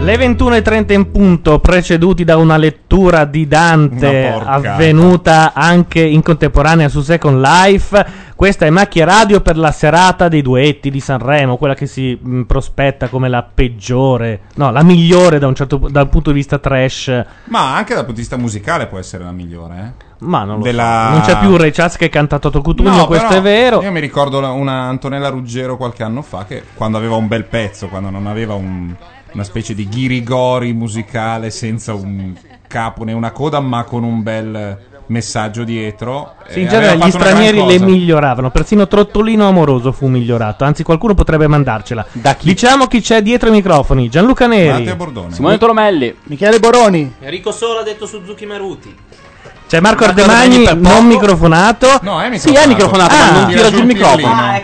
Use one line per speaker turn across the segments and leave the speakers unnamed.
Le 21.30 in punto, preceduti da una lettura di Dante
Una porca.
avvenuta anche in contemporanea su Second Life. Questa è Macchia Radio per la serata dei duetti di Sanremo, quella che si mh, prospetta come la peggiore, no, la migliore da un certo pu- dal punto di vista trash.
Ma anche dal punto di vista musicale può essere la migliore. eh.
Ma non lo
Della-
so. Non c'è più Ray Chaz che canta Toto Cutugno,
No,
questo
però
è vero.
Io mi ricordo la- una Antonella Ruggero qualche anno fa che quando aveva un bel pezzo, quando non aveva un- una specie di ghirigori musicale senza un capo né una coda, ma con un bel messaggio dietro.
Sì,
eh,
in genere
aveva
gli
fatto una gran
stranieri le
cosa.
miglioravano, persino Trottolino Amoroso fu migliorato, anzi qualcuno potrebbe mandarcela. Diciamo chi c'è dietro i microfoni, Gianluca Neri,
Matteo Bordone.
Simone Tolomelli.
Michele Boroni.
Enrico Solo ha detto Suzuki Maruti.
c'è Marco
Marco
Ardemagni,
Ardemagni per poco.
non microfonato,
No, è microfonato.
Sì, è microfonato, ma
Ah,
non tira giù il microfono.
Ah,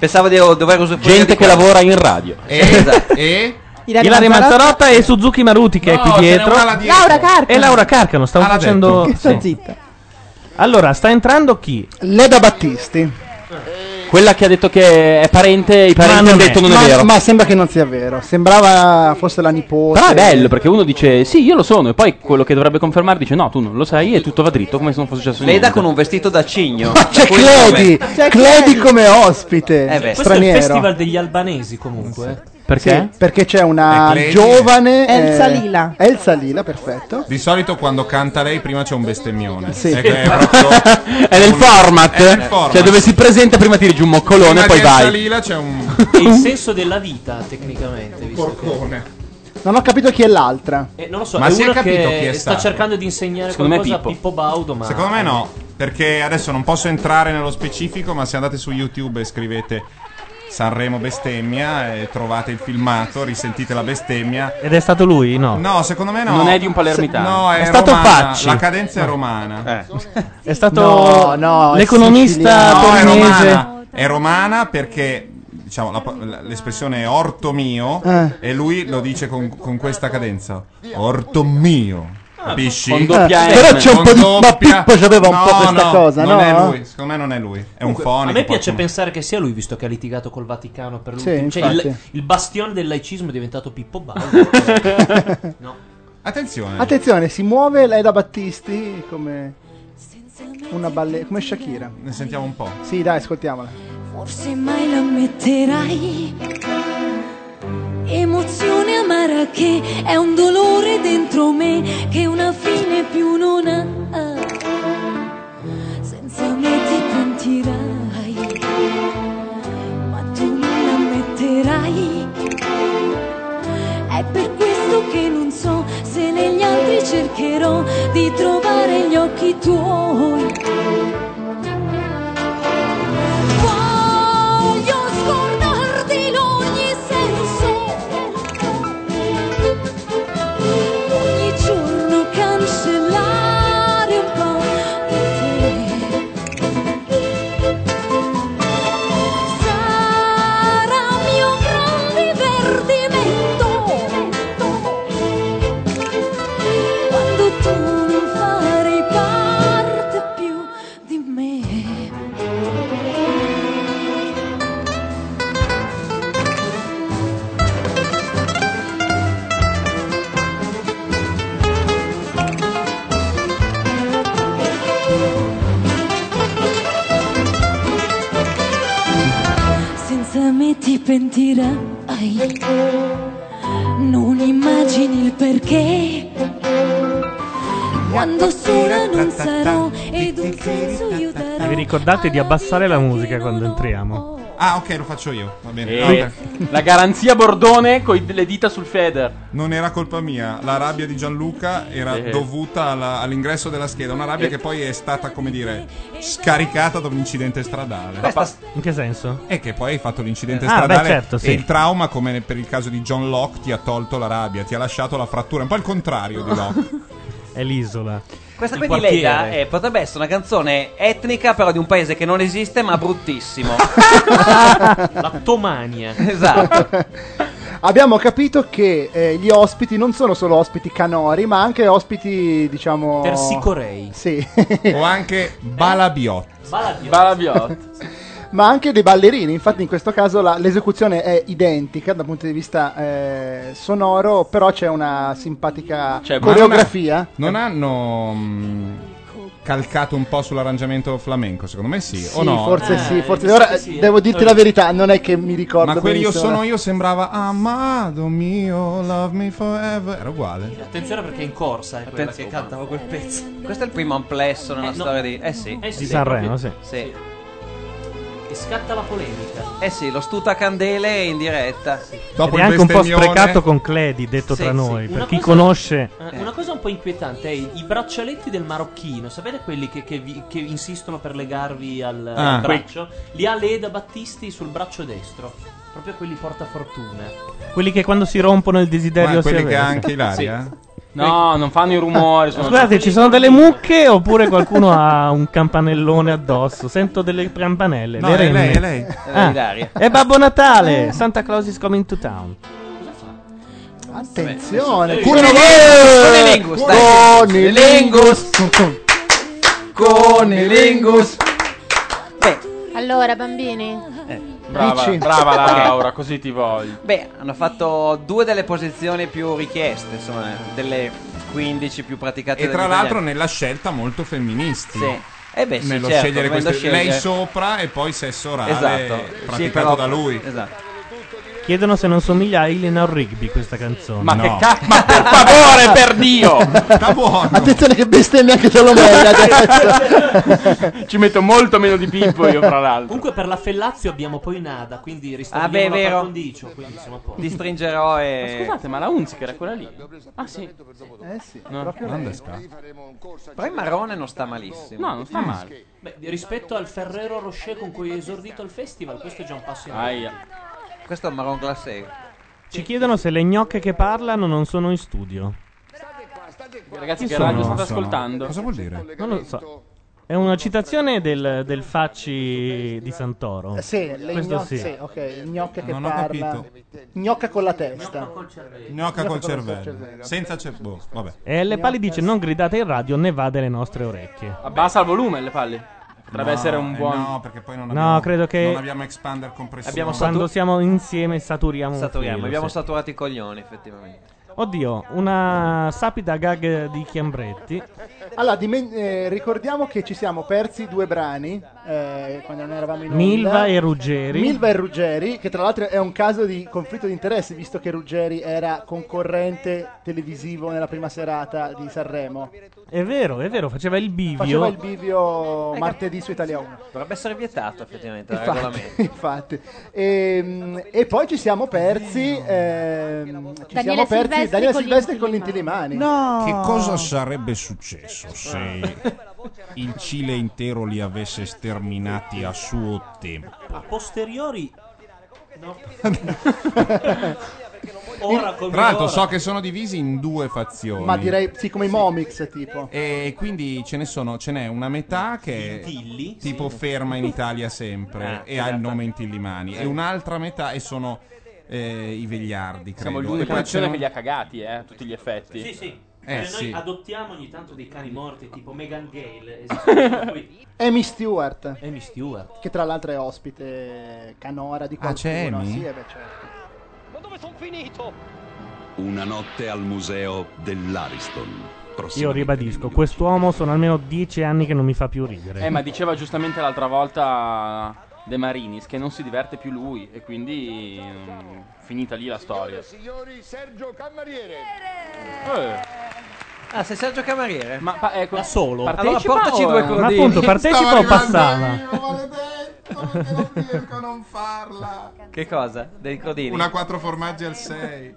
Pensavo di Eh, esatto. dover usare
Gente che lavora in radio.
E, e
Ilaria Mazzarotta e Suzuki Maruti che è
No,
qui
ce n'è
dietro,
una là dietro.
Laura Carca.
e Laura Carcano, stavo
Ah, l'ha
facendo...
detto.
sì.
Sta zitta.
Allora, sta entrando chi?
Leda Battisti.
Quella che ha detto che è parente, i
Ma
parenti
non
hanno
è.
detto non è
ma,
vero.
ma sembra che non sia vero. Sembrava fosse la nipote.
Però è bello perché uno dice sì, io lo sono, e poi quello che dovrebbe confermare dice no, tu non lo sai, e tutto va dritto come se non fosse successo niente.
Leda con un vestito da cigno.
Ma c'è
Da cui il nome.
Cledi!
Cioè,
C'è
Cledi
Cledi.
come ospite.
Eh beh.
Questo è il
Cioè, straniero.
festival degli albanesi comunque.
Perché?
Sì, perché c'è una
È Cledi.
giovane.
Elsa
eh,
Lila.
Elsa Lila, perfetto.
di solito quando canta lei prima c'è un bestemmione.
Sì.
Ecco, è proprio-
È nel format,
È nel format.
cioè dove si presenta prima tiri giù un
Prima
moccolone e poi
di Elsa
vai.
Lila c'è un
È il senso della vita tecnicamente. Visto che...
porcone.
Non ho capito chi è l'altra.
Eh, non lo so,
Ma
è
si è
uno
capito chi
che
è
sta
stato?
cercando di insegnare
Secondo me
qualcosa
Pippo.
a Pippo Baudo, ma
Secondo me no, perché adesso non posso entrare nello specifico, ma se andate su YouTube e scrivete Sanremo bestemmia e trovate il filmato, risentite la bestemmia.
Ed è stato lui? No.
No, secondo me no.
Non è di un palermitano. Eh.
No, è,
È stato
romana.
Facci.
La cadenza è romana.
È stato
No, no, è
l'economista
siciliano.
No, è
torinese.
romana. È romana perché diciamo la pa- la- l'espressione è orto mio
Eh.
e lui lo dice con, con questa cadenza. Orto mio. Capisci?
Ah, con
Eh,
doppia M.
però c'è un po' di. Ma
doppia-
Pippo c'aveva un
No,
po' questa
no,
cosa,
non
no?
è lui, secondo me non è lui. È un fonico.
a me piace
poi-
pensare che sia lui, visto che ha litigato col Vaticano per
Sì,
l'ultimo. cioè, il,
infatti.
il bastione del laicismo è diventato Pippo Baudo. no.
Attenzione.
Attenzione, si muove Leda Battisti come una ballerina. come Shakira.
Ne sentiamo un po'.
Sì, dai, ascoltiamola.
Forse mai l'ammetterai. Emozione amara che è un dolore dentro me che una fine più non ha. Senza me ti pentirai, ma tu non l'ammetterai. È per questo che non so se negli altri cercherò di trovare gli occhi tuoi. Voglio scordarti in ogni senso, ogni giorno cancellare un po' di te. Sarà mio gran divertimento quando tu non farai parte più di me. senza me ti pentirai. Non immagini il perché. Quando sola non sarò ed un senso io darò.
Vi ricordate di abbassare la musica quando entriamo?
Ah, ok, lo faccio io. Va bene.
Eh,
Ah, ok.
La garanzia Bordone con le dita sul Feder.
Non era colpa mia, la rabbia di Gianluca era
Eh.
dovuta alla- all'ingresso della scheda, una rabbia
Eh.
che poi è stata, come dire, scaricata da un incidente stradale.
In che senso?
E che poi hai fatto l'incidente
Ah,
stradale
beh, certo, sì.
e il trauma, come nel- per il caso di John Locke, ti ha tolto la rabbia, ti ha lasciato la frattura, un po' il contrario di Locke.
È l'isola.
Questa
Il
qui di
quartiere.
Leda eh, potrebbe essere una canzone etnica, però di un paese che non esiste, ma bruttissimo.
La Tomania.
esatto.
Abbiamo capito che eh, gli ospiti non sono solo ospiti canori, ma anche ospiti, diciamo...
Tersicorei.
Sì,
o anche Balabiot.
Baladio.
Balabiot.
ma anche dei ballerini. Infatti, in questo caso la- l'esecuzione è identica dal punto di vista eh, sonoro, però c'è una simpatica
Cioè, ma
coreografia.
Non hanno mm, calcato un po' sull'arrangiamento flamenco, secondo me sì, o
Sì,
no?
forse
Eh,
sì, forse
mi sa
Ora,
che sì.
devo dirti la verità, non è che mi ricordo
Ma quel io
benissimo.
sono io sembrava Amado mio, love me forever. Era uguale.
Attenzione perché è in corsa, è quella che
Attenzione.
cantava quel pezzo.
Questo è il primo amplesso nella
Eh, no.
storia di... Eh sì.
Eh sì,
Di Sanremo,
proprio-
sì.
Sì.
E scatta la polemica.
Eh sì, lo stuta candele in diretta.
Dopo
Ed è
il
anche un po'
bestemmione-
sprecato con Cledi, detto
Sì,
tra
sì.
noi.
Una
Per chi
cosa-
conosce.
Eh, Una cosa un po' inquietante è i braccialetti del marocchino. Sapete quelli che, che vi- che insistono per legarvi al,
Ah.
al braccio? Li ha Leda Battisti sul braccio destro. Proprio quelli portafortuna.
Quelli che quando si rompono il
Ma
desiderio si
quelli che ha
eh.
avverte.
anche Ilaria? eh?
No, non fanno i rumori. Sono
Scusate, ci sono delle mucche oppure qualcuno ha un campanellone addosso? Sento delle campanelle.
No,
le
è lei,
renne.
è lei.
Eh,
Ah.
Ilaria.
È Babbo Natale! Santa Claus is coming to town.
Vabbè,
Attenzione, pure
Conilingus, dai. Conilingus. Conilingus. Beh,
Allora, bambini,
Brava,
Dici?
brava Laura, così ti voglio.
Eh. beh, hanno fatto due delle posizioni più richieste, insomma, delle 15 più praticate.
E tra
dagli
l'altro
italiani.
nella scelta molto femministi.
Sì. Eh beh, sì,
Nello
certo,
scegliere
dovendo
queste lei
scegliere.
sopra e poi sesso orale
Esatto. Sì,
praticato
però-
da lui.
Esatto.
Chiedono se non somiglia a Eleanor Rigby questa canzone.
Ma
No.
che cazzo, ma per favore, per Dio!
Sta buono.
Attenzione che bestemmia anche cioè. Tolomei adesso.
Ci metto molto meno di Pippo io, fra l'altro.
Comunque per la Fellazio abbiamo poi Nada, quindi
Ah, beh, è
ristabiliamo la
vero.
par condicio, quindi siamo a posto.
Ti stringerò e.
Scusate, ma la Unzica era quella lì? Ah sì.
Eh sì,
No.
proprio lei.
Grande sca-
Però il marrone non sta malissimo.
No, non sta male.
Beh, rispetto al Ferrero Rocher con cui hai esordito il festival, questo è già un passo in avanti.
Aia.
Questo è un marron glacé.
Ci chiedono se le gnocche che parlano non sono in studio.
Ragazzi,
Chi
che
sono?
radio
No,
state
sono-
ascoltando?
Cosa vuol dire?
Non lo so. È una citazione del, del Facci di Santoro.
Eh Sì, le
Questo
gnocche,
sì.
sì, ok, gnocca che
Non ho
parla. Gnocca con la testa.
Gnocca col
col
cervello.
cervello.
Senza cervello. Vabbè.
E Le Pali dice non gridate in radio ne va delle nostre
Ah,
orecchie.
Abbassa il volume, le palle. Potrebbe
No,
essere un
eh
buon.
No, perché poi non
No,
abbiamo
credo che-
non abbiamo expander compressore.
Abbiamo sat-
Quando siamo insieme saturiamo. un
Saturiamo,
filo,
abbiamo
sì.
saturato i coglioni, effettivamente.
Oddio, una sapida gag di Chiambretti.
Allora, dimen- eh, ricordiamo che ci siamo persi due brani eh, quando non eravamo in onda.
Milva e Ruggeri.
Milva e Ruggeri, che tra l'altro è un caso di conflitto di interessi, visto che Ruggeri era concorrente televisivo nella prima serata di Sanremo.
È vero, è vero, faceva il bivio.
Faceva il bivio martedì su Italia 1.
Dovrebbe essere vietato, effettivamente, dal regolamento.
Infatti, infatti. Ehm, E, poi ci siamo persi. ehm, ci
Daniele
siamo persi
Silvestri
Daniele
con
Silvestri
gli
con gli
Intilimani.
intilimani.
Che cosa sarebbe successo se il Cile intero li avesse sterminati a suo tempo?
A posteriori... No. Ora come
Tra l'altro
ora.
so che sono divisi in due fazioni.
Ma direi sì, come i Momix, tipo.
E quindi ce ne sono, ce n'è una metà che è
Tilli,
tipo ferma in Italia
Ah,
sempre e ha
certo.
il nome in Tillimani, e un'altra metà e sono eh, i Vegliardi, credo.
Siamo
e
l'unica
poi c'è
nazione
un-
che li ha cagati, eh, a tutti gli effetti.
Sì, sì.
Eh,
Cioè,
sì.
Noi adottiamo ogni tanto dei cani morti, tipo Megan Gale. esistono qui.
Amy Stewart,
Amy Stewart.
che tra l'altro è ospite canora di qualcuno.
Ah, c'è Amy?
Sì, eh beh, certo.
Una notte al museo dell'Ariston.
Io ribadisco, quest'uomo sono almeno dieci anni che non mi fa più ridere.
Eh, ma diceva giustamente l'altra volta De Marinis che non si diverte più lui e quindi mm, finita lì la storia.
Signori, Sergio Cammariere.
Ecco.
Eh,
Ah, sei Sergio Camariere?
ma pa- ecco,
Da solo?
partecipa
Allora portaci
o-
due
Ma
cordini.
appunto, partecipa o passava?
Io, maledetto.
Come te lo dico, non farla.
Che cosa? Dei codini?
Una quattro formaggi al 6.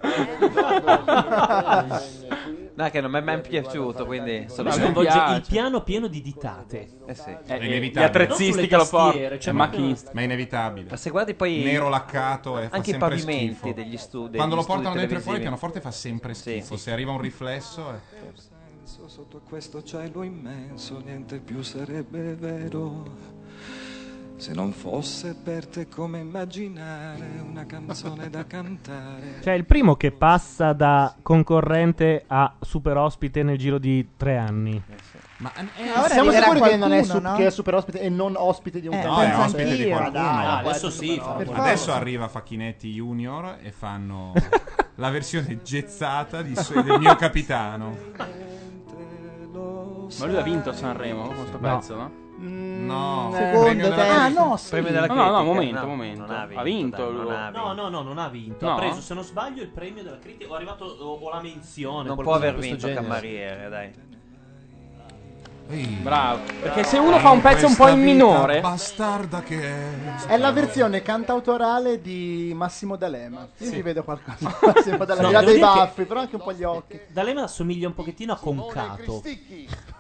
No, che non mi è mai piaciuto, quindi sono
Mi sconvolge il piano pieno di ditate.
Eh sì.
È
inevitabile.
Cioè,
ma,
proprio-
ma è inevitabile.
Ma se guardi poi
nero laccato e fa
anche i
sempre
pavimenti
schifo.
degli studi-
Quando lo
degli
portano
studi
dentro e fuori
televisivi.
il pianoforte fa sempre schifo. Se arriva un riflesso eh. è
senso, sotto questo cielo immenso niente più sarebbe vero. Se non fosse per te come immaginare una canzone da cantare.
Cioè, il primo che passa da concorrente a super ospite nel giro di tre anni.
Eh,
Ma
Eh, Ora
Siamo
arriverà
sicuri che non è
qualcuno,
su-
no?
che è
super ospite e non ospite di un
Eh,
canale.
No, è ospite di
anch'io,
qualcuno.
dai,
Ah, adesso sì, fa un po'.
Adesso arriva Facchinetti Junior e fanno la versione gezzata di- del mio capitano.
Ma lui ha vinto a Sanremo con questo
No.
pezzo, no?
No,
Secondo,
premio della-
terzo. Ah, no, sì.
Premio della
No, no,
critica. No, no,
no,
eh, momento,
no,
momento.
non ha
ha
vinto,
vinto.
dai, non
lui.
ha
No, no, no, non ha vinto.
No?
Ha preso, se non sbaglio, il premio della critica. O è arrivato o, o la menzione.
Non
qualcosa
può aver
di questo
vinto
genere.
Camariere, dai.
Bravo. Perché se uno fa un pezzo un po' in
Questa vita
minore.
Bastarda che è.
È la versione cantautorale di Massimo D'Alema. Io
Sì.
ci vedo qualcosa. di Massimo D'Alema,
No,
ha
devo
dei
dire che-
baffi, però anche un po' gli occhi.
D'Alema assomiglia un pochettino a Concato.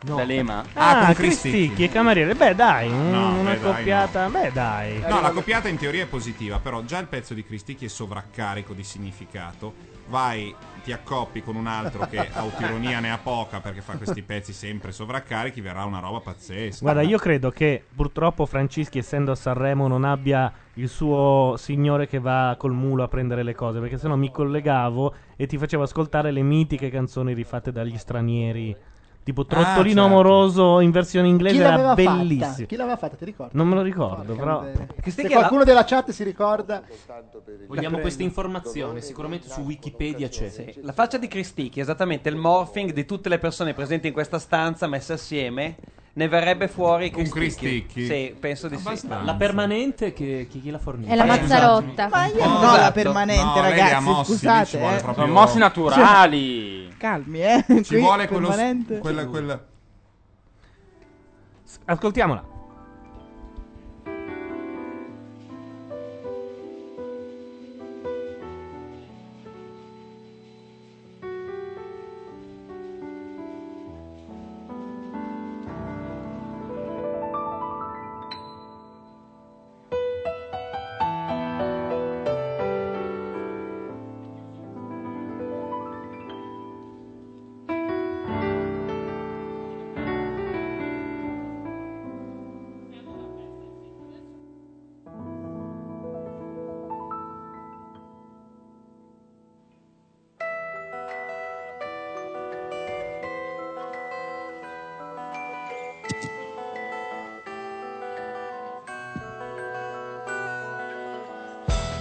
No.
D'Alema.
Ah,
con
Cristicchi.
Cristicchi
e Camariere. Beh, dai, un-
No, beh,
una
dai,
coppiata. Beh, dai.
No, la copiata in teoria è positiva, però già il pezzo di Cristicchi è sovraccarico di significato. Vai, ti accoppi con un altro che autoironia ne ha poca perché fa questi pezzi sempre sovraccarichi, verrà una roba pazzesca.
Guarda, io credo che purtroppo Francischi, essendo a Sanremo, non abbia il suo signore che va col mulo a prendere le cose, perché sennò mi collegavo e ti facevo ascoltare le mitiche canzoni rifatte dagli stranieri. Tipo Trottolino
certo.
Amoroso in versione
Chi
inglese
l'aveva
era
fatta?
bellissimo.
Chi l'aveva fatta? Ti ricordi?
Non me lo ricordo,
Porca
però.
miseria. Se
che la-
qualcuno della chat si ricorda,
Vogliamo
credo.
queste informazioni. Sicuramente su Wikipedia c'è.
La faccia di Cristicchi è esattamente il morphing di tutte le persone presenti in questa stanza messe assieme. Ne verrebbe fuori
Un
Cristicchi.
Cristicchi?
Sì, penso di
Abbastanza.
sì.
La permanente, che, chi, chi la fornisce?
È la
Eh,
Mazzarotta.
Ma io-
no,
Esatto.
la permanente,
No, lei li ha
ragazzi.
mossi, lì ci
scusate,
vuole
eh.
proprio-
Sono mossi naturali.
calmi, eh.
Ci vuole quello.
permanente.
Quella, quella...
Ascoltiamola.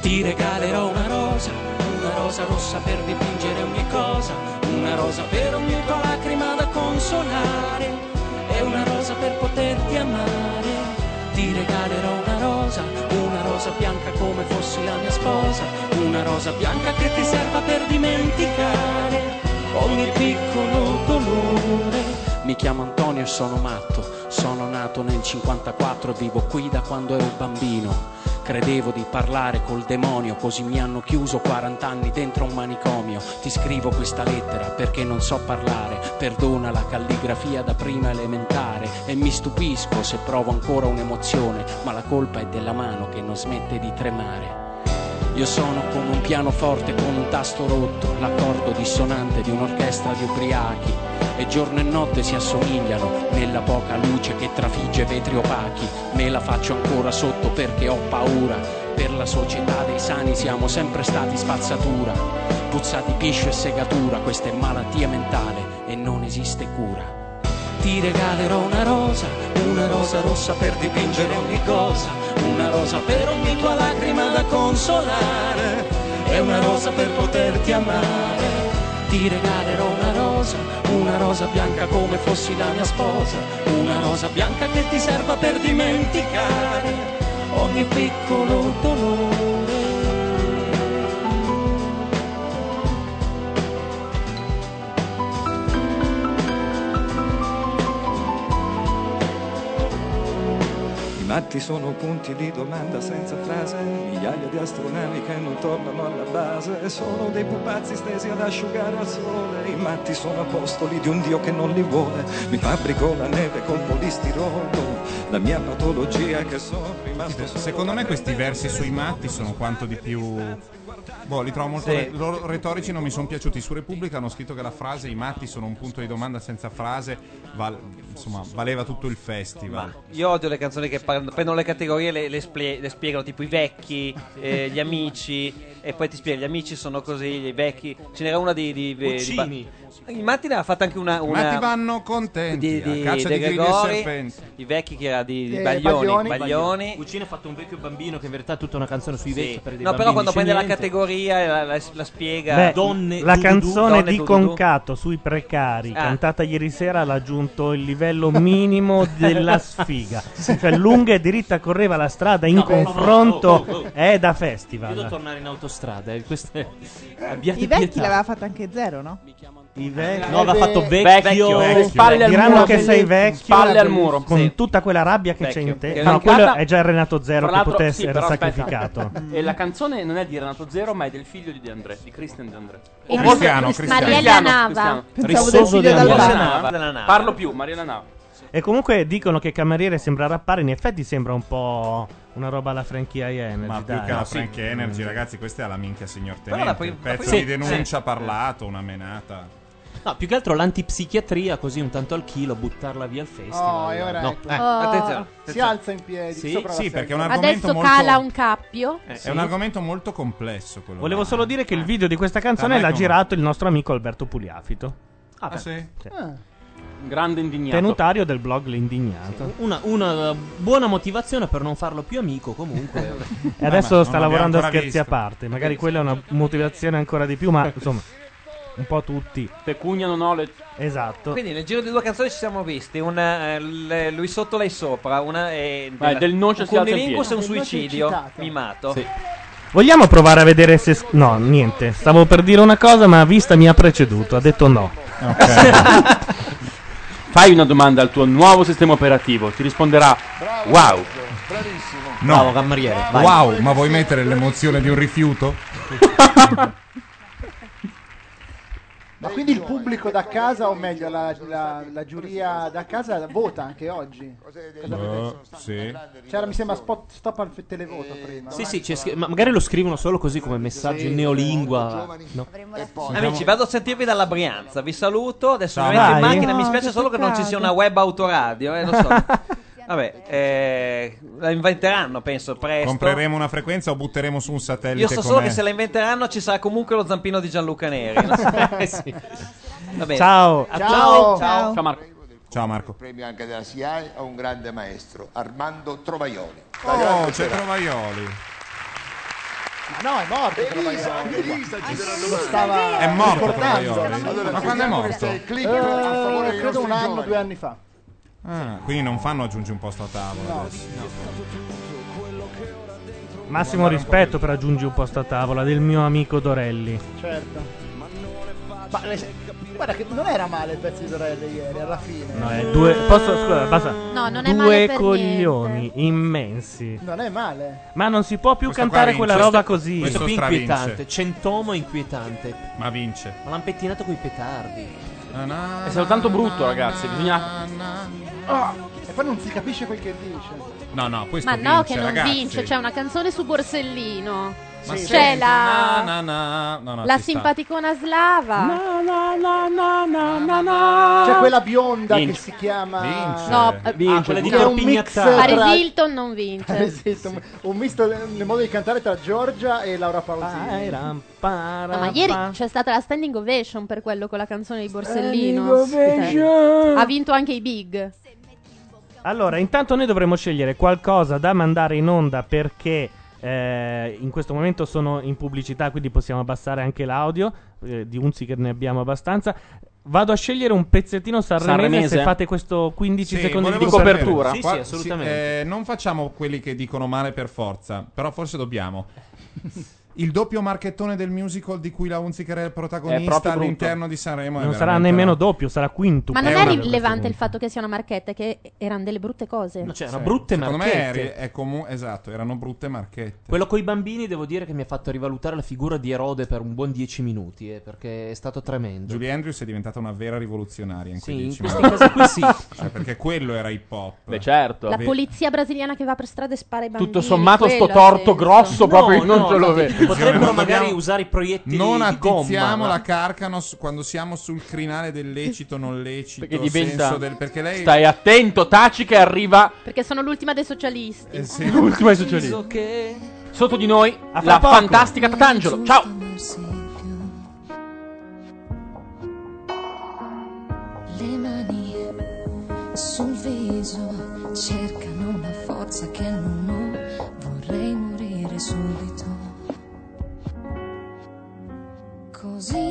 Ti regalerò una rosa, una rosa rossa per dipingere ogni cosa, una rosa per ogni tua lacrima da consolare, e una rosa per poterti amare. Ti regalerò una rosa, una rosa bianca come fossi la mia sposa, una rosa bianca che ti serva per dimenticare ogni piccolo dolore. Mi chiamo Antonio e sono matto, sono nato nel 54 e vivo qui da quando ero bambino. Credevo di parlare col demonio, così mi hanno chiuso 40 anni dentro un manicomio. Ti scrivo questa lettera perché non so parlare, perdona la calligrafia da prima elementare e mi stupisco se provo ancora un'emozione, ma la colpa è della mano che non smette di tremare. Io sono come un pianoforte con un tasto rotto, l'accordo dissonante di un'orchestra di ubriachi. E giorno e notte si assomigliano nella poca luce che trafigge vetri opachi. Me la faccio ancora sotto perché ho paura. Per la società dei sani siamo sempre stati spazzatura. Puzza di piscio e segatura, questa è malattia mentale e non esiste cura. Ti regalerò una rosa, una rosa rossa per dipingere ogni cosa, una rosa per ogni tua lacrima da consolare, e una rosa per poterti amare. Ti regalerò una rosa, una rosa bianca come fossi la mia sposa, una rosa bianca che ti serva per dimenticare ogni piccolo dolore.
Matti sono punti di domanda senza frase, migliaia di astronavi che non tornano alla base, sono dei pupazzi stesi ad asciugare al sole, i matti sono apostoli di un Dio che non li vuole, mi fabbrico la neve col polistirolo, la mia patologia è che sono rimasto solo
Secondo me questi versi sui matti sono quanto di più. Boh, li trovo molto.
Sì.
re- loro retorici non mi sono piaciuti. Su Repubblica hanno scritto che la frase i matti sono un punto di domanda senza frase. val- insomma, valeva tutto il festival.
Io odio le canzoni che parlano, prendono le categorie e le, le spie- le spiegano, tipo i vecchi, eh, gli amici, e poi ti spiegano, gli amici sono così, i vecchi. Ce n'era una di... di, di- di-
Uccini.
I matti ne ha fatta anche una... una
Matti vanno contenti,
di, di,
a caccia
De
di grilli e
Gregori,
serpenti.
I vecchi che era di, di
Eh,
Baglioni.
Baglioni.
Baglioni.
Cucina ha fatto un vecchio bambino che in verità è tutta una canzone sui vecchi. Per dei
No,
bambini,
però quando
c'è
prende la
niente.
categoria e la, la- la spiega...
Beh, la
Dudu,
canzone
donne
di
Dudu.
Concato sui precari,
Ah.
cantata ieri sera, l'ha aggiunto il livello minimo della sfiga. Cioè, lunga e diritta correva la strada in
No,
confronto
oh, oh, oh, oh.
è da
Io devo
festival.
tornare in autostrada. eh, queste- Abbiate
I vecchi
pietà.
l'aveva fatta anche zero, no?
I vecchi.
No, aveva fatto vecchio.
Spalle al Diranno muro, che sei vecchio.
Spalle al muro.
Con
Sì.
tutta quella rabbia che c'è
Vecchio.
in te.
Che è
no,
mancata-
quello è già il Renato Zero
Tra
che
l'altro,
poteva
sì,
essere
però aspetta.
sacrificato.
e la canzone non è di Renato Zero, ma è del figlio di De André, di Christian De André.
O Cristiano, Cristiano.
Mariella
Cristiano,
Nava.
Pensavo del Rissoso figlio di della Alfano. Nava.
Parlo più, Mariella Nava.
E comunque dicono che Cameriere sembra rappare, in effetti sembra un po' una roba alla Frankie Energy.
Ma più
dai.
che la Frankie Energy, ragazzi, questa è la minchia signor Tenente.
la prim-
il pezzo
sì,
di denuncia
sì.
parlato, una menata.
No, più che altro l'antipsichiatria, così un tanto al chilo, buttarla via al festival.
Oh, e ora
no.
ecco.
eh,
Oh, Si alza in piedi
Sì,
sopra la
sì,
sedia.
perché è un argomento
Adesso
molto Eh,
cala un cappio.
È un argomento molto complesso quello.
Eh, Volevo solo dire che il video di questa
Ah,
canzone
vai
l'ha
con-
girato il nostro amico Alberto Pugliafito,
Ah,
beh. sì?
Grande indignato.
tenutario del blog L'Indignato.
Una, una buona motivazione per non farlo più amico, comunque.
E adesso sta lavorando a scherzi a parte, magari quella è una motivazione ancora di più, ma insomma, un po' tutti.
Pecugna non ho le...
Esatto.
Quindi nel giro di due canzoni ci siamo visti, una, eh, l- lui sotto, lei sopra, una è
Ma è del noce
un
si alza il
cunnilingus e
piede.
un
Del noce
suicidio
eccitato.
mimato.
Vogliamo provare a vedere se... s- No, niente, stavo per dire una cosa, ma Vista mi ha preceduto, ha detto no.
Fai una domanda al tuo nuovo sistema operativo, ti risponderà wow.
No. Bravo,
Gammariere.
Wow, ma vuoi mettere l'emozione di un rifiuto?
Ma quindi il pubblico da casa, o meglio, la, la- la giuria da casa vota anche oggi. Cosa vedete?
sì.
C'era, mi sembra, spot, stop al f- televoto prima.
Sì, sì, c'è scri- ma magari lo scrivono solo così come messaggio in neolingua. No.
Amici, vado a sentirvi dalla Brianza, vi saluto, adesso
Ciao.
mi metto
Vai.
in macchina, mi
No,
spiace
che
solo che non ci sia una
peccato.
web autoradio, eh, lo so. Vabbè, eh, la inventeranno penso presto.
Compreremo una frequenza o butteremo su un satellite
Io so solo
com'è?
che se la inventeranno ci sarà comunque lo zampino di Gianluca Neri. non so. Va bene.
Ciao.
A-
Ciao.
ciao.
Ciao,
Marco.
Ciao Marco.
Premio anche della SIAE a un grande maestro, Armando Trovaioli. La
Oh,
grande
c'è
opera.
Trovaioli.
Ma no, è morto. Elisa, Stava
È morto
ricordando.
Trovaioli.
Allora,
Ma quando è morto?
Eh, credo un anno, due anni fa.
Ah, quindi non fanno aggiungi un posto a tavola adesso.
Massimo rispetto per aggiungi un posto a tavola del mio amico Dorelli.
Certo. Ma le- guarda che non era male il pezzo di Dorelle ieri, alla fine.
No, è due. Posso, scusa, basta.
No, non è male
due
per
coglioni immensi.
Non è male.
Ma non si può più
Questo
cantare
qua vince.
quella
Questo-
roba così.
questo
Questo qui
stravince.
inquietante, centomo inquietante.
Ma vince.
Ma l'hanno pettinato coi petardi.
È soltanto brutto, ragazzi, bisogna...
Ah, e poi non si capisce quel che dice.
No, no, questo
Ma no, che
vince,
non
ragazzi.
vince. cioè, C'è una canzone su Borsellino.
Ma
C'è
senti,
la.
na, na, na. No, no,
la
ci sta.
simpaticona slava.
C'è quella bionda che
Vince.
si chiama.
Vince. No,
Ah,
eh, Vince,
quella
di
che è un
Torpigna
mix
Tara.
tra-
Paris Hilton non vince.
Paris Hilton, Un misto nel modo di cantare tra Giorgia e Laura
Ah,
Pausini.
No, ma ieri c'è stata la standing ovation per quello con la canzone di
Standing
Borsellino. Eh.
ovation.
Ha vinto anche i Big.
Allora, intanto noi dovremmo scegliere qualcosa da mandare in onda perché eh, in questo momento sono in pubblicità, quindi possiamo abbassare anche l'audio. eh, di Unzi che ne abbiamo abbastanza. Vado a scegliere un pezzettino sanremese
Sanremese?
se fate questo 15
Sì,
secondi di
volevo
copertura.
sapere. Qua- eh, sì, eh, non facciamo quelli che dicono male per forza, però forse dobbiamo. Il doppio marchettone del musical di cui la Unziker è il
È
protagonista
proprio brutto.
all'interno di Sanremo. è
non sarà
veramente-
nemmeno doppio, sarà quinto.
Ma non
Eh,
è rilevante il fatto che sia una marchetta, che erano delle brutte cose.
No, cioè,
Sì.
erano brutte
Secondo
marchette.
me è, comune. Esatto, erano brutte marchette.
Quello coi bambini devo dire che mi ha fatto rivalutare la figura di Erode per un buon 10 minuti, eh, perché è stato tremendo.
Julie Andrews è diventata una vera rivoluzionaria in
Sì,
quei
in
dieci
queste
minuti.
cose qui sì.
Cioè, perché quello era hip hop.
Beh, certo.
La polizia brasiliana che va per strada e spara ai bambini.
Tutto sommato
quello
sto
ha
torto
senso.
grosso
no,
proprio non ce lo
infatti,
vedo.
tipo, potrebbero Non magari dobbiamo- usare i proiettili
non
di gomma,
attizziamo
ma-
la Carcanos quando siamo sul crinale del lecito, non lecito.
Perché diventa-
senso del- perché lei...
Stai attento, taci che arriva
Perché sono l'ultima dei socialisti.
Eh,
l'ultima dei socialisti. Sotto di noi la
poco.
fantastica Tatangelo. Ciao.
Le mani sul viso cercano una forza che non ho, vorrei morire subito. Così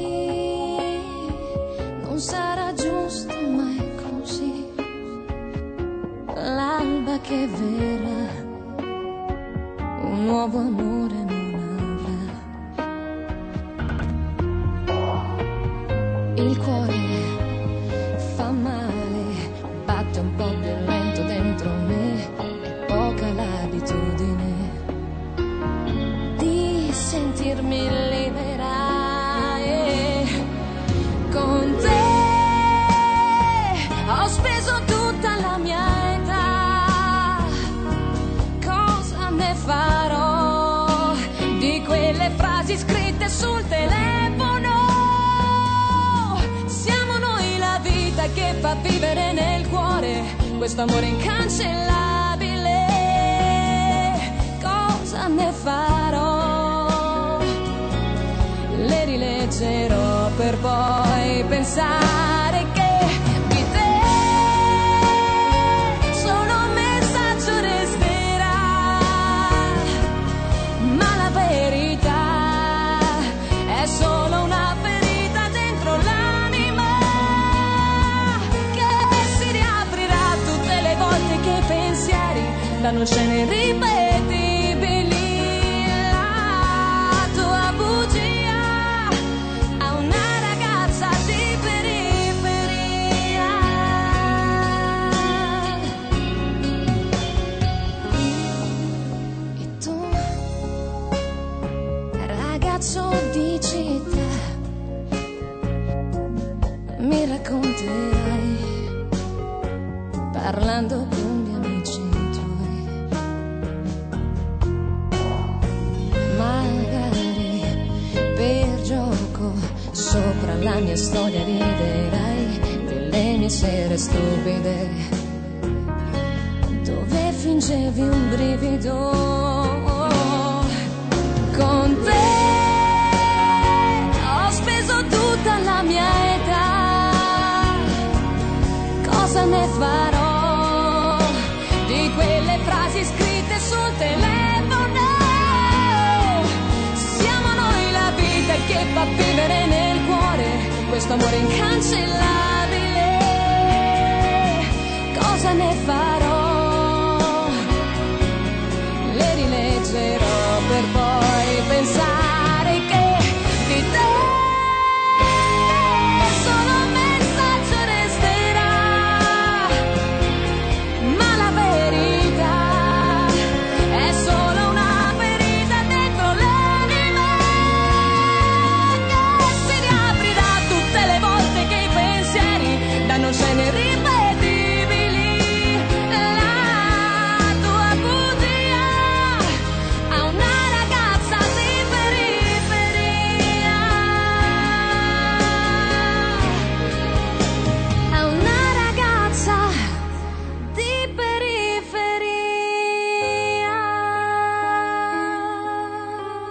non sarà giusto, ma è così. L'alba che verrà, un nuovo amore non avrà. Il cuore fa male, batte un po' più lento dentro me, è poca l'abitudine di sentirmi libera. E con te ho speso tutta la mia età, cosa ne farò di quelle frasi scritte sul telefono? Siamo noi la vita che fa vivere nel cuore questo amore incancellabile. Cosa ne farò? Le rileggerò per poi pensare che di te solo un messaggio resterà. Ma la verità è solo una ferita dentro l'anima che si riaprirà tutte le volte che i pensieri danno scene ripetibili. La tua bugia a una ragazza di periferia. E tu? ragazzo di città, mi racconterai parlando con gli amici tuoi. Magari per gioco sopra la mia storia riderai delle mie sere stupide dove fingevi un brivido con te ho speso tutta la mia età cosa ne farò di quelle frasi scritte sul telefono siamo noi la vita che fa vivere nel cuore questo amore incancellabile cosa ne farò le rileggerò per poi pensare che di te solo un messaggio resterà, ma la verità è solo una ferita dentro l'anima che si riaprirà tutte le volte che i pensieri danno scene ripetibili. La tua bugia a una ragazza di periferia. A una ragazza di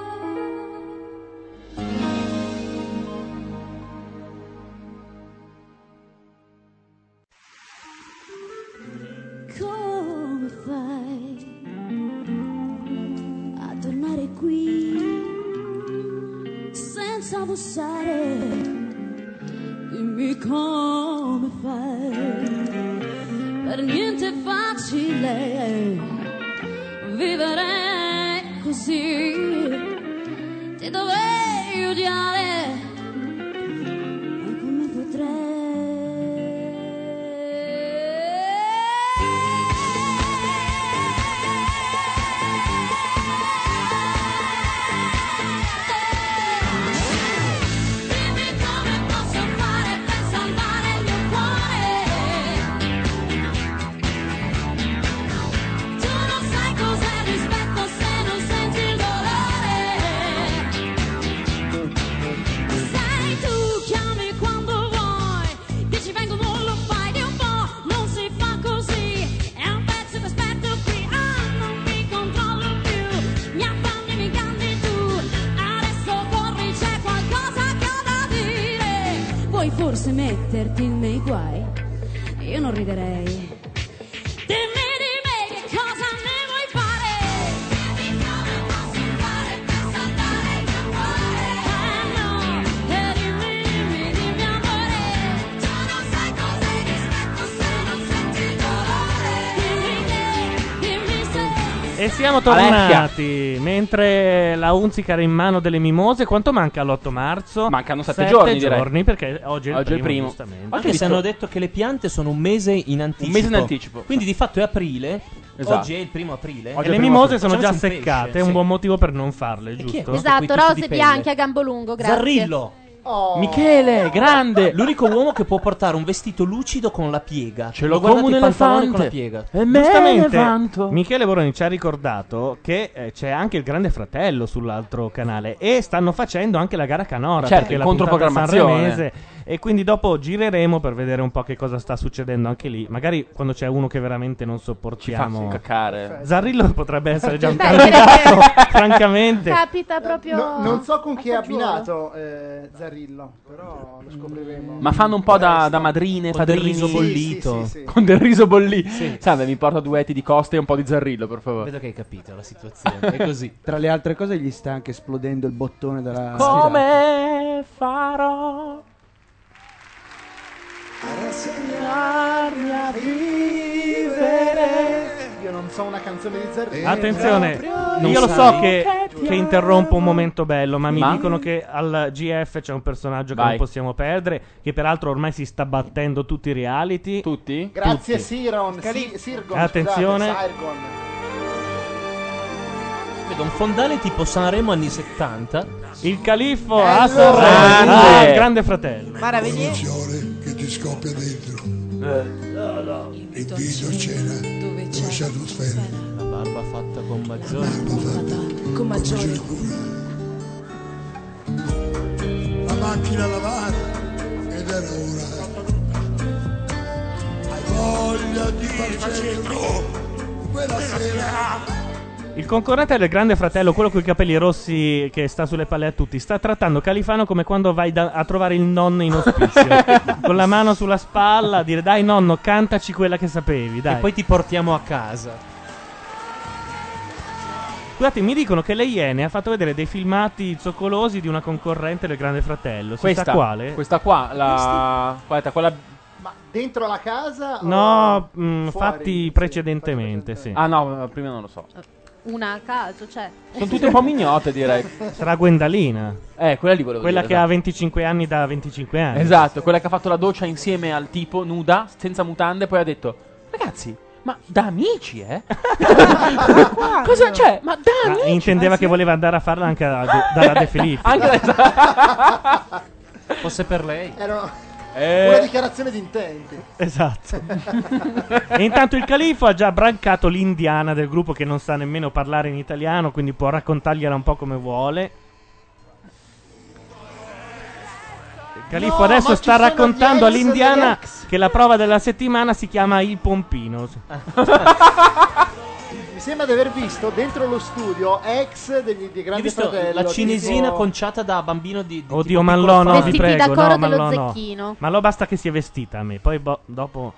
periferia.
Come fai a tornare qui senza bussare? Dimmi come fai. Per niente è facile vivere così.
che dovrei odiare. Ma come potrei? Dimmi come posso fare per salvare il mio cuore Tu non sai cos'è il rispetto se non senti il dolore Sei tu, chiami quando vuoi Che ci vengo non lo fai di un po', non si fa così È un pezzo che aspetto qui, ah non mi controllo più Mi affanni, mi canti tu Adesso corri, c'è qualcosa che ho da dire. Vuoi forse metterti nei guai? Io non riderei. Dimmi di me che cosa ne vuoi fare? Dimmi come posso fare per salvare il mio cuore. Eh no, e dimmi, dimmi, dimmi amore. Tu non sai cos'è il rispetto se non senti il dolore. Dimmi che, dimmi se.
E siamo tornati. Mentre la unzica era in mano delle mimose, quanto manca all'8 marzo?
Mancano
sette
sette giorni, direi.
giorni, perché oggi è il primo. giustamente.
Oggi ci hanno detto che le piante sono un mese in anticipo.
mese in anticipo.
Quindi di fatto è aprile.
Esatto.
Oggi è il primo aprile.
e le mimose sono già
Facciamoci un
seccate, è
pesce,
un
sì.
buon motivo per non farle,
chi è
giusto?
questo qui,
Esatto,
tutto di
rose
pelle?
bianche a gambo lungo, grazie.
Zarrillo.
Oh.
Michele, grande! L'unico uomo che può portare un vestito lucido con la piega.
Ce l'ho
Guardate
come un
i pantaloni
elefante.
con la piega.
E me Giustamente, Michele Boroni ci ha ricordato che eh, c'è anche il Grande Fratello sull'altro canale e stanno facendo anche la gara canora
Certo,
perché
in
la puntata
controprogrammazione.
sanremese e quindi dopo gireremo per vedere un po' che cosa sta succedendo anche lì. Magari quando c'è uno che veramente non sopportiamo.
Ci fa caccare.
Zarrillo potrebbe essere già un
Beh,
candidato,
perché-
francamente.
Capita proprio.
No, non so con chi è
a fagiolo.
abbinato eh, Zarrillo, però lo scopriremo.
Ma fanno un po' da, da madrine,
Con del
padrini.
riso bollito. Sì, sì, sì, sì.
Con del riso bollito. Salve, mi porta due etti di costa e un po' di zarrillo, per favore.
Vedo che hai capito la situazione. È così.
Tra le altre cose, gli sta anche esplodendo il bottone della.
Come farò
a
rassegnarmi a
vivere? Io non so una canzone di Zarrillo.
Attenzione,
Non
Eh, io lo
sai.
so che, che interrompo un momento bello, ma mi
Ma?
dicono che al GF c'è un personaggio che non
Vai.
possiamo perdere, che peraltro ormai si sta battendo tutti i reality.
Tutti?
Grazie Siron, si, Sirgon,
Attenzione.
scusate, Sirgon.
Vedo un fondale tipo Sanremo anni 70.
Il califfo a Sanremo. Ah, il grande fratello.
Mara Venier. fiore che ti scoppia dentro.
Eh.
Invito a cena dove c'è atmosfera.
La barba fatta con maggiore.
Con maggiore La macchina a lavare ed era ora. Hai voglia di farcelo quella sera.
Il concorrente del grande fratello, quello con i capelli rossi che sta sulle palle a tutti, sta trattando Califano come quando vai da- a trovare il nonno in ospizio, con la mano sulla spalla, a dire dai nonno, cantaci quella che sapevi, dai.
E poi ti portiamo a casa.
Scusate, mi dicono che le Iene ha fatto vedere dei filmati zoccolosi di una concorrente del Grande Fratello. Si
Questa,
sa quale?
Questa qua, la... Guarda, quella...
Dentro la casa?
No,
o
mh,
fuori?
fatti precedentemente, sì.
Ah no, prima non lo so.
Una a caso, cioè.
Sono tutte un po' mignote, direi.
Sarà Gwendalina.
Eh, quella lì volevo
Quella
dire,
che
esatto.
ha 25 anni da 25 anni.
Esatto, quella che ha fatto la doccia insieme al tipo, nuda, senza mutande, poi ha detto... Ragazzi, ma da amici, eh? Cosa c'è? Ma
Ma
dammi!
Ah, intendeva che voleva andare a farla anche da, da, De Filippi.
Ah,
Forse per lei.
Era
Eh.
una dichiarazione di intenti.
Esatto. E intanto il califo ha già brancato l'indiana del gruppo che non sa nemmeno parlare in italiano, quindi può raccontargliela un po' come vuole. Il califo
No,
adesso
ma
sta
ci sono gli
raccontando
ex e
all'indiana
gli ex.
che la prova della settimana si chiama il pompino.
Mi sembra di aver visto dentro lo studio ex degli, di
Hai
Grande
visto
Fratello.
la cinesina
tipo-
conciata da bambino di. di
Oddio,
tipo piccolo
Mallò, no, vi
Fanny.
prego.
da
no,
coro dello
Mallò, no.
zecchino.
Mallò basta che sia vestita a me, poi bo- dopo...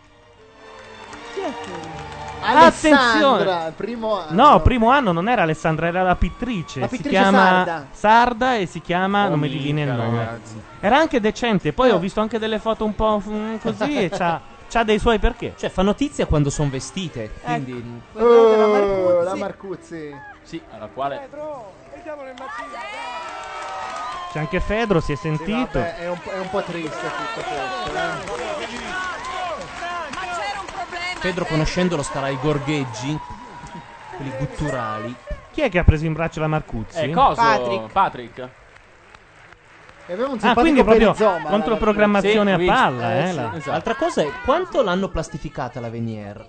Alessandra, primo anno.
No, primo anno non era Alessandra, era la pittrice.
La
si
pittrice
chiama
sarda.
Sarda e si chiama.
Oh,
non mi diline il
minchia,
nome.
ragazzi.
Era anche decente.
Eh.
Poi ho visto anche delle foto un po' mm, così e c'ha, c'ha dei suoi perché.
Cioè, fa notizia quando sono vestite. Quindi.
Ecco.
Oh, la Marcuzzi.
Sì, alla quale...
C'è anche Fedro, si è sentito.
vabbè, è, un, po- è un po' triste tutto questo. eh.
Pedro conoscendolo starà ai gorgheggi, quelli gutturali.
Chi è che ha preso in braccio la Marcuzzi?
Eh, coso,
Patrick.
Patrick.
eh. Aveva un
Ah,
simpatico eh.
quindi proprio
perizoma, la
controprogrammazione
Sì,
a
Luigi.
palla. Eh,
sì,
la-
esatto. Altra cosa è quanto l'hanno plastificata la Venier?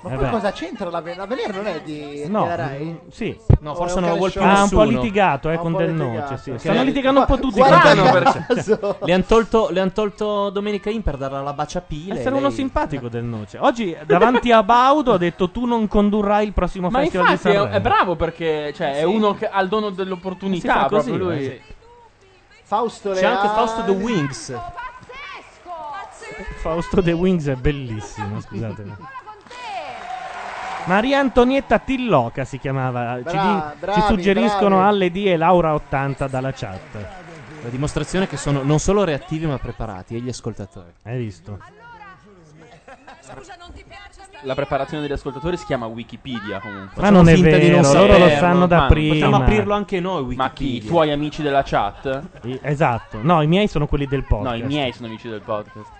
Ma poi
Vabbè.
cosa c'entra la, Ve- la Venier non è di
No,
della Rai?
mm, sì.
No,
O
forse
è un
non lo vuol
calcio-
più
Ah, un po'
nessuno.
litigato eh,
Ha un
con
po'
Del
litigato.
Noce. Sì.
Che
Stanno
ne-
litigando un po'
Guarda-
tutti.
guarda
con Del
caso.
Noce.
Le han tolto, le han tolto Domenica In per darla la baciapile.
Essere uno
lei-
simpatico Del Noce. Oggi davanti a Baudo ha detto tu non condurrai il prossimo
Ma
festival di
infatti è,
Sanremo.
è bravo perché cioè, è
Sì.
uno che ha il dono
Si
dell'opportunità
fa così,
proprio lui.
eh,
Fausto
C'è anche
Leali.
Fausto The Wings.
Fausto De Wings è bellissimo, scusatemi. Maria Antonietta Tilloca si chiamava. Ci,
Bra-
di-
bravi,
ci suggeriscono
bravi.
Alle D e Laura 80 dalla chat.
La dimostrazione che sono non solo reattivi ma preparati e gli ascoltatori.
Hai visto?
La preparazione degli ascoltatori si chiama Wikipedia comunque.
Ma non Facciamo è finta di non vero, loro lo
saperlo,
sanno da
ma non-
prima. Possiamo
aprirlo anche noi
Ma chi? I tuoi amici della chat?
I- Esatto. No, i miei sono quelli del podcast.
No, i miei sono amici del podcast.
eh.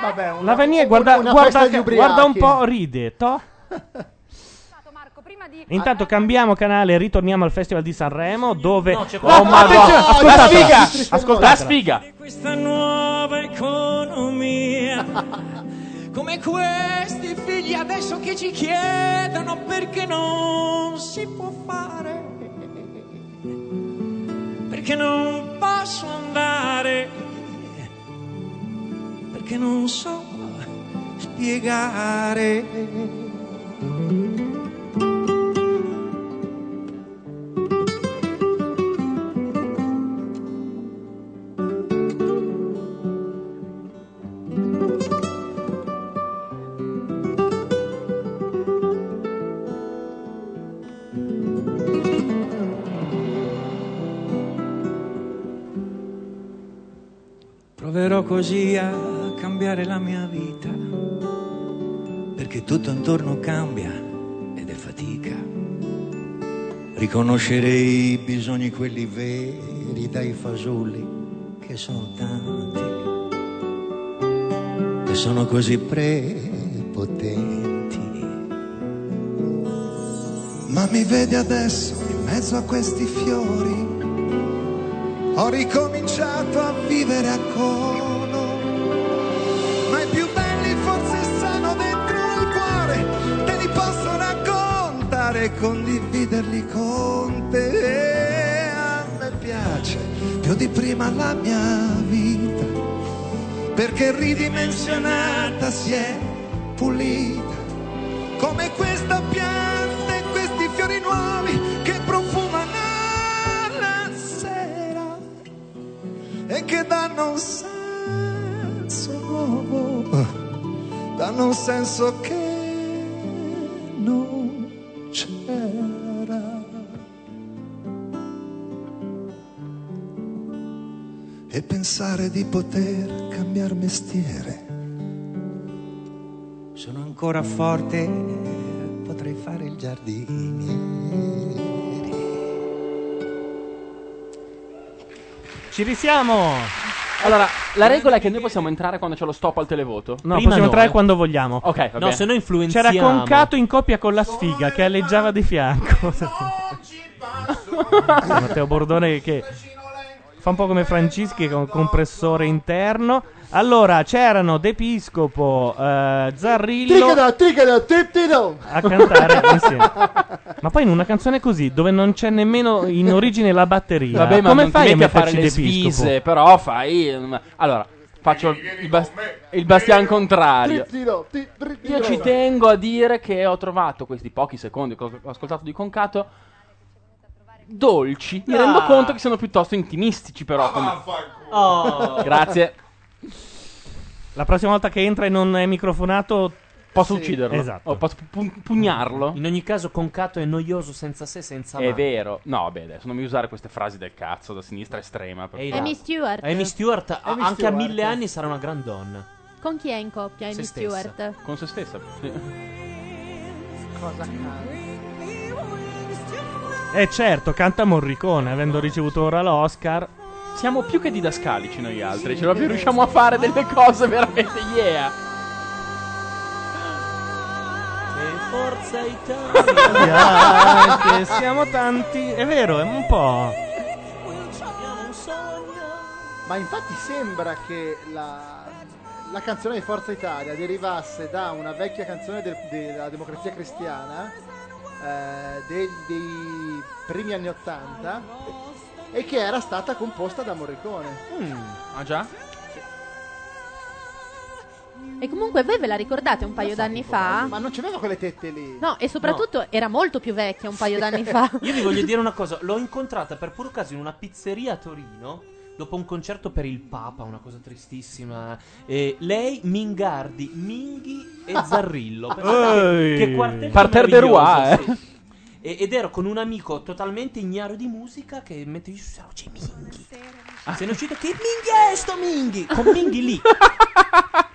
Vabbè, una-
La Vanier
una-
guarda,
una
guarda-
festa di ubriachi.
guarda un po', ride. Toh. Intanto cambiamo canale e ritorniamo al Festival di Sanremo dove...
No, c'è
Oh,
qualcosa-
ma
No,
attenzione,
la
ascoltatela,
sfiga!
ascoltatela.
La sfiga! questa nuova economia. Come questi figli adesso che ci chiedono perché non si può fare. Perché non posso andare. Perché non so spiegare. Proverò così a cambiare la mia vita, perché tutto intorno cambia ed è fatica.
Riconoscere i bisogni, quelli veri, dai fasulli, che sono tanti, che sono così prepotenti.
Ma mi vedi adesso in mezzo a questi fiori? Ho ricominciato a vivere a cono. Ma i più belli forse stanno dentro il cuore. Te li posso raccontare e condividerli con te. A me piace più di prima la mia vita. Perché ridimensionata si è pulita. Come questa pianta e questi fiori nuovi che profumano la sera e che danno un senso nuovo, danno un senso che non c'era. E pensare di poter cambiare mestiere.
Sono ancora forte, potrei fare il giardiniere.
Ci risiamo.
Allora, la regola è che noi possiamo entrare quando c'è lo stop al televoto.
No, possiamo entrare quando vogliamo.
Ok, va No, bene. se
C'era
no influenziamo.
Concato in coppia con la sfiga che alleggiava di fianco. Matteo Bordone che fa un po' come Francischi con compressore interno. Allora, c'erano De Piscopo, eh, Zarrillo
Ticada, ticada, tip-tido.
a cantare insieme. Ma poi in una canzone così, dove non c'è nemmeno in origine la batteria,
Vabbè, ma
come
non
fai
ti metti
a
a fare
metterci boh? De
le
Piscopo?
svise, però fai. ehm, Allora, faccio il, bas- il bastian contrario.
Tip-tido, tip-tido.
Io ci tengo a dire che ho trovato questi pochi secondi che ho ho ascoltato di Concato dolci. Mi
Ah.
rendo conto che sono piuttosto intimistici, però. come-
Oh.
Grazie.
La prossima volta che entra e non è microfonato,
posso ucciderlo.
Esatto.
O Oh, posso pu- pugnarlo.
In ogni caso, Concato è noioso senza se, senza ma.
È vero. No, vabbè, adesso non mi usare queste frasi del cazzo da sinistra estrema. perché-
Amy Stewart.
Amy Stewart, a-
Amy
anche
Stewart.
a mille anni, sarà una gran donna.
Con chi è in coppia Amy
Se stessa.
Stewart?
Con se stessa.
Cosa cazzo?
Eh certo, canta Morricone, avendo ricevuto ora l'Oscar.
Siamo più che didascalici noi altri, ce proprio riusciamo a fare delle cose veramente yeah.
Forza
Ah,
Italia.
che siamo tanti, è vero, è un po'.
Ma infatti sembra che la, la canzone di Forza Italia derivasse da una vecchia canzone del- della democrazia cristiana eh, del- dei primi anni Ottanta e che era stata composta da Morricone.
Ah già?
E comunque voi ve la ricordate un paio d'anni fa?
Ma non c'aveva quelle tette lì.
No, e soprattutto era molto più vecchia un paio d'anni fa.
Io vi voglio dire una cosa, l'ho incontrata per puro caso in una pizzeria a Torino, dopo un concerto per il Papa, una cosa tristissima. E lei, Mingardi, Minghi e Zarrillo. Pensate
Ehi.
che quartetto
Parterre de
meraviglioso,
Roi, eh.
sì. E- Ed ero con un amico totalmente ignaro di musica che mentre io suonavo c'è Minghi. Se ne è uscito che Minghi è sto Minghi? Con Minghi lì.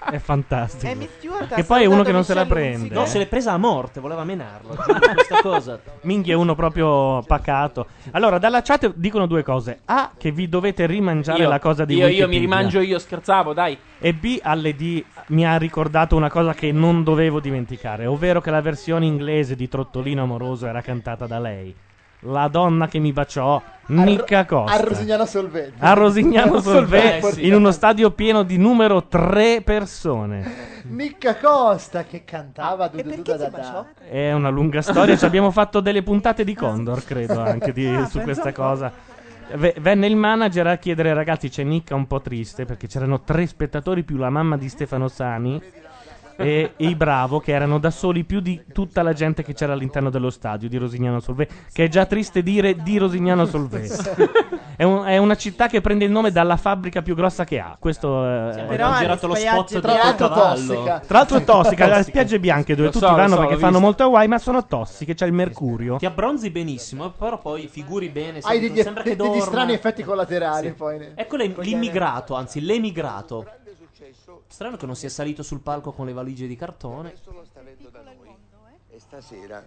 È fantastico.
E Miss Stewart ha
che poi è uno
saltato
che non se la
Michelle
prende.
No, se l'è presa a morte, voleva menarlo. Giuro questa cosa.
Minghi è uno proprio pacato. Allora, dalla chat dicono due cose. A, che vi dovete rimangiare
Io-
la cosa di
io,
Wikipedia.
io mi rimangio io, scherzavo, dai.
E B, alle D, mi ha ricordato una cosa che non dovevo dimenticare, ovvero che la versione inglese di Trottolino Amoroso era cantata da lei. La donna che mi baciò, Nicca Costa.
A Rosignano Solvente.
A Rosignano Solvay,
Eh, sì.
in uno stadio pieno di numero 3 persone.
Nicca Costa che cantava du, du, du, da, da, da.
È una lunga storia. Ci abbiamo fatto delle puntate di Condor, credo, anche di- su
pensa
questa
un po'.
cosa. V- venne il manager a chiedere, ragazzi, c'è Nicca un po' triste perché c'erano tre spettatori più la mamma di Stefano Sani e i Bravo che erano da soli più di tutta la gente che c'era all'interno dello stadio di Rosignano Solvay, che è già triste dire di Rosignano Solvay. È, un- è una città che prende il nome dalla fabbrica più grossa che ha. Questo eh,
Sì,
è
però ha girato lo spozzo di
tra
Tra l'altro Cavallo. tossica.
Tra l'altro è tossica,
Tossica.
le spiagge bianche dove
Lo
tutti
so, lo
vanno
so,
perché
l'ho
fanno
visto.
molto guai, ma sono tossiche, c'è il mercurio.
Ti abbronzi benissimo, però poi figuri bene. sembra-
Hai degli,
sembra
de-
che
degli
dorma.
strani effetti collaterali
Sì.
poi. eh, ne-
Ecco l'em- l'immigrato, anzi l'emigrato. Strano che non sia salito sul palco con le valigie di cartone.
E stasera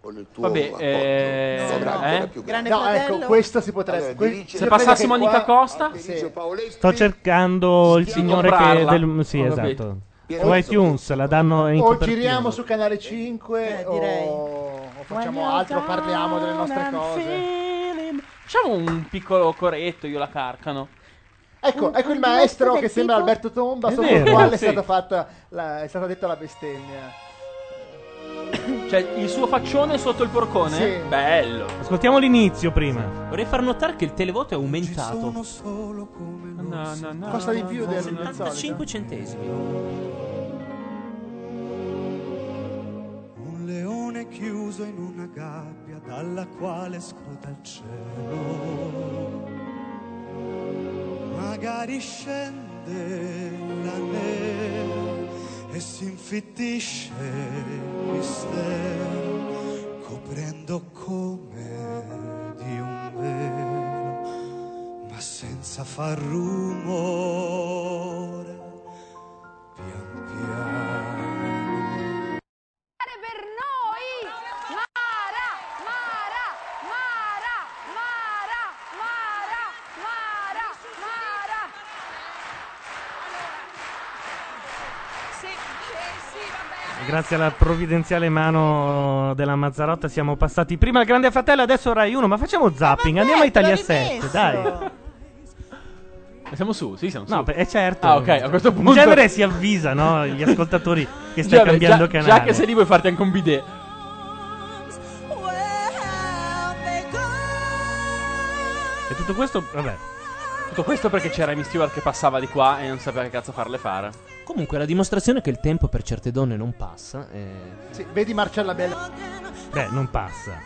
con il tuo
Vabbè,
appoggio
eh,
sarà
eh?
ancora più grande.
no, ecco, questa si potrebbe.
Allora,
que-
dirige-
io
Se
credo
passassimo
che
a Nica
qua-
Costa?
Sì.
Sto cercando il signore che...
comprarla.
Del, sì, Oh,
Ho
esatto.
capito.
Su iTunes la danno in
O
copertina.
giriamo su Canale 5 o, o facciamo altro, parliamo delle nostre cose.
Facciamo un piccolo coretto, io la carcano.
Ecco, ecco il maestro che sembra Alberto Tomba,
È
sopra
vero.
il quale
Sì.
è, stata fatta la- è stata detta la bestemmia.
Cioè, il suo faccione sotto il porcone?
Sì.
Bello.
Ascoltiamo l'inizio prima.
Vorrei far notare che il televoto è aumentato.
Costa di più del del solito.
75 centesimi.
Un leone chiuso in una gabbia dalla quale scruta il cielo. Magari scende la neve e si infittisce il mistero, coprendo come di un velo, ma senza far rumore. Pian piano.
Grazie alla provvidenziale mano della Mazzarotta siamo passati prima al Grande Fratello, adesso Rai 1, ma facciamo zapping, andiamo a Italia 7, dai.
Siamo su, sì, siamo su.
No, beh, è certo.
Ah, ok, a questo punto.
In genere si avvisa, no, gli ascoltatori che stai
Già, beh,
cambiando
già-
canale.
Già che sei lì vuoi farti anche un bidet.
E tutto questo, vabbè.
Tutto questo perché c'era Amy Stewart che passava di qua e non sapeva che cazzo farle fare.
Comunque, la dimostrazione che il tempo per certe donne non passa. eh,
Sì, vedi Marcella Bella.
Beh, non passa.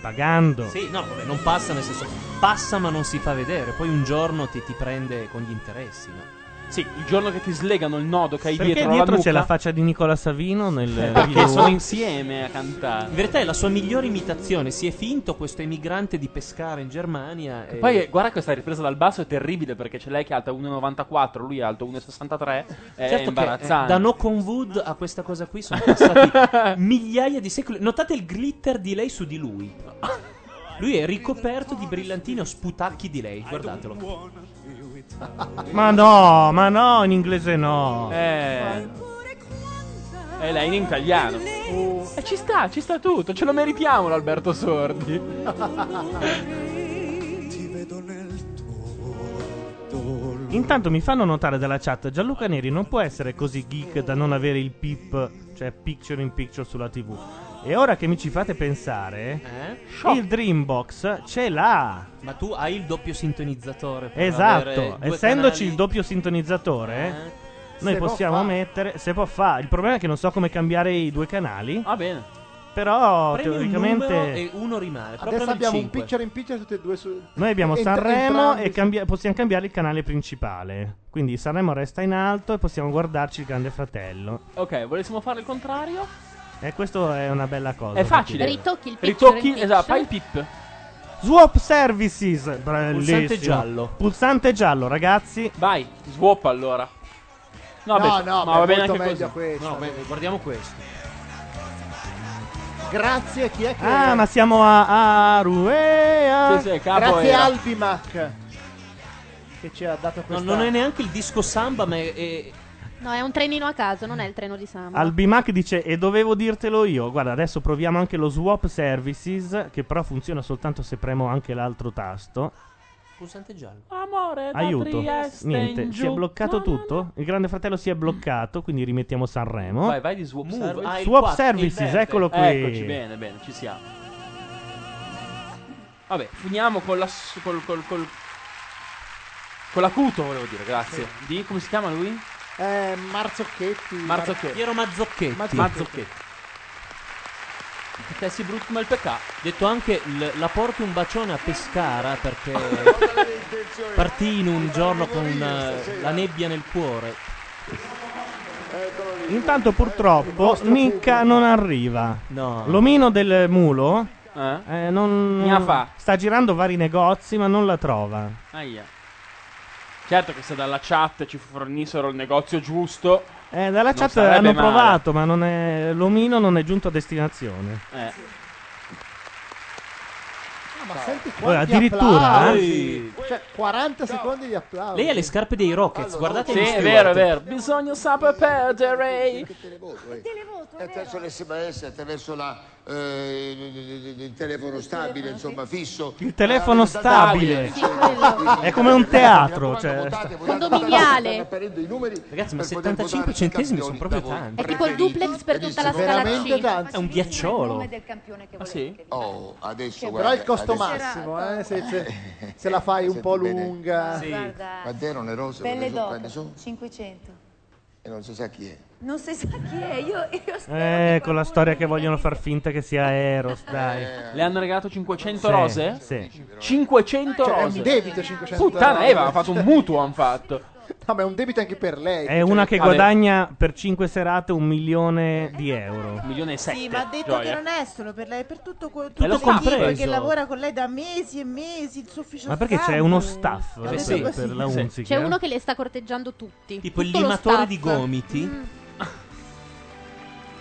Pagando.
Sì, no, vabbè, non passa nel senso. Passa ma non si fa vedere. Poi un giorno ti, ti prende con gli interessi, no?
Sì, il giorno che ti slegano il nodo che hai
Perché dietro,
dietro, la
c'è la
nuca, eh,
faccia di Nicola Savino nel
Eh,
Perché
video?
sono insieme a cantare.
In verità è la sua migliore imitazione. Si è finto questo emigrante di pescare in Germania. E...
Poi eh, guarda questa ripresa dal basso è terribile perché c'è lei che è alta 1,94, lui è alto 1,63.
Certo
È
che, eh,
imbarazzante.
da No Con Wood a questa cosa qui sono passati migliaia di secoli. Notate il glitter di lei su di lui. Lui è ricoperto di brillantini o sputacchi di lei. Guardatelo.
Ma no, ma no, in inglese no.
Eh. E lei in italiano. E Eh, ci sta, ci sta tutto. Ce lo meritiamo l'Alberto Sordi.
Intanto mi fanno notare dalla chat Gianluca Neri non può essere così geek da non avere il pip, cioè picture in picture sulla TV. E ora che mi ci fate pensare,
Eh?
il Dreambox ce l'ha.
Ah, Ma tu hai il doppio sintonizzatore. per avere
Esatto,
due
essendoci
canali. Eh?
il doppio sintonizzatore, noi
Se può
possiamo
fa.
mettere, se può fare. Il problema è che non so come cambiare i due canali.
Va bene.
Però
Prendi un numero e
teoricamente
uno rimane. Però
Adesso
prendi
abbiamo un
cinque.
picture in picture tutti e due su...
noi abbiamo
ent-
Sanremo
entrambi
e cambia- possiamo cambiare il canale principale. Quindi Sanremo resta in alto e possiamo guardarci il Grande Fratello.
Ok, volessimo fare il contrario?
E questo è una bella cosa.
È facile.
perché-
Ritocchi il
picture
Ritocchi,
in
esatto, fai
picture.
il pip.
Swap Services. Bellissimo.
Pulsante giallo.
Pulsante giallo, ragazzi.
Vai, swap allora. No, beh, ma va bene anche così.
No, beh, guardiamo questo.
Grazie, chi è che...
Ah, ma siamo a, a Ruea.
Ah, Grazie Albimac che ci ha dato
No,
questa...
non è neanche il disco samba, ma è. è-
No, è un trenino a caso, non è il treno di Samba.
Albimac dice e dovevo dirtelo io. Guarda, adesso proviamo anche lo Swap Services che però funziona soltanto se premo anche l'altro tasto.
Pulsante giallo.
Amore, da
Aiuto.
Trieste in
Niente, si è
giù.
bloccato tutto. Il Grande Fratello si è bloccato, quindi rimettiamo Sanremo.
Vai, vai di swap
Move,
service.
ah, il
Swap
quattro,
Services,
il verde.
eccolo qui.
Eccoci, bene, bene, ci siamo. Vabbè, finiamo con la s- col, col, col- con l'acuto, volevo dire, grazie. Di come si chiama lui?
Eh, Marzocchetti.
Marzocchetti.
Piero Mazzocchetti.
Mazzocchetti.
Tessi brutto ma il peccato. Detto anche l- la porti un bacione a Pescara perché partì in un giorno con eh, la nebbia nel cuore.
Intanto purtroppo Nicca non arriva.
No.
L'omino del mulo
Eh?
eh, non
Gna fa.
sta girando vari negozi ma non la trova.
Aia. Certo che se dalla chat ci fornissero il negozio giusto.
Eh, dalla
non
chat
sarebbe
hanno
male.
provato, ma non è- l'omino non è giunto a destinazione.
Eh.
Ah, ma senti
Oh,
quanti
addirittura, eh.
applausi. Cioè, 40 secondi di applausi.
Lei ha le scarpe dei Rockets, guardate
Sì,
gli
è
Stewart.
vero, è vero. Bisogna sapere perdere.
E attraverso l'SMS, attraverso la, eh, il telefono stabile, insomma, fisso.
Il
Ah,
telefono stabile è come un teatro. Cioè,
Condominiale.
Ragazzi, ma 75 centesimi sono proprio tanti.
È tipo il duplex per tutta la scala C.
È un ghiacciolo. Ah sì?
Oh, adesso guarda,
Però il costo
adesso-
massimo, eh, se, se- se la fai un po'
bene.
lunga.
Sì.
Guarda.
Quant'erano le rose?
Belle
Quante sono?
doc,
Quante sono?
500.
E non si sa chi è.
Non si sa chi è, io, io
eh, con la storia che vogliono far finta che sia Eros, dai.
Le hanno regalato 500
Sì,
rose?
sì.
500
Cioè, è
rose.
un debito 500
Puttana,
rose.
Eva ha fatto un mutuo, hanno fatto.
No, ma è un debito anche per lei. cioè, eh,
È una che
vabbè.
guadagna per 5 serate un milione di euro. Un
milione e
Sì, ma ha detto che non è solo per lei, è per tutto, que- tutto
l'ho
quel
compreso.
tipo che lavora con lei da mesi e mesi, il suo ufficio
Ma perché c'è
stampa.
uno staff
Eh,
per,
sì.
per la eh?
Sì. eh.
Unzica?
C'è uno che le sta corteggiando tutti.
Tipo il
tutto lo
limatore
staff. Mm.
di gomiti.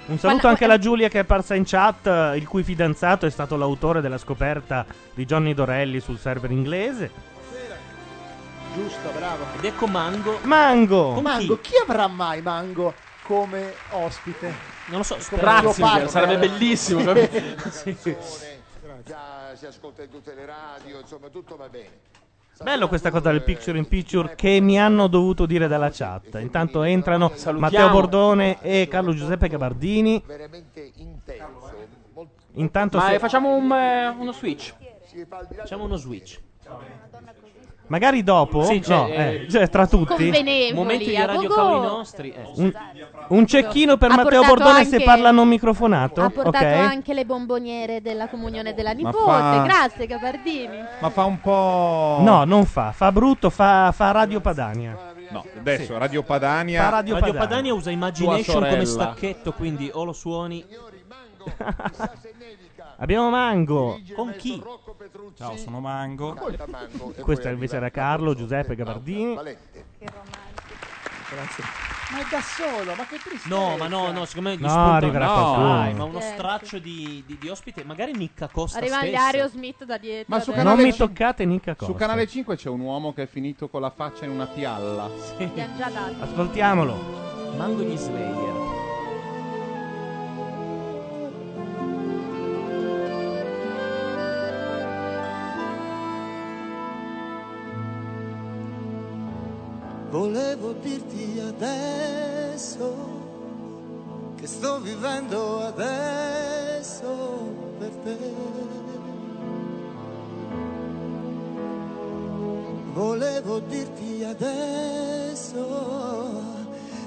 Un saluto
Ma-
anche alla Giulia che è apparsa in chat, eh, il cui fidanzato è stato l'autore della scoperta di Johnny Dorelli sul server inglese.
Giusto, bravo.
Ed ecco Mango.
Mango!
Mango, chi? avrà mai Mango come ospite?
Non lo so,
Come
Ratzinger,
suo partner?
sarebbe bellissimo, capito?
Sì.
Già si ascolta in tutte le radio, insomma, tutto va bene.
Bello questa cosa del picture in picture che mi hanno dovuto dire dalla chat. Intanto entrano Matteo Bordone e Carlo Giuseppe Gabardini.
Veramente intenso. Molto...
Intanto
Ma
se-
eh, facciamo un, eh, uno switch.
Facciamo uno switch.
magari dopo,
Sì, cioè,
no,
eh,
eh, cioè, tra tutti,
Convenevoli,
Momenti di
a
Radio
go-go.
Cavoli Nostri. eh.
un, un cecchino per
Ha
Matteo
portato
Bordone se
anche-
parla non microfonato.
Ha
ok?
portato anche le bomboniere della comunione della
Ma
nipote.
fa-
Grazie, Gabardini.
Ma fa un po'.
No, non fa, fa brutto, fa, fa Radio Padania.
No, adesso Radio Padania.
Fa Radio
Radio
Padania.
Padania usa
Tua
Imagination
sorella.
come stacchetto, quindi o lo suoni.
Abbiamo Mango.
Con chi?
Ciao, sono Mango.
Questo invece era Carlo, Giuseppe Gabardini.
Valente.
Grazie.
Ma è da solo, ma che tristezza.
No, ma no, no, secondo me gli
No,
spuntano-
arriverà
no,
qualcuno.
dai, ma uno
Certo.
straccio di, di, di ospite, magari Nicca Costa
Arriva
stessa.
gli Ario Smith da dietro.
Ma su
adesso.
canale
mi
cin-
toccate Nicca
Su
Costa.
canale 5 c'è un uomo che è finito con la faccia in una pialla.
Gli han già dato.
Ascoltiamolo.
Mango gli Slayer.
Volevo dirti adesso che sto vivendo adesso per te. Volevo dirti adesso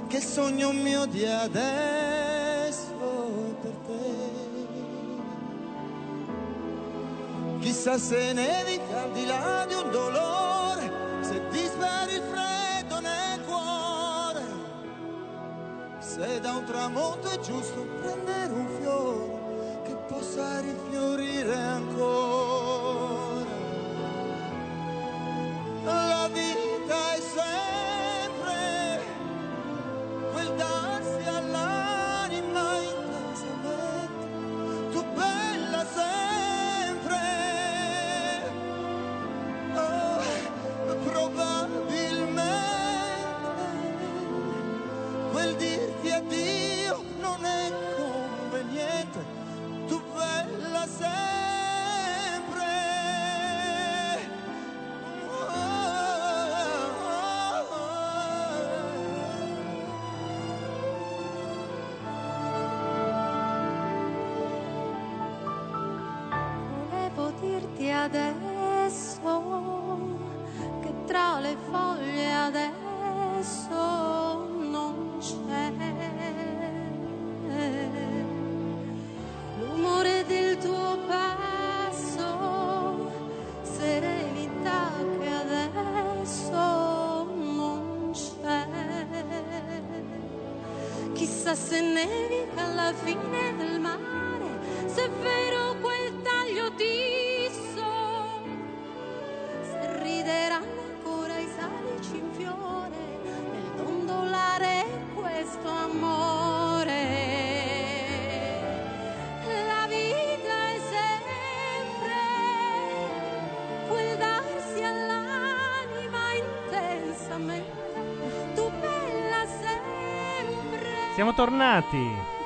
che il sogno mio di adesso è per te. Chissà se nevica al di là di un dolore, se dispari il freddo nel cuore, se da un tramonto è giusto prendere un fiore che possa rifiorire ancora. La vita è sempre quel darsi all'anima intensamente tu bella sempre. Oh, probabilmente quel dirti addio non è conveniente, tu bella sempre. Oh.
Volevo dirti adesso che tra le foglie adesso non c'è l'umore del tuo passo, serenità che adesso non c'è. Chissà se nevica alla fine del mare, se è vero quel taglio di so, se rideranno ancora i salici in fiore, nel dondolare questo amore. La vita è sempre quel darsi all'anima intensamente, tu bella sempre.
Siamo tornati.
Eh.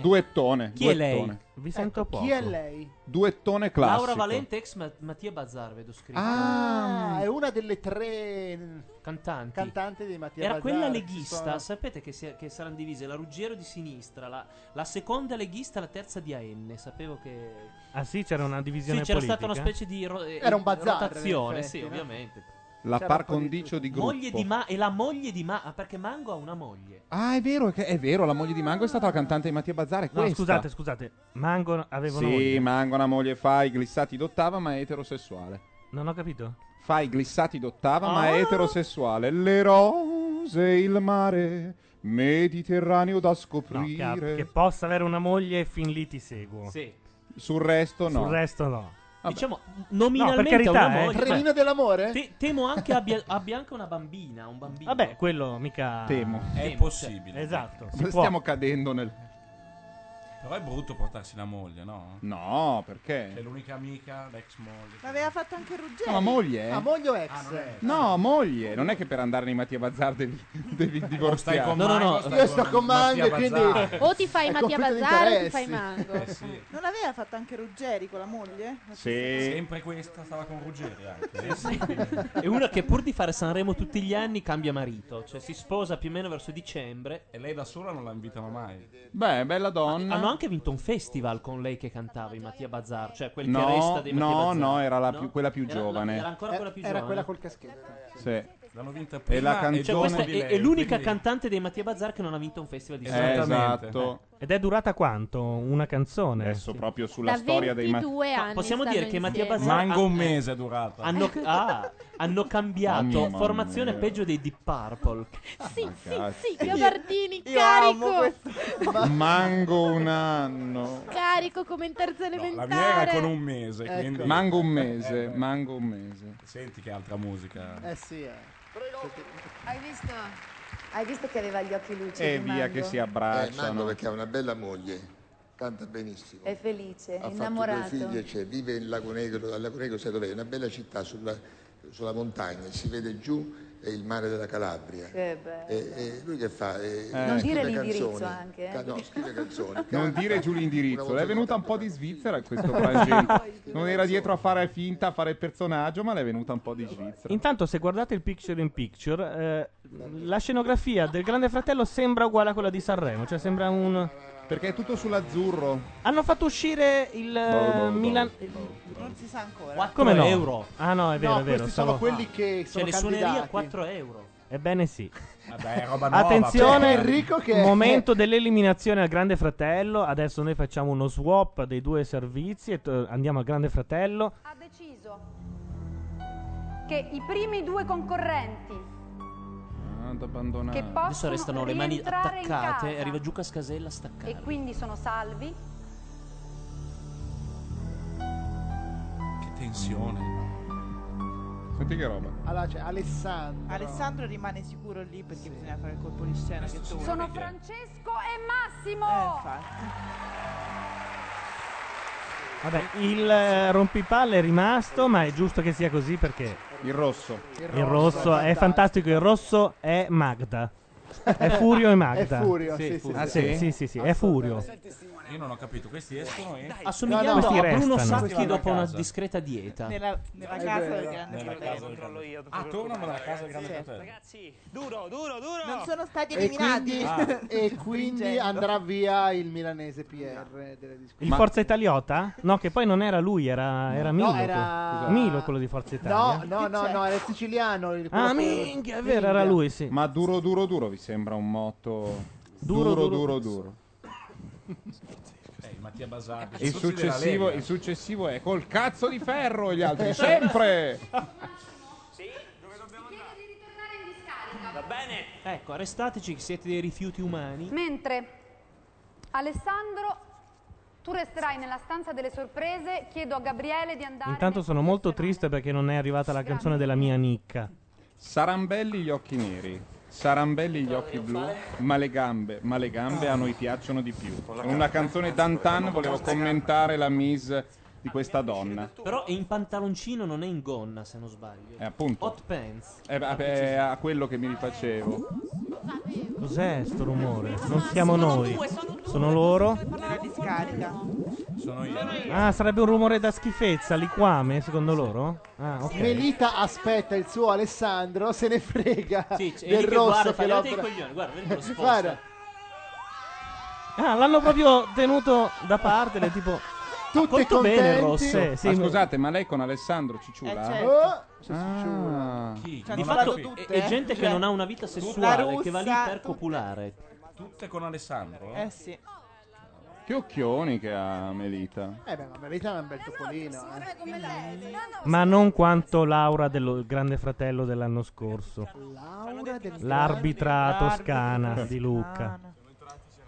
Duettone.
Chi è
duettone.
lei? Vi sento poco.
Ecco, Chi è lei?
Duettone classico.
Laura Valente ex Ma- Mattia Bazzar, vedo scritto.
Ah, è una delle tre
cantanti.
cantanti di Mattia
Era
Bazzar,
quella
che
leghista,
sono-
sapete che, si- che saranno divise la Ruggero di sinistra, la, la seconda leghista e la terza di AN. Sapevo che.
Ah sì, c'era una
Sì,
divisione
c'era stata una specie di ro- eh,
Era un bazar, in
rotazione,
effetti,
sì,
no?
ovviamente.
La
C'era
par
un po' di
condicio di gruppo.
Moglie di Ma e la moglie di Ma, ah, perché Mango ha una moglie.
Ah, è vero, è che- è vero, la moglie di Mango è stata la cantante di Mattia Bazzare.
No, scusate, scusate. Mango aveva
Sì,
una moglie.
Mango ha una moglie, fa i glissati d'ottava, ma è eterosessuale.
Non ho capito.
Fa i glissati d'ottava, ma
Ah.
è eterosessuale. Le rose, il mare, Mediterraneo da
No, che, ha-
scoprire.
che possa avere una moglie e fin lì ti seguo.
Sì.
Sul resto no.
Sul resto no.
Diciamo,
No, per
nominalmente
carità,
ha una
eh.
moglie.
Tremino
Beh,
dell'amore?
te- temo anche abbia, abbia anche una bambina, un bambino.
Vabbè, quello mica...
Temo.
È
Temo,
possibile.
cioè, Esatto.
Ma
si può.
Stiamo cadendo nel...
Però è brutto portarsi la moglie, no?
No, perché?
È l'unica amica, l'ex moglie.
L'aveva fatto anche Ruggero.
No, ma moglie, eh?
Ah, moglie o ex.
Ah, non è-
No, moglie. Non è che per andare nei Mattia Bazzar devi, devi divorziare.
con No, no, Mango, no. stai
Io sto con Mango,
Mattia
quindi...
Bazzar.
O ti fai
È
Mattia
conflitto di
Bazzar o ti fai
interessi.
Mango.
Eh
Non l'aveva fatto anche Ruggeri con la moglie?
Sì.
Sempre questa stava con Ruggeri anche. eh?
Sì, sì. è una che pur di fare Sanremo tutti gli anni cambia marito, cioè si sposa più o meno verso dicembre.
E lei da sola non la invitava mai.
Beh, bella donna.
Hanno anche vinto un festival con lei che cantava in Mattia Bazzar, cioè quel
No,
che resta dei Mattia
no,
Bazzar.
no, era la più- quella più
Era la-
giovane.
era ancora quella più
Era
giovane.
quella col caschetto.
Sì.
L'hanno vinta prima.
E la
e
Cioè,
dopo
questa
di
è,
lei,
è l'unica
quindi-
cantante dei Mattia Bazzar che non ha vinto un festival di Eh.
Eh,
Sanremo.
esatto.
Eh. Ed è durata quanto? Una canzone?
Adesso proprio sulla
Da
storia dei Mattia...
22 anni
possiamo
stanno
dire che Mattia
insieme.
Bazzar
Manco
ha-
un mese è durata.
Hanno, ah, hanno
Mamma
cambiato
mia.
formazione peggio dei Deep Purple.
Sì,
cazzo.
sì, sì, Gabardini, carico,
Mango un anno.
carico come in terza
La
elementare.
mia era con un mese,
Ecco.
quindi...
Mango un mese,
Eh,
mango un mese.
Senti che altra musica.
Eh sì, eh.
Hai visto? Hai visto che aveva gli occhi lucidi?
E via
Mando?
che si
Eh,
abbracciano.
Mando perché ha una bella moglie, canta benissimo.
È felice,
ha
Eh, innamorato.
fatto due figli, cioè, vive in Lago Negro, a Lago Negro sai dov'è? È una bella città sulla, sulla montagna, si vede giù eh, il mare della Calabria.
Che bello.
E, e lui che fa? Eh,
Non dire
scrive
l'indirizzo
canzoni.
anche, eh.
Ca- no, scrive canzoni.
Non dire giù
Una
l'indirizzo,
volta
è venuta un po' di Svizzera questo frangente. Non era dietro a fare finta, a fare il personaggio, ma l'è venuta un po' di Svizzera.
Intanto, se guardate il picture in picture, eh, la scenografia del Grande Fratello sembra uguale a quella di Sanremo, cioè sembra un.
Perché è tutto sull'azzurro.
Hanno fatto uscire il eh,
Boh, boh, boh.
Milan.
Non si sa ancora.
Come no?
euro.
Ah, no, è vero,
No,
è vero.
questi sono quelli
che
Cioè, le suonerie a 4 euro.
Ebbene sì.
Vabbè,
roba nuova,
Attenzione,
però. Enrico che-
momento dell'eliminazione al Grande Fratello. Adesso noi facciamo uno swap dei due servizi e to- andiamo al Grande Fratello.
ha deciso che i primi due concorrenti
Ad abbandonare.
Che possono
Adesso restano le mani
rientrare in
attaccate.
casa.
Arriva giù Cascasella staccata.
e quindi sono salvi
Che tensione.
Senti che roba.
Ah,
Allora, c'è Alessandro.
Alessandro rimane sicuro lì perché bisogna fare il colpo di scena che tu.
sono Francesco e Massimo
Eh,
Vabbè, il eh, rompipalle è rimasto, ma è giusto che sia così perché
il rosso.
Il rosso è fantastico, il rosso è Magda. È Furio e Magda.
È Furio, sì, sì,
Ah,
sì.
sì, sì, sì, sì, è Furio.
Io non ho capito, questi escono e...
Assomigliando
No, no,
a
questi
Bruno
restano.
Sacchi dopo una
Casa.
discreta dieta.
Nella, nella casa del grande
Nella casa
fratello.
del
controllo io.
Ah, tornano dalla casa del grande
Sì.
fratello.
Ragazzi,
Duro, duro, duro.
non sono stati
E
eliminati.
quindi, ah, e quindi andrà via il milanese PR delle discussioni.
Il Forza Italiota? No, che poi non era lui, era, era
No,
Milo.
era-
Milo quello di Forza Italia.
No, no, no, no, era il siciliano. il-
Ah,
quello-
minchia, è vero, era lui, sì.
Ma duro, duro, duro vi sembra un motto.
Duro,
Duro,
duro.
duro, duro. duro.
Eh, Mattia Basardi.
Il,
soci della
successivo,
Lega.
il successivo è col cazzo di ferro e gli altri, sempre!
Va bene. Ecco, arrestateci che siete dei rifiuti umani.
mentre Alessandro tu resterai nella stanza delle sorprese chiedo a Gabriele di andare
Intanto sono molto triste perché non è arrivata la canzone della mia nicca.
Saran belli gli occhi neri, saran belli gli occhi blu, ma le gambe, ma le gambe a noi piacciono di più. Con una canzone d'antan volevo commentare la mise di questa donna.
Però è in pantaloncino, non è in gonna, se non sbaglio.
Eh, appunto.
Hot pants.
È a, è a quello che mi rifacevo.
Cos'è sto rumore? Non siamo noi, sono loro.
Nella discarica.
Sono io.
Ah, sarebbe un rumore da schifezza, liquame, secondo loro? Ah, ok.
Melita aspetta il suo Alessandro, se ne frega
c'è
Ah, del
lì che
rosso
guarda,
che
fai,
lo
"Guardate i
abbra-
coglioni", guarda, vedi che lo sposta.
Guarda,
Ah, l'hanno proprio tenuto da parte, le tipo...
Tutti
colto bene il rosso. Sì, sì,
Ma
ma-
scusate, ma lei con Alessandro Cicciula?
Eh, certo.
Oh,
Ah.
Cioè,
Di fatto
non vado
è,
tutte,
è
eh.
gente che
Cioè,
non ha una vita sessuale,
la
che va lì
russa,
per
tutte.
copulare.
Tutte con Alessandro?
Eh sì.
Che occhioni che ha Melita.
Eh beh, ma Melita è un bel topolino. eh.
Ma non quanto Laura del Grande Fratello dell'anno scorso.
Laura del
L'arbitra toscana di Lucca.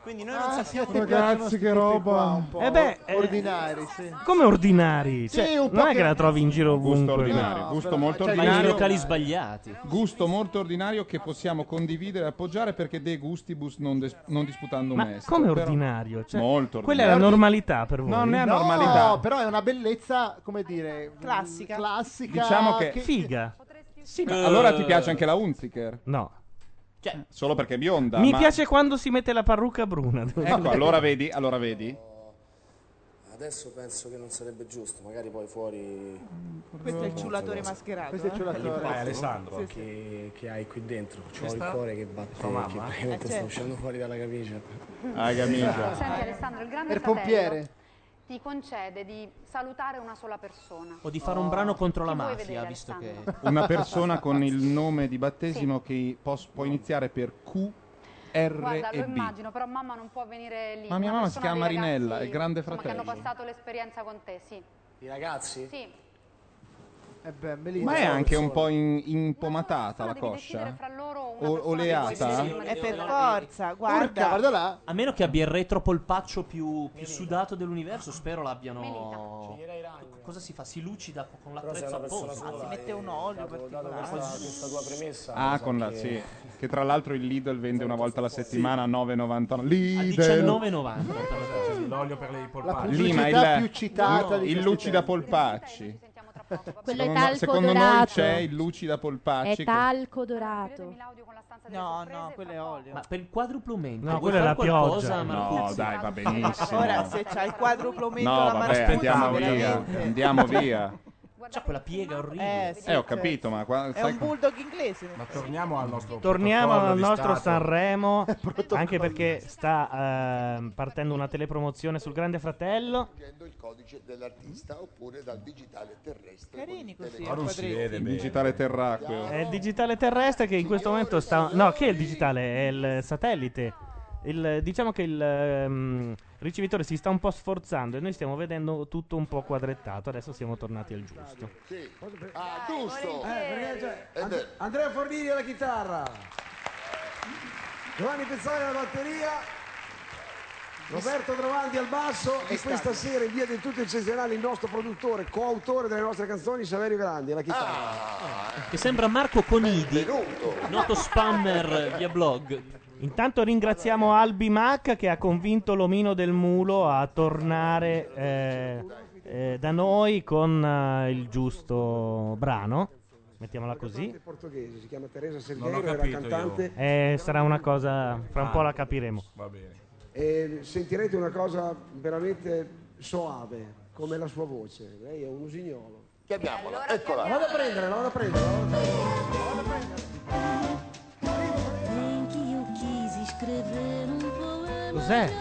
Quindi noi non sappiamo
Ragazzi, Ah, che roba.
Eh beh, eh,
ordinari, sì.
Come ordinari?
Sì,
Cioè,
un po'
non è
che- cioè,
che la trovi in giro ovunque.
Gusto ordinario, gusto molto
Ma in
ordinario.
cioè, locali
sbagliati.
Gusto molto ordinario che possiamo condividere e appoggiare perché de gustibus non, des- non disputando
Ma
un est.
come
Però-
ordinario? Cioè,
Molto
Quella è la
ordinario.
normalità per voi.
No, non è la
No,
normalità.
però è una bellezza, come dire, classica. classica
Diciamo che-
Figa.
Sì, ma allora ti piace anche la Unziker?
No.
Solo perché è bionda.
Mi
ma-
piace quando si mette la parrucca bruna. devo
Ecco,
dire.
allora vedi, allora vedi.
Adesso penso che non sarebbe giusto, magari poi fuori.
Questo è il ciullatore mascherato. Questo è il eh? ciullatore.
L'impatto
Eh, Alessandro. Sì, sì.
Che, che hai qui dentro. C'ho
Questa?
il cuore che batte.
Sua
Che
mamma? Eh,
praticamente sta
certo.
uscendo fuori dalla camicia.
Ah, camicia.
senti Alessandro il grande
Per
fratello
pompiere.
ti concede di salutare una sola persona
O di fare
Oh,
un brano contro la
Chi vuoi
mafia,
vedere,
visto che...
Una persona con il nome di battesimo che pos- può iniziare per Q, R
Guarda,
e
lo
B.
immagino, però mamma non può venire lì.
Ma mia
Una
mamma si
persona
chiama
dei
Marinella,
ragazzi,
è grande
insomma, Che hanno
fratello.
passato l'esperienza con te, sì.
I ragazzi?
Sì.
Eh beh, Melita.
Ma è anche un po' in- impomatata la
devi decidere
coscia? eh?
fra loro una
O-
persona
oleata?
che vuoi vedere.
È per forza, guarda.
Urca, guarda là.
A meno che abbia il retropolpaccio più, più sudato dell'universo, spero l'abbiano cosa si fa? Si lucida co- con
Però sei
l'attrezzo
una persona
apposta.
sola
Ah,
eh,
Si mette un olio particolare.
Questa, questa tua premessa.
Ah,
cosa
con la,
che-
sì. Che tra l'altro il Lidl vende una volta alla settimana a 9,99. Lidl!
19,90 per
la L'olio per le polpacce.
Lì, ma
pubblicità
il,
più citata di
il
questi
lucida polpacci.
Quello è
Secondo,
talco
secondo
dorato.
noi c'è il lucida polpacci.
È
che-
talco dorato.
No, no, quello è olio.
Ma per il quadruplo aumento,
No,
vuoi
quella è la
fare qualcosa,
pioggia.
Marcuzzi?
No, dai, va benissimo.
Ora se c'hai il quadruplo aumento
No,
alla
vabbè,
Marcuzzi,
andiamo via.
veramente.
Andiamo via.
C'ha quella piega
orribile. Eh, sì,
Eh, ho
sì.
capito, ma qua-
È
sai
un
com-
bulldog inglese.
Ma torniamo al nostro
Torniamo
protocollo
al
di
nostro
Stato.
Sanremo, anche perché sta ehm, partendo una telepromozione sul Grande Fratello.
Leggendo il codice dell'artista oppure dal digitale terrestre.
Carini
con il
così,
telefono.
a quadretti.
Il digitale terracqueo.
È il digitale terrestre che in questo momento sta. No, che è il digitale? È il satellite. Il- diciamo che il ehm, ricevitore si sta un po' sforzando e noi stiamo vedendo tutto un po' quadrettato. Adesso siamo tornati al giusto.
Sì. Ah, giusto.
Eh, perché, cioè,
Eh,
And- Andrea Fornini alla chitarra, Giovanni Pezzani alla batteria, Roberto Travanti al basso e questa sera in via del tutto eccezionale il nostro produttore, coautore delle nostre canzoni, Saverio Grandi alla chitarra.
Ah,
Che sembra Marco Conidi, noto spammer via blog.
Intanto ringraziamo Albi Mac che ha convinto l'omino del mulo a tornare eh, eh, da noi con eh, il giusto brano. Mettiamola così.
Portoghese, si chiama Teresa
Non
Sergheiro,
ho
era
capito
cantante.
Eh, sarà una cosa, fra un po' la capiremo.
Va bene.
e sentirete una cosa veramente soave come la sua voce. Lei è un usignolo.
Chiamiamola, eccola.
Vado a prendere, vado a prendere.
Nem que eu quis escrever um poema.
Cos'è?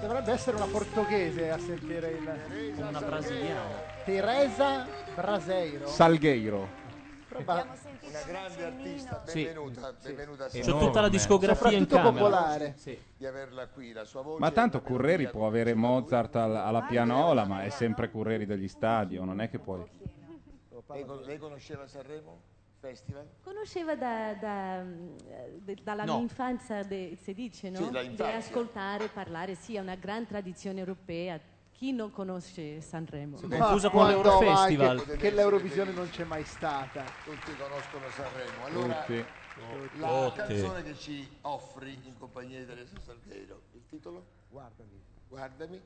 Dovrebbe essere una portoghese a sentire il.
Una brasiliana.
Teresa Braseiro.
Salgheiro.
Una grande artista,
Sì.
benvenuta, benvenuta
Sì.
a
C'ho
Sanremo.
tutta la discografia in Soprattutto camera. popolare.
Di averla qui, la sua voce.
Ma tanto Curreri può avere Mozart al- alla pianola, ma è sempre Curreri degli stadio, non è che puoi.
Lei, con- lei conosceva Sanremo Festival?
Conosceva da, da, eh, de- dalla
No.
mia infanzia, de- si dice, no?
Sì, la
di
infanzia.
ascoltare, parlare, sì, è una gran tradizione europea. Chi non conosce Sanremo?
Sì,
Ma quando mai Che, che l'Eurovisione non c'è mai stata.
Tutti conoscono Sanremo. Allora,
Tutti.
la
Tutti.
canzone che ci offri in compagnia di Teresa Salgheiro, il titolo? Guardami. Guardami.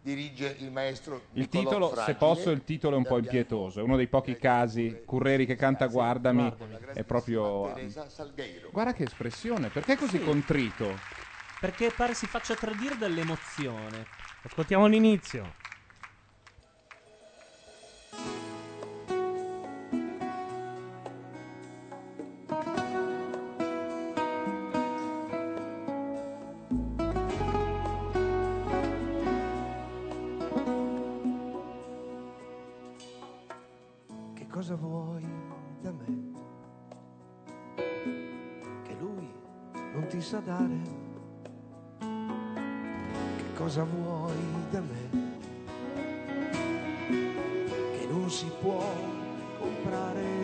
Dirige il maestro
Il
Nicolò
titolo, se
Fragile.
posso, il titolo è un po' impietoso. È uno dei pochi casi. Curreri che canta Guardami è proprio.
Teresa Salgheiro.
Guarda che espressione, perché è così
Sì.
contrito?
Perché pare si faccia tradire dall'emozione.
Ascoltiamo l'inizio.
Che cosa vuoi da me? Che lui non ti sa dare. Che cosa vuoi da me? Che non si può comprare.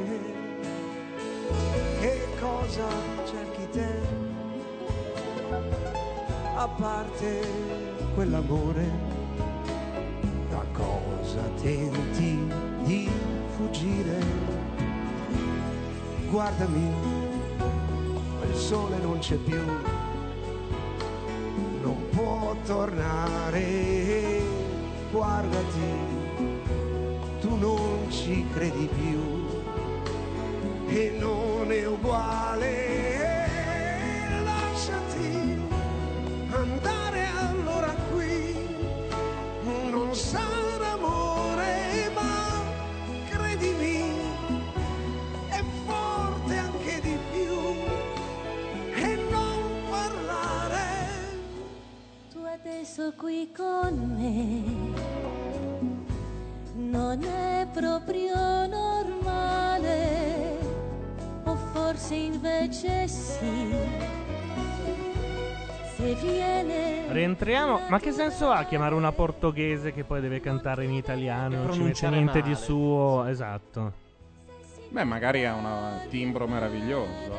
Che cosa cerchi te? A parte quell'amore, da cosa tenti di fuggire? Guardami, quel sole non c'è più, non può tornare. Guardati, tu non ci credi più e non è uguale. Lasciati andare allora qui non sarà amore, ma credimi, è forte anche di più. E non parlare.
Tu adesso qui con me non è proprio normale, o forse invece sì. Se viene
Rientriamo. Ma che senso ha chiamare una portoghese che poi deve cantare in italiano? Non ci mette
pronunciare
niente
male.
di suo. Esatto.
Beh, magari ha una- un timbro meraviglioso.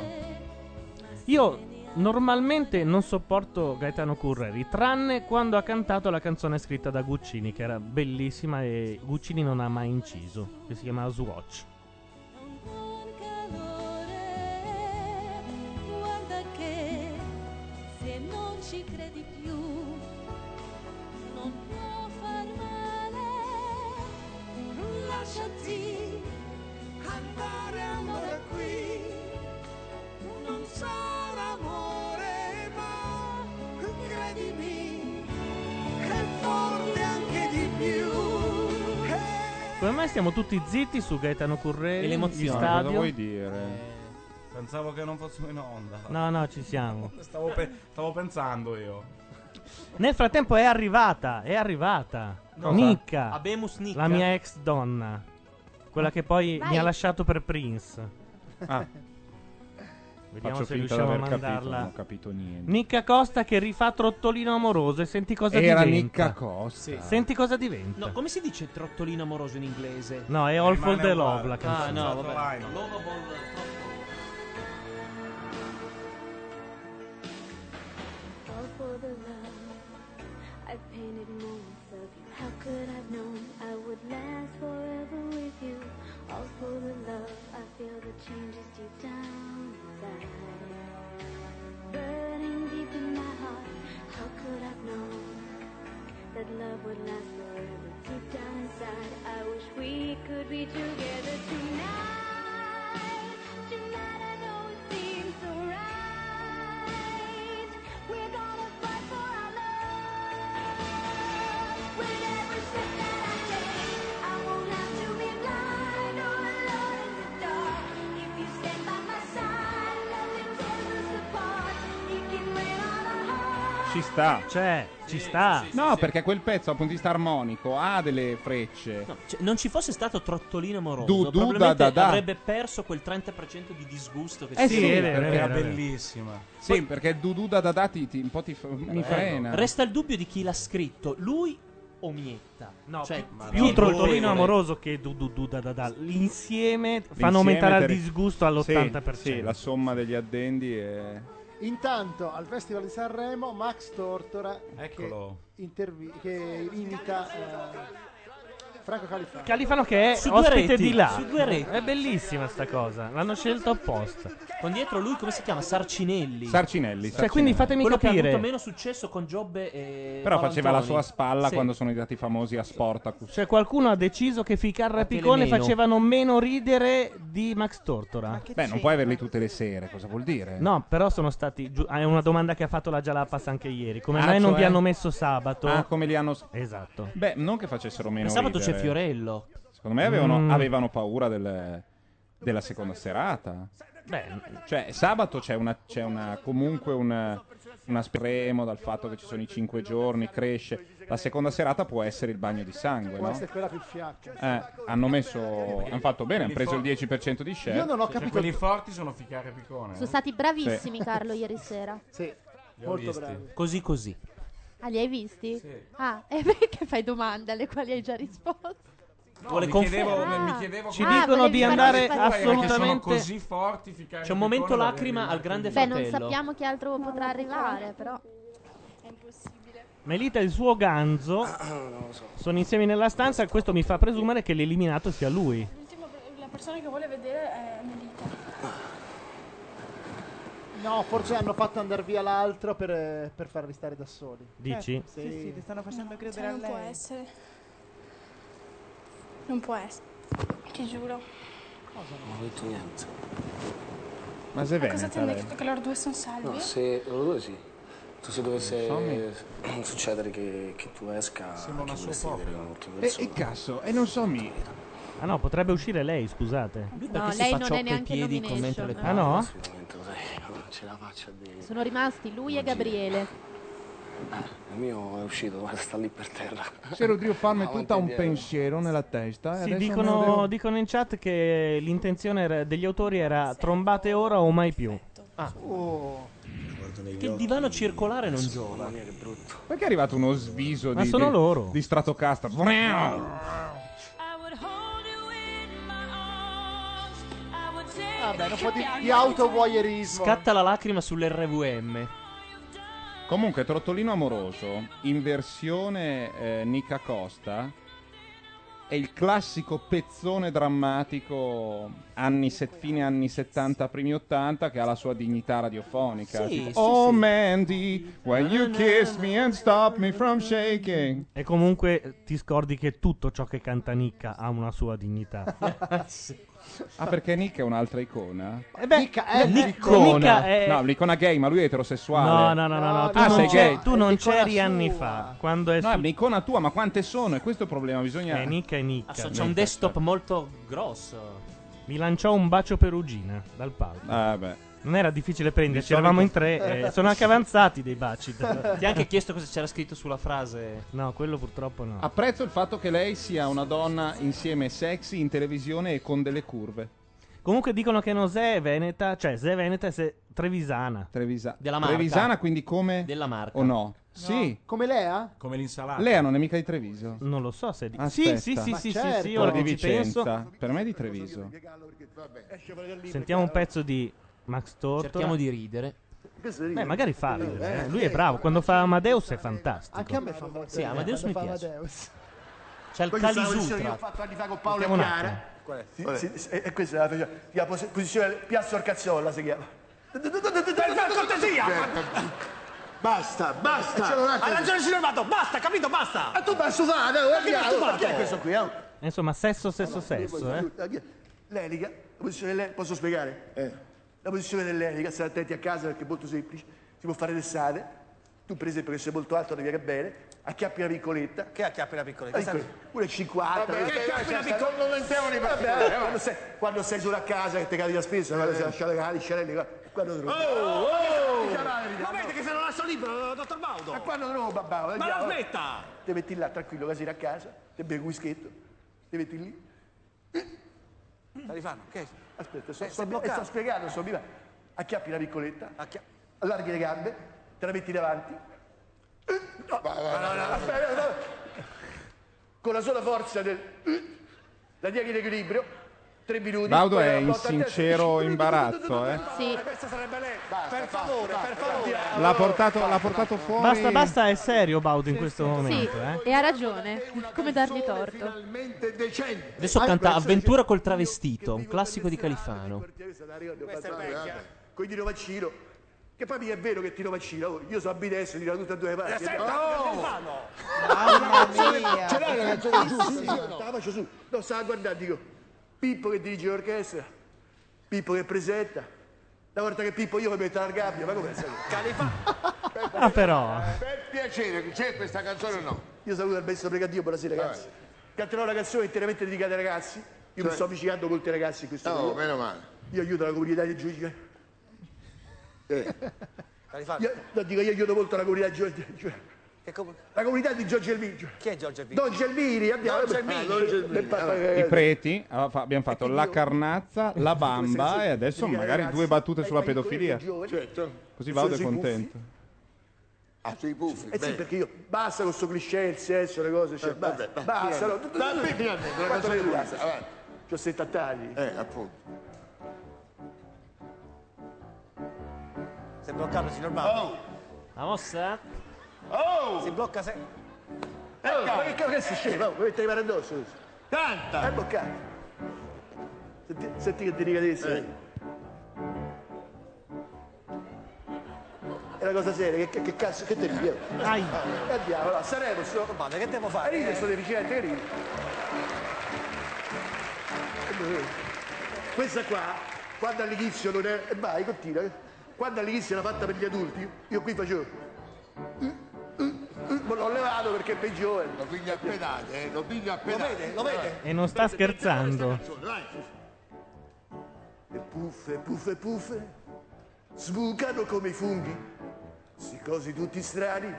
Io Normalmente non sopporto Gaetano Curreri, tranne quando ha cantato la canzone scritta da Guccini, che era bellissima e Guccini non ha mai inciso, che si chiama Swatch.
Guarda che se non ci credi più non può far male. Lasciati andare amore qui. Non sarà amore ma credimi è forte anche di più.
Come mai stiamo tutti zitti su Gaetano Curreri?
E
in
l'emozione.
stadio?
Cosa vuoi dire? Eh, Pensavo che non fossimo in onda.
No, no, ci siamo.
Stavo, pe- stavo pensando io.
Nel frattempo è arrivata, è arrivata.
Cosa?
Nika,
Habemus Nika.
la mia ex donna, quella che poi
Vai.
mi ha lasciato per Prince.
Ah.
Vediamo
Faccio
se
finta
riusciamo a
d'aver capito,
mandarla.
non ho capito niente.
Nicca Costa che rifà Trottolino amoroso e senti cosa
Era
diventa.
Nicca Costa. Sì.
Senti cosa diventa.
No, come si dice trottolino amoroso in inglese?
No, è All for the Love la canzone.
Ah,
Esatto.
no, vabbè.
Lime.
Lovable
All for the love I painted moments of you. How could I know I would last forever with you? All for the love I feel the changes deep down inside. Burning deep in my heart. How could I know that love would last forever? Deep down inside, I wish we could be together tonight. Tonight I know it seems so right. We're gonna fight for our love. With every step that I take, I won't have to be blind or alone in the dark. If you stand by my side, nothing tears us apart. It can rain on our hearts.
Ci sta.
C'è, ci sta.
no, perché quel pezzo dal punto di vista armonico ha delle frecce.
Cioè, non ci fosse stato Trottolino Amoroso,
Du- du-
probabilmente
da- da- da.
avrebbe perso quel 30% di disgusto che
Eh
si
sì,
sente.
è vero, è
Perché
vero, è vero. Sì,
Poi-
perché Dudu da da da ti, ti- un po' ti f- mi
Bello.
frena.
Resta il dubbio di chi l'ha scritto, lui o Mietta.
No,
cioè,
più- più
è colpevole.
Trottolino amoroso che du du du da da da. L'insieme fanno aumentare il
Insieme te-
disgusto all'80%.
Sì, sì, la somma degli addendi è
Intanto al Festival di Sanremo Max Tortora
Eccolo.
che, intervi- che imita eh, Franco Califano.
Califano che è
Su due
ospite
reti,
di là.
su due reti.
È bellissima sta cosa. L'hanno scelta apposta.
Con dietro lui come si chiama? Sarcinelli.
Sarcinelli.
Cioè, quindi fatemi
Quello che ha
capire.
avuto meno successo con Giobbe e
Però faceva la
Valantoni.
sua spalla
Sì.
quando sono diventati famosi a Sportacus.
Cioè, qualcuno ha deciso che Ficarra e Piccone
Telemeno.
facevano meno ridere di Max Tortora.
Beh, non puoi averli tutte le sere, cosa vuol dire?
No, però sono stati. giu- ah, è una domanda che ha fatto la Jalapas anche ieri. Come
Ah,
mai non
cioè?
vi hanno messo sabato?
Ah, come li hanno.
Esatto.
Beh, non che facessero meno.
Ma sabato
ridere.
c'è Fiorello.
Secondo me avevano,
Mm.
avevano paura del- della seconda serata.
Beh,
Cioè, sabato c'è, una, c'è una, comunque un, una spremo dal fatto che ci sono i cinque giorni, cresce. La seconda serata può essere il bagno di sangue,
Può
no?
essere quella più fiacca.
Eh, hanno messo. Hanno fatto bene, hanno preso il 10% di certo. share.
Io non ho
Cioè,
capito-
quelli forti sono Ficare e Piccone. eh.
Sono stati bravissimi, Carlo, ieri sera.
Sì,
Li ho molto visti. bravi.
Così così.
Ah, li hai visti? Ah, e perché fai domande alle quali hai già risposto?
Vuole mi chiedevo- conferma. mi chiedevo
Ci
come- Ah,
dicono
volevi
di
fare
andare
una partita.
assolutamente.
Perché sono così forti, Ficarra
C'è un
e Piccone
momento
da
lacrima
averli
al grande
Beh,
fratello.
non sappiamo chi altro potrà arrivare, però.
Melita e il suo ganzo
Ah,
sono insieme nella stanza. Questo mi fa presumere che l'eliminato sia lui.
L'ultima la persona che vuole vedere è Melita.
No, forse hanno fatto andare via l'altro per, per farli stare da soli.
Dici?
Eh,
Sì, sì, ti stanno facendo credere a lei. Cioè, Non può essere. Non può essere. Ti giuro.
Non ho detto niente.
Ma se
Ma cosa ti hanno detto? Che loro due sono salvi?
No, se loro due sì. Tu se dovesse
Insomma.
eh, succedere che, che tu esca,
Sembra una
che vorresti
soap opera.
vedere un'ultima
E
persona.
il cazzo, e non so mi.
Ah no, potrebbe uscire lei, scusate.
No, lei non è neanche nomination.
Ah no?
Assolutamente lo sai, non ce la faccio a dire.
Sono rimasti lui e Gabriele.
Il mio è uscito, guarda, sta lì per terra.
Se Rodrigo
Ah,
Palma è tutta un
pensiero
pensiero nella testa. e
Sì,
adesso me lo
dicono,
devo-
dicono in chat che l'intenzione era- degli autori era trombate ora o mai più.
Ah.
Oh.
Che
il divano circolare non giova.
che brutto.
Perché è arrivato uno sviso
Ma
di,
sono
di-
loro.
di Stratocaster?
I would hold you in my arms. I would take
vabbè, un po' di, di autovoyeurismo.
Scatta la lacrima sull'RVM.
Comunque, Trottolino Amoroso, in versione eh, Nica Costa, è il classico pezzone drammatico anni set- fine anni 70, primi 80, che ha la sua dignità radiofonica.
Sì,
Tipo,
sì,
oh
sì.
Mandy, when you kiss me and stop me from shaking.
E comunque ti scordi che tutto ciò che canta Nicca ha una sua dignità.
Ah, perché Nick è un'altra icona?
Eh beh, Mica è
Mica è-
No, l'icona gay, ma lui è eterosessuale.
eh. No, no, no, no, no, tu
Ah,
non
sei
c'è-
gay.
tu non c'eri anni fa. Quando è
No, è un'icona tua, ma quante sono? E questo è il problema,
cioè,
bisogna...
È Eh, Nick e Nick.
Associa Ah, un desktop molto grosso.
Mi lanciò un bacio perugina dal palco.
Ah, beh.
Non era difficile prenderci,
Di solito-
eravamo in tre. eh, sono anche avanzati dei baci.
Ti ha anche chiesto cosa c'era scritto sulla frase. Ah.
No, quello purtroppo no.
Apprezzo il fatto che lei sia una donna insieme sexy in televisione e con delle curve.
Comunque dicono che non Zè è veneta, cioè Zè è veneta e se Trevisana.
Trevisa-
Della
marca. Trevisana, quindi come? Della
marca.
O no? Sì.
Come Lea?
Come l'insalata.
Lei non è mica di Treviso?
Ah. Non lo so se
di
Sì, sì, sì, sì, sì, sì, ora
di
che ci penso.
Vicenza. Per me è di Treviso.
Sentiamo un pezzo di Max Tortora.
Cerchiamo di ridere.
Beh, magari fa ridere. eh. Lui è bravo. Quando fa Amadeus è fantastico.
Anche a me fa molto
Sì, Amadeus mi piace. C'è il
Questa è la posizione che ho
Calisutra.
fatto anni fa con Paolo
Mettiamo un
Chiara. Sì, sì, sì, e e questa è la posizione, si chiama posi- posizione Piazza Orcazzola si chiama. Cortesia! Basta, basta!
Ce l'ho un attimo.
Ha ragione signor Mato, basta, capito, basta! E tu basta
eh,
fare,
guardiamo,
Perché è
guardiamo.
questo qui? eh?
Insomma, sesso, sesso, sesso. Eh.
L'elica, la posizione dell'elica, posso spiegare? La posizione dell'elica, state attenti a casa perché è molto semplice, si può fare d'estate. Tu per esempio che sei molto alto devi andare bene, acchiappi la piccoletta. Che acchiappi la piccoletta? Una 50.
Vabbè, che acchiappi la piccoletta?
Non
sentiamo di
eh. Cioè, Vabbè,
partire, eh,
quando, sei, quando sei sulla casa che ti cadi la spesa, quando sei lasciato cagare i sciarelli, quando ti
Oh, oh!
Ma vedi che se lo lascio libero, dottor Baudo! Ma quando te lo Baudo?
Ma
andiamo.
la smetta!
Ti metti là tranquillo, la sera a casa, ti bevi un whischetto, ti metti lì. La rifanno, ok? Aspetta, sto, sto, eh, sto spiegando, sto mi va. Acchiappi la piccoletta, allarghi le gambe, te la metti davanti. No, no, no, aspetta, no, no. Con la sola forza del... La dia in equilibrio, tre minuti.
Baudo
poi
è
la
in
botta a testa.
sincero imbarazzo, eh.
Sì.
Questa sarebbe lei. per favore, per favore.
L'ha portato, l'ha portato fuori.
Basta, basta, è serio Baudo in questo momento. Eh.
Sì, e ha ragione. Come dargli torto.
Adesso
Ah,
canta Avventura col travestito, un classico di Califano.
Questa è vecchia. Con tiro vaccino. Che poi mica è vero che tiro vaccino. oh, Io so adesso tiro da tutte e due le parti.
Mamma mia!
Ce l'hai la canzone giusta? Sì, io te la faccio su. No, stavo guardando, dico, Pippo che dirige l'orchestra, Pippo che presenta. La volta che Pippo io mi metto la gabbia, ma come sai?
Ah, però.
Per piacere, c'è questa canzone o no? Io saluto il maestro Pregadio, buonasera ragazzi. Canterò una canzone interamente dedicata ai ragazzi. Io mi
Cioè?
sto avvicinando con te ragazzi in questo
No,
periodo.
meno male.
Io aiuto la comunità di giudice. Io, no, dico, io aiuto molto la comunità di Giorgio. Gior- La comunità di Giorgio Elmini. Chi è Giorgio Elmini? Don Gelmini, abbiamo. Ah,
Don Gelmini. Don Gelmini,
Nel papà-
I preti, allora, fa- abbiamo fatto la carnazza, la bamba e adesso magari due battute sulla pedofilia.
Certo.
Così Baudo è contento.
Ah, sui puffi.
Eh sì,
bene.
perché io basta con sto cliché, il sesso, le cose, cioè, basta,
Eh, vabbè,
basta.
finalmente.
no, no, no,
Dai, finalmente, una
quanto
canzone
ne
pulita,
basta?
avanti.
C'ho 70 anni.
Eh, appunto.
Sei bloccato, signor
Oh.
Mauro.
La mossa?
Oh! Si blocca se... Oh, ma che cavolo che si scema? Oh, Mi mette le mani addosso. questo. Canta! È bloccato. Senti, senti che ti ricadesse. È una cosa seria, che, che cazzo, che te ria?
Ai.
E andiamo, allora, saremo sto... Compadre, che devo fare? Ride sto deficiente, che ride? Questa qua, quando all'inizio non è... E vai, continua. Quando all'inizio era fatta per gli adulti, io qui facevo... Ma l'ho levato perché è peggiore. Lo piglio a pedate, eh, lo piglio a pedate. Lo vede, lo vede.
E non sta scherzando.
E puffe, puffe, puffe, sbucano come i funghi, si cosi tutti strani,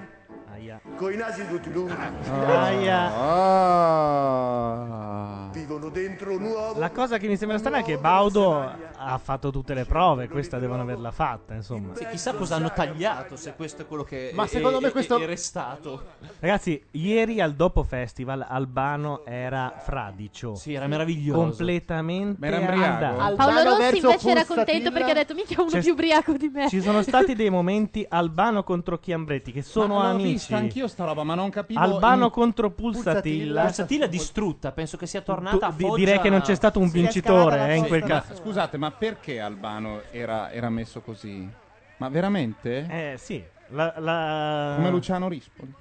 coi nasi tutti lunghi,
Ah. Aia.
Ah.
Ah.
vivono dentro un uovo.
modo.
La cosa che mi sembra strana è che Baudo ha fatto tutte le prove, questa devono averla fatta, insomma.
eh,
Sì, chissà cosa hanno tagliato, se questo è quello che
Ma
è-
secondo me
è-
questo-
è restato.
Ragazzi, ieri al dopo festival Albano era fradicio. Sì,
era meraviglioso.
Completamente
Ma era embriaco?
andato.
Paolo Rossi
verso
invece era
Pulsatilla.
contento perché ha detto mica uno
C'è-
più ubriaco di me.
Ci sono stati dei momenti Albano contro Chiambretti che sono
Ma l'ho
amici.
vista anch'io sta roba, ma non capivo.
Albano
in-
contro Pulsatilla.
Pulsatilla distrutta, penso che sia tornata
Tu-
a
di-
Foggia-
direi che non c'è stato un Si è vincitore, scavata la eh, in quel
Ma
caso.
Scusate, ma perché Albano era, era messo così? Ma veramente?
Eh sì, la, la...
Come Luciano Rispoli.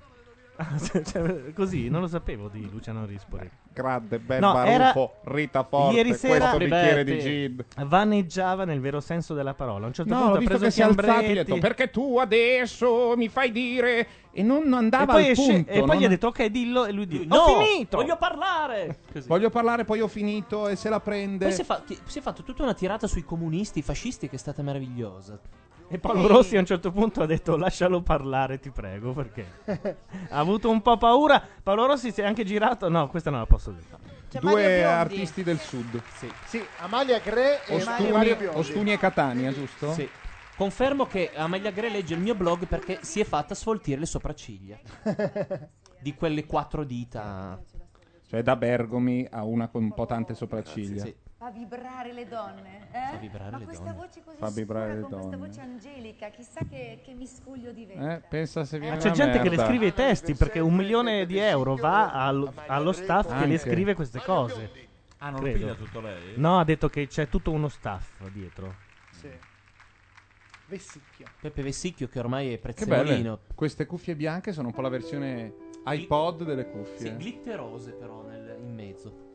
Cioè, Così, non lo sapevo di Luciano Rispoli.
Grande, bel
No, era-
baruffo, Rita Forte,
Ieri sera
questo bicchiere di gin.
vaneggiava nel vero senso della parola. A un certo
No,
punto
ho
ha
visto
preso
che si è alzato e gli ha
Chiambretti
detto perché tu adesso mi fai dire e non andava
e poi,
al
esce-
punto.
e poi
non-
gli ha detto ok dillo e lui dice
No,
ho finito!
Voglio parlare!
Voglio parlare, poi ho finito e se la prende.
Poi si è, fa- ti- si è fatto tutta una tirata sui comunisti, i fascisti, che è stata meravigliosa.
E Paolo Rossi a un certo punto ha detto lascialo parlare ti prego perché ha avuto un po' paura. Paolo Rossi si è anche girato, no questa non la posso dire.
Due artisti del sud.
Sì, Amalia Gre e Mario, Mario Biondi.
e Catania, giusto?
Sì. Confermo che Amalia Gre legge il mio blog perché si è fatta sfoltire le sopracciglia. di quelle quattro dita.
Cioè da Bergomi a una con un po' tante sopracciglia.
Grazie,
Fa vibrare le donne, eh?
Fa vibrare
Ma
le
questa
donne.
voce così
Fa
sicura,
vibrare le
con questa
donne.
voce angelica, chissà che, che miscuglio diventa.
Eh, pensa se viene
Ma c'è
una
gente che le
merda.
scrive i testi perché un milione di euro va al- allo staff che
Anche.
le scrive queste cose.
Ah, non lo
Credo.
piglia tutto lei?
No, ha detto che c'è tutto uno staff dietro.
Sì. Vessicchio.
Peppe Vessicchio che ormai è
Che belle.
prezzemolino.
Queste cuffie bianche sono un po' la versione iPod delle cuffie.
Sì, glitterose però nel- in mezzo.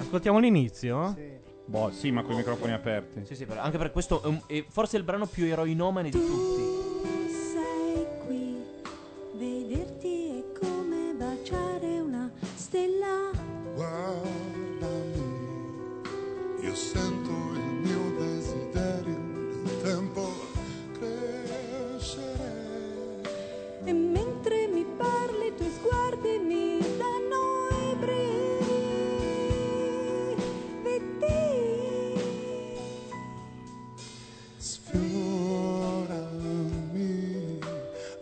Ascoltiamo l'inizio? eh?
Boh, sì, ma con i microfoni aperti.
Sì, sì, però anche per questo è, un- è forse il brano più eroinomane di tutti.
sei qui, vederti è come baciare una stella.
Guardami, io sento il mio desiderio nel tempo crescere.
E mentre mi parli i tuoi sguardi mi danno i brividi.
Sfiorami,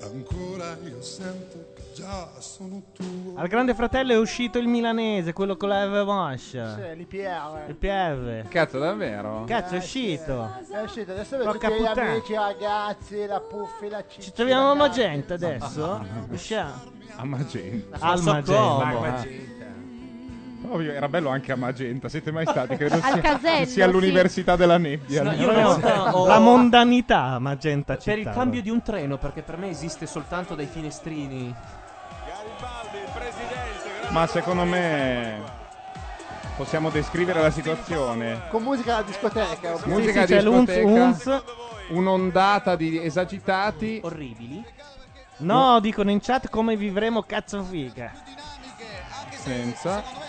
ancora io sento che già sono tuo.
Al Grande Fratello è uscito il milanese, quello con la
Sì,
Vache.
l'IPR.
Il PF.
Cazzo, davvero?
Cazzo, è uscito.
È uscito, adesso vedo
Porca
tutti gli
puttana.
amici, ragazzi, la puffi, la ciccia.
Ci troviamo a Magenta
Ah,
adesso? Usciamo.
A Magenta.
Al eh. Magenta.
Ovvio, era bello anche a Magenta. Siete mai stati? Credo
Al
sia,
Casello,
sia all'Università della Nebbia.
No,
lì.
io una volta ho-
La mondanità Magenta città.
Per il cambio di un treno, perché per me esiste soltanto dai finestrini.
Ma secondo me possiamo descrivere la situazione.
Con musica alla discoteca. oppure-
Musica
sì, c'è l'unz,
discoteca,
unz.
un'ondata di esagitati
orribili.
No, dicono in chat come vivremo cazzo figa.
Senza.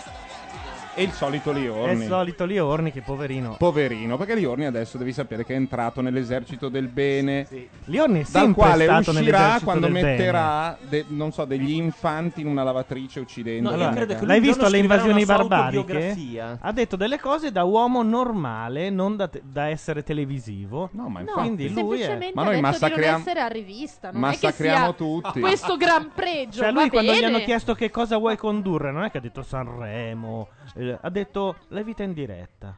E il solito
È il
Liorni.
solito Liorni che poverino.
Poverino, perché Liorni adesso devi sapere che è entrato nell'esercito del bene.
Liorni è
dal
sempre
quale
stato
uscirà
nell'esercito
quando
del
metterà, de- non so, degli infanti in una lavatrice
bene.
uccidendo.
Allora,
gente.
l'hai visto le invasioni
autobiografia.
barbariche? Ha detto delle cose da uomo normale, non da, te- da essere televisivo. No, ma
infatti.
quindi lui è...
Semplicemente ha detto di non essere a rivista. Non è che
massacriamo
sia
tutti.
Questo gran pregio.
Cioè, lui
va
quando gli
bene.
hanno chiesto che cosa vuoi condurre, non è che ha detto Sanremo, eh, ha detto la vita in diretta.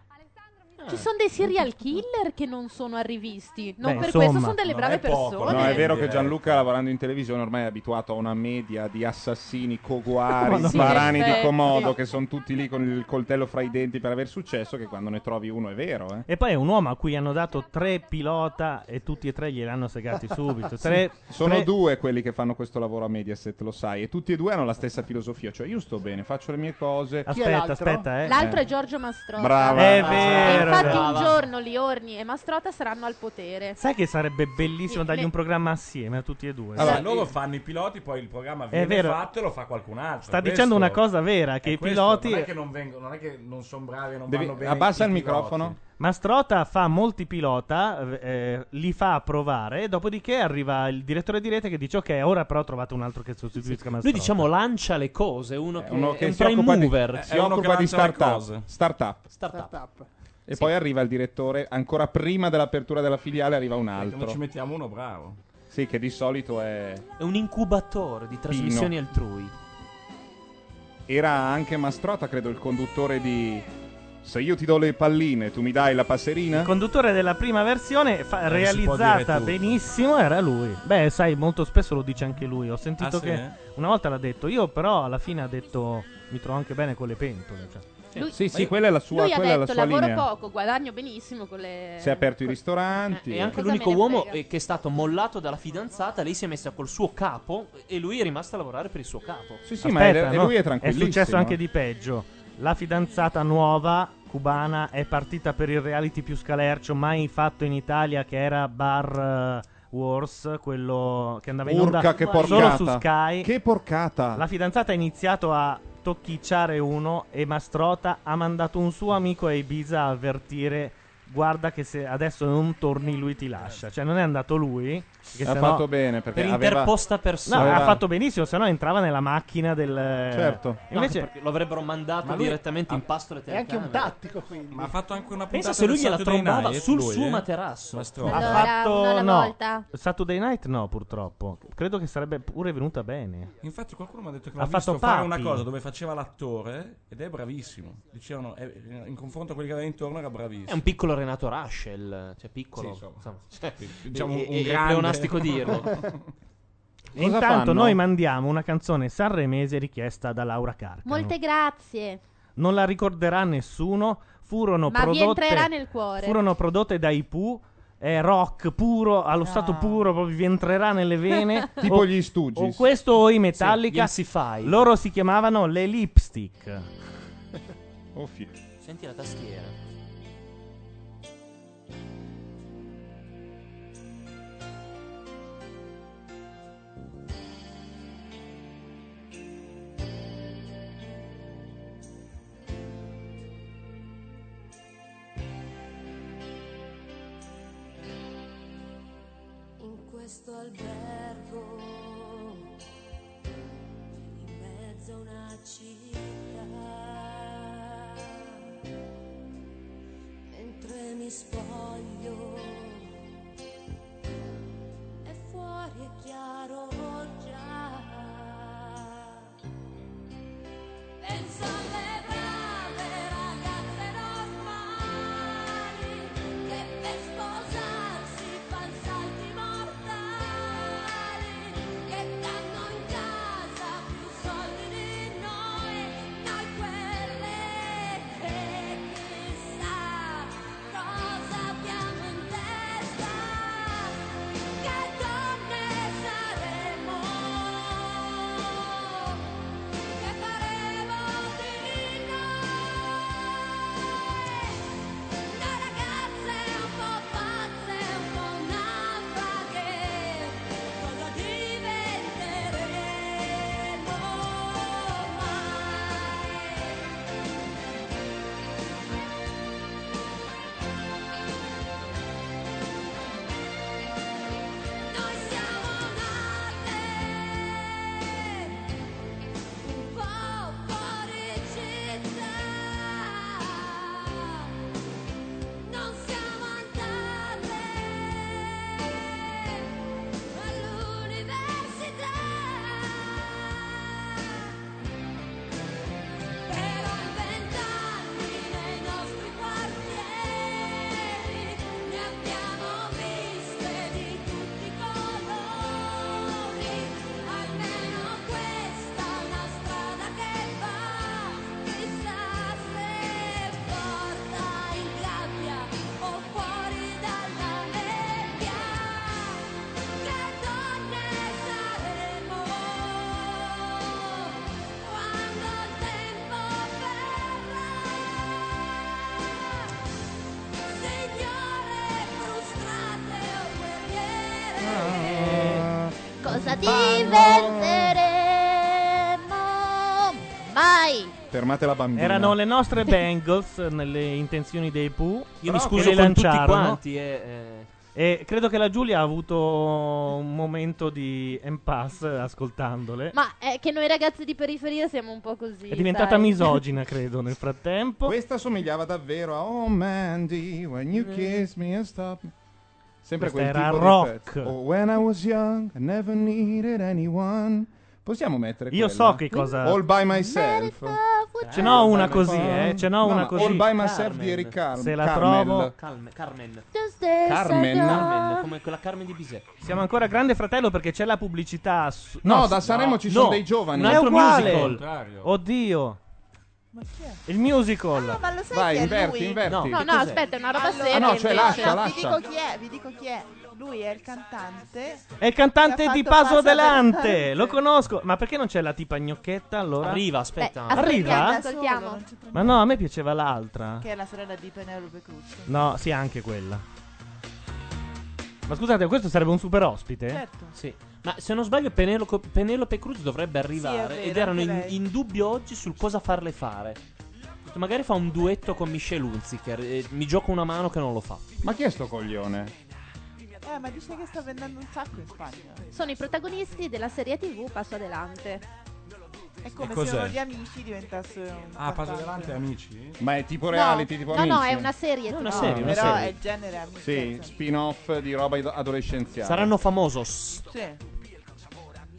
Ci sono dei serial killer che non sono a rivisti. Non
Beh,
per
insomma,
questo sono delle
non
brave
è poco,
persone.
No, è vero
Direi.
che Gianluca lavorando in televisione ormai è abituato a una media di assassini,
Ma
coguari,
no. Sì,
sparani di
perfetto.
comodo che sono tutti lì con il coltello fra i denti per aver successo che quando ne trovi uno è vero, eh.
E poi è un uomo a cui hanno dato tre pilota e tutti e tre gliel'hanno segati subito.
Sì.
Tre,
Sono
tre-
due quelli che fanno questo lavoro a Mediaset, lo sai, e tutti e due hanno la stessa filosofia, cioè io sto bene, faccio le mie cose. Eh.
Chi è Aspetta, l'altro? aspetta,
L'altro è Giorgio Mastrota.
Brava.
È vero,
Infatti
brava.
un giorno Liorni e Mastrota saranno al potere.
Sai che sarebbe bellissimo
Le-
dargli
le-
un programma assieme a tutti e due. eh,
Allora,
Sai-
Cioè, loro fanno i piloti, poi il programma viene
vero.
fatto e lo fa qualcun altro.
Sta
Questo-
dicendo una cosa vera, che
è
i
questo,
piloti-
Non è che non, vengono, non, è che non sono bravi e non vanno bene.
abbassa
i
il
piloti.
microfono. Mastrota fa molti pilota, eh, li fa provare, dopodiché arriva il direttore di rete che dice ok, ora però trovate un altro che sostituisca Mastrota.
Lui diciamo lancia le cose, uno che,
Eh, uno
è
che
un
si
prime
occupa di-
mover.
eh, Si è uno occupa che di lancia le
Startup.
cose.
Startup.
Startup.
E poi arriva il direttore, ancora prima dell'apertura della filiale arriva un
Perché non ci
altro.
mettiamo uno bravo.
Sì, che di solito è...
È un incubatore di trasmissioni altrui.
Era anche Mastrota, credo, il conduttore di... Se io ti do le palline, tu mi dai la passerina?
Il conduttore della prima versione fa-
Non si può dire
realizzata
tutto.
benissimo era lui. Beh, sai, molto spesso lo dice anche lui. Ho sentito
Ah, sì?
che una volta l'ha detto io, però alla fine ha detto mi trovo anche bene con le pentole. cioè.
Lui-
Sì, sì, quella è la sua,
Lui ha
quella è la
detto
sua
lavoro
linea.
poco, guadagno benissimo con le...
Si è aperto i ristoranti.
È anche
Cosa
l'unico
me ne
uomo
frega?
eh, che è stato mollato dalla fidanzata. Lei si è messa col suo capo e lui è rimasto a lavorare per il suo capo.
Sì,
Aspetta, no?
tranquillissimo,
successo
eh.
anche di peggio. La fidanzata nuova cubana è partita per il reality più scalercio mai fatto in Italia, che era Bar eh, Wars, quello che andava in onda
Urca, che
solo
porcata.
su Sky.
Che porcata.
La fidanzata ha iniziato a tocchicciare uno e Mastrota ha mandato un suo amico a Ibiza a avvertire guarda che se adesso non torni lui ti lascia. Cioè non è andato lui. perché
Ha
sennò-
fatto bene, perché
Per
aveva-
interposta persona.
No,
Aveva-
ha fatto benissimo, sennò entrava nella macchina del...
Certo.
Invece...
No, perché lo avrebbero mandato
Ma lui- Ah.
direttamente in pasto le
È anche un
telecamere.
tattico, quindi.
Ma ha fatto anche una
Pensa
puntata
se lui
del
gliela
Saturday
trombava
Night,
sul
lui,
suo
eh?
materasso.
Mastrota.
ha
Allora,
fatto
una alla
no.
volta.
Saturday Night no, purtroppo. Credo che sarebbe pure venuta bene.
Infatti qualcuno mi ha detto che
Ha
l'ha
fatto
visto fare
Papi.
una cosa dove faceva l'attore ed è bravissimo. Dicevano, è- in confronto a quelli che aveva intorno era bravissimo.
È un piccolo Renato Raschel, cioè piccolo.
Sì, insomma.
insomma,
Diciamo
è-
un
è- è
grande.
pleonastico dirlo.
E intanto noi mandiamo una canzone sanremese richiesta da Laura Carcano.
Molte grazie.
Non la ricorderà nessuno. Furono
Ma vi
prodotte,
entrerà nel cuore.
Furono prodotte dai Pooh. È rock puro, allo stato puro, proprio vi entrerà nelle vene.
Tipo
O-
gli Stooges.
O questo o i
Metallica
Metallica.
si fa.
Loro si chiamavano le Lipstick.
Senti la tastiera.
in questo albergo, in mezzo a una città, mentre mi spoglio, e fuori è chiaro già. Penso alle brave ragazze normali che per sposarsi fan salti mortali, che danno in casa più soldi di noi, noi quelle che chissà cosa abbiamo in testa, che donne saremo, che faremo di
Vai!
Fermate la bambina.
Erano le nostre Bengals nelle intenzioni dei Pooh.
Io
Però
mi scuso
che le
con tutti
lanciarono.
quanti,
eh,
E credo che la Giulia ha avuto un momento di impasse ascoltandole.
Ma è che noi ragazzi di periferia siamo un po' così.
È diventata
dai.
misogina, credo, nel frattempo.
Questa somigliava davvero a Oh Mandy, when you kiss me and stop me. Sempre
Questa
quel
era
tipo
rock.
di pezzo. Oh, when I was young, I never needed anyone. Possiamo mettere
Io
quella?
so che cosa-
All by myself.
Ce n'ho una così, eh. Ce n'ho
No,
una
ma
così.
All by myself di Eric Carmen.
Se la
Carmel.
trovo.
Calme- Carmen.
Carmen?
Carmen, come quella Carmen di Bizet.
Siamo ancora Grande Fratello perché c'è la pubblicità. su-
No, da
s-
Sanremo ci sono
no,
dei giovani.
Un altro
È uguale.
musical.
Contrario.
Oddio.
Ma chi è? Ah,
Il musical.
ma lo sai
Vai,
chi è
inverti,
lui?
inverti.
No,
No,
no,
che cos'è?
aspetta, è una roba
Allora,
seria.
Ah, no, cioè,
invece.
lascia,
Vi
lascia.
dico chi è, vi dico chi è. Lui è il cantante.
È il cantante
che ha
di
fatto
Paso
Delante.
Delante. Lo conosco. Ma perché non c'è la tipa gnocchetta allora?
Arriva, aspetta.
Beh,
Arriva?
Ascoltiamo, non c'entra
Ma no, a me piaceva l'altra.
Che è la sorella di Penelope Cruz.
No, sì, anche quella. Ma scusate, questo sarebbe un super ospite?
Certo.
Sì. Ma se non sbaglio, Penelope, Penelope Cruz dovrebbe arrivare.
vero,
ed erano
anche
in,
lei.
in dubbio oggi sul cosa farle fare. Ho detto, Magari fa un duetto con Michel Hunziker. e mi gioco una mano che non lo fa.
Ma chi è sto coglione?
Eh, ma dice che sta vendendo un sacco in Spagna.
Sono i protagonisti della serie TV Passo Adelante.
È
Ecco.
E
come se
cos'è?
uno di amici diventasse un
Ah, Paso
cantante.
Delante amici?
Ma è tipo reality, tipo
no,
amici?
no, è una serie.
No,
tu.
una
serie, una
Però
serie.
è il genere amico.
Sì, spin-off di roba id- adolescenziale.
Saranno famosos.
Sì.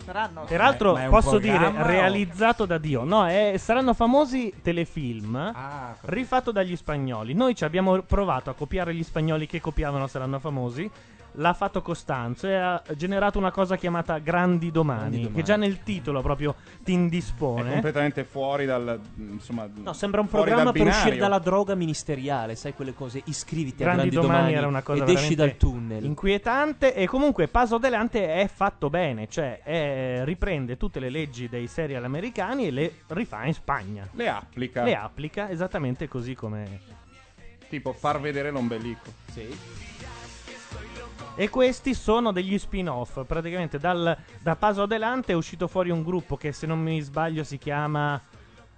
Saranno.
Peraltro
Ma è un
posso dire
programma o-
realizzato da Dio, no, è- saranno famosi telefilm
Ah,
capito.
rifatto dagli spagnoli. Noi ci abbiamo provato a copiare gli spagnoli che copiavano saranno famosi. L'ha fatto Costanzo e ha generato una cosa chiamata Grandi Domani, che già nel titolo proprio ti
È
indispone.
completamente fuori dal. insomma.
No, sembra un
fuori
programma
dal
per uscire
binario.
dalla droga ministeriale, sai quelle cose. Iscriviti a
Grandi,
Grandi
domani, era una cosa
ed
veramente
esci dal tunnel.
inquietante e comunque Paso Delante è fatto bene, cioè è- riprende tutte le leggi dei serial americani e le rifà in Spagna.
Le applica.
Le applica esattamente così come
Tipo far vedere l'ombelico.
Sì.
E questi sono degli spin-off. Praticamente dal, da Paso Adelante è uscito fuori un gruppo che, se non mi sbaglio, si chiama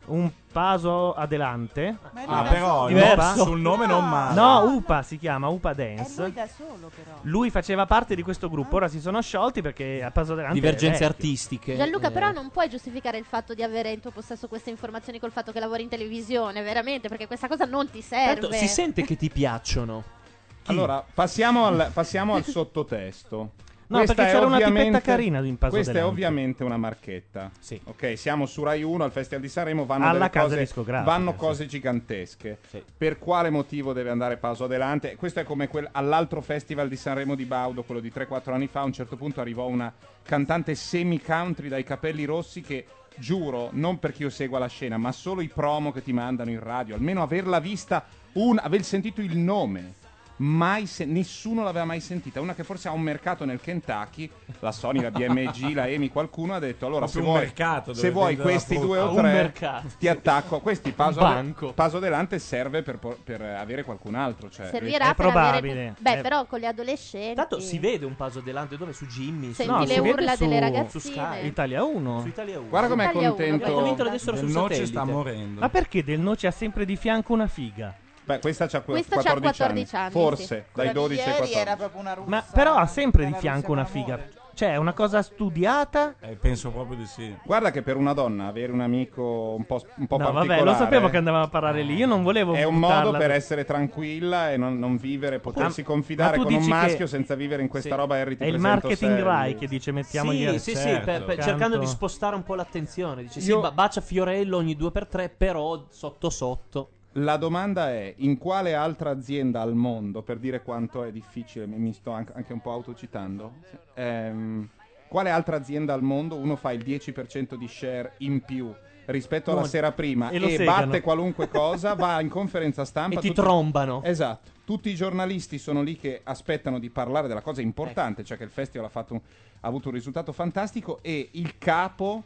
Un Paso Adelante.
Ma è lui Ah, da però, solo? no, sul nome non male.
No, Upa si chiama Upa
È
Dance.
lui da solo, però.
Lui faceva parte di questo gruppo, ora si sono sciolti perché a Paso Adelante. è
Divergenze
vecchio.
artistiche.
Gianluca,
eh,
però non puoi giustificare il fatto di avere in tuo possesso queste informazioni col fatto che lavori in televisione, veramente, perché questa cosa non ti
tanto
serve.
si sente che ti piacciono.
Allora, passiamo al, passiamo al sottotesto.
No, perché
è
c'era una
ovviamente-
pipetta carina in Paso
Questa è
Delante.
ovviamente una marchetta.
Sì.
Ok, siamo su Rai 1 al Festival di Sanremo, vanno
Alla
delle
casa
cose,
discografica,
vanno
sì.
cose gigantesche. Per quale motivo deve andare Paso Adelante? Questo è come quel- all'altro Festival di Sanremo di Baudo, quello di 3-4 anni fa, a un certo punto arrivò una cantante semi-country dai capelli rossi che giuro, non perché io segua la scena, ma solo i promo che ti mandano in radio, almeno averla vista, un, aver sentito il nome mai se- nessuno l'aveva mai sentita. Una che forse ha un mercato nel Kentucky, la Sony, la BMG, la EMI, qualcuno ha detto: Allora, se
Proprio un
vuoi,
mercato dove
se vuoi
vendere la
questi
frutta.
due o
Un
tre,
mercato.
ti attacco. Questi paso,
Un
ade-
banco.
paso delante serve per, por- per avere qualcun altro. Cioè,
Servirà per avere- Beh,
Eh,
però con le adolescenti.
eh. Tanto si vede un paso delante dove su Jimmy.
Senti le urla delle ragazzine.
Su Sky.
Italia 1.
Su Italia 1.
Guarda com'è
Italia uno,
contento.
guarda. È contento adesso
sul Del Noce satellite. sta morendo.
Ma perché Del Noce ha sempre di fianco una figa?
Beh, questa c'ha que-
Questa c'ha 14 14 anni,
Forse,
sì.
dai
Quella di
12 ai
ieri
14.
Era proprio una russa.
Ma però ha sempre di fianco una figa. Cioè, è una cosa studiata.
eh,
penso proprio di sì.
Guarda che per una donna avere un amico un po', un po
No,
particolare
vabbè, lo sapevo che andavamo a parlare lì. Io non volevo
è un
buttarla
modo per
per-
essere tranquilla e non, non vivere, potersi
Ah,
confidare
ma tu
con un
dici che-
maschio senza vivere in questa
Sì.
roba Harry ti
È il
presento
marketing
sei.
Rai che dice mettiamogli Certo,
Sì, sì, sì, per- per- cercando di spostare un po' l'attenzione. Dice,
Io-
sì, ba- bacia Fiorello ogni 2x3, però sotto sotto.
La domanda è: in quale altra azienda al mondo, per dire quanto è difficile, mi, mi sto anche, anche un po' autocitando, ehm, quale altra azienda al mondo uno fa il 10% di share in più rispetto alla
No,
sera prima
e
e,
lo segano.
batte qualunque cosa, va in conferenza stampa
E ti
tutti-
trombano.
Esatto. Tutti i giornalisti sono lì che aspettano di parlare della
Ecco.
cosa importante, cioè che il festival ha, fatto un- ha avuto un risultato fantastico e il capo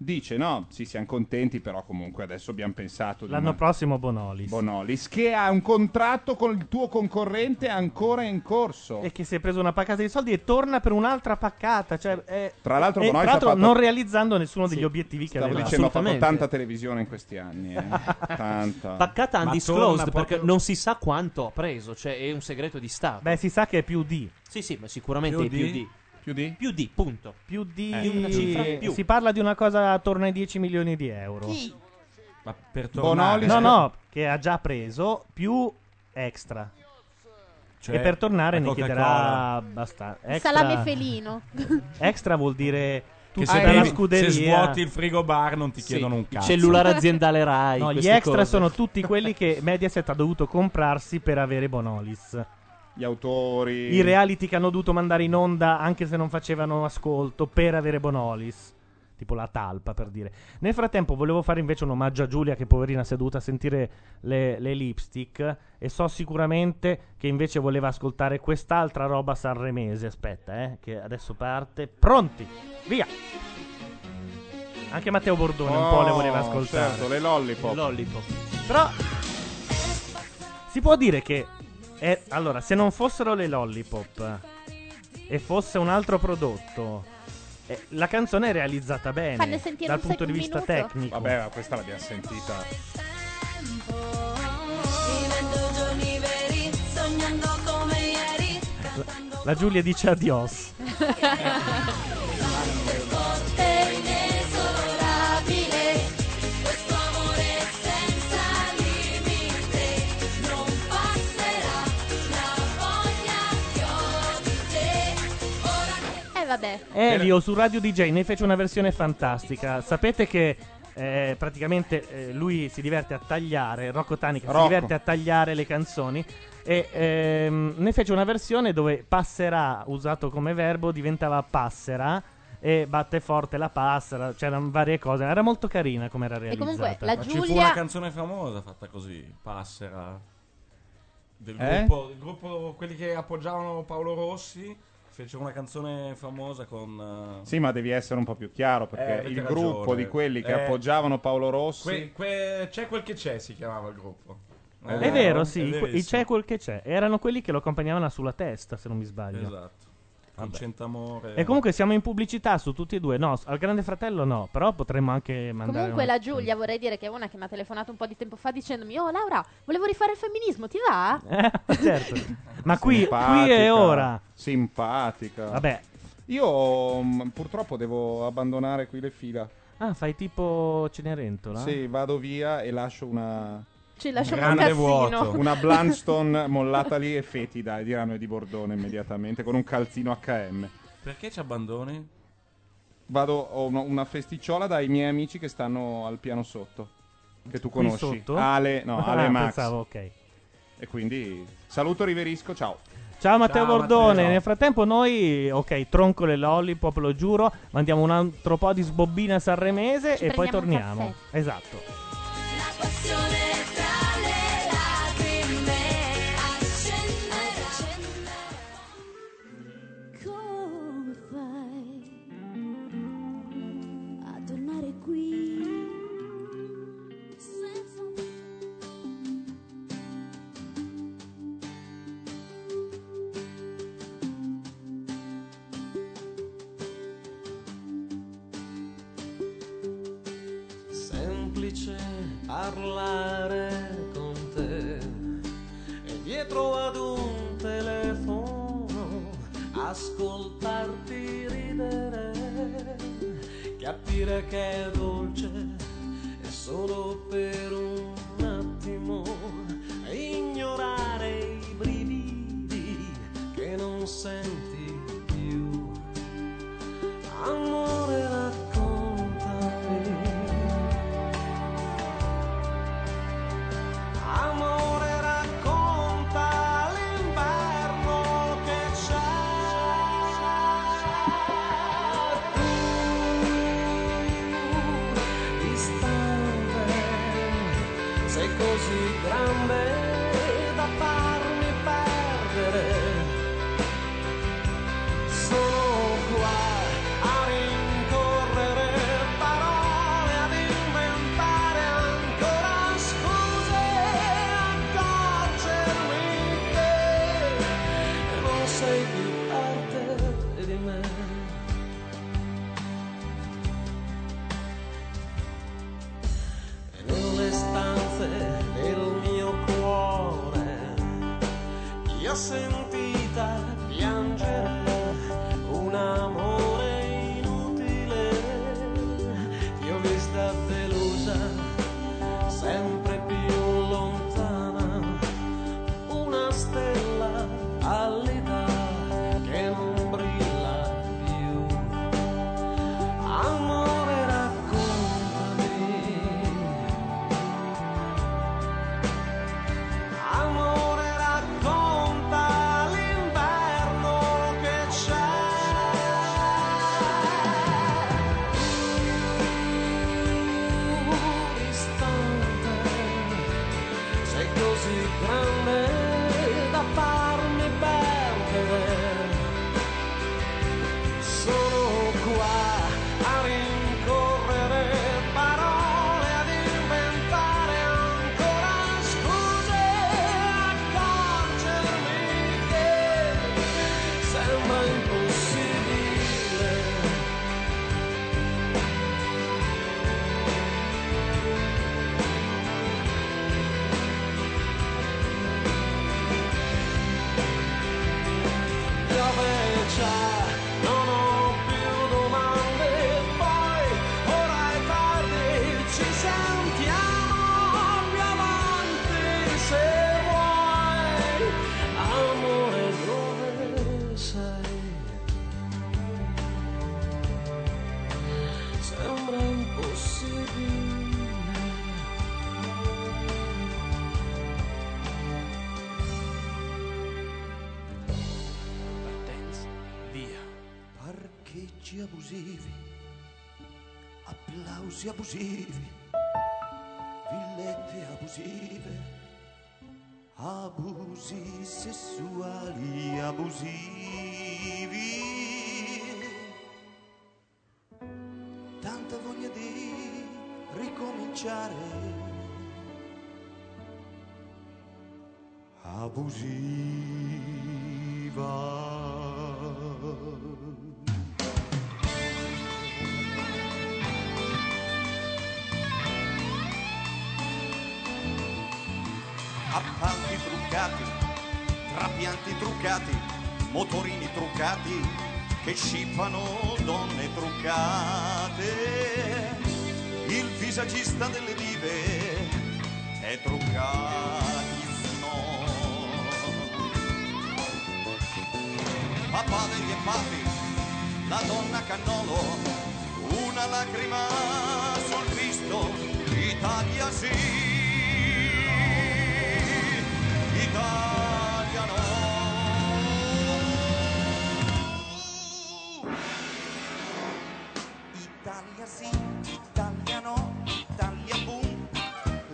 Dice: No, sì, siamo contenti, però comunque adesso abbiamo pensato. di
L'anno
una-
prossimo Bonolis.
Bonolis, che ha un contratto con il tuo concorrente ancora in corso.
E che si è preso una paccata di soldi e torna per un'altra paccata. Cioè, è-
Tra l'altro
e
Bonolis ha fatto-
non realizzando nessuno degli
Sì.
obiettivi che
Stavo
aveva.
dicendo, ha fatto
Assolutamente.
tanta televisione in questi anni. Eh. tanta.
Paccata
Ma
undisclosed
torna
perché
proprio-
non si sa quanto ha preso, cioè è un segreto di Stato.
Beh, si sa che è più di.
Sì, sì, ma sicuramente
Più
è più
di?
di.
Più di?
Più di, punto.
Più di...
Eh,
Di una cifra in più.
Si parla di una cosa attorno ai 10 milioni di euro.
Chi?
Ma per tornare...
Bonolis no, no, che ha già preso più extra.
Cioè,
e per tornare
la
ne
Coca-Cola.
chiederà abbastanza. Extra-
Salame felino.
Extra vuol dire
Che
tutto
se,
per la
bevi-
scuderia.
se svuoti il frigobar non ti
Sì,
chiedono un cazzo.
aziendale Rai.
No, gli
queste
extra
cose.
sono tutti quelli che Mediaset ha dovuto comprarsi per avere Bonolis.
Gli autori.
I reality che hanno dovuto mandare in onda anche se non facevano ascolto per avere Bonolis. Tipo la talpa per dire. Nel frattempo volevo fare invece un omaggio a Giulia che poverina si è dovuta sentire le, le lipstick e so sicuramente che invece voleva ascoltare quest'altra roba sanremese. Aspetta, eh, che adesso parte. Pronti, via! Anche Matteo Bordone un po' le voleva ascoltare.
Certo, le lollipop.
Però si può dire che è- allora, se non fossero le lollipop e fosse un altro prodotto, eh, la canzone è realizzata
Falle
bene
sentire
dal
un
punto di
sec- un
vista
minuto.
tecnico.
Vabbè, ma questa l'abbiamo sentita.
Vivendo giorni veri, sognando come ieri.
La, la Giulia dice adios.
Te inesorabile, questo amore senza limite. Non passerà la voglia che ho di te.
Eh vabbè.
Elio su Radio DJ ne fece una versione fantastica. Sapete che eh, praticamente eh, lui si diverte a tagliare, Rocco Tanica
Rocco.
si diverte a tagliare le canzoni e ehm, ne fece una versione dove passerà, usato come verbo, diventava passera e batte forte la passera, c'erano varie cose, era molto carina come era realizzata.
comunque la
Ma ci fu una canzone famosa fatta così, Passera. Del
Eh?
gruppo, il gruppo- quelli che appoggiavano Paolo Rossi, fece una canzone famosa con... eh,
Sì, ma devi essere un po' più chiaro
Eh,
perché
avete
il
ragione.
gruppo di quelli che
Eh,
appoggiavano Paolo Rossi.
que- que- c'è quel che c'è, si chiamava il gruppo.
Eh,
È vero, sì, i- i-
verissimo.
c'è quel che c'è. Erano quelli che lo accompagnavano sulla testa, se non mi sbaglio.
Esatto. Un centamore.
E comunque siamo in pubblicità su tutti e due. No, s- al Grande Fratello no, però potremmo anche mandare.
Comunque
una-
la Giulia vorrei dire che è una che mi ha telefonato un po' di tempo fa dicendomi Oh Laura, volevo rifare il femminismo, ti va?
certo. Ma qui,
Simpatica,
qui e ora.
Simpatica.
Vabbè.
Io mh, purtroppo devo abbandonare qui le fila.
Ah, fai tipo Cenerentola?
Sì, vado via e lascio una.
Ci lasciamo un casino.
Una Blundstone mollata lì e fetida, e diranno è di Bordone immediatamente, con un calzino HM.
Perché ci abbandoni?
Vado, ho una, una festicciola dai miei amici che stanno al piano sotto. Che tu
Qui
conosci.
sotto?
Ale, no, Ale
Ah,
e Max.
pensavo, ok.
E quindi saluto, riverisco, ciao.
Ciao Matteo
Ciao,
Bordone.
Matteo.
Nel frattempo, noi, ok, tronco le lollipop, lo giuro. Mandiamo un altro po' di sbobbina sanremese
Ci
e poi
prendiamo un
torniamo. Esatto.
La passione tra le lacrime accendere,
Come fai a tornare qui senza
semplice parlare con te e dietro ad un telefono ascoltarti ridere capire che è dolce è solo per un attimo e ignorare i brividi che non senti più amore raccontami Amore racconta l'inverno che c'è Tu distante Sei così grande da farmi perdere Sono qua a rincorrere parole sentita piangere un amore inutile. Ti ho vista delusa, sempre più lontana. Una stella all'età che non brilla più. Amore, raccontami. Amore racconta l'inverno che c'è Un istante sei così grande da farmi perdere Sono qua a rincorrere parole ad inventare ancora scuse accorgermi che sembra impossibile piove già non ho più domande poi ora è tardi ci sentiamo più avanti se vuoi amore dove sei sembra impossibile
Partenza, via. Parcheggi abusivi, applausi abusivi, villette abusive, abusi sessuali abusivi. Tanta voglia di ricominciare. abusiva.
appalti truccati, trapianti truccati, motorini truccati che scippano donne truccate. Il visagista delle dive è truccatissimo. Papà degli empati, la donna cannolo, una lacrima sul Cristo, Italia sì. Uh, Italia no. Italia sì, Italia no, Italia boom.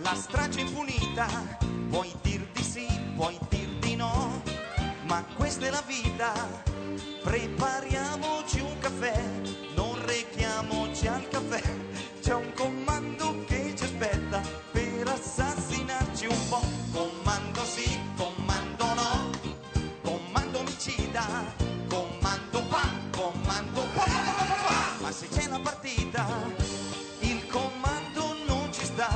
La strage impunita, puoi dir di sì, puoi dir di no, ma questa è la vita. Prepariamoci un caffè, non rechiamoci al caffè. C'è un comando che ci aspetta per assassinarci un po'. Comando sì, comando no, comando omicida, comando qua, comando qua, qua, qua, qua, qua. Ma se c'è la partita, il comando non ci sta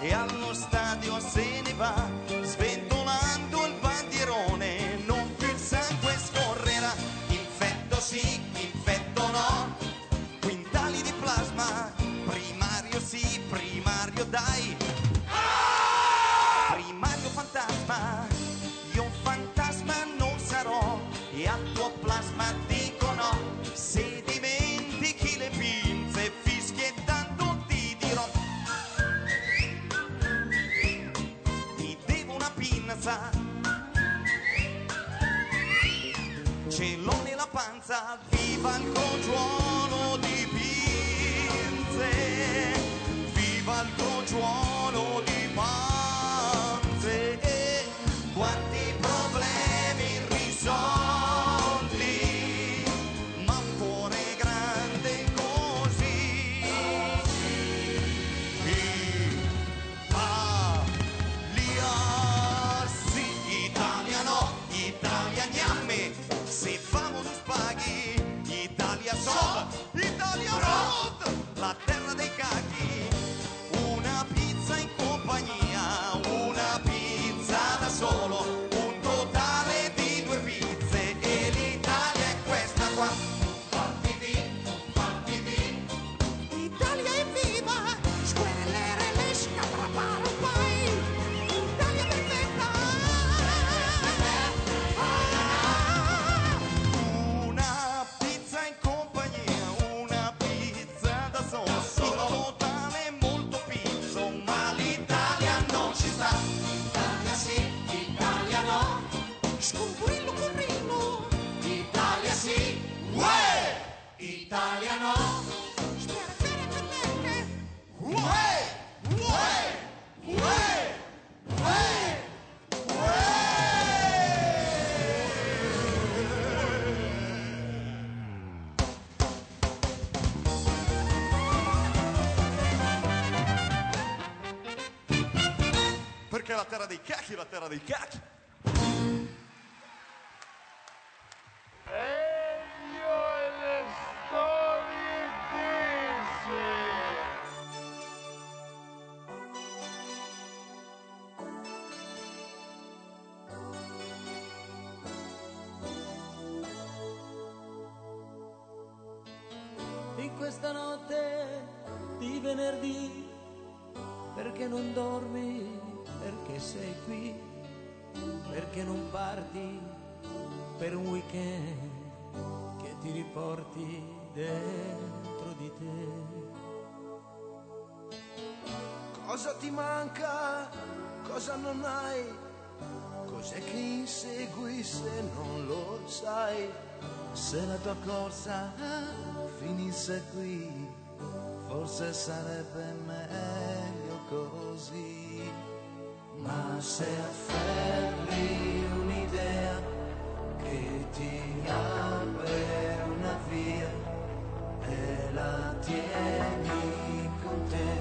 e allo stadio se ne va. Sventolando il bandierone, non più il sangue scorrerà. Infetto sì, infetto no, quintali di plasma, primario sì, primario dai. Primario fantasma, io un fantasma non sarò e al tuo plasma dico no. Se dimentichi le pinze, fischi e tanto ti dirò. Ti devo una pinza, ce l'ho nella panza, viva il crogiuolo di pinze, viva il crogiuolo di panze, eh, quanti problemi irrisolti, ma un cuore grande così. Italia sì, Italia no, Italia gnamme, se famo non spaghi, Italia so, italiano. Uè, uè, uè, uè. Perché la terra dei cacchi è la terra dei cacchi.
in questa notte di venerdì, perché non dormi, perché sei qui, perché non parti per un weekend che ti riporti dentro di te. Cosa ti manca? Cosa non hai? Cos'è che insegui se non lo sai? Se la tua corsa finisse qui, forse sarebbe meglio così. Ma se afferri un'idea che ti apre una via e la tieni con te,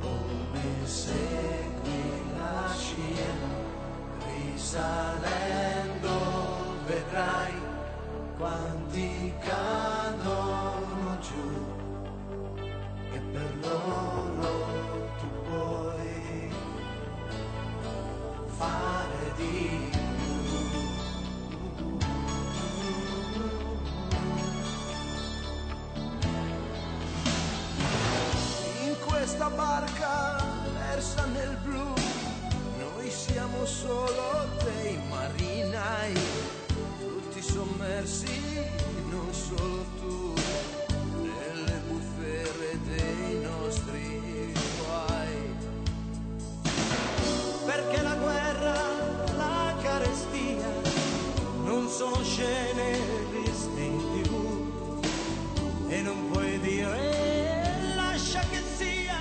come segui la scia, risalendo vedrai quanti cadono giù e per loro tu puoi fare di più. In questa barca persa nel blu, noi siamo solo dei marinai, tutti sommersi, non solo tu, nelle bufere dei nostri guai. Perché la guerra, la carestia, non sono scene viste in tv e non puoi dire lascia che sia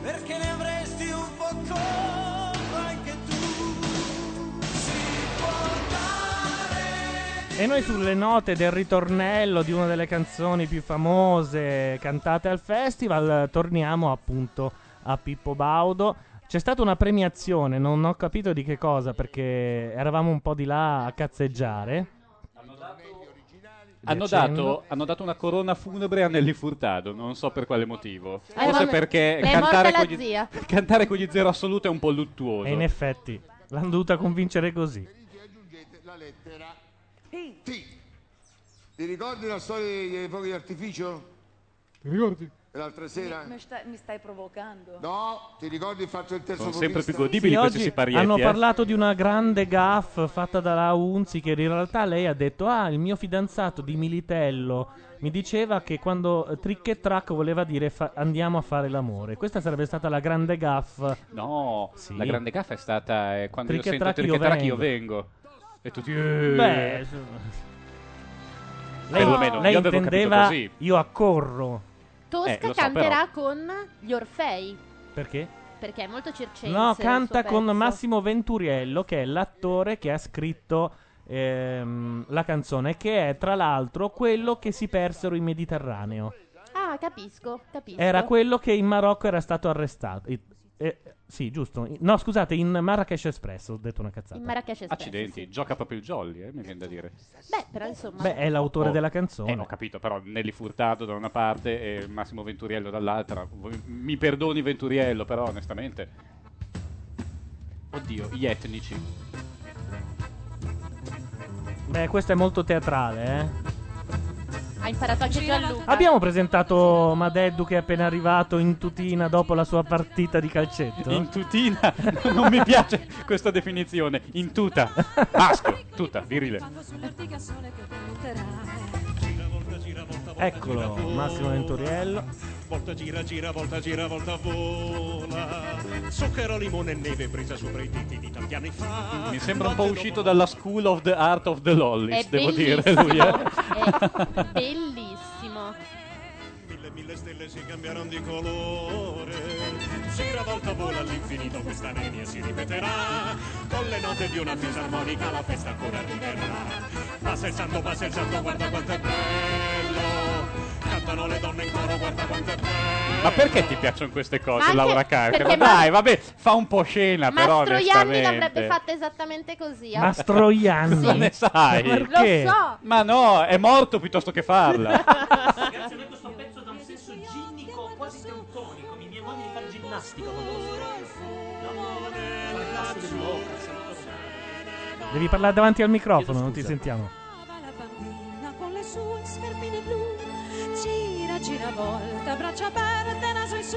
perché ne avresti un po' conto anche tu si può dare
E noi sulle note del ritornello di una delle canzoni più famose cantate al festival, eh, torniamo appunto a Pippo Baudo. C'è stata una premiazione, non ho capito di che cosa, perché eravamo un po' di là a cazzeggiare.
Hanno dato, hanno dato una corona funebre a Nelly Furtado, non so per quale motivo.
Eh,
Forse
vabbè,
perché
lei è morta
cantare
la
con, gli,
zia.
cantare con gli zero assoluto è un po' luttuoso.
E in effetti, l'hanno dovuta convincere così.
La lettera T. Ti ricordi la storia dei dei fuochi d'artificio?
Ti ricordi?
L'altra sera?
Mi stai, mi stai provocando.
No, ti ricordi il fatto del terzo
Sono sempre più
fuochista?
godibili
Sì,
questi
oggi
siparietti.
Hanno
eh.
parlato di una grande gaff fatta dalla Unzi che in realtà lei ha detto ah il mio fidanzato di Militello mi diceva che quando eh, trick e track voleva dire fa- andiamo a fare l'amore. Questa sarebbe stata la grande gaff.
No, la grande gaffa è stata eh, quando
Trick e
io sento
track,
trick
io
e track,
vengo.
io vengo. E tutti...
Beh,
eh.
Lei,
Perlomeno,
lei
io avevo
intendeva
capito così.
io accorro.
Tosca
Eh, lo so,
canterà con gli Orfei,
Perché?
perché è molto circense.
no,
il
canta
suo
con
pezzo.
Massimo Venturiello, che è l'attore che ha scritto ehm, la canzone, che è tra l'altro quello che si persero in Mediterraneo.
Ah, capisco, capisco.
Era quello che in Marocco era stato arrestato. I- eh, sì, giusto. I- No, scusate, in Marrakesh Express ho detto una cazzata.
In Marrakesh Express,
Accidenti, gioca proprio il Jolly, eh, mi viene da dire.
Beh, però insomma...
Beh, è l'autore
Oh,
della canzone.
Eh, ho capito, però Nelly Furtado da una parte e Massimo Venturiello dall'altra. Voi- Mi perdoni Venturiello, però onestamente... Oddio, gli etnici.
Beh, questo è molto teatrale, eh.
Ha imparato anche Gianluca.
Abbiamo presentato Madeddu che è appena arrivato in tutina dopo la sua partita di calcetto.
In tutina? non mi piace questa definizione. In tuta. Maschio, tuta, virile.
sull'artigasole che porterai.
Eccolo, Massimo Venturiello.
Volta gira, gira, volta gira, volta vola. Zucchero, limone e neve presa sopra i denti di tanti anni fa.
Mi sembra un po' uscito dalla School of the Art of the Lollies,
È
devo dire.
bellissimo.
Lui, eh.
È bellissimo.
stelle si cambieranno di colore. Gira, volta, vola all'infinito, questa linea si ripeterà. Con le note di una fisarmonica la festa ancora arriverà. Passa il santo, passa il santo, guarda quanto è bello. Cantano le donne in coro, guarda quanto è bello.
Ma perché ti piacciono queste
Ma
cose,
anche
Laura Carca? Ma
perché ma-
dai, vabbè, fa un po' scena, però.
Mastroianni
onestamente.
l'avrebbe fatta esattamente così. ah.
Mastroianni.
Non ne sai.
Ma perché? Lo so.
Ma no, è morto piuttosto che farla.
Ragazzi, a me questo pezzo dà un senso ginnico, quasi teutonico. Mi viene voglia di fare ginnastica quando lo sento. No? Fare classe dell'opera,
Devi parlare davanti al microfono, non ti sentiamo.
con le sue scarpine blu gira gira volta braccia aperte naso in su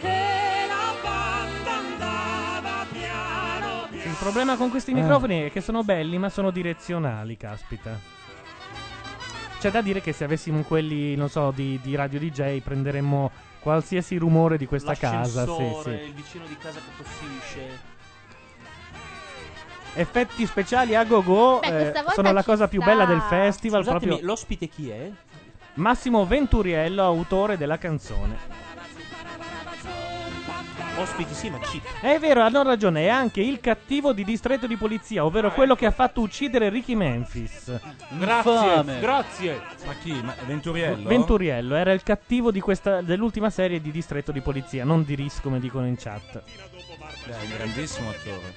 e la banda andava piano
Il problema con questi
Eh.
microfoni è che sono belli, ma sono direzionali, caspita. C'è da dire che se avessimo quelli, non so, di, di Radio DJ, prenderemmo qualsiasi rumore di questa casa. Sì,
L'ascensore,
sì.
il vicino di casa che tossisce.
Effetti speciali a go-go
Beh,
eh,
questa volta
sono la
ci
cosa più bella del
sta.
festival.
Scusatemi,
Proprio
l'ospite chi è?
Massimo Venturiello, autore della canzone.
Ospiti sì, ma ci.
È vero, hanno ragione, è anche il cattivo di distretto di polizia, ovvero quello che ha fatto uccidere Ricky Memphis.
Grazie,
grazie.
Ma chi? Ma Venturiello?
Venturiello era il cattivo di questa- dell'ultima serie di Distretto di Polizia, non di RIS come dicono in chat.
Beh, è un grandissimo attore.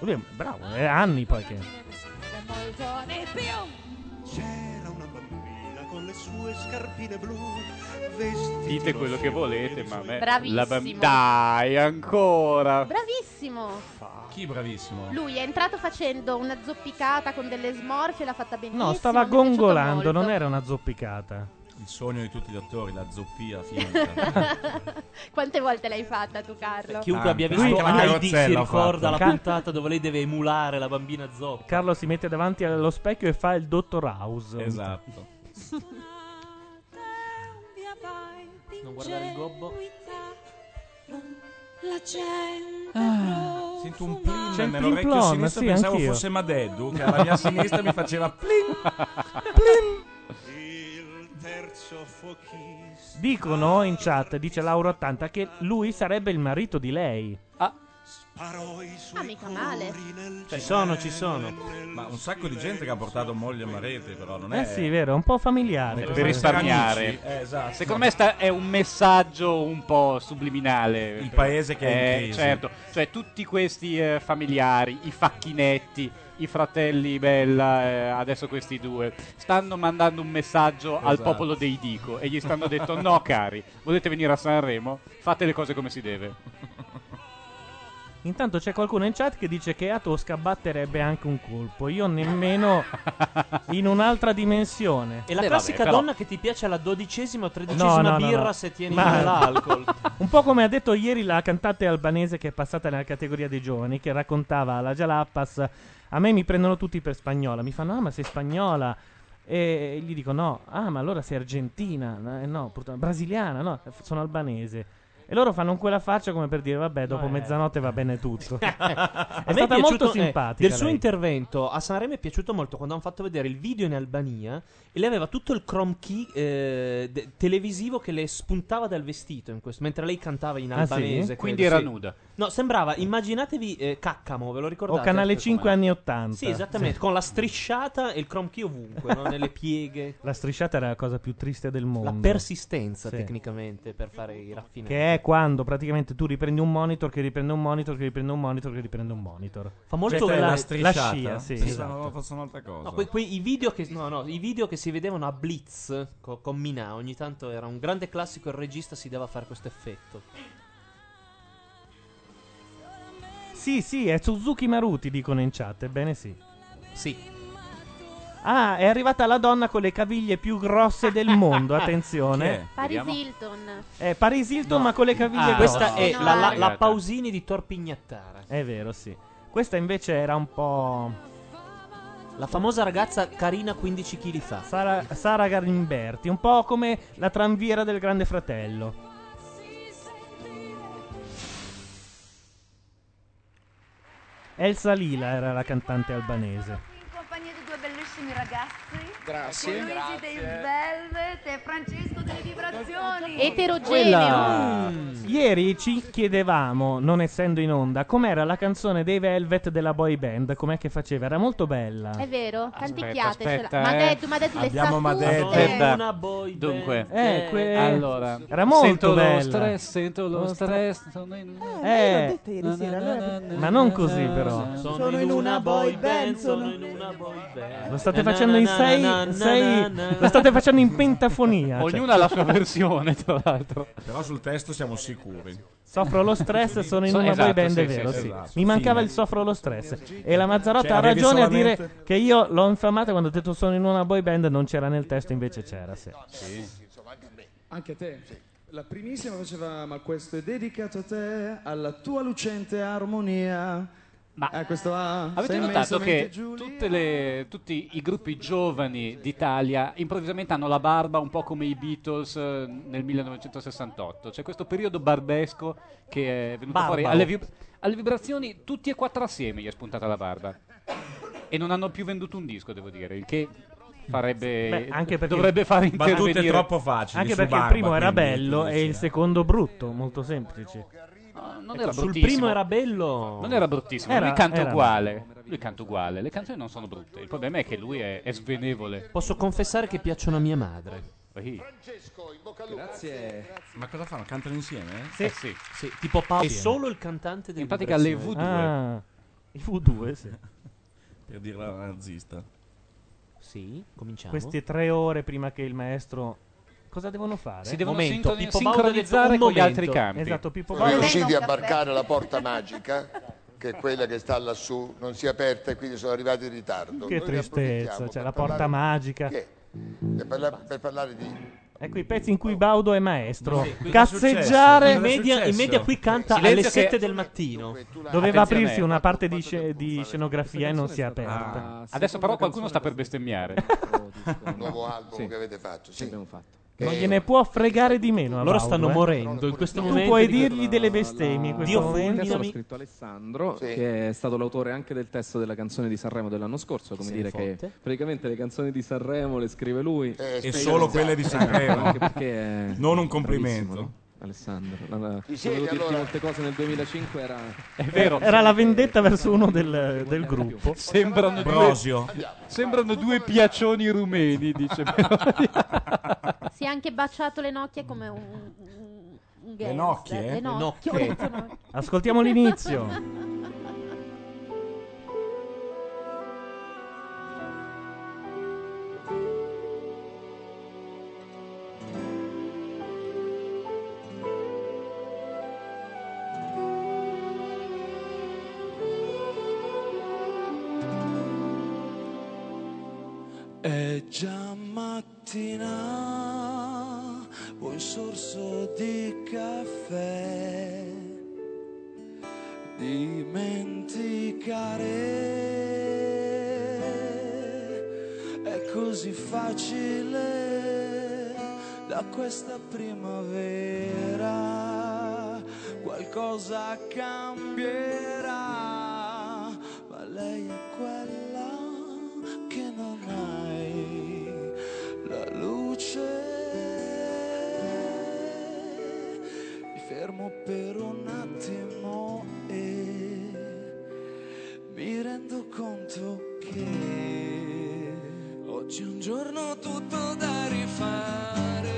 Lui è bravo, è anni poi che.
molto di più
C'era una bambina con le sue scarpine blu, vestita.
Dite quello che volete, ma a me.
Bravissimo.
la bam- Dai, ancora.
Bravissimo.
Chi bravissimo?
Lui è entrato facendo una zoppicata con delle smorfie, l'ha fatta benissimo.
No, stava
mi è piaciuto
gongolando,
molto.
non era una zoppicata.
Il sogno di tutti gli attori, la zoppia finta.
Quante volte l'hai fatta tu, Carlo?
Chiunque abbia
Tanta.
visto
Anche la
Heidi si
carrozzella ho
ricorda la
fatto.
puntata dove lei deve emulare la bambina zoppa.
Carlo si mette davanti allo specchio e fa il dottor House.
Esatto.
Non guardare il gobbo.
la gente
Sento un plin
C'è il
nell'orecchio
plin plon,
sinistro,
sì,
pensavo
anch'io.
fosse Madeddu, che alla mia sinistra mi faceva plin,
Il terzo fuochista.
Dicono in chat, dice Laura 80, che lui sarebbe il marito di lei.
Ah, mica male.
Ci sono, ci sono. Ma un sacco di gente che ha portato moglie e mariti, però non è.
Eh sì, vero, è un po' familiare.
Per
questo.
risparmiare. Amici, eh, esatto.
Secondo me sta- è un messaggio un po' subliminale.
Il paese che è in
Eh,
crisi.
Certo, cioè tutti questi eh, familiari, i facchinetti, i fratelli Bella, eh, adesso questi due, stanno mandando un messaggio al
Esatto.
popolo dei Dico e gli stanno detto no cari, volete venire a Sanremo? Fate le cose come si deve.
Intanto c'è qualcuno in chat che dice che a Tosca batterebbe anche un colpo. Io nemmeno in un'altra dimensione.
E la
Eh,
classica donna che ti piace alla dodicesima o
No,
tredicesima
Eh, no, no,
birra
no.
se tieni
Ma-
male l'alcol.
Un po' come ha detto ieri la cantante albanese che è passata nella categoria dei giovani, che raccontava alla Jalapas: A me mi prendono tutti per spagnola. Mi fanno, ah, ma sei spagnola. E gli dico, no, ah, ma allora sei argentina. Eh, No, purtroppo, brasiliana, no, f- sono albanese. E loro fanno quella faccia come per dire, vabbè, dopo
Eh.
mezzanotte va bene tutto. è
A me
stata molto
piaciuto, eh,
simpatica.
del suo
lei.
intervento a Sanremo è piaciuto molto quando hanno fatto vedere il video in Albania e lei aveva tutto il chrome key eh, de- televisivo che le spuntava dal vestito in questo- mentre lei cantava in
Ah, sì?
albanese. credo,
Quindi era
sì.
nuda.
No, sembrava, immaginatevi eh, Caccamo, ve lo ricordate? Ecco, eh.
o Canale 5 anni 80.
Sì, esattamente, con la strisciata e il chrome key ovunque, no? nelle pieghe.
La strisciata era la cosa più triste del mondo.
La persistenza
Sì.
tecnicamente per fare i raffinamenti.
Che è quando praticamente tu riprendi un monitor, che riprende un monitor, che riprende un monitor, che riprende un monitor.
Fa molto
Cioè,
la- Esatto.
La scia, sì. esatto.
Pensavo fosse un'altra cosa.
No, que- quei- i, video che, no, no, i video che si vedevano a Blitz co- con Mina ogni tanto era un grande classico. Il regista si dava a fare questo effetto.
Sì, sì, è Suzuki Maruti, dicono in chat. Ebbene sì.
Sì.
Ah, è arrivata la donna con le caviglie più grosse del mondo, attenzione.
Paris Hilton.
È? Paris Hilton, ma con le caviglie grosse.
Ah, questa è la, la- la
Figata.
Pausini di Torpignattara.
È vero, sì. Questa invece era un po'.
La famosa ragazza carina 15 kg fa.
Sara, Sara Garimberti, un po' come la tranviera del Grande Fratello. Elsa Lila era la cantante albanese.
In compagnia di due bellissimi ragazzi.
ragazzi.
Grazie.
Luigi
Grazie.
dei Velvet e Francesco delle Vibrazioni.
Quella- Ieri ci chiedevamo, non essendo in onda, com'era la canzone dei Velvet della boy band, com'è che faceva, era molto bella.
È vero, canticchiatecela.
aspetta,
Ma
eh.
Madeddu, Madeddu le
Abbiamo
sa
Madeddu.
tutte.
Aspetta.
Una boy Dunque,
Eh, que-
allora,
era molto
sento
bella.
lo stress, sento lo
Lo
stress. Sono in...
Eh, l'ho detto ieri sera, Ma non così però.
Sono in una boy band, sono in una boy band.
Lo state facendo in sei, sei- lo state facendo in pentafonia. cioè.
Ognuno ha la sua versione, tra l'altro.
Però sul testo siamo sicuri.
Soffro lo stress, sono in
Sono-
una
esatto,
boy band,
sì,
è
sì,
vero,
sì,
sì.
esatto.
Mi mancava
Sì.
il soffro lo stress. E la Mazzarotta
Cioè,
ha
avevi
ragione a
solamente-
dire che io l'ho infamata quando ho detto sono in una boy band, non c'era nel testo, invece c'era, sì.
Anche a te? La primissima faceva, ma questo è dedicato a te, alla tua lucente armonia. Ma questo A.
Avete
sei
notato
immensamente
che tutte le- tutti i gruppi giovani d'Italia improvvisamente hanno la barba un po' come i Beatles eh, nel 1968. C'è questo periodo barbesco che è venuto
Barbaro.
fuori. Alle, vib- alle vibrazioni tutti e quattro assieme gli è spuntata la barba. E non hanno più venduto un disco, devo dire, il che farebbe,
Beh, anche perché
dovrebbe fare intervenire...
Anche perché il primo era bello e
eh.
il secondo brutto, molto semplice.
Non era
Ecco, Sul
bruttissimo.
primo era bello.
Non era bruttissimo,
Era-
lui canta
era-
uguale. Lui canta uguale, le canzoni non sono brutte. Il problema è che lui è, è svenevole.
Posso confessare che piacciono a mia madre.
Grazie. Ma cosa fanno? Cantano insieme?
Sì. Eh sì. Sì, tipo Paolo. È solo il cantante del
In pratica le V2.
Ah. I V2, sì.
Per dirla nazista.
Sì, cominciamo.
Queste tre ore prima che il maestro. Cosa devono fare?
Si devono Momento, sincroni- Pippo Baudo ha detto sincronizzare un con gli momento. altri campi.
Esatto, Pippo
Sono
Baudo.
riusciti a varcare la porta magica, che è quella che sta lassù, non si è aperta e quindi sono arrivati in ritardo.
Che
Noi ne
tristezza,
approfittiamo
c'è
per
la porta
parlare-
magica.
Che? Per, parla- per parlare di...
Ecco i pezzi in cui Baudo è maestro.
Sì, quindi
Cazzeggiare.
I media, in media qui canta
Silenzio
alle
che-
7 del mattino.
Doveva aprirsi una parte di, sce- di scenografia e non si è aperta.
Ah, Adesso però qualcuno sta per bestemmiare.
Il nuovo album che avete fatto, sì.
Non gliene può fregare di meno. a
Loro
Baudo,
stanno
eh.
morendo in questo
tu
momento.
puoi
di-
dirgli delle bestemmie. in questo
Dio
momento.
Adesso l'ha scritto Alessandro, che è stato l'autore anche del testo della canzone di Sanremo dell'anno scorso. Come
Se ne
dire che
fotte.
praticamente le canzoni di Sanremo le scrive lui.
Eh,
E
esatto.
solo quelle di Sanremo.
Anche
Ah,
perché è
Non un
bravissimo,
complimento.
no? Alessandro, la- la-
Chi siete,
volevo dirti
allora?
molte cose nel 2005 era...
È vero. Era la vendetta verso uno del, del gruppo.
Sembrano
Brosio.
due, sembrano due piaccioni rumeni, dice Meloni.
Si è anche baciato le nocchie come un, un, un gangster.
nocchie?
Le
Le
nocchie.
nocchie.
ho detto no.
Ascoltiamo l'inizio.
È già mattina, un sorso di caffè. Dimenticare è così facile da questa primavera. Qualcosa cambierà, ma lei è quella che non hai la luce. Mi fermo per un attimo e mi rendo conto che oggi è un giorno tutto da rifare,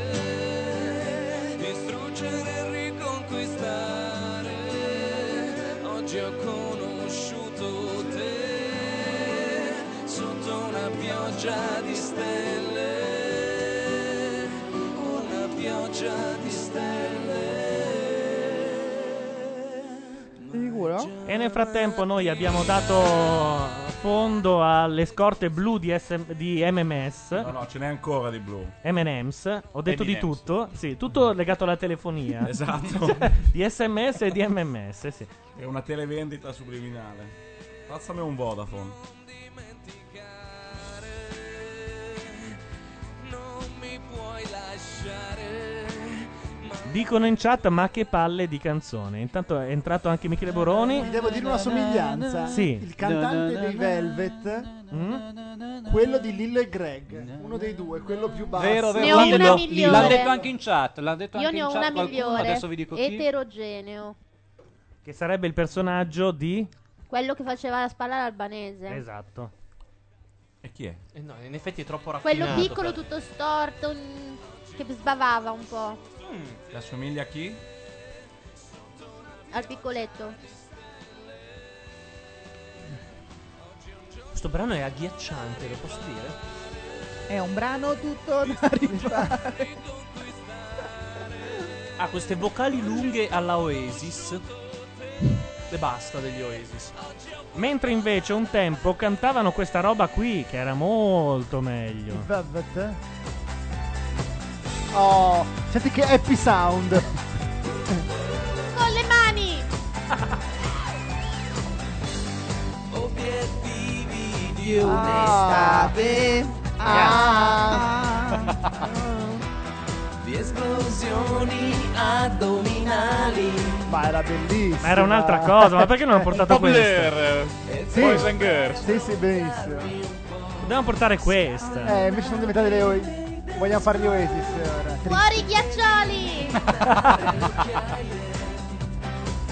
distruggere e riconquistare. Oggi ho conosciuto te sotto una pioggia di stelle, una pioggia di stelle.
E nel frattempo noi abbiamo dato fondo alle scorte blu di, SM di MMS.
No, no, ce n'è ancora di blu.
M&M's, ho detto di
M&M's.
tutto, sì, tutto legato alla telefonia.
Esatto.
di SMS e di MMS, sì.
È una televendita subliminale. Passami un Vodafone.
non mi puoi lasciare, ma
Dicono in chat ma che palle di canzone. Intanto è entrato anche Michele Boroni.
Vi devo dire una somiglianza.
Sì.
Il cantante dei Velvet,
Mm?
quello di Lillo e Greg, uno dei due, quello più basso.
Vero, vero.
ho una
Lillo,
migliore.
L'ha detto anche in chat. L'ha detto
Io
anche
ne
in
ho
chat
una
qualcuno,
migliore.
Adesso vi dico chi.
Eterogeneo.
Che sarebbe il personaggio di...
Quello che faceva la spalla all'albanese.
Esatto.
E chi è?
Eh no, in effetti è troppo raffinato.
Quello piccolo,
per-
tutto storto, mm, che sbavava un po'.
Mm.
Assomiglia a chi?
Al piccoletto.
Questo brano è agghiacciante, lo posso dire?
È un brano tutto da rifare.
Ha Ah, queste vocali lunghe alla Oasis. E basta degli Oasis.
Mentre invece un tempo cantavano questa roba qui, che era molto meglio.
Velvet. Oh, senti che happy sound.
Con le mani!
Obiettivi di
Ah.
un'estate.
Ah.
Di esplosioni addominali.
Ma era bellissimo.
Ma era un'altra cosa, ma perché non hanno portato questa?
Blair, Eh, Sì, sì, benissimo.
Dobbiamo portare questa.
Eh, invece sono diventate le Oasis. Vogliamo fare gli Oasis ora.
Fuori i ghiaccioli!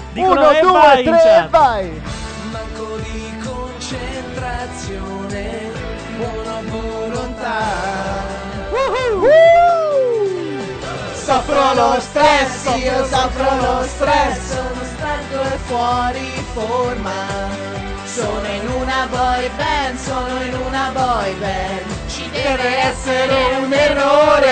Dicono,
Uno,
"Eh,
due,
vai in
tre,
chat".
vai!
Manco di concentrazione. Buona volontà.
Saprò lo stress, io saprò lo stress.
Sono stanco e fuori forma. Sono in una boy band, sono in una boy band. Ci deve essere un errore.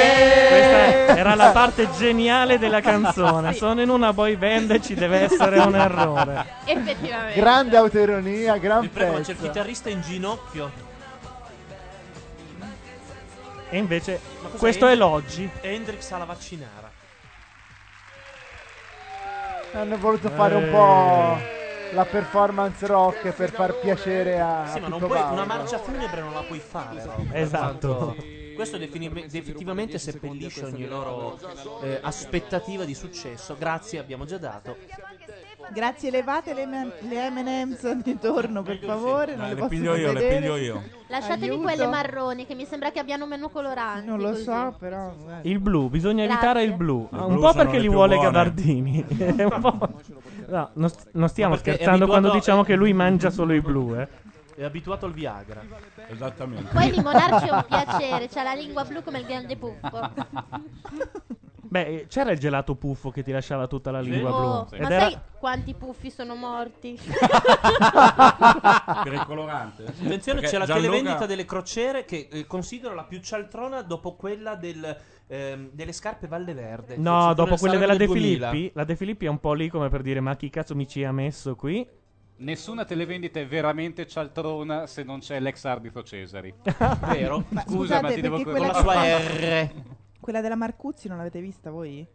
Questa era la parte geniale della canzone. Sono in una boy band e ci deve essere un errore.
Effettivamente.
Grande autoironia, gran
Prego, c'è il
pezzo.
chitarrista in ginocchio.
E invece,
Ma cos'è?
questo è l'oggi.
Hendrix alla vaccinara.
Hanno voluto fare un po' la performance rock per far piacere
Ah,
a
Sì, ma non
Pippo
puoi,
Baudo.
una marcia funebre non la puoi fare. però.
Esatto.
Questo defini- definitivamente seppellisce ogni loro eh, aspettativa di successo. Grazie, abbiamo già dato.
Grazie, levate le, M- le M&M's di torno, per favore. Non
No,
le,
le
posso
piglio io, le
vedere.
piglio io.
Lasciatemi
Aiuto.
quelle marroni che mi sembra che abbiano meno coloranti.
Non lo
così.
so, però. guarda.
Il blu, bisogna
Grazie.
evitare il blu.
Le
un
blu
po'
sono
perché
le
li
più
vuole
buone.
Gavardini. e un po'- No, non, st- non stiamo
Ma perché è
scherzando quando
abituato-
diciamo che lui mangia solo i blu, eh.
È abituato al Viagra.
Esattamente.
Poi limonarci è un piacere, c'ha la lingua blu come il grande puffo.
Beh, c'era il gelato puffo che ti lasciava tutta la lingua
Oh,
blu.
ma
Ed era-
sai quanti puffi sono morti?
Per il colorante.
Attenzione,
Perché
c'è la
Gianluca-
televendita delle crociere che eh, considero la più cialtrona dopo quella del, ehm, delle scarpe Valle Verde. Cioè, Ci
No,
fu
dopo
nel
quella della
Sanremo
De
del 2000.
Filippi, la De Filippi è un po' lì come per dire ma chi cazzo mi ci ha messo qui?
Nessuna televendita è veramente cialtrona se non c'è l'ex arbitro Cesari.
Vero?
Scusa,
Scusate,
ma ti devo
perché
con
quella
la
che
sua
fa-
R.
Quella della Marcuzzi non l'avete vista voi?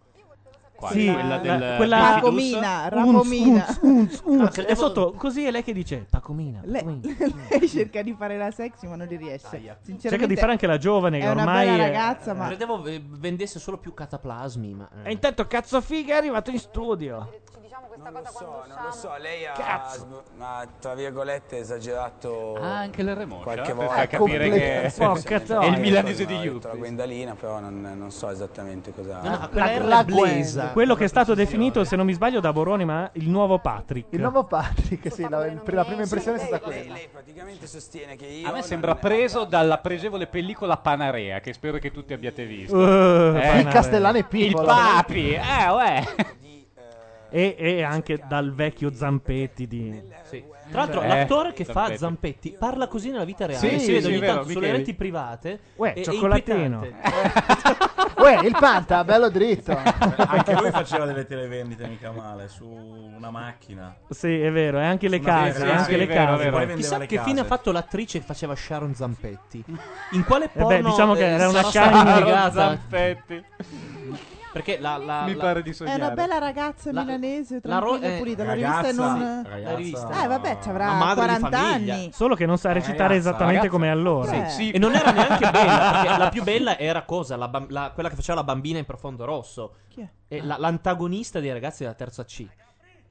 Quale?
Sì,
Quella del-
la- quella
Ragomina, Ragomina.
Unz, unz, unz, unz. E sotto così è lei che dice Pacomina.
Lei, lei cerca di fare la sexy ma non li riesce. Sinceramente,
Cerca di fare anche la giovane che
Cioè, è una
ormai
bella
è-
ragazza, ma
Credevo eh, vendesse solo più cataplasmi, ma... eh.
E intanto cazzo figa è arrivato in studio.
Non lo so, lei ha,
Cazzo.
ha, tra virgolette esagerato
Ah, anche la remota,
qualche
per
volta Ecco,
far capire che-
Sì, sì, sì,
Porca
sì.
troia. È il milanese di
No, ha detto
Juppie.
La guendalina, però non, non so esattamente cosa.
quella
La- la Blaise. Gwen.
Ah, Quello che è stato definito, se non mi sbaglio, da Boroni, ma il nuovo Patrick.
Il nuovo Patrick, sì, la, la prima impressione è stata quella.
praticamente sostiene che io
A me sembra preso dalla pregevole pellicola Panarea, che spero che tutti abbiate visto. Eh?
Uh, Panarea.
Il Castellano è piccolo.
Il Papi, eh, uè.
E, e anche dal vecchio Zampetti di...
Tra l'altro,
Eh,
l'attore che fa
Zampetti.
Zampetti parla così nella vita reale.
Sì,
si vede
sì,
ogni
vero,
tanto sulle
Micheli.
reti private.
Uè,
e- e
cioccolatino.
inquietante.
Uè, il Panta, bello dritto.
Anche lui faceva delle televendite mica male su una macchina.
Sì, è vero, e anche le
Una
case,
vera-
anche
sì,
le
vero,
case.
vero. Poi vendeva
Chissà
le
che
case.
fine ha fatto l'attrice che faceva Sharon Zampetti. In quale
beh,
porno
diciamo che
eh,
era una
sarà stata
cagna.
impiegata?
Zampetti.
Perché la, la-
Mi
la-
pare di
è una bella ragazza
La-
milanese,
la ro-
tranquilla e
eh,
pulita. La
ragazza,
rivista è non.
sì, ragazza. La rivista.
Eh, vabbè, ci avrà
Una madre di
40
famiglia.
anni. Eh.
Solo che non sa recitare
Ragazza,
esattamente
ragazza.
come allora.
Sì, sì. E non era neanche bella, perché la più bella era cosa? La bam- la- quella che faceva la bambina in profondo rosso.
Chi è?
E la- l'antagonista dei ragazzi della terza C.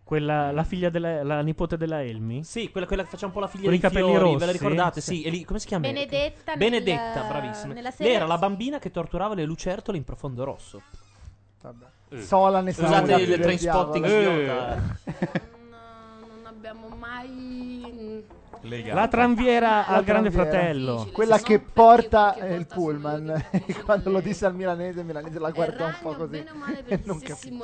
Quella, la figlia della, la nipote della Elmi?
Sì, quella, quella che faceva un po' la figlia
Con i
dei
capelli
fiori,
rossi?
ve la ricordate? Sì, e lì- come si chiama?
Benedetta nel-
Benedetta, bravissima.
nella
Lei
serie-
era la bambina che torturava le lucertole in profondo rosso.
Eh. Sola ne sa
Scusate
una,
il
del
train spotting
diavolo.
Non abbiamo mai.
La tranviera
La
al Grande
tranviera.
Fratello.
Quella che porta eh, il pullman. Quando lo disse al milanese, il milanese la guardò un po' così. non capì.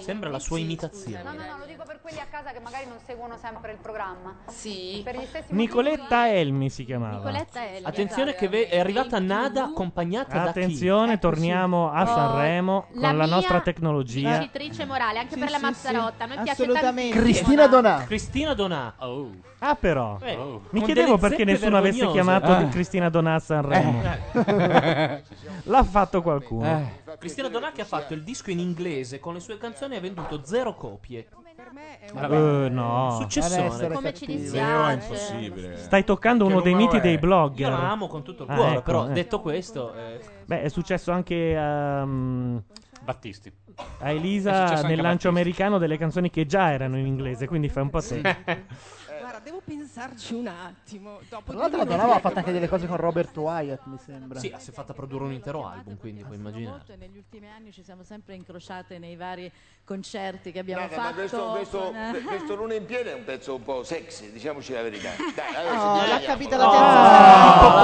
Sembra la sua imitazione.
No, no, no, lo dico per quelli a casa che magari non seguono sempre il programma. Sì. Per gli stessi
Nicoletta Elmi si chiamava.
Nicoletta Elmi,
Attenzione
esatto.
che ve- è arrivata Nada accompagnata da chi?
Attenzione, torniamo a
Oh,
Sanremo
la
con la
mia
nostra tecnologia.
Vincitrice morale anche per la Mazzarotta. A noi piace
Assolutamente.
tantissimo.
Cristina
Donà.
Cristina Donà.
Ah, però.
Eh,
Oh.
Mi
con
chiedevo
delle
perché
zeppe
nessuno avesse
vergognose.
chiamato
Eh.
Ah.
Cristina Donà a Sanremo.
Eh.
L'ha fatto qualcuno.
Eh.
Cristina Donà che ha fatto il disco in inglese con le sue canzoni e ha venduto zero copie.
Eh, no.
Successore.
Come ci
Zero è
dispiace.
impossibile.
Stai toccando
Che
uno dei
numero
miti
è?
dei blogger.
Cioè, Io la amo con tutto il
Ah,
cuore,
ecco,
però
eh.
detto questo... eh,
Beh, è successo anche a. mm,
Battisti.
a
È
Elisa
successo
nel
anche
lancio
a Battisti.
americano delle canzoni che già erano in inglese, quindi fai un po' te.
Eh.
Guarda, devo pensarci un attimo. Dopo
Tra l'altro,
due
la Donna aveva
minuti-
fatto anche delle cose con Robert Wyatt, mi sembra.
Sì, si è fatta produrre un intero album, quindi puoi immaginare.
Molto e negli ultimi anni ci siamo sempre incrociate nei vari concerti che abbiamo
Guarda, Eh,
fatto.
ma questo, questo,
con- eh,
questo luna in piena è un pezzo un po' sexy, diciamoci la verità. Dai, adesso
Oh,
ti
l'ha
vediamo.
capita
Oh,
Ah,
Baudo,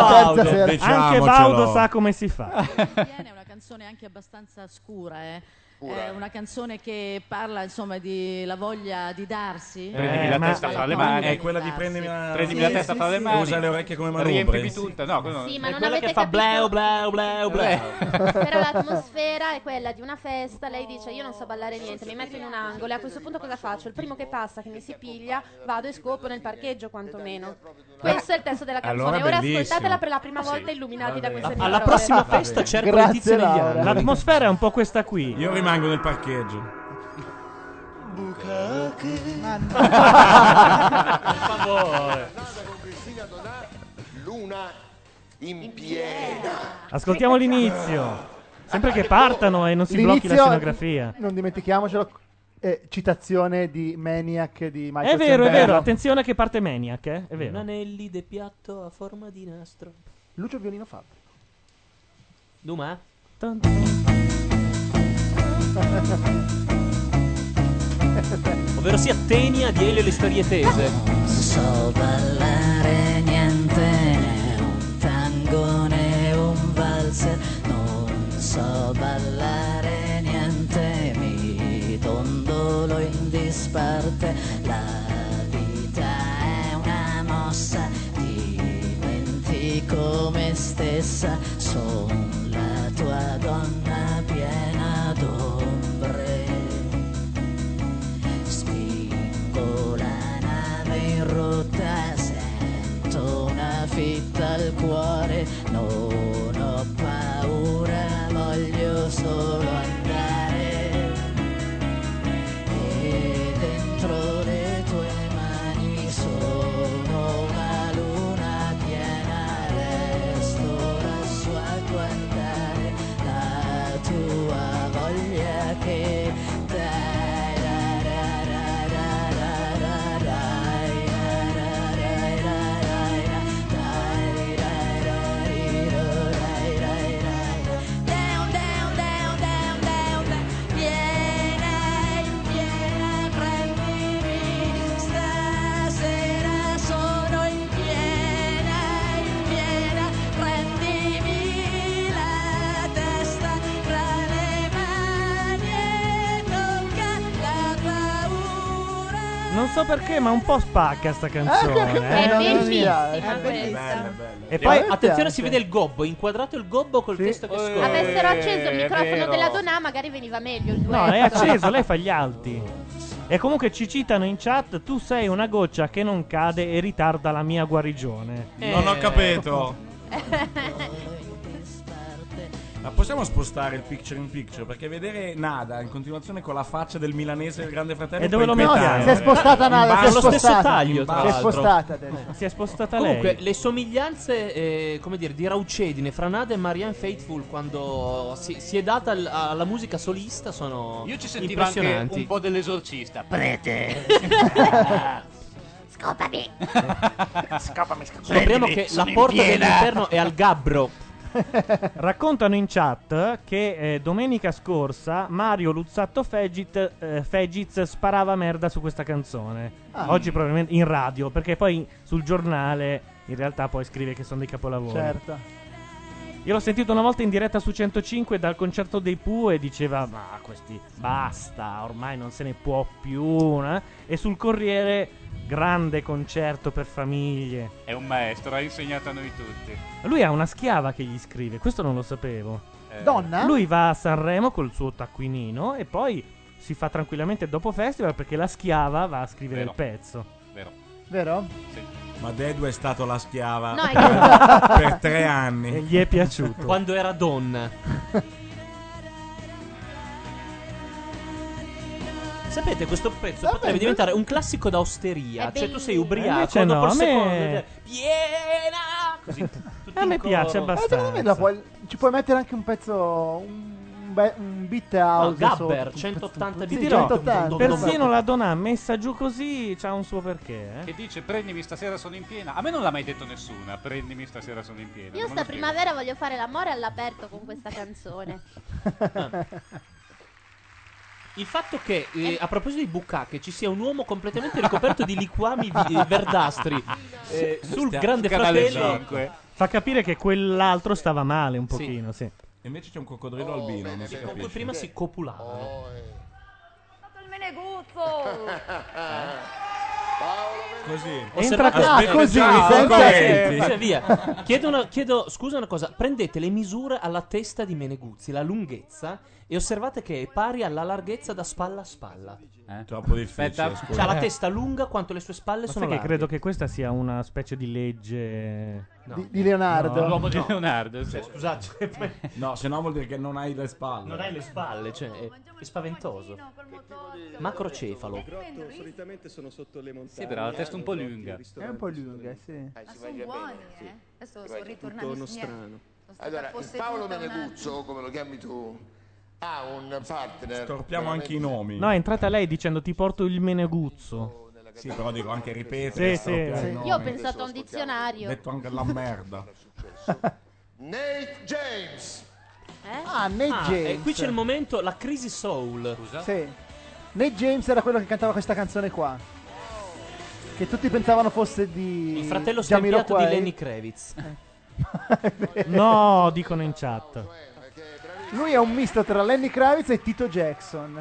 Baudo.
diciamocelo.
Anche Baudo sa come si fa.
Viene è una canzone anche abbastanza scura, eh.
Scura.
È una canzone che parla insomma di la voglia di darsi.
Prendimi Eh, la testa fra le mani.
È quella di prendimi la,
Prendimi la testa fra le mani.
Usa le orecchie come manubri.
Riempimi tutta. No, quello
Sì,
non-
ma
è Eh.
non
quella
avete
che fa
capito-
bleu, bleu, bleu,
Eh,
bleu.
Però l'atmosfera è quella di una festa. Lei dice: Io non so ballare niente, mi metto in un angolo. E a questo punto cosa faccio? Il primo che passa, che mi si piglia, vado e scopo nel parcheggio, quantomeno. Questo è il testo della canzone.
Allora,
Ora
bellissimo.
ascoltatela per la prima volta, illuminati da queste mie
Alla
parole.
prossima
Va
festa
bene.
cerco le tizie negli anni. L'atmosfera è un po' questa qui.
Io rimango nel parcheggio.
Per favore. Luna in piena.
Ascoltiamo l'inizio. Sempre che partano e non si blocchi la
L'inizio-
scenografia.
Non dimentichiamocelo. eh, citazione di Maniac di Michael
È vero, è
Sembello.
vero. Attenzione che parte Maniac, eh. È
Un
vero.
anelli de piatto a forma di nastro.
Lucio Violino Fabio.
Duma? Ovvero sia Tenia di Elio e le storie tese.
so ballare niente né un tango né un valzer non so ballare niente mi dondolo in disparte la vita è una mossa dimentico me stessa sono la tua donna piena d'ombre Spingo la nave in rotta, sento una fitta al cuore, non ho paura, voglio solo andare. E dentro le tue mani sono una luna piena, resto lassù a guardare la tua voglia che dai.
Down, down, down, down, down, down. Viene, viene, prendimi. Stasera sono in piena, in piena. Prendimi la testa tra le mani e tocca la paura.
Non so perché, ma un po' spacca sta canzone. eh.
E
E
poi
poi-
attenzione, si vede il gobbo. Inquadrato il gobbo col testo che scorre.
Avessero acceso il microfono della Donà, magari veniva meglio il duetto.
Eh, No, è acceso, lei fa gli alti. E comunque ci citano in chat: tu sei una goccia che non cade e ritarda la mia guarigione.
Non ho capito. Ma possiamo spostare il picture in picture? Perché vedere Nada in continuazione con la faccia del milanese del Grande Fratello.
E dove lo
mettiamo?
mettiamo?
Si è spostata Nada, si è
Lo stesso
spostata.
taglio, tra
Si è
l'altro.
spostata adesso.
Si è spostata
Comunque, le somiglianze, eh, come dire, di Raucedine fra Nada e Marianne Faithful quando si, si è data al- alla musica solista sono
Io ci sentivo anche
impressionanti.
un po' dell'esorcista. Prete.
Scopami.
Scopami,
Scopriamo che la porta dell'inferno è al gabbro.
Raccontano in chat che eh, domenica scorsa Mario Luzzatto Fegit, eh, Fegiz sparava merda su questa canzone.
Ah.
Oggi probabilmente in radio, perché poi sul giornale in realtà poi scrive che sono dei capolavori.
Certo.
Io l'ho sentito una volta in diretta su 105 dal concerto dei Pooh e diceva ma questi basta, ormai non se ne può più. eh?" E sul Corriere grande concerto per famiglie.
È un maestro, ha insegnato a noi tutti.
Lui ha una schiava che gli scrive, questo non lo sapevo.
Eh.
Donna?
Lui va a Sanremo col suo taccuinino e poi si fa tranquillamente dopo festival perché la schiava va a scrivere
Vero.
il pezzo.
Vero.
Vero?
Ma Dedu è stato la schiava
No, è
che-
per tre anni.
E gli è piaciuto.
Quando era donna. Sapete, questo pezzo potrebbe diventare un classico da osteria.
È
Cioè, tu sei
bellissimo.
ubriaco,
Invece no,
dopo il
a me-
secondo. Piena! Così.
A me piace
Ma secondo me
abbastanza.
dopo il- ci puoi mettere anche un pezzo, un, be- un beat
No,
house.
Gabber,
sotto.
180
Ah, Sì,
di
Ti dirò,
180.
Persino la Donà messa giù così c'ha un suo perché. eh.
Che dice prendimi stasera sono in piena. A me non l'ha mai detto nessuna, prendimi stasera sono in piena.
Io
Non me lo
sta
spiego.
primavera voglio fare l'amore all'aperto con questa canzone.
Il fatto che, eh, a proposito di Bucacche, ci sia un uomo completamente ricoperto di liquami vi- verdastri eh, sul
Stia-
grande fratello.
Fa capire che quell'altro stava male un pochino, sì.
Invece c'è un
Oh,
coccodrillo albino, non si
Con
capisce. Oh, eh.
cui prima si copulavano.
il meneguzzo.
Eh?
Così.
Osservate-
Entra- Ah, così,
Ciao,
senza-
commenti.
sì.
Sì, via. Chiedo, una- chiedo- scusa una cosa, prendete le misure alla testa di Meneguzzi, la lunghezza, e osservate che è pari alla larghezza da spalla a spalla.
Troppo Eh? difficile.
Aspetta.
scusa.
C'ha la testa lunga quanto le sue spalle
Ma
sono
sai che
larghe.
credo che questa sia una specie di legge
Di- di Leonardo. L'uomo di
Leonardo, sì.
Cioè, Scusate.
No, se no vuol dire che non hai le spalle.
Non hai le spalle, cioè, è, è spaventoso. Macrocefalo.
solitamente sono sotto le montagne.
Sì, però la testa un po' lunga.
È un po' lunga, sì.
Ma
sono buoni, eh? Adesso sono ritornati
Torno
indietro.
strano.
stata
Allora, il
posseduta
Paolo
un attimo.
Meneguzzo, come lo chiami tu, ha un partner.
Storpiamo anche i nomi.
No, è entrata lei dicendo ti porto il meneguzzo.
Sì, però dico anche ripetere.
Sì, sì,
storpiare
sì.
i nomi.
Io ho pensato a un dizionario.
detto anche la merda.
Nate James.
Ah, Nate
Ah,
James.
e qui
cioè.
c'è il momento, la crisi soul. Scusa?
Sì. Nate James era quello che cantava questa canzone qua. Che tutti pensavano fosse di.
Il fratello
Jamiroquai.
stempiato
eh.
di Lenny Kravitz.
No, dicono in chat.
Lui è un misto tra Lenny Kravitz e Tito Jackson.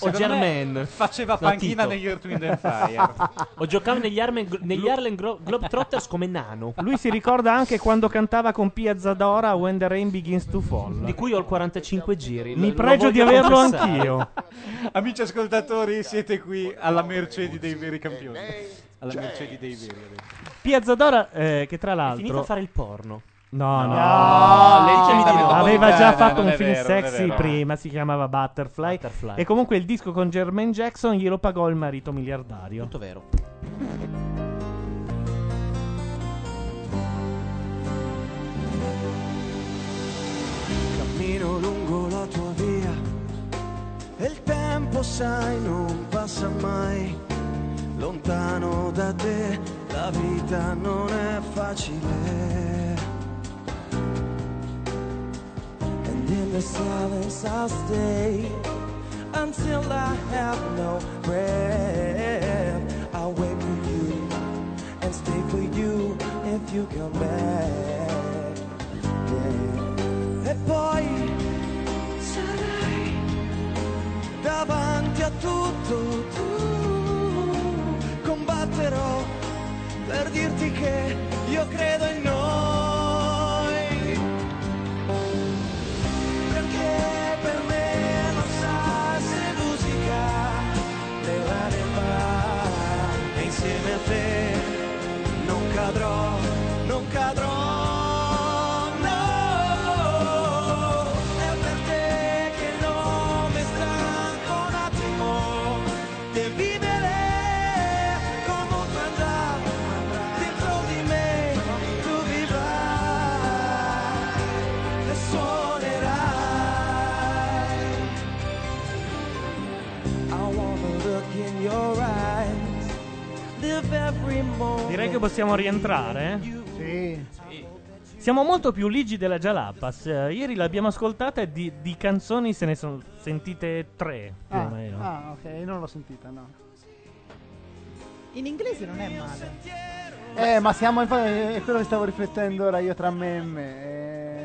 o Germain. Ah,
faceva panchina negli Earth, Wind and
Ah,
Fire.
o giocava negli, Armen- negli Harlem Glo- Globetrotters come nano.
Lui si ricorda anche quando cantava con Pia Zadora When the Rain Begins to Fall.
Di cui ho il 45 giri.
Mi pregio di averlo anch'io.
Amici ascoltatori, siete qui alla Mercedes dei veri
Eh,
campioni. Alla
cioè,
Mercedes dei veri. adesso.
Pia Zadora, eh, che tra l'altro...
finita a fare il porno.
No, no.
No, lei dice di no.
Aveva già
Eh,
fatto
non
un
è
film
vero, non è
sexy
vero.
prima, si chiamava Butterfly.
Butterfly.
E comunque il disco con Germain Jackson glielo pagò il marito miliardario.
Tutto vero.
cammino lungo la tua via e il tempo sai non passa mai lontano da te la vita non è facile
And in the silence I'll stay
until I have no breath I'll wait for you and stay for you if you come back Yeah. e poi sarai davanti a tutto tu combatterò per dirti che io credo in noi perché per me non sa se musica della va e insieme a te non cadrò non cadrò no
Direi che possiamo rientrare. eh?
Sì.
Siamo molto più ligi della Jalapas. Eh, Ieri l'abbiamo ascoltata e di, di canzoni se ne sono sentite tre, più o
Ah,
meno.
ah, ok, non l'ho sentita, no.
In inglese non è male.
Eh, ma siamo, infatti, è quello che stavo riflettendo ora io tra me e me.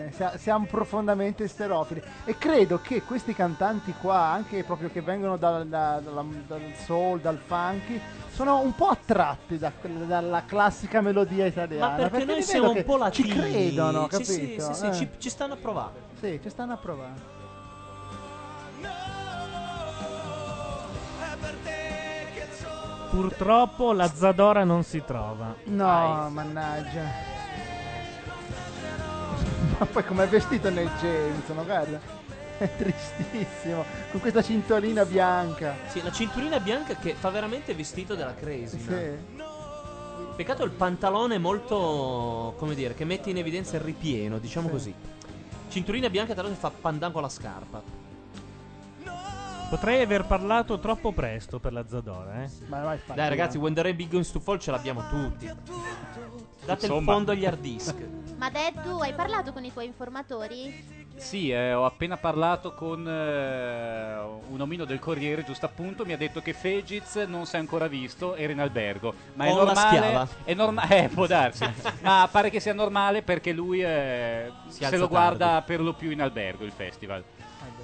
eh, sia- siamo profondamente sterofili. E credo che questi cantanti qua, anche proprio che vengono dal, da- dalla- dal soul, dal funky, sono un po' attratti da quella- dalla classica melodia italiana.
Ma perché,
li
noi
vedo
siamo
che
un po' latini.
Ci credono,
Sì,
capito?
sì, sì, sì,
Eh,
ci, ci stanno a provare.
sì, ci stanno a provare.
Purtroppo la Zadora non si trova.
No, mannaggia. Ma poi com'è vestito nel James, no? Guarda. È tristissimo. Con questa cintolina bianca.
Sì, la cinturina bianca che fa veramente vestito della crazy.
Sì.
Peccato il pantalone molto, come dire, che mette in evidenza il ripieno, diciamo così. Cinturina bianca tra l'altro fa pandan con la scarpa.
Potrei aver parlato troppo presto per la Zadora, eh.
Ma vai, fatti,
Dai ragazzi,
eh.
When the Rain Begins to Fall ce l'abbiamo tutti. Date il
Insomma.
fondo agli hard disk.
Ma Deddu, hai parlato con i tuoi informatori?
Sì, eh, ho appena parlato con eh, un omino del Corriere, giusto appunto, mi ha detto che Fegiz non si è ancora visto, era in albergo. Ma è
Con la
normale,
schiava.
È norma- eh, può darsi. ma pare che sia normale perché lui eh, se
alza
lo guarda per lo più in albergo il festival.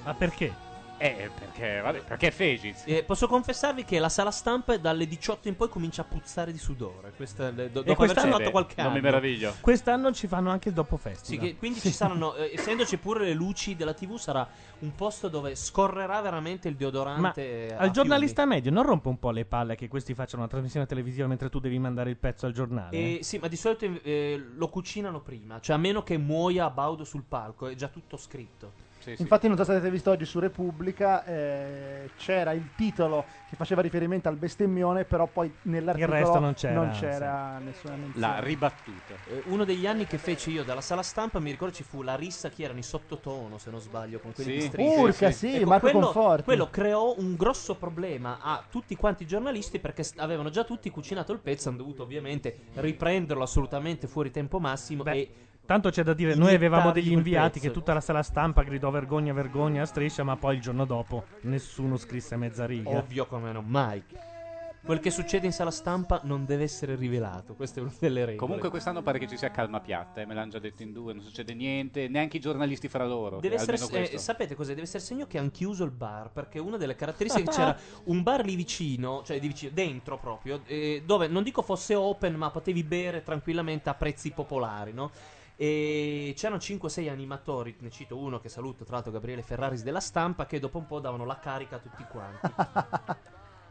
Ma perché?
Eh, perché, vabbè, perché è Fegiz.
Eh, posso confessarvi che la sala stampa dalle 18 in poi comincia a puzzare di sudore. Questa, le- do- dopo aver fatto qualche anno.
Quest'anno ci fanno anche il dopo festival.
Sì, che quindi ci saranno, eh, essendoci pure le luci della TV, sarà un posto dove scorrerà veramente il
Ma
deodorante. a
al giornalista medio non rompe un po' le palle che questi facciano una trasmissione televisiva mentre tu devi mandare il pezzo al giornale?
fiumi. Eh, sì, ma di solito eh, lo cucinano prima, cioè a meno che muoia a baudo sul palco, è già tutto scritto.
Infatti non so se avete visto oggi su Repubblica eh, c'era il titolo che faceva riferimento al bestemmione, però poi nell'articolo
resto non c'era,
c'era nessuna menzione.
La ribattuta.
Eh, Uno degli anni che feci io dalla sala stampa, mi ricordo ci fu la rissa che erano in sottotono, se non sbaglio, con quelli
Sì.
di Striscia. Ecco,
Urca, sì, Marco
quello,
Conforti.
quello creò un grosso problema a tutti quanti i giornalisti perché s- avevano già tutti cucinato il pezzo, hanno dovuto ovviamente riprenderlo assolutamente fuori tempo massimo e
Tanto c'è da dire, noi avevamo
Invitargli
degli
quel
inviati
pezzo.
che tutta la sala stampa gridò vergogna, vergogna a striscia, ma poi il giorno dopo nessuno scrisse mezza riga.
Ovvio come non mai. Quel che succede in sala stampa non deve essere rivelato. Questa è una delle regole.
Comunque quest'anno pare che ci sia calma piatta, eh, me l'hanno già detto in due, non succede niente, neanche i giornalisti fra loro.
Deve essere,
almeno
eh,
questo.
sapete cos'è? Deve essere segno che hanno chiuso il bar. Perché una delle caratteristiche c'era un bar lì vicino, cioè di vicino, dentro proprio, eh, dove non dico fosse open, ma potevi bere tranquillamente a prezzi popolari, no? E c'erano 5-6 animatori, ne cito uno che saluto, tra l'altro Gabriele Ferraris della stampa, che dopo un po' davano la carica a tutti quanti.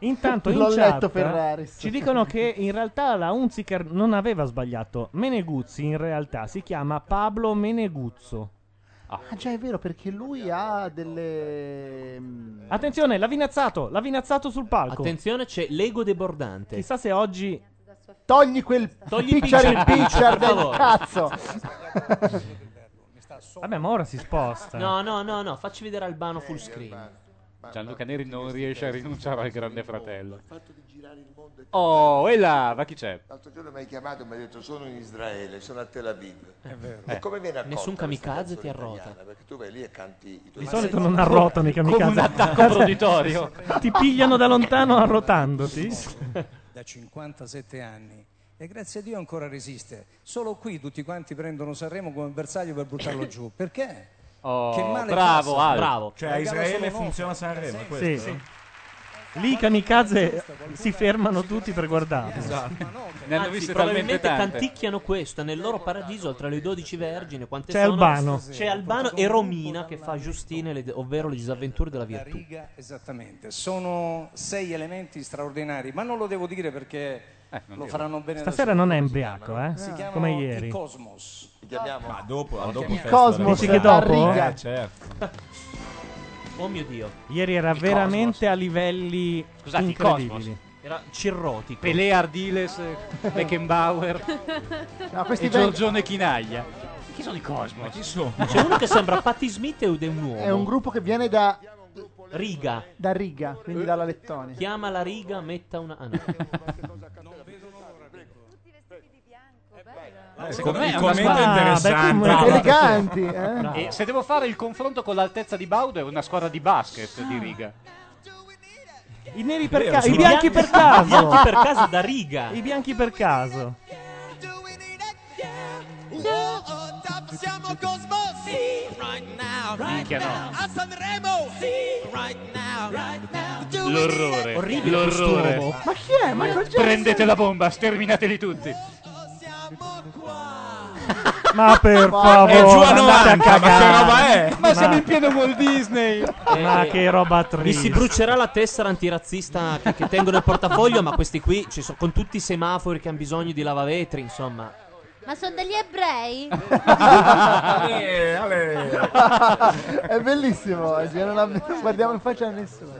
Intanto in
L'ho
chat
letto, Ferraris.
ci dicono che in realtà la Unziker non aveva sbagliato. Meneguzzi in realtà si chiama Pablo Meneguzzo.
Ah già è vero perché lui ha delle...
Eh, Attenzione, l'ha vinazzato, l'ha vinazzato sul palco.
Attenzione, c'è l'ego debordante.
Chissà se oggi
Togli quel
Togli il
picture in
picture,
picture
per
del
favore.
cazzo.
Vabbè, ma ora si sposta.
No, no, no, no, facci vedere Albano full screen.
Gianluca Neri non riesce a rinunciare al grande fratello.
girare il mondo e
Oh, e là, va chi c'è?
L'altro giorno mi hai chiamato e mi hai detto sono in Israele, sono a Tel Aviv. È vero.
Eh.
E come viene accolta
Nessun
questa
kamikaze
canzone
ti arrota.
italiana? Perché tu vai lì e canti i
Di
tuoi pezzi.
solito non arrotano i kamikaze.
Come un attacco proditorio.
Ti pigliano da lontano arrotandoti.
da 57 anni e grazie a Dio ancora resiste. Solo qui tutti quanti prendono Sanremo come bersaglio per buttarlo giù. Perché?
Oh,
Che male
bravo,
passa.
Al.
Cioè a Israele funziona Sanremo, è questo.
Sì. Lì i kamikaze si fermano tutti per guardarlo.
Esatto. Ne hanno
Anzi,
viste
probabilmente
talmente tante.
canticchiano questa nel loro paradiso oltre le 12 vergini. Quante
C'è
sono?
Albano.
C'è Albano e Romina che fa Giustine, le- ovvero le disavventure della virtù.
riga esattamente. Sono sei elementi straordinari, ma non lo devo dire perché lo
dirlo.
faranno bene da
Eh, Stasera
soli.
non è embriaco, eh?
Si chiamano
Come
I
ieri.
Cosmos.
Ma
dopo,
Ok.
dopo
Il
festa,
Cosmos
dopo
che
festa.
dopo?
Eh, certo.
Oh mio dio.
Ieri era
Il
veramente a livelli
Scusate, il
incredibili.
Era cirrotico.
Pelé, Ardiles, Beckenbauer
No,
e
questi vengono-
Giorgione Chinaglia. Chi sono i Cosmos? Chi sono?
C'è uno che sembra Patti Smith ed è un uomo.
È un gruppo che viene da,
Riga.
da Riga, quindi dalla Lettonia.
Chiama la riga, metta una. Ah, no.
Eh,
Eh,
Secondo
com-
me
il
è una
commento
squadra-
interessante. Ah, beh, Eleganti, eh.
Brava. E se devo fare il confronto con l'altezza di Baudo, è una squadra di basket di riga.
I neri
per ca-
i bianchi per caso.
I bianchi per caso da
riga. I bianchi per caso.
Siamo cosmossi right now, right
Minchia, no.
now. A Sanremo, sì, right now, right now.
L'orrore.
Orribile
L'orrore.
quest'uomo.
Ma
chi è? Michael Jackson?
Prendete la bomba, sterminateli tutti.
Ma Ah, per
Ma-
favore,
È giù a
andate a
90, ma che
cagare.
roba è? Ma siamo in
pieno
Walt Disney.
Ma che roba
Mi
triste.
Eh, si brucerà la tessera antirazzista che, che tengo nel portafoglio, ma questi qui ci sono con tutti i semafori che hanno bisogno di lavavetri, insomma.
Ma sono degli ebrei?
Ale, è bellissimo oggi, non ab- guardiamo in faccia a nessuno.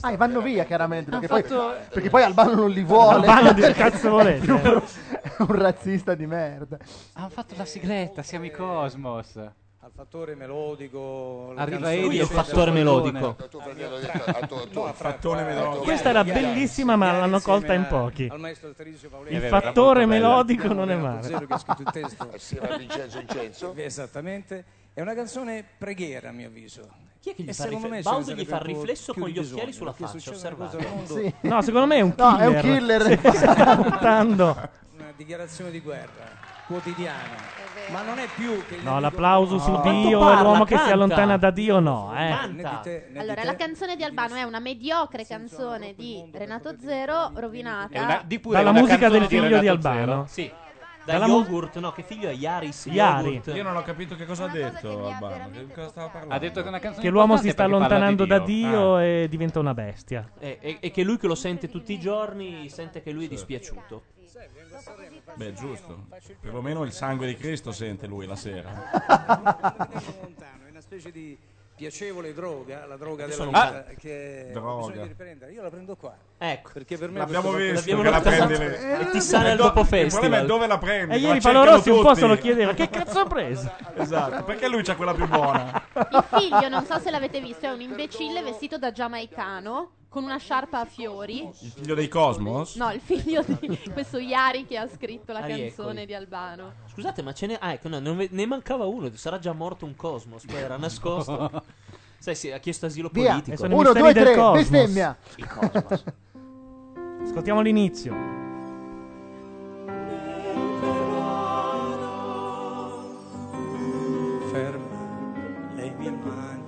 Ah, e vanno via chiaramente, perché,
Hanno
poi,
fatto-
perché poi Albano non li vuole.
Albano di che cazzo volete?
È più
cioè.
un- è un razzista di merda.
Hanno fatto la sigletta, siamo i Cosmos.
Al fattore melodico. la
Arriva
canzone,
Elio, il
eccetera.
fattore melodico.
Al tuo
fattore melodico.
Questa era bellissima, ma l'hanno
insieme
colta in
a-
pochi.
al maestro Alterisio Paolini.
Il
È vero, era
fattore
molto bella.
melodico non è
Abbiamo
male.
Zero che ha scritto il testo.
Assieme a Vincenzo Incenso.
Esattamente. È una canzone preghiera, a mio avviso. Chi
è che gli
e
fa
secondo
rifle-
me
Baudo
ce ne
gli fa
sarebbe
il riflesso
più
con
di
gli occhiari sulla
bisogno,
faccia,
perché succede una cosa
osservate.
al mondo-
Sì.
No, secondo me è un killer.
No, è un killer.
Sì, sta puntando.
Una dichiarazione di guerra quotidiana. Ma non è più che
No, l'applauso su
No.
Dio,
Quanto parla,
l'uomo che si
canta.
allontana da Dio, no. Eh.
Né di te, né
Allora,
di te.
la canzone di Albano è una mediocre canzone di Renato Zero rovinata
È una- di pure
Dalla
una
musica del
canzone di
figlio di
Renato
Albano.
Zero. Sì. Da
Dalla mu-
yogurt, no, che figlio è Iaris?
Iari.
Yogurt.
Io non ho capito che cosa ha detto Albano. Che cosa stava parlando? Ah,
Ha detto che è una canzone
Che l'uomo si sta
importante perché parla
allontanando
di
da
Dio.
Dio e diventa una bestia.
E, Eh, e- e che lui che lo sente tutti i giorni sente che lui è
Certo.
dispiaciuto.
Beh, giusto. Perlomeno il sangue di Cristo sente lui la sera.
lontano, è una specie di piacevole droga, la droga
Io
della
sono
vita
un-
che
Droga.
ho bisogno di riprendere. Io la prendo qua.
Ecco.
Perché per me
L'abbiamo
questo-
visto
l'abbiamo
che la
notato.
prende lei.
Eh,
Il
l'abbiamo-
do- Il problema è dove la prende.
E ieri
la
Paolo
cercano
Rossi un po'
tutti.
se lo chiedeva: Che cazzo ho preso?
Esatto, perché lui c'ha quella più buona.
Il figlio, non so se l'avete visto, è un imbecille vestito da giamaicano con una sciarpa a fiori.
Il figlio dei Cosmos?
No, il figlio di questo Iari che ha scritto la
Ah, eccoli.
canzone di Albano.
Scusate, ma ce ne. Ah, ecco, no, non ve- ne mancava uno. Sarà già morto un Cosmos. Poi era nascosto. Sai, sì, ha chiesto asilo
Via.
politico.
Sono i Uno, misteri due, del tre, Cosmos. bestemmia.
Il Cosmos.
Ascoltiamo l'inizio.
ferma le mie mani,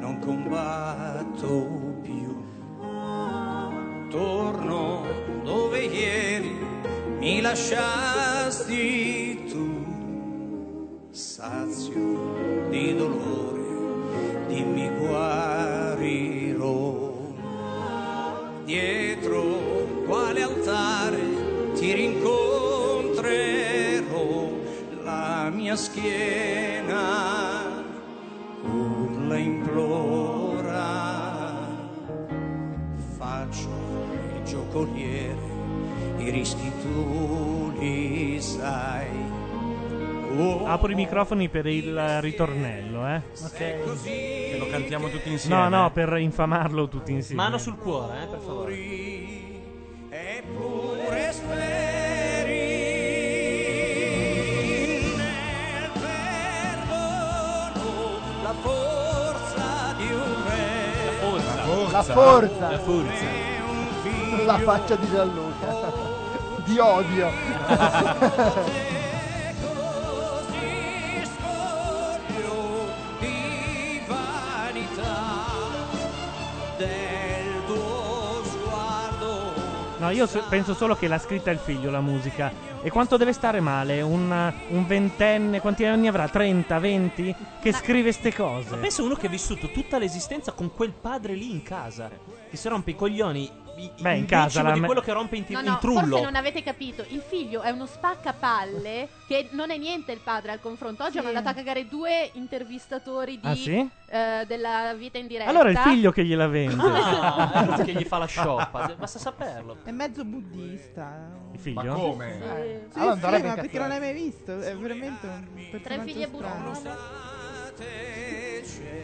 non combatto più. Torno dove ieri mi lasciasti tu, sazio di dolore, dimmi guarirò. Dietro quale altare ti rincontrerò? la mia schiena urla implora faccio il giocoliere i rischi tu li sai
Apro i microfoni per il ritornello, eh.
Che lo cantiamo tutti
No,
insieme.
no, per infamarlo tutti insieme.
Mano sul cuore, eh, per favore.
Eppure speri nel perdono la forza di un re.
La forza.
La forza.
La faccia di Gianluca. Di odio.
Così scoglio di vanità del tuo sguardo.
No, io so- penso solo che l'ha scritta il figlio la musica. E quanto deve stare male un, un ventenne, quanti anni avrà? 30, 20? Che scrive ste cose.
Ma pensa uno che ha vissuto tutta l'esistenza con quel padre lì in casa. Che si rompe i coglioni. i-
Beh, in
il
casa
decimo
la
di
me-
quello che rompe in, ti-
No,
in
no, forse
trullo.
non avete capito. Il figlio è uno spaccapalle che non è niente il padre al confronto. Oggi hanno hanno andato a cagare due intervistatori di,
Ah, sì?
eh, della vita in diretta.
Allora è il figlio che gliela vende.
Ah, che gli fa la scioppa. Basta saperlo.
È mezzo buddista.
Il figlio?
Ma
come?
Sì, sì,
Allora, non dovrebbe
ma perché
incazziare.
non l'hai mai visto? È veramente un personaggio
figli e
strano.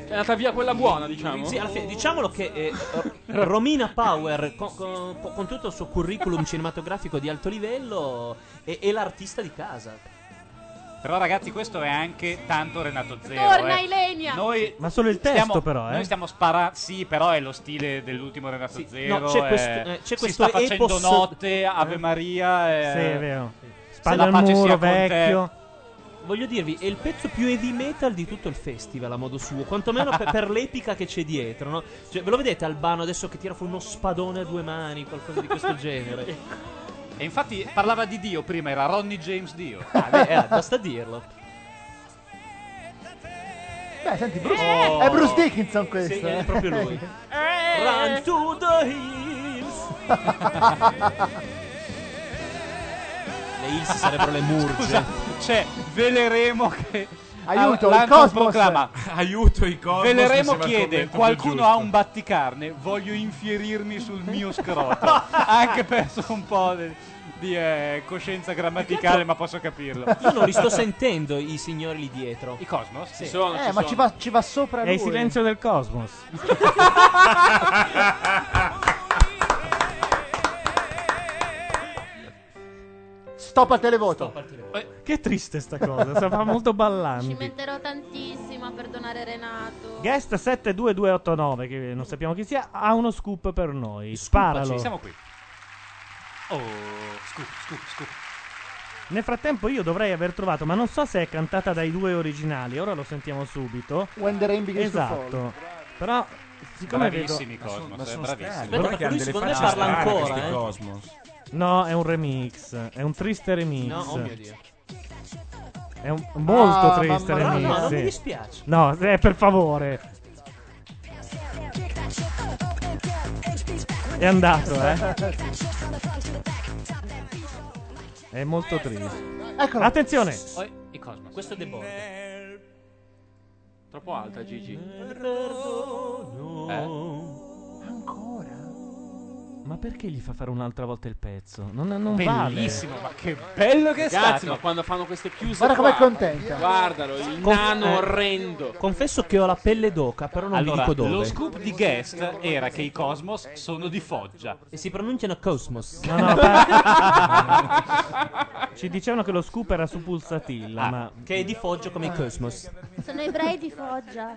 È andata via quella buona, diciamo.
Sì, alla fine, diciamolo che eh, Romina Power, co- co- con, tutto il suo curriculum cinematografico di alto livello, è, è l'artista di casa.
Però ragazzi, questo è anche tanto Renato Zero.
Torna
eh.
Ilenia!
Noi
Ma solo il testo,
stiamo-
però, eh.
Noi stiamo sparando. Sì, però è lo stile dell'ultimo Renato Zero.
no, c'è
eh.
questo- eh, c'è questo
si sta facendo
epos-
notte, Ave Maria. eh.
Sì, è vero.
Se
Spalla
la
al
pace sia
muro,
con te.
vecchio.
Voglio dirvi, è il pezzo più heavy metal di tutto il festival a modo suo, quantomeno per, per l'epica che c'è dietro, no? Cioè, ve lo vedete Albano adesso che tira fuori uno spadone a due mani, qualcosa di questo genere?
E infatti parlava di Dio prima, era Ronnie James Dio.
Ah, beh, eh, basta dirlo.
Beh,
Eh!
senti, Bruce,
Oh.
è Bruce Dickinson questo.
Sì,
eh.
è proprio lui. Run to the hills. Le hills sarebbero le murge.
Scusa, c'è Veleremo che.
Aiuto,
Ah,
il cosmos.
l'antroproclama.
Aiuto i cosmos.
Veleremo
mi sembra il
chiede:
commento più
qualcuno
giusto.
ha un batticarne? Voglio infierirmi sul mio scroto. Anche perso un po' de- di eh, coscienza grammaticale, ma posso capirlo.
Io non li sto sentendo i signori lì dietro. I
cosmos? Sì.
Eh, ma ci va, ci va sopra
È
lui.
il silenzio del cosmos.
eh, Stop al televoto.
Eh, Che triste sta cosa, stava molto
Ci
ballante.
metterò tantissimo a perdonare Renato.
Guest 72289, che non sappiamo chi sia, ha uno scoop per noi. Sparalo.
siamo qui. Oh, scoop, scoop, scoop.
Nel frattempo io dovrei aver trovato, ma non so se è cantata dai due originali, ora lo sentiamo subito.
When the rain begins to fall.
Esatto. Però siccome vedo
Bravissimi Cosmos, eh, bravissimi.
Guarda che hanno delle facce strane
eh.
questi Cosmos.
No, è un remix, è un triste remix.
No, oh mio Dio.
È un molto
Ah,
triste
mamma
remix.
mia. No, non mi
sì.
dispiace.
No, eh, per favore. È andato, eh. È molto triste.
Eccolo.
Attenzione.
Oh, i Cosmos. Questo è The Borg.
Troppo alta, Gigi.
Eh.
Eh.
Ma perché gli fa fare un'altra volta il pezzo? Non, non vale.
Bellissimo,
ma che bello che è
Ragazzi,
stato.
ma quando fanno queste chiuse
Guarda
qua,
com'è contenta.
Guardalo, il
Con-
nano
eh.
orrendo.
Confesso che ho la pelle d'oca, però
non vi
allora,
dico dove.
lo scoop di guest era che i Cosmos sono di Foggia.
E si pronunciano Cosmos.
No, no, pa- Ci dicevano che lo scoop era su Pulsatilla, ma...
Ah, Che è di Foggio come Cosmos.
Sono ebrei di Foggia.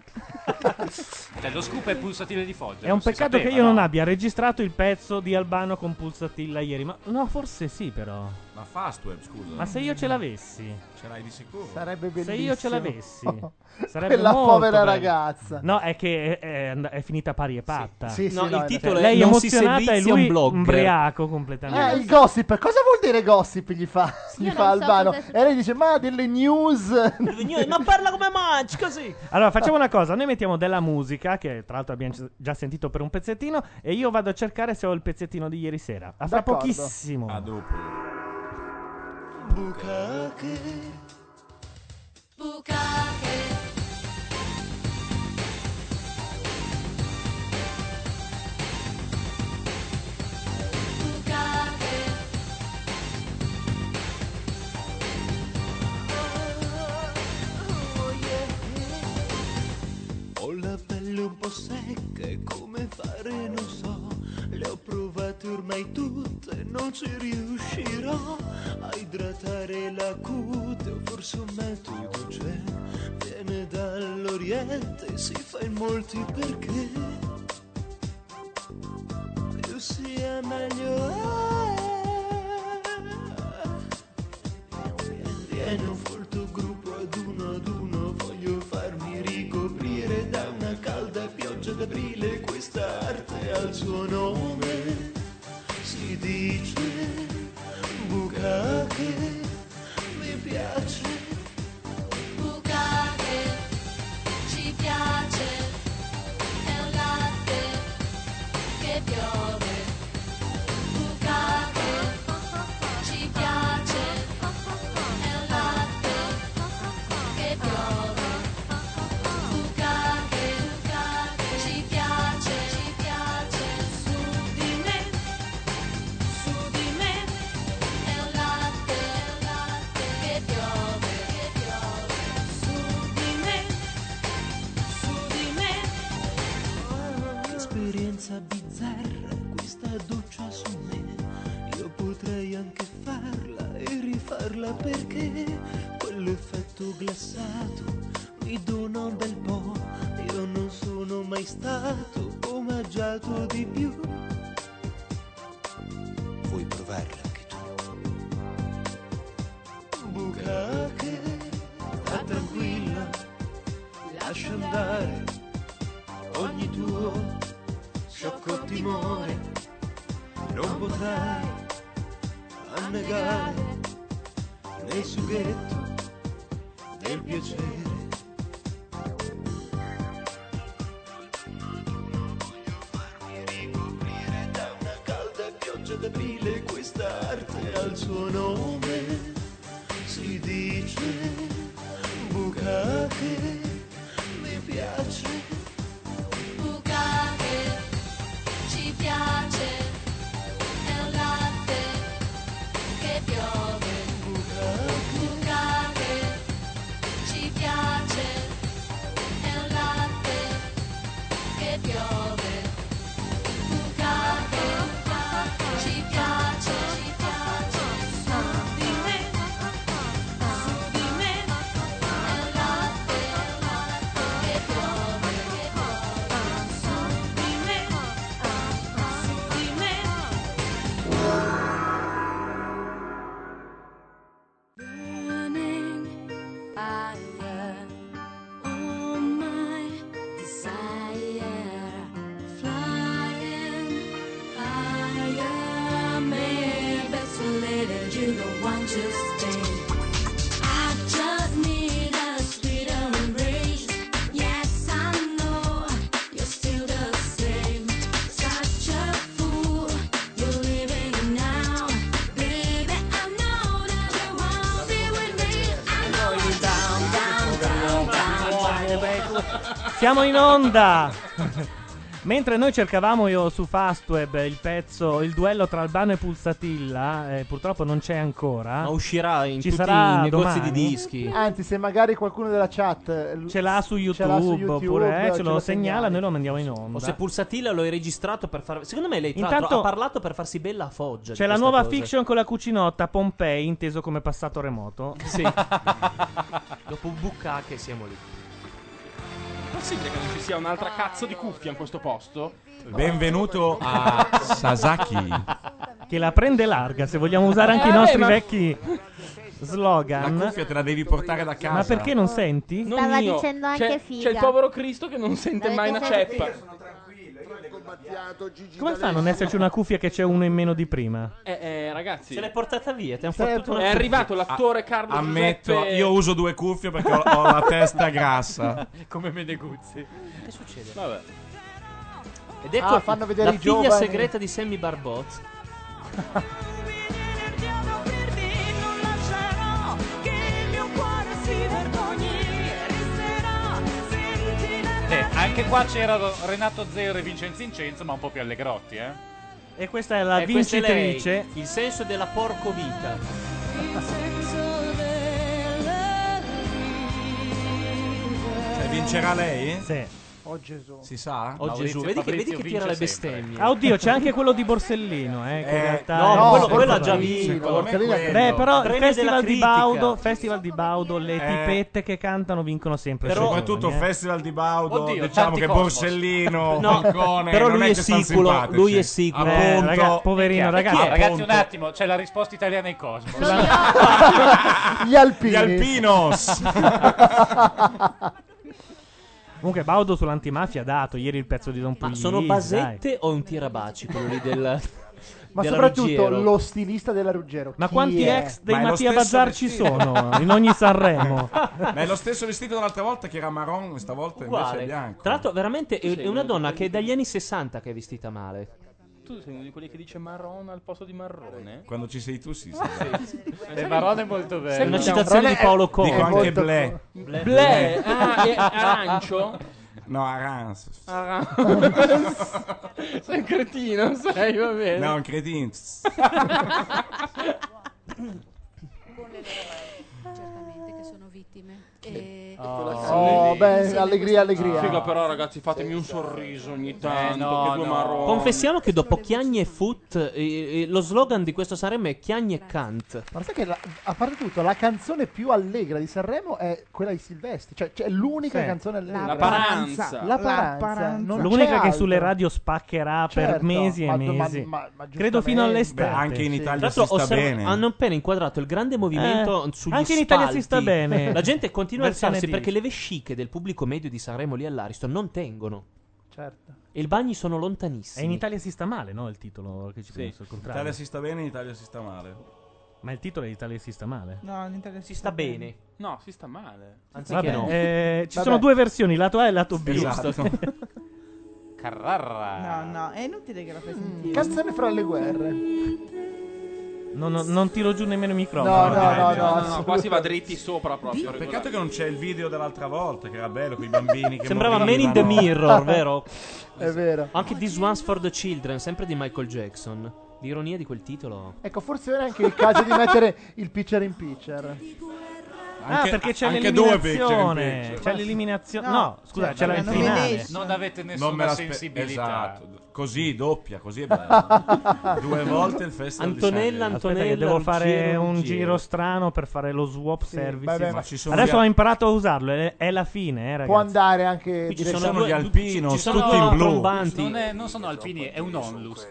Cioè, lo scoop è pulsatile di
Cioè,
Foggia.
È un
non si
peccato
sapeva,
che io non
no?
abbia registrato il pezzo di Albano con Pulsatilla ieri, ma... No, forse sì, però.
Ma Fastweb, scusa.
Ma se io ce l'avessi...
Ce l'hai di sicuro?
Sarebbe
Se io ce
bellissimo.
l'avessi... Sarebbe
Quella
molto
povera
bello.
ragazza.
No, è che è, è and- è finita pari e patta.
Sì, sì, No, sì, il no, è titolo vero. è
Lei è
Non si
emozionata e
servizia
lui
un blogger.
ubriaco
Eh, il
completamente.
gossip, cosa vuol dire gossip? Gli fa, gli
non
fa
so
Albano.
cos'è
e lei dice: Ma delle news.
Ma parla come mangi, così.
Allora, facciamo
Ah.
una cosa: noi mettiamo della musica, che tra l'altro abbiamo già sentito per un pezzettino, e io vado a cercare se ho il pezzettino di ieri sera. A fra
D'accordo.
pochissimo.
Ah,
A dopo.
Oh, Ho la pelle un po' secca e come fare non so, le ho provate ormai tutte, non ci riuscirò a idratare la cute, forse un metodo c'è, viene dall'oriente, si fa in molti perché più sia meglio è. Viene un folto gruppo ad uno ad uno, voglio farmi ricoprire da una calda pioggia d'aprile, questa arte al suo nome si dice buca che mi piace.
Buca che ci piace, è un latte che piove. Buca che ci piace, è un latte che piove. Buca che, buca che ci piace, ci piace su di me, su di me, è un latte, è un latte che piove, che piove. Su di me, su di me
Che esperienza bizzarra questa doccia su me. Io potrei anche farla e rifarla perché quello
l'effetto glassato mi dona un bel po'. Io non sono mai stato omaggiato di più.
Vuoi provarla anche tu?
Buca che sta tranquilla, lascia andare ogni tuo sciocco timore. Non potrai annegare nel sughetto del piacere. Da una calda pioggia d'aprile questa arte ha il suo nome, si dice buca che mi piace.
Bucate, ci piace, è un latte che piove. Bucate, ci piace, è un latte che piove. Bucate, ci piace, ci piace, su di me, su di me, è un latte che piove, che piove. Su di me, su di me. Fire on my desire, flying ah, higher. Maybe later you don't want to stay. I just need a sweet embrace. Yes, I know you're still the same. Such a fool you're living now, baby. I know that you won't be with me. I know you down, down, down, down, down.
Siamo in onda! Mentre noi cercavamo io su Fastweb il pezzo, il duello tra Albano e Pulsatilla, eh, purtroppo non c'è ancora.
Ma uscirà in
Ci
tutti
sarà
i negozi
domani? Eh,
di dischi.
Anzi, se magari qualcuno della chat eh, l-
Ce l'ha su YouTube,
YouTube,
oppure eh, ce, lo
lo
segnala,
segnali.
noi lo mandiamo in onda.
O se Pulsatilla lo hai registrato per far. Secondo me lei tra l'altro,
Intanto-
ha parlato per farsi bella a Foggia. di
C'è la
questa
nuova
cosa.
fiction con la cucinotta Pompei, inteso come passato remoto.
Sì. Dopo Bucca che siamo lì.
Possibile che non ci sia un'altra cazzo di cuffia in questo posto?
Benvenuto
a
Sasaki. Che la prende larga, se vogliamo usare anche
Eh,
i nostri
vabbè, ma-
vecchi slogan.
La
cuffia te la devi portare da casa. Ma perché non senti?
Non
Stava
io.
dicendo anche
c'è,
figa.
C'è il povero Cristo che non sente mai una ceppa.
Come fa a non esserci una cuffia che c'è uno in meno di prima?
Eh, eh, ragazzi.
Se l'è portata via, ti hanno
Certo.
fatto una
È arrivato
cuffia.
l'attore Carlo
Ammetto,
Giuseppe-
io uso due cuffie perché ho, ho la testa grassa.
Come Meneguzzi.
Che succede?
Vabbè.
Ed ecco
Ah, fanno vedere
la
i
figlia
giovani.
segreta di Sammy Barbot.
Che il mio cuore si vergogni, resterà, sentirà
Eh, anche qua c'erano Renato Zero e Vincenzo Incenzo, ma un po' più allegrotti, eh.
E questa è
Eh,
la
E questa è lei.
vincitrice.
Il senso della porco vita.
il senso della vita.
E vincerà lei?
Sì.
Oh Gesù.
Si sa?
Oh Gesù, vedi che, vedi che tira le bestemmie.
Ah, oddio, c'è anche quello di Borsellino, eh, che in
Eh,
realtà
no,
era
quello-
stato
quello ha già
fatto.
vinto, Secondo me Borsellino è quello.
Beh, però il
Premio
Festival
della
di,
critica.
Baudo, Festival di Baudo, le
Eh.
tipette che cantano vincono sempre.
Però- Soprattutto Festival di Baudo, Oddio, diciamo tanti che cosmos. Borsellino,
eh. No,
Falcone, però non lui è è che stan siculo, simpatici. lui è siculo. Appunto.
Eh, poverino,
Minchia,
ragazzi.
chi è?
Ragazzi, un attimo, c'è la risposta italiana in Cosmo.
Gli alpini.
Gli alpinos.
Comunque, Baudo sull'antimafia ha dato ieri il pezzo di Don Puglisi.
Ma sono
dai.
basette o un tirabaci quello lì del.
Ma
della
soprattutto
Ruggiero?
lo stilista della Ruggero.
Ma
chi
quanti
è?
ex dei Mattia Bazzar ci sono in ogni Sanremo?
Ma è lo stesso vestito dell'altra volta che era marron, stavolta invece è
Uguale.
bianco.
Tra l'altro, veramente è,
sei
è una
uno
donna
di
che è dagli anni 60 che è vestita male.
Tu sei uno di quelli che dice marrone al posto di marrone?
Quando ci sei tu, sì.
Eh, Marrone è molto bello. Sei
Una
un-
citazione
Marrone
di
è-
Paolo
è
Conte. Dico anche
molto-
Ble.
Ble.
Ble.
Ah, e arancio?
No, Arans.
Aran- sei un cretino, sei, va bene.
No, un cretino.
Certamente che sono vittime
E-
Ah.
Oh, beh, allegria, allegria.
Figa però ragazzi, fatemi un sorriso ogni
Eh,
tanto,
no,
che due
no.
marroni.
Confessiamo che dopo Chiagni e Foot, eh, eh, lo slogan di questo Sanremo è Chiagni e Kant.
Ma sai che la- a parte tutto, la canzone più allegra di Sanremo è quella di Silvestri, cioè, cioè è l'unica
Sì.
canzone allegra.
La Paranza.
La
La
Paranza.
Paranza.
non c'è
L'unica che
altro.
sulle radio spaccherà per
Certo,
mesi
ma-
e
ma-
mesi.
ma- ma
Credo fino
giustamente.
all'estate.
Beh, anche in Sì. Italia
Tra l'altro
si sta
osserva-
bene.
Hanno appena inquadrato il grande movimento
Eh,
sugli
anche in Italia
spalti.
si sta bene.
La gente continua a
Versione D.
alzarsi perché le vesciche del pubblico medio di Sanremo lì all'Ariston non tengono.
Certo.
E i bagni sono lontanissimi.
E in Italia si sta male, no? Il titolo ora che ci
Sì.
penso, il contrario.
Italia si sta bene, in Italia si sta male.
Ma il titolo è Italia si sta male.
No, in Italia si
sta bene.
No, si sta male.
Vabbè, eh, ci sono due versioni, lato A e lato B.
Esatto.
No, no, è inutile che la fai sentire.
Canzone fra le guerre.
Non- non- non tiro giù nemmeno il
No,
microfono.
no,
guarda.
no, no,
No, qua si va dritti sopra proprio.
Peccato che non c'è il video dell'altra volta, che era bello con i bambini che
Sembrava Man in
morivano.
the Mirror, vero?
È vero.
Anche This One's for the Children, sempre di Michael Jackson. L'ironia di quel titolo.
Ecco, forse ora è anche il caso di mettere il picture in picture.
Ah, perché c'è
anche due picture in
l'eliminazione.
picture.
C'è l'eliminazione.
No,
No,
cioè,
scusa, c'è la
non
finale.
Non avete nessuna
Non me la spe-
sensibilità.
Esatto. Così, doppia, così è bello. due volte il festival di Sanremo.
Aspetta che devo fare un giro, strano per fare lo swap
Sì,
service.
vabbè, ma ci sono
Adesso
gli-
ho imparato a usarlo, è, è la fine, eh, ragazzi.
Può andare anche
Qui ci
direttamente-
sono gli alpino,
ci sono
tutti Eh, in blu.
trombanti.
Non, è- non sono alpini, è un onlus.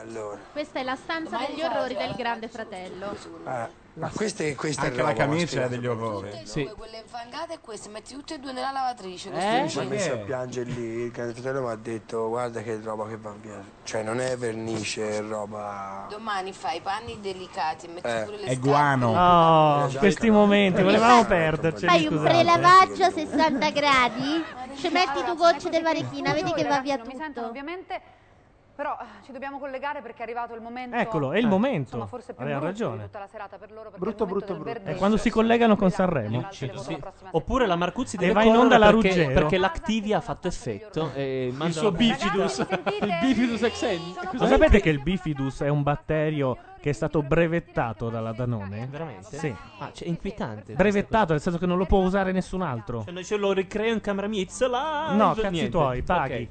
Allora.
Questa è la stanza degli orrori del grande fratello.
Ah, ma queste, queste
Anche la camicia è degli orrori.
Due, quelle vangate e queste, metti tutte e due nella
Eh?
lavatrice.
Eh?
così
Mi
non
sono
c'è-
messo a piangere lì, il grande fratello mi ha detto guarda che roba che va via. Cioè non è vernice, è roba...
Domani fai i panni delicati e metti
Eh,
pure le
è
scarpe.
guano.
Oh, questi momenti, volevamo
Cioè,
perderceli,
Fai un
scusate.
prelavaggio a 60 gradi, ci metti
ecco,
due gocce di varechina, vedi che va
ragazzi,
via
ecco, non mi sentono
tutto.
ovviamente, però eh, ci dobbiamo collegare perché è arrivato il momento.
Eccolo, è il momento.
Insomma, forse più
Aveva
brutto di
ragione.
tutta la serata per loro perché
Brutto,
è il momento del
brutto,
È
verdetto.
quando si collegano con Sanremo.
Oppure la Marcuzzi
E
deve
va in onda
correre
la
perché,
Ruggero.
perché l'Activia ha fatto effetto. E mandano-
suo bifidus.
Il bifidus exen.
Lo sapete che il bifidus è un batterio che è stato brevettato dalla Danone? Veramente? Sì.
Ah, cioè, è inquietante.
Brevettato, nel senso che non lo può usare nessun altro.
Cioè, non ce lo ricreo in camera mia. It's alive!
No, cazzi
Niente.
tuoi, paghi.
Ok.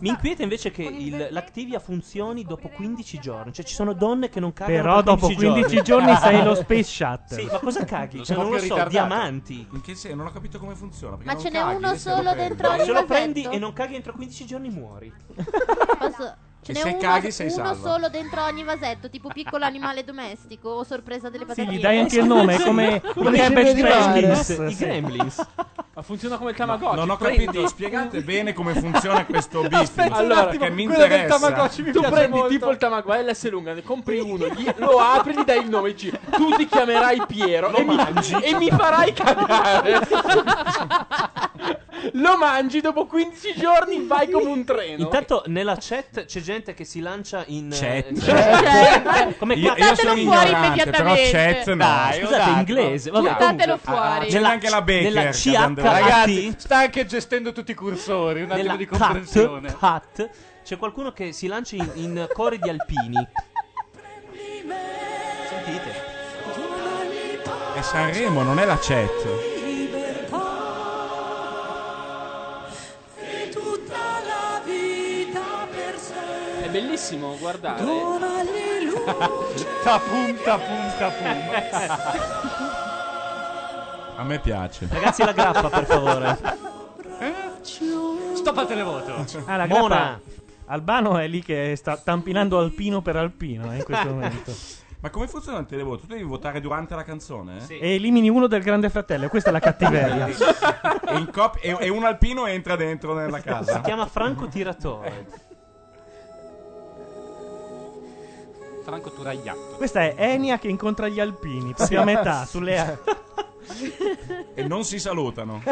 Mi inquieta invece che il- l'Activia funzioni dopo 15 giorni. Cioè, ci sono donne che non cagano.
Però
per
dopo 15 giorni sei lo Space Shuttle.
Sì, ma cosa caghi?
Lo
Cioè, non lo
scoppio
so,
ritardato.
diamanti.
In che senso? Non ho capito come funziona. perché
Ma
non
ce n'è
caghi,
uno
se lo
solo
prendi.
dentro
Se lo
ogni
prendi
vasetto.
e non caghi entro 15 giorni muori.
Posso- Ce
E
n'è
se
uno,
caghi, sei
uno
salvo.
solo dentro ogni vasetto, tipo piccolo animale domestico o sorpresa delle
Sì,
patatine.
gli dai anche il nome, come
Sì.
i
Come
Cabbage
i
Patch
Gremlins.
Kids.
I Gremlins.
Ma funziona come il Tamagotchi.
non ho
prendi-
capito, spiegate bene come funziona questo bifidus.
Aspetta un
Allora,
attimo,
che mi
quello del
interessa.
Tamagotchi mi
Tu
piace
prendi
molto.
tipo
il Tamagotchi LS lunga, ne compri uno, lo apri, gli dai il nome, dici, tu ti chiamerai Piero e, mi, e mi farai cagare. lo mangi dopo 15 giorni, vai come un treno.
Intanto nella chat c'è gente che si lancia in
Chat.
eh,
Chat.
Come
Cioè, Io- io
cazzo-
sono Buttatelo fuori ignorante, immediatamente. però chat no.
Dai,
Dai,
scusate,
dai,
inglese.
no.
Vabbè,
Buttatelo
comunque. ah,
fuori. C'è anche la Baker
Nella
che abbiamo detto.
CHT
Ragazzi,
Sta anche gestendo tutti i cursori, un attimo
nella
di comprensione.
cat, cat c'è qualcuno che si lancia in, in cori di alpini. Sentite.
È Sanremo, non è la chat.
E tutta la vita per sé.
È bellissimo guardare.
Donali luce.
Tapum, tapum, tapum.
A me piace.
Ragazzi, la grappa, per favore.
Stop al televoto.
Ah, la
Mona.
grappa. Albano è lì che sta tampinando alpino per alpino eh, in questo momento.
Ma come funziona il televoto? Tu devi votare durante la canzone? eh?
E elimini uno del Grande Fratello, questa è la cattiveria.
e, il cop- e- e un alpino entra dentro nella casa.
Si chiama Franco Tiratore.
Franco Turagliato.
Questa è Enia che incontra gli alpini, proprio a metà, sulle a-
e non si salutano.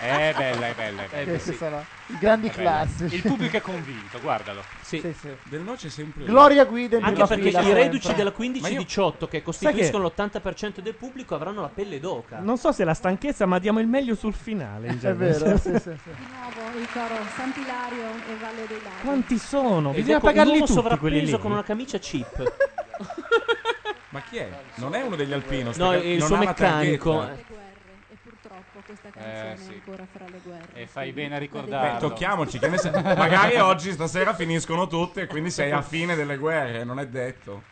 È bella, è bella, è bella.
Questi sono i grandi
È bella.
classici.
Il pubblico è convinto, guardalo.
Sì.
Del no c'è sempre
Gloria Guida in
Anche
prima
perché
fila
i reduci
sempre.
della
Ma io-
15-18 che costituiscono l'80% del pubblico avranno la pelle d'oca.
Non so se è la stanchezza, ma diamo il meglio sul finale. In genere.
Di nuovo il coro Sant'Ilario e Valle dei Laghi.
Quanti sono?
Ed
Bisogna
ecco, un
pagarli
uomo
tutti quelli
sovrappeso
lì.
con una camicia cheap.
Ma chi è? Non è uno degli alpino. sta
No,
ca-
è il
non
suo
ha la
meccanico.
targhetta.
e purtroppo questa
canzone
canzone
Eh, sì.
è ancora fra le guerre.
E fai bene a
Beh,
ricordarlo.
tocchiamoci, che ne sa- magari oggi stasera finiscono tutte, quindi sei a fine delle guerre, non è detto.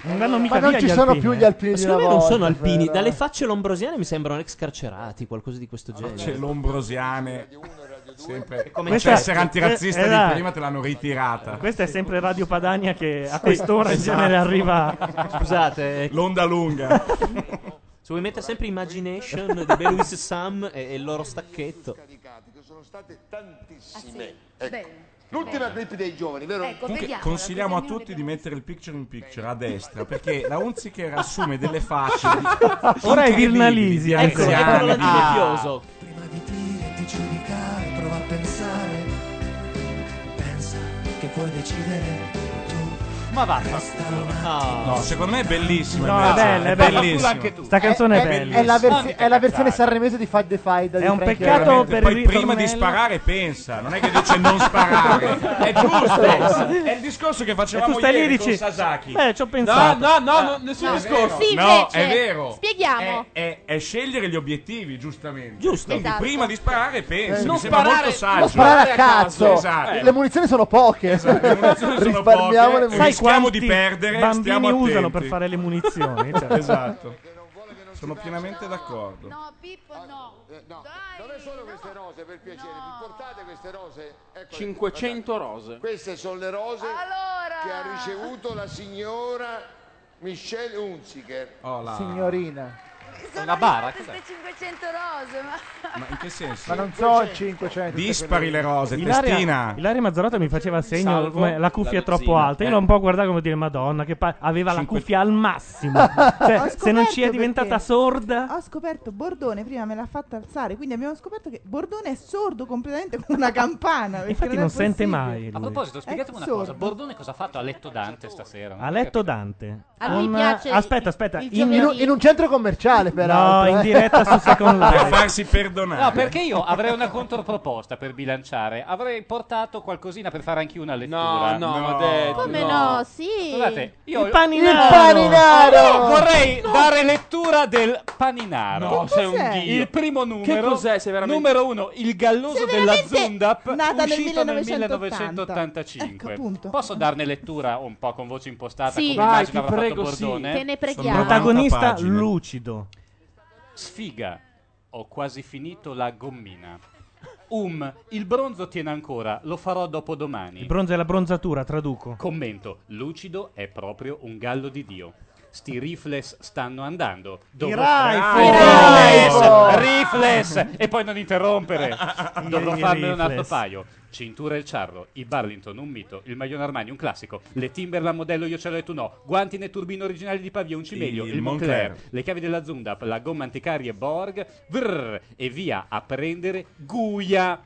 Non vanno mica
Ma non
via
ci
gli
sono
alpini,
più
eh.
gli alpini di
Secondo
una
me non sono
volta,
alpini,
però.
dalle facce lombrosiane mi sembrano ex carcerati, qualcosa di questo genere.
C'è l'ombrosiane. Sempre. E come
Questa-
c'è essere antirazzista
eh, era-
di prima te l'hanno ritirata.
Questa è sempre Radio Padania che a quest'ora in genere arriva.
Scusate.
L'onda lunga.
Se vuoi mettere sempre Imagination di Beluis Sam e, e il loro stacchetto.
Tantissime. Ecco. L'ultima clip dei giovani, vero?
Comunque, consigliamo a tutti di mettere il picture in picture a destra perché la Unziker assume delle facce. di-
Ora è
incredibili,
Virnalisi,
di
ecco,
anziani.
eccolo là di
Ah.
Nebbioso.
Prima di dire, di giudicare, prova a pensare. Pensa che puoi decidere tu.
Ma va.
No, secondo me è bellissima.
No,
invece,
è bella, è bella.
bellissima.
Anche tu. Sta canzone è bella.
È la, versi-
Mica
è la versione
cazzate.
sanremese di Fight the Fight.
È un
Veramente, Poi prima di sparare pensa, non è che dice non sparare. È giusto. È il discorso che
E
facevamo
tu stai lì e
ieri
dici,
con Sasaki.
"Eh, ci ho pensato". Ah.
No, no, no, no, nessun
è
discorso.
vero.
Eh. Sì,
no,
cioè,
invece,
è vero.
spieghiamo.
È, è- è scegliere gli obiettivi, giustamente.
Giusto.
Quindi
Esatto.
prima di sparare pensa,
Eh,
mi
non
sembra
sparare-
molto saggio.
non sparare a cazzo.
Esatto.
Le munizioni sono poche.
Esatto,
le munizioni sono poche.
Risparmiamo le
Sai
munizioni.
Rischiamo di perdere,
bambini
stiamo attenti.
usano per fare le munizioni, cioè.
esatto. Sono pienamente d'accordo.
No, Pippo, no. no. Non è solo queste rose, per piacere, vi portate queste rose. Eccole.
500 rose.
Queste sono le rose che ha ricevuto la signora Michelle Unziger.
Oh, la-
Signorina.
Una bara,
Queste 500 rose, ma...
Ma in che senso?
Ma non so il 500.
Dispari le rose,
Ilaria,
testina.
Ilaria Mazzarotta mi faceva segno
Salvo
come la cuffia
la
è troppo
dozzina.
alta. Io
Eh.
l'ho un po' guardata come dire Madonna che pa- aveva la cuffia al massimo. cioè, se non ci è diventata sorda
Ho scoperto Bordone, prima me l'ha fatta alzare, quindi abbiamo scoperto che Bordone è sordo completamente come una campana. perché
Infatti
è
non sente
possibile.
mai lui.
A proposito, spiegatemi
Ecco,
una
sordo.
cosa. Bordone cosa ha fatto a letto Dante stasera?
ha letto Dante.
A lui
Con-
piace
aspetta, aspetta,
In, in un- in un centro commerciale,
No,
peraltro.
in
eh.
diretta su Second Life.
Per farsi perdonare.
No, perché io avrei una controproposta per bilanciare. Avrei portato qualcosina per fare anche una lettura.
No, no, No. ma dai,
Come
no.
no, sì.
Scusate, io
Il paninaro.
Il paninaro!
Io vorrei dare lettura del paninaro.
No, Che sei un cos'è? dio.
Il primo numero.
Che cos'è, sei veramente-
Numero uno, il galloso
Sei
della
veramente
Zundap,
nata nel
uscito nel
1980.
1985. Posso darne lettura un po' con voce impostata
Sì.
come
Vai,
immagino
ti
avrà fatto
prego, sì.
Bordone?
Te ne preghiamo.
Protagonista lucido.
Sfiga, ho quasi finito la gommina. Um, il bronzo tiene ancora, lo farò dopo domani.
Il bronzo e la bronzatura, traduco.
Commento, lucido è proprio un gallo di Dio. Sti rifles stanno andando.
I
Dovrò...
rifles!
Ah,
Oh!
rifles! Rifles! E poi non interrompere. Dovrò
I
farne un altro
rifles.
paio. Cintura il ciarro, i Burlington un mito, il maglione Armani un classico, le Timberland modello io ce l'ho e tu no, guanti nel turbino originale di Pavia un cimelio,
Il
il, Moncler,
Moncler.
le chiavi della Zundap, la gomma anticarie Borg, vrrr, e via a prendere Guia.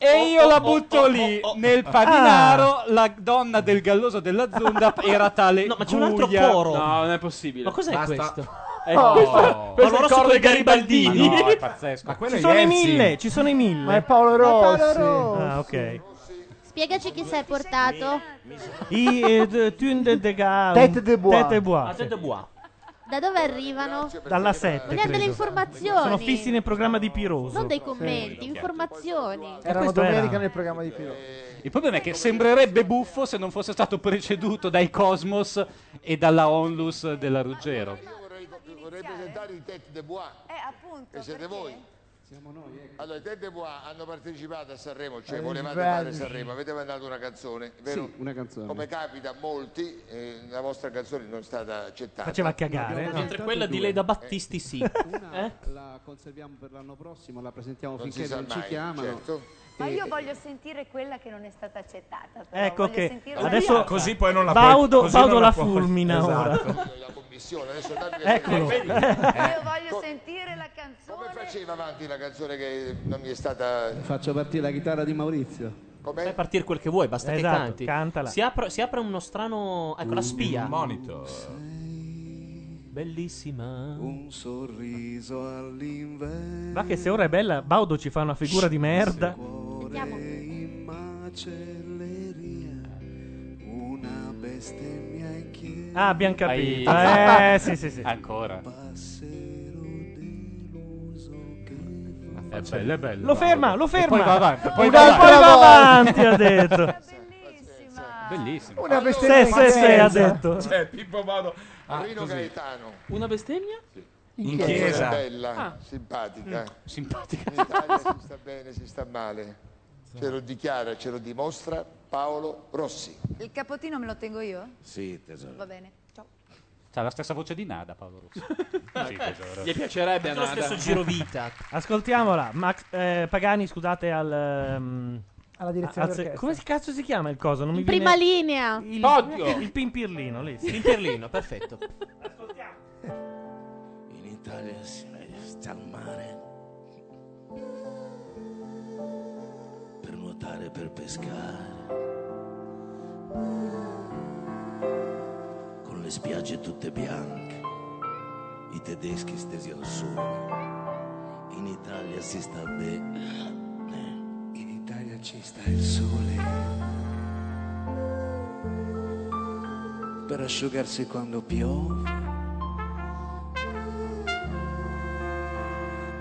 E io la butto lì nel paninaro. La donna del galloso della Zundap era tale.
No, ma
Guia.
c'è un altro coro. No, non è possibile.
Ma cos'è
Basta.
questo?
È
Oh.
questo, questo è
Ma
il
loro
coro
sono
dei
i Garibaldini.
Garibaldini.
Ma no, è pazzesco. Ma
Ci sono i mille, ci sono i mille.
Ma è Paolo
Ma è
Rossi.
Ah, ok.
Spiegaci chi sei portato.
I eh, Tunde de Ga.
Tête de bois.
Tête de bois.
Ah, Tête de
bois.
Da dove arrivano?
Dalla 7.
Vogliamo delle informazioni.
Sono fissi nel programma di Piroso.
Non dei commenti, informazioni.
Erano
Questo era-
domenica nel programma di Piro.
Il problema è che sembrerebbe buffo se non fosse stato preceduto dai Cosmos e dalla Onlus della Ruggero.
Vorrei presentare i Tête de Bois. Eh, appunto. Che siete voi? Siamo noi, ecco. Allora, i Tête de Bois hanno partecipato a Sanremo, cioè
Eh,
volevate
belli.
fare Sanremo, avete mandato una canzone, vero?
Sì, una canzone.
Come capita a molti, eh, la vostra canzone non è stata accettata. Eh.
Faceva cagare,
no?
Mentre quella di Leda Battisti sì.
Eh,
Eh?
Una la conserviamo per l'anno prossimo, la presentiamo
Non
finché
si sa
non ci
mai,
chiamano.
certo.
Ma
E-
io voglio sentire quella che non è stata accettata. però.
Ecco
Voglio
che
sentirla
adesso
io.
Così poi non la puoi-
Baudo,
così
Baudo
non
la,
la puoi-
fulmina
Esatto.
ora.
La commissione, adesso tanto che-
Eccolo.
Vedi?
Io voglio
Co-
sentire la canzone.
Come faceva avanti la canzone che non mi è stata...
Faccio partire la chitarra di Maurizio.
Com'è?
Fai partire quel che vuoi, basta
Esatto,
che canti.
cantala.
Si apre, si apre uno strano. Ecco, la spia.
Monitor.
Bellissima.
Un sorriso all'inverno.
Va che se ora è bella, Baudo ci fa una figura di merda.
in macelleria. Una bestemmia e chi
Ah, abbiamo capito.
Hai-
Eh, sì, sì, sì.
Ecco.
Ancora. È Eh, bello, è bello.
Lo ferma, lo
E
ferma.
Poi va avanti. Poi
E
va
dai,
avanti.
poi va avanti, ha detto.
Bellissimo.
Una bestemmia Sì, sì, sì, intensa. ha detto.
Cioè, Pippo Vado. Ah,
Rino
così.
Gaetano.
Una bestemmia?
In chiesa.
Bella,
Ah.
simpatica.
Mm, simpatica.
In Italia si sta bene, si sta male. Ce lo dichiara, ce lo dimostra Paolo Rossi.
Il capotino me lo tengo io?
Sì,
Va bene. Ciao.
C'ha la stessa voce di Nada, Paolo Rossi. Sì, tesoro.
Gli piacerebbe a
Anche lo
Nada.
stesso giro vita.
Ascoltiamola. Max, eh, Pagani, scusate, al. ehm,
Alla direzione
al se-
d'orchestra.
come si cazzo si chiama il coso? Non mi
Prima
viene...
linea.
Il, il pimpirlino lì. sì.
Pimperlino, perfetto.
In Italia si sta al mare per nuotare, per pescare. Con le spiagge tutte bianche, i tedeschi stesi al sole. In Italia si sta bene. In Italia ci sta il sole. Per asciugarsi quando piove.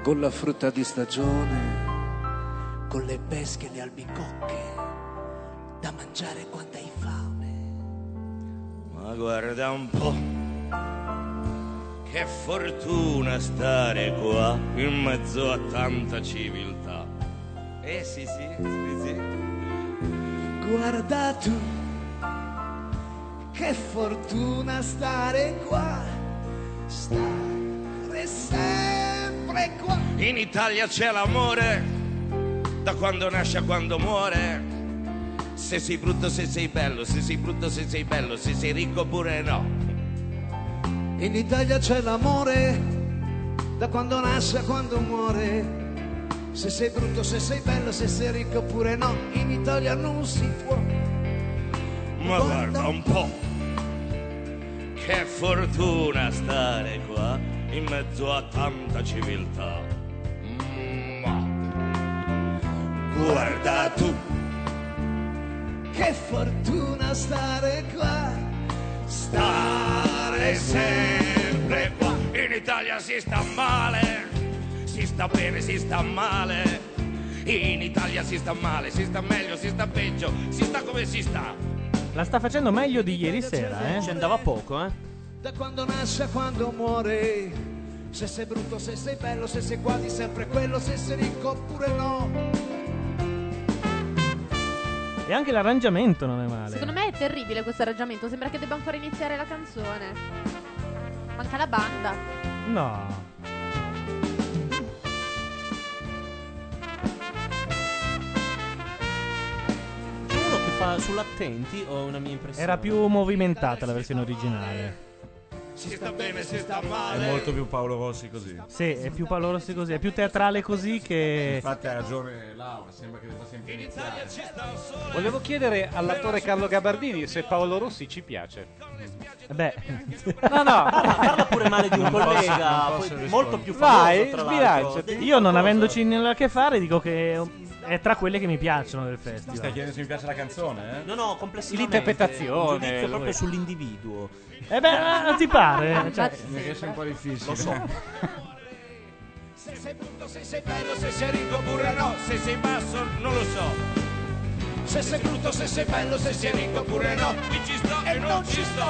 con la frutta di stagione, con le pesche e le albicocche, da mangiare quando hai fame.
Ma guarda un po', che fortuna stare qua in mezzo a tanta civiltà. Eh sì sì, sì sì.
Guarda tu, che fortuna stare qua, stare sempre qua.
In Italia c'è l'amore, da quando nasce a quando muore. Se sei brutto, se sei bello, se sei brutto, se sei bello, se sei ricco oppure no.
In Italia c'è l'amore, da quando nasce a quando muore. Se sei brutto, se sei bello, se sei ricco oppure no, in Italia non si può.
Ma guarda un po', che fortuna stare qua in mezzo a tanta civiltà. Ma guarda tu,
Che fortuna stare qua,
stare sempre qua. In Italia si sta male, si sta bene, si sta male. In Italia si sta male, si sta meglio, si sta peggio, si sta come si sta.
La sta facendo meglio di ieri sera, eh?
Ci andava poco, eh?
da quando nasce a quando muore. Se sei brutto, se sei bello, se sei quasi sempre quello, se sei ricco oppure no.
E anche l'arrangiamento non è male.
Secondo me è terribile questo arrangiamento. Sembra che debba ancora iniziare la canzone. Manca la banda.
No.
C'è uno che fa sull'attenti, ho una mia impressione.
Era più movimentata la versione originale.
Si sta bene, si sta
È
male.
molto più Paolo Rossi così.
Sì, è più paloroso così, è più teatrale così che.
Infatti ha ragione Laura, sembra che debba sempre iniziare.
Volevo chiedere all'attore Carlo Gabardini se Paolo Rossi ci piace.
Beh.
No, no.
Parla pure male di un
Non posso-
collega,
non
poi
posso
molto più famoso.
Vai,
tra l'altro.
sbilanciati. Io, non avendoci nulla a che fare, dico che è tra quelle che mi piacciono del
Ti stai
festival.
chiedendo se mi piace la canzone? Eh?
No, no, complessivamente.
L'interpretazione,
un giudizio proprio
lui.
sull'individuo.
E beh, ah, ti pare? Cioè,
Mi riesce un po' difficile.
Lo so.
Se sei brutto, se sei bello, se sei ricco oppure no, se sei basso non lo so.
Se sei brutto, se sei bello, se sei ricco oppure no.
Qui ci sto e non ci sto.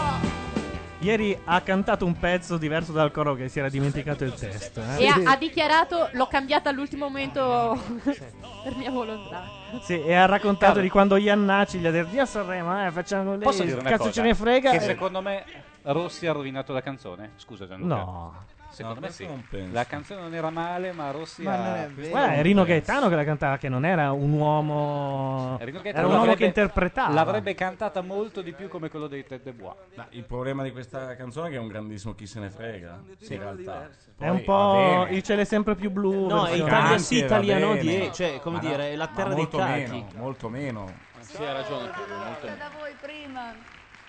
ieri ha cantato un pezzo diverso dal coro che si era dimenticato il testo. eh.
E ha, ha dichiarato: L'ho cambiata all'ultimo momento per mia volontà.
Sì, e ha raccontato di quando Iannacci gli ha detto: Io a Sanremo, eh, facciamo lei.
Posso dire una
cazzo
cosa?
ce ne frega.
Che
Eh,
secondo me Rossi ha rovinato la canzone. Scusa Gianluca.
No.
Secondo
No,
me
questo
sì.
non penso.
La canzone non era male, ma Rossi
Ma non
ha...
è
questo
Guarda,
non
è Rino
penso.
Gaetano che la cantava, che non era un uomo.
Rino Gaetano
Era un uomo
l'avrebbe-
Eh, che interpretava.
L'avrebbe cantata molto di più come quello dei Ted De Bois.
Ma il problema di questa canzone è che è un grandissimo chi se ne frega. In realtà.
È un
Poi, va
po'
bene.
il cielo è sempre più blu.
No,
versione.
è Italia Anzi, sì, va italiano bene. die- cioè, come Ma no, dire, è la ma terra dei molto
tacchi
meno, molto meno.
Sì, ha ragione. Paolo, molto.
Da voi prima.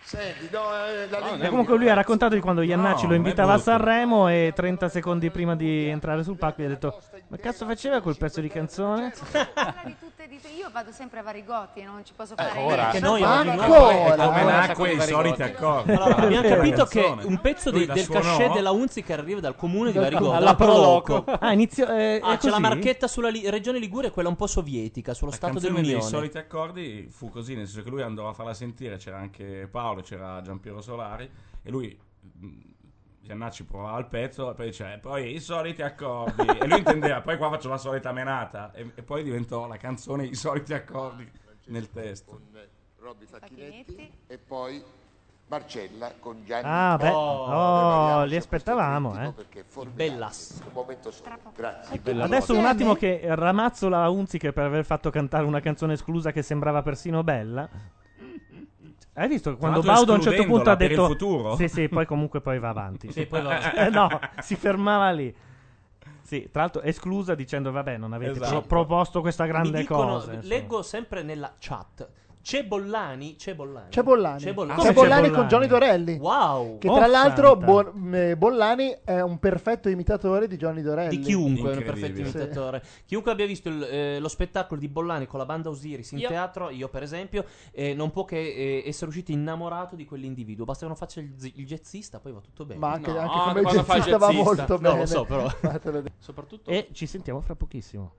Senti, no, eh, la
E comunque lui ha raccontato di quando Iannacci
No,
lo
non è
invitava a
brutto.
Sanremo e 30 secondi prima di entrare sul palco gli ha detto ma cazzo faceva quel pezzo di canzone?
Parla di tutte e di te. Io vado sempre a Varigotti, non ci posso fare
ora.
niente.
Che noi
Ma
ognuno-
ancora?
È come
Allora,
nacque
sacco
i
di
soliti
Varigotti.
accordi.
Allora, abbiamo
Era una
capito che
canzone.
un pezzo
Lui
di-
la
del
suonò.
cachet della Unzi che arriva dal comune di
Dal
Varigotti
comune. Alla Proloco. Ah, inizio- eh,
Ah,
è
c'è la
così?
marchetta sulla li- regione Ligure, quella un po' sovietica, sullo
La
stato
canzone dei
dell'Unione.
soliti accordi fu così, nel senso che lui andò a farla sentire, c'era anche Paolo, c'era Giampiero Solari e lui mh, Giannacci provava il pezzo e poi "Eh, diceva "E poi i soliti accordi e lui intendeva poi qua faccio la solita menata e, e poi diventò la canzone i soliti accordi nel testo.
Robby Facchinetti e poi Marcella con Gianni.
Ah beh, oh, li aspettavamo eh.
Perché Bellas. Un momento solo. Grazie.
Adesso un attimo che Ramazzola a Unzi che per aver fatto cantare una canzone esclusa che sembrava persino bella.
Mm,
Hai visto che quando
Tra l'altro
Baudo a un certo punto ha
escludendola per
detto
il futuro?
Sì, sì, poi comunque poi va avanti.
Sì, poi va-
Eh, no, si fermava lì. Sì, tra l'altro esclusa dicendo vabbè, non avete pro-
Esatto.
proposto questa grande
Mi dicono-
cosa. insomma.
Leggo sempre nella chat. C'è Bollani, c'è Bollani.
C'è Bollani.
C'è Bollani.
C'è Bollani con Johnny Dorelli.
Wow.
Oh,
Oh,
Che tra l'altro Bo- eh, Bollani è un perfetto imitatore di Johnny
di
Dorelli.
chiunque è un perfetto
Sì.
imitatore. Chiunque abbia visto il, eh, lo spettacolo di Bollani con la banda Osiris in
Io.
teatro, io per esempio, eh, non può che eh, essere uscito innamorato di quell'individuo. Basta che non faccia il, zi- il jazzista, poi va tutto bene.
Ma anche-
No,
anche come
quando fa il
jazzista va
jazzista.
molto
No,
bene.
lo so, però.
Fatelo dire.
Soprattutto
E ci sentiamo fra pochissimo.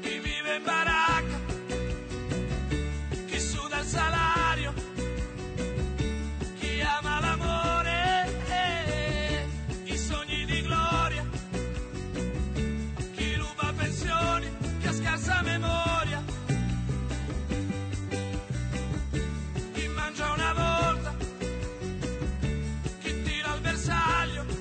chi vive in baracca, chi suda il salario, chi ama l'amore, eh, i sogni di gloria, chi ruba pensioni, chi ha scarsa memoria, chi mangia una volta, chi tira al bersaglio,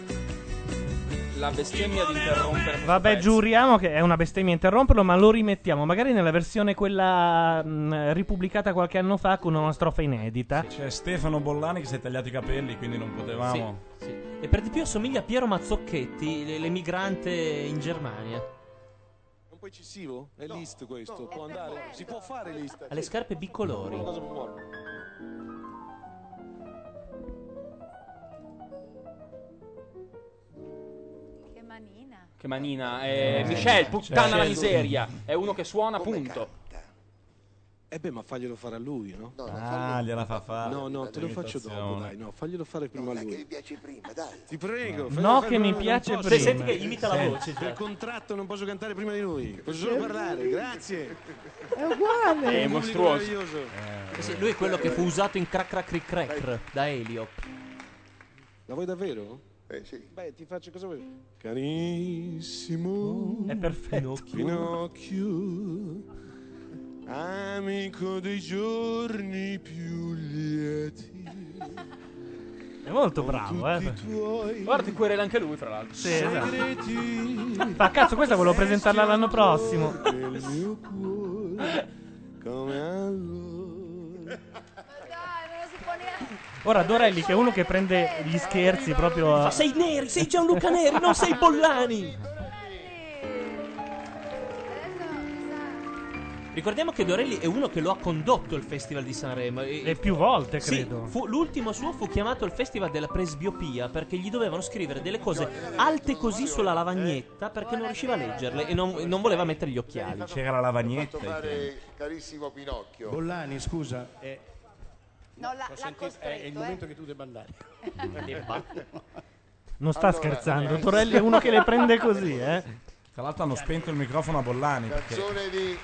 La bestemmia di interrompere.
Vabbè, giuriamo che è una bestemmia interromperlo, ma lo rimettiamo. Magari nella versione quella mh, ripubblicata qualche anno fa con una strofa inedita.
C'è Stefano Bollani che si è tagliato i capelli, quindi non potevamo.
Sì, sì. E per di più assomiglia a Piero Mazzocchetti, l- l'emigrante in Germania.
puoi troppo eccessivo? È list questo,
no,
può
è
andare,
perfetto.
si può fare list.
Alle scarpe bicolori.
Una cosa buona.
Che manina.
Che manina. eh,
Eh,
Michel, puttana
Cioè,
Michel.
la miseria. È uno che suona, punto.
Eh beh, ma faglielo fare a lui, no?
Ah, gliela fa fare.
No, no, te lo faccio dopo,
Imitazione.
dai, no, faglielo fare prima a lui. che mi piace prima, dai. Ti prego,
No,
faglielo
che
fare-
mi
non
piace
posso-
prima. Senti che imita la
Senti,
voce, cioè.
Per contratto non posso cantare prima di lui, posso solo parlare, grazie.
È uguale.
È mostruoso.
Eh sì, lui è quello che fu usato in Crack Crack Crick Crack da Elio.
La vuoi davvero? Eh sì. Beh, ti faccio cosa vuoi. Carissimo.
È perfetto.
Pinocchio. Amico dei giorni più lieti.
È molto bravo, eh.
Guarda, ti querela anche lui, fra l'altro.
Sì, esatto. Ma cazzo, questa volevo presentarla l'anno prossimo.
Del mio cuore. Come allora.
Ora Dorelli che è uno che prende gli scherzi proprio a...
Fa, sei neri, sei Gianluca Neri, non sei Bollani. Ricordiamo che Dorelli è uno che lo ha condotto il Festival di Sanremo. E,
più volte,
Sì,
credo.
fu- l'ultimo suo fu chiamato il Festival della presbiopia perché gli dovevano scrivere delle cose alte così sulla lavagnetta perché non riusciva a leggerle e non, e non voleva mettere gli occhiali.
C'era la lavagnetta.
fare carissimo Pinocchio.
Bollani, scusa. eh,
No, la, eh.
ho sentito- è, è il momento che tu debba andare.
Non sta
eh,
scherzando, Torelli è uno che le prende così, eh.
Tra l'altro hanno spento il microfono a Bollani. Perché...
Canzone di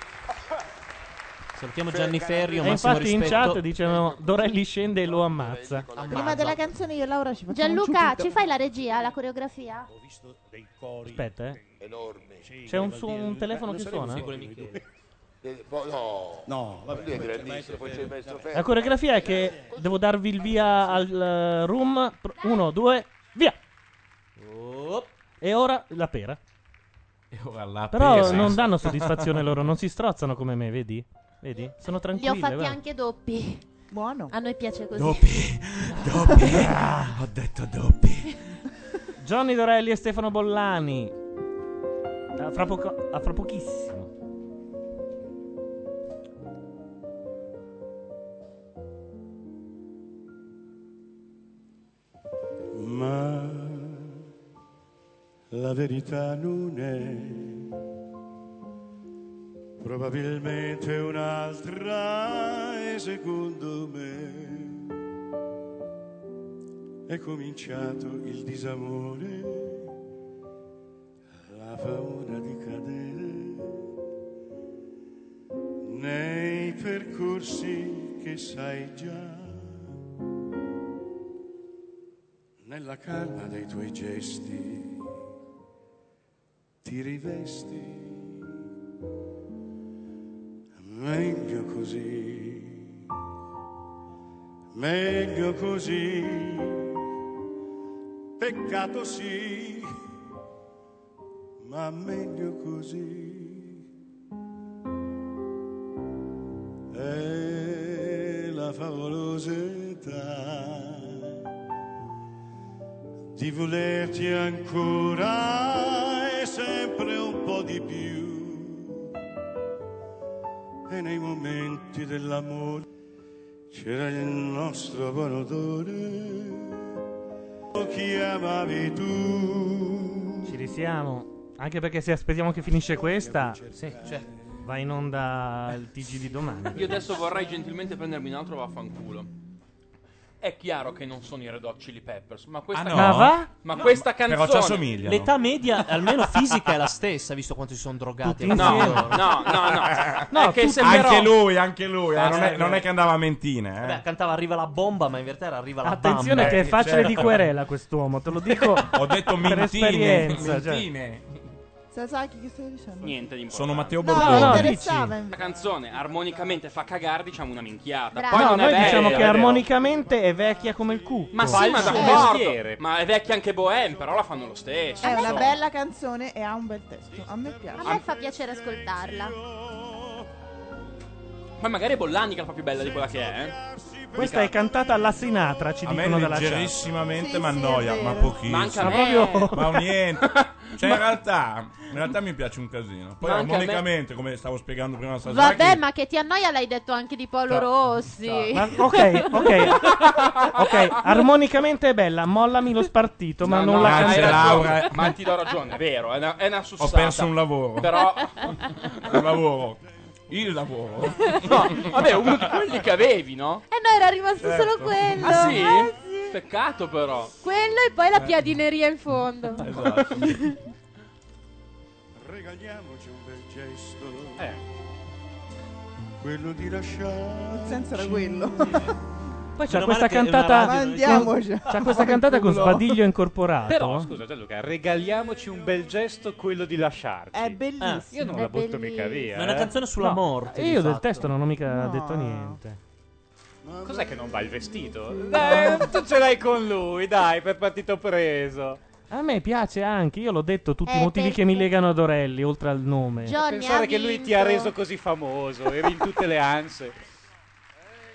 Salutiamo Gianni Ferri,
E
un massimo
infatti in
rispetto.
chat dicono Dorelli scende e lo ammazza.
Prima della canzone io e Laura ci facciamo
Gianluca,
un ci fai la regia, la coreografia?
Ho visto dei cori
Aspetta, eh.
enormi.
C'è un suo- un telefono che suona?
Eh,
no.
No, vabbè.
Lui è grandissimo, poi c'è il maestro Ferro.
La coreografia è che devo darvi il via al eh, room. Pr- Uno, due, via. E ora la pera.
E ora la
Però
pera.
non danno soddisfazione loro, non si strozzano come me, vedi? Vedi? Sono
Li ho
tranquilli.
fatti
guarda.
anche doppi.
Buono.
A noi piace così.
Doppi, doppi. Ah, Ho detto doppi.
Johnny Dorelli e Stefano Bollani. A fra, poco- a fra pochissimo.
Ma la verità non è probabilmente un'altra e secondo me è cominciato il disamore, la paura di cadere nei percorsi che sai già. Nella calma dei tuoi gesti ti rivesti meglio così, meglio così. Peccato sì, ma meglio così. È la favolosa età di volerti ancora e sempre un po' di più. E nei momenti dell'amore c'era il nostro buon odore. Lo chiamavi tu.
Ci risiamo. Anche perché se aspettiamo che finisce questa,
cioè.
va in onda il TG di domani.
Io adesso vorrei gentilmente prendermi un altro vaffanculo. È chiaro che non sono i Red Hot Chili Peppers, ma questa,
Ah, no? Ma va?
ma
No,
questa
ma- però
canzone
ci assomigliano.
L'età
L'età
media, almeno fisica, è la stessa, visto quanto si sono drogati.
Tutti
No,
insieme.
no, no, no.
No,
È che Esatto.
tutti-
sembrò-
Anche lui, anche lui. eh,
Ah,
non, è,
sì.
non è che andava a mentire. Eh.
Vabbè, cantava Arriva la bomba, ma in verità era Arriva la
Attenzione
bamba. certo.
che è facile di querela quest'uomo, te lo dico Ho
cioè. detto
per
mentine,
esperienza. cioè.
Sasaki, che stai dicendo?
Niente di importante.
Sono Matteo
No, mi
Bordone.
interessava
La canzone armonicamente fa cagare, diciamo una minchiata.
No,
Poi non è
noi
vero,
diciamo
è
che
vero.
armonicamente è vecchia come il cucco.
Ma sì, ma d'accordo. Ma è vecchia anche Bohem, però la fanno lo stesso.
È una
insomma.
bella canzone e ha un bel testo. A me piace.
A me fa piacere ascoltarla.
Poi magari è Bollani che la fa più bella di quella che è. eh.
Questa è cantata alla Sinatra, ci
A me
dicono dalla chat.
leggerissimamente ma annoia, ma pochissimo.
Ma anche a
Ma
me.
proprio- ma un niente. Cioè, in realtà, in realtà mi piace un casino. Poi
Ma anche a me.
armonicamente, come stavo spiegando prima a Sasaki,
Vabbè, ma che ti annoia l'hai detto anche di Paolo
Ciao.
Rossi.
Ma- ok, ok. Ok, armonicamente è bella, mollami lo spartito, ma
No,
non
no,
la
hai
canzone.
ragione, Ma ti do ragione, è vero, è una, è una
ho
sussata.
perso un lavoro.
Però...
un lavoro. Il lavoro.
No, vabbè, uno di quelli che avevi, no?
E Eh no, era rimasto
Certo.
solo quello.
Ah sì?
Eh,
Peccato però.
quello e poi la
Eh.
piadineria in fondo.
Esatto.
Esatto.
Regaliamoci un bel gesto. Quello di lasciare.
Il senso era quello.
Poi c'ha questa cantata.
Ma andiamoci.
C'ha questa cantata con
No.
sbadiglio incorporato.
Però, scusa Gianluca, regaliamoci un bel gesto, quello di lasciarci.
È bellissimo.
Ah, io non
È
la butto
bellissimo.
mica via.
Ma è una
eh.
canzone sulla No, morte, io di del fatto. testo non ho mica No. detto niente.
Cos'è che non va il vestito? Dai, tu ce l'hai con lui, dai, per partito preso.
A me piace anche, io l'ho detto, tutti
Eh,
i motivi che mi legano ad Orelli, oltre al nome.
Pensare che lui ti ha reso così famoso, eri in tutte le ansie.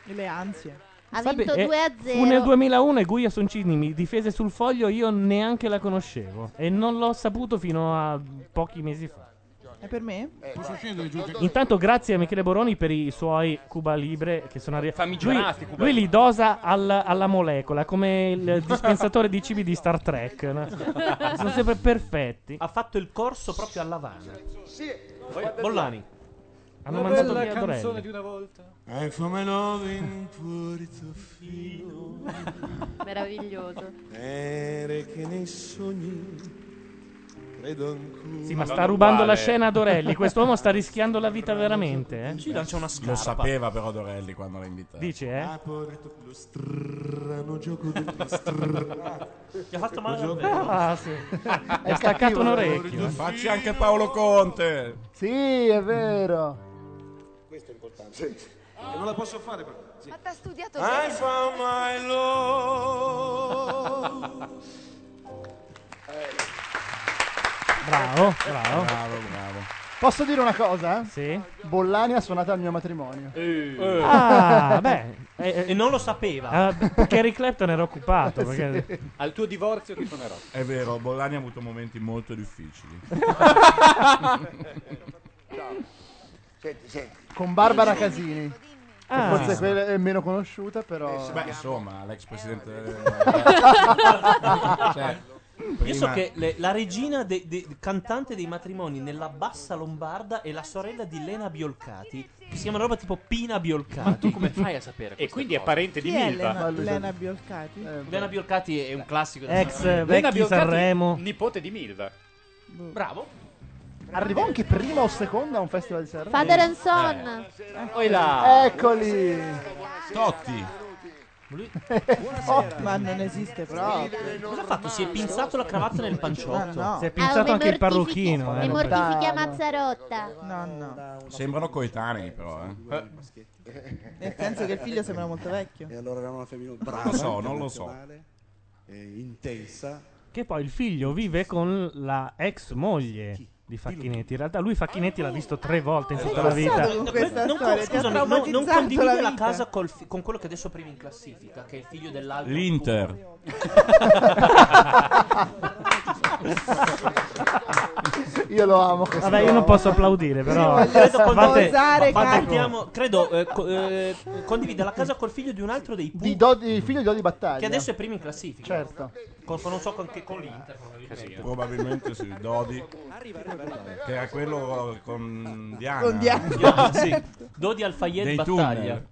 E le ansie.
Ha
Vabbè,
vinto
eh,
2 a 0.
Fu nel 2001 e Guia Soncini mi difese sul foglio, io neanche la conoscevo. E non l'ho saputo fino a pochi mesi fa.
È per me?
Posso
scendere giù?
Intanto grazie a Michele Boroni per i suoi Cuba Libre che sono arrivati. Lui,
Famigerati Cuba
lui
Libre.
li dosa al- alla molecola, come il dispensatore di cibi di Star Trek. no? sono sempre perfetti.
Ha fatto il corso proprio all'Avana.
Sì,
Bollani.
Hanno mandato
bella
via Dorelli.
canzone
di una volta.
Eh,
Hai come nove in fuori
Meraviglioso.
Ere che nei sogni credo ancora.
Sì, ma sta rubando la scena ad Orelli. Quest'uomo sta rischiando la vita veramente. Eh?
Lo sapeva però Dorelli quando l'ha invitato.
Dici, eh?
Ha portato lo strano gioco dello strano.
Gli ha fatto male
davvero.
Ah, sì. Gli ha staccato un orecchio. eh.
Facci anche Paolo Conte.
Sì, è vero.
Questo è importante. E non la posso fare per... Sì.
Ma t'ha studiato
I
bene.
found my love.
Bravo, bravo.
Bravo, bravo.
Posso dire una cosa?
Sì.
Bollani ha suonato al mio matrimonio.
Eh. Ah, beh.
E non lo sapeva.
Ah, perché Eric Clapton era occupato. perché-
Al tuo divorzio che suonerò.
È vero, Bollani ha avuto momenti molto difficili.
Ciao. Senti, senti.
Con Barbara Casini.
Ah.
Che Forse quella è meno conosciuta, però.
Eh, Beh, insomma, l'ex presidente.
Eh,
Cioè,
Io so
prima-
che le- la regina de- de- cantante dei matrimoni nella bassa lombarda è la sorella di Lena Biolcati, che si chiama una roba tipo Pina Biolcati. Ma tu come fai a sapere?
E quindi è parente di
Chi è
Milva.
Lena, Lena Biolcati?
Lena Biolcati è un classico. della
Ex
storia.
Lena
vecchi
Biolcati,
Sanremo.
Nipote di Milva.
Boh.
Bravo.
Arrivò anche prima o seconda a un festival di Sanremo.
Father and Son.
Poi là.
Eccoli.
Totti.
Oh, ma non esiste proprio.
Cosa ha fatto? Si è pinzato la cravatta nel panciotto.
No, Ah, no.
Si è
Ah,
pinzato anche il parrucchino.
Mi
eh.
mortifichi a Mazzarotta.
No, no.
Sembrano coetanei, però. Eh.
Eh,
Nel senso che il figlio sembra molto vecchio.
E allora era una femmina brava.
Non lo so, non lo so.
internazionale, eh, intensa.
Che poi il figlio vive con la ex moglie di Facchinetti. In realtà lui Facchinetti l'ha visto tre volte
Eh,
in tutta la vita.
con questa
non,
storia, ti ha
scusami, non- non,
traumatizzato la
condivide la,
vita.
casa col fi- con quello che adesso è prima in classifica, che è il figlio dell'altro.
L'Inter.
Io lo amo. questo
Vabbè, io non
uomo.
posso applaudire, però.
credo con-
Fate-
Osare,
fate-
Carlo.
Condividiamo- credo eh, co- eh, condivide la casa col figlio di un altro dei
Di Dodi- figlio di Dodi Battaglia.
che adesso è primo in classifica.
Certo.
Con, non so con, che- con l'Inter
eh.
probabilmente.
Probabilmente sui Dodi. Che era quello con Diana.
Con Diana.
Io- sì. Dodi al Fayed
Dei
battaglia.
tunnel.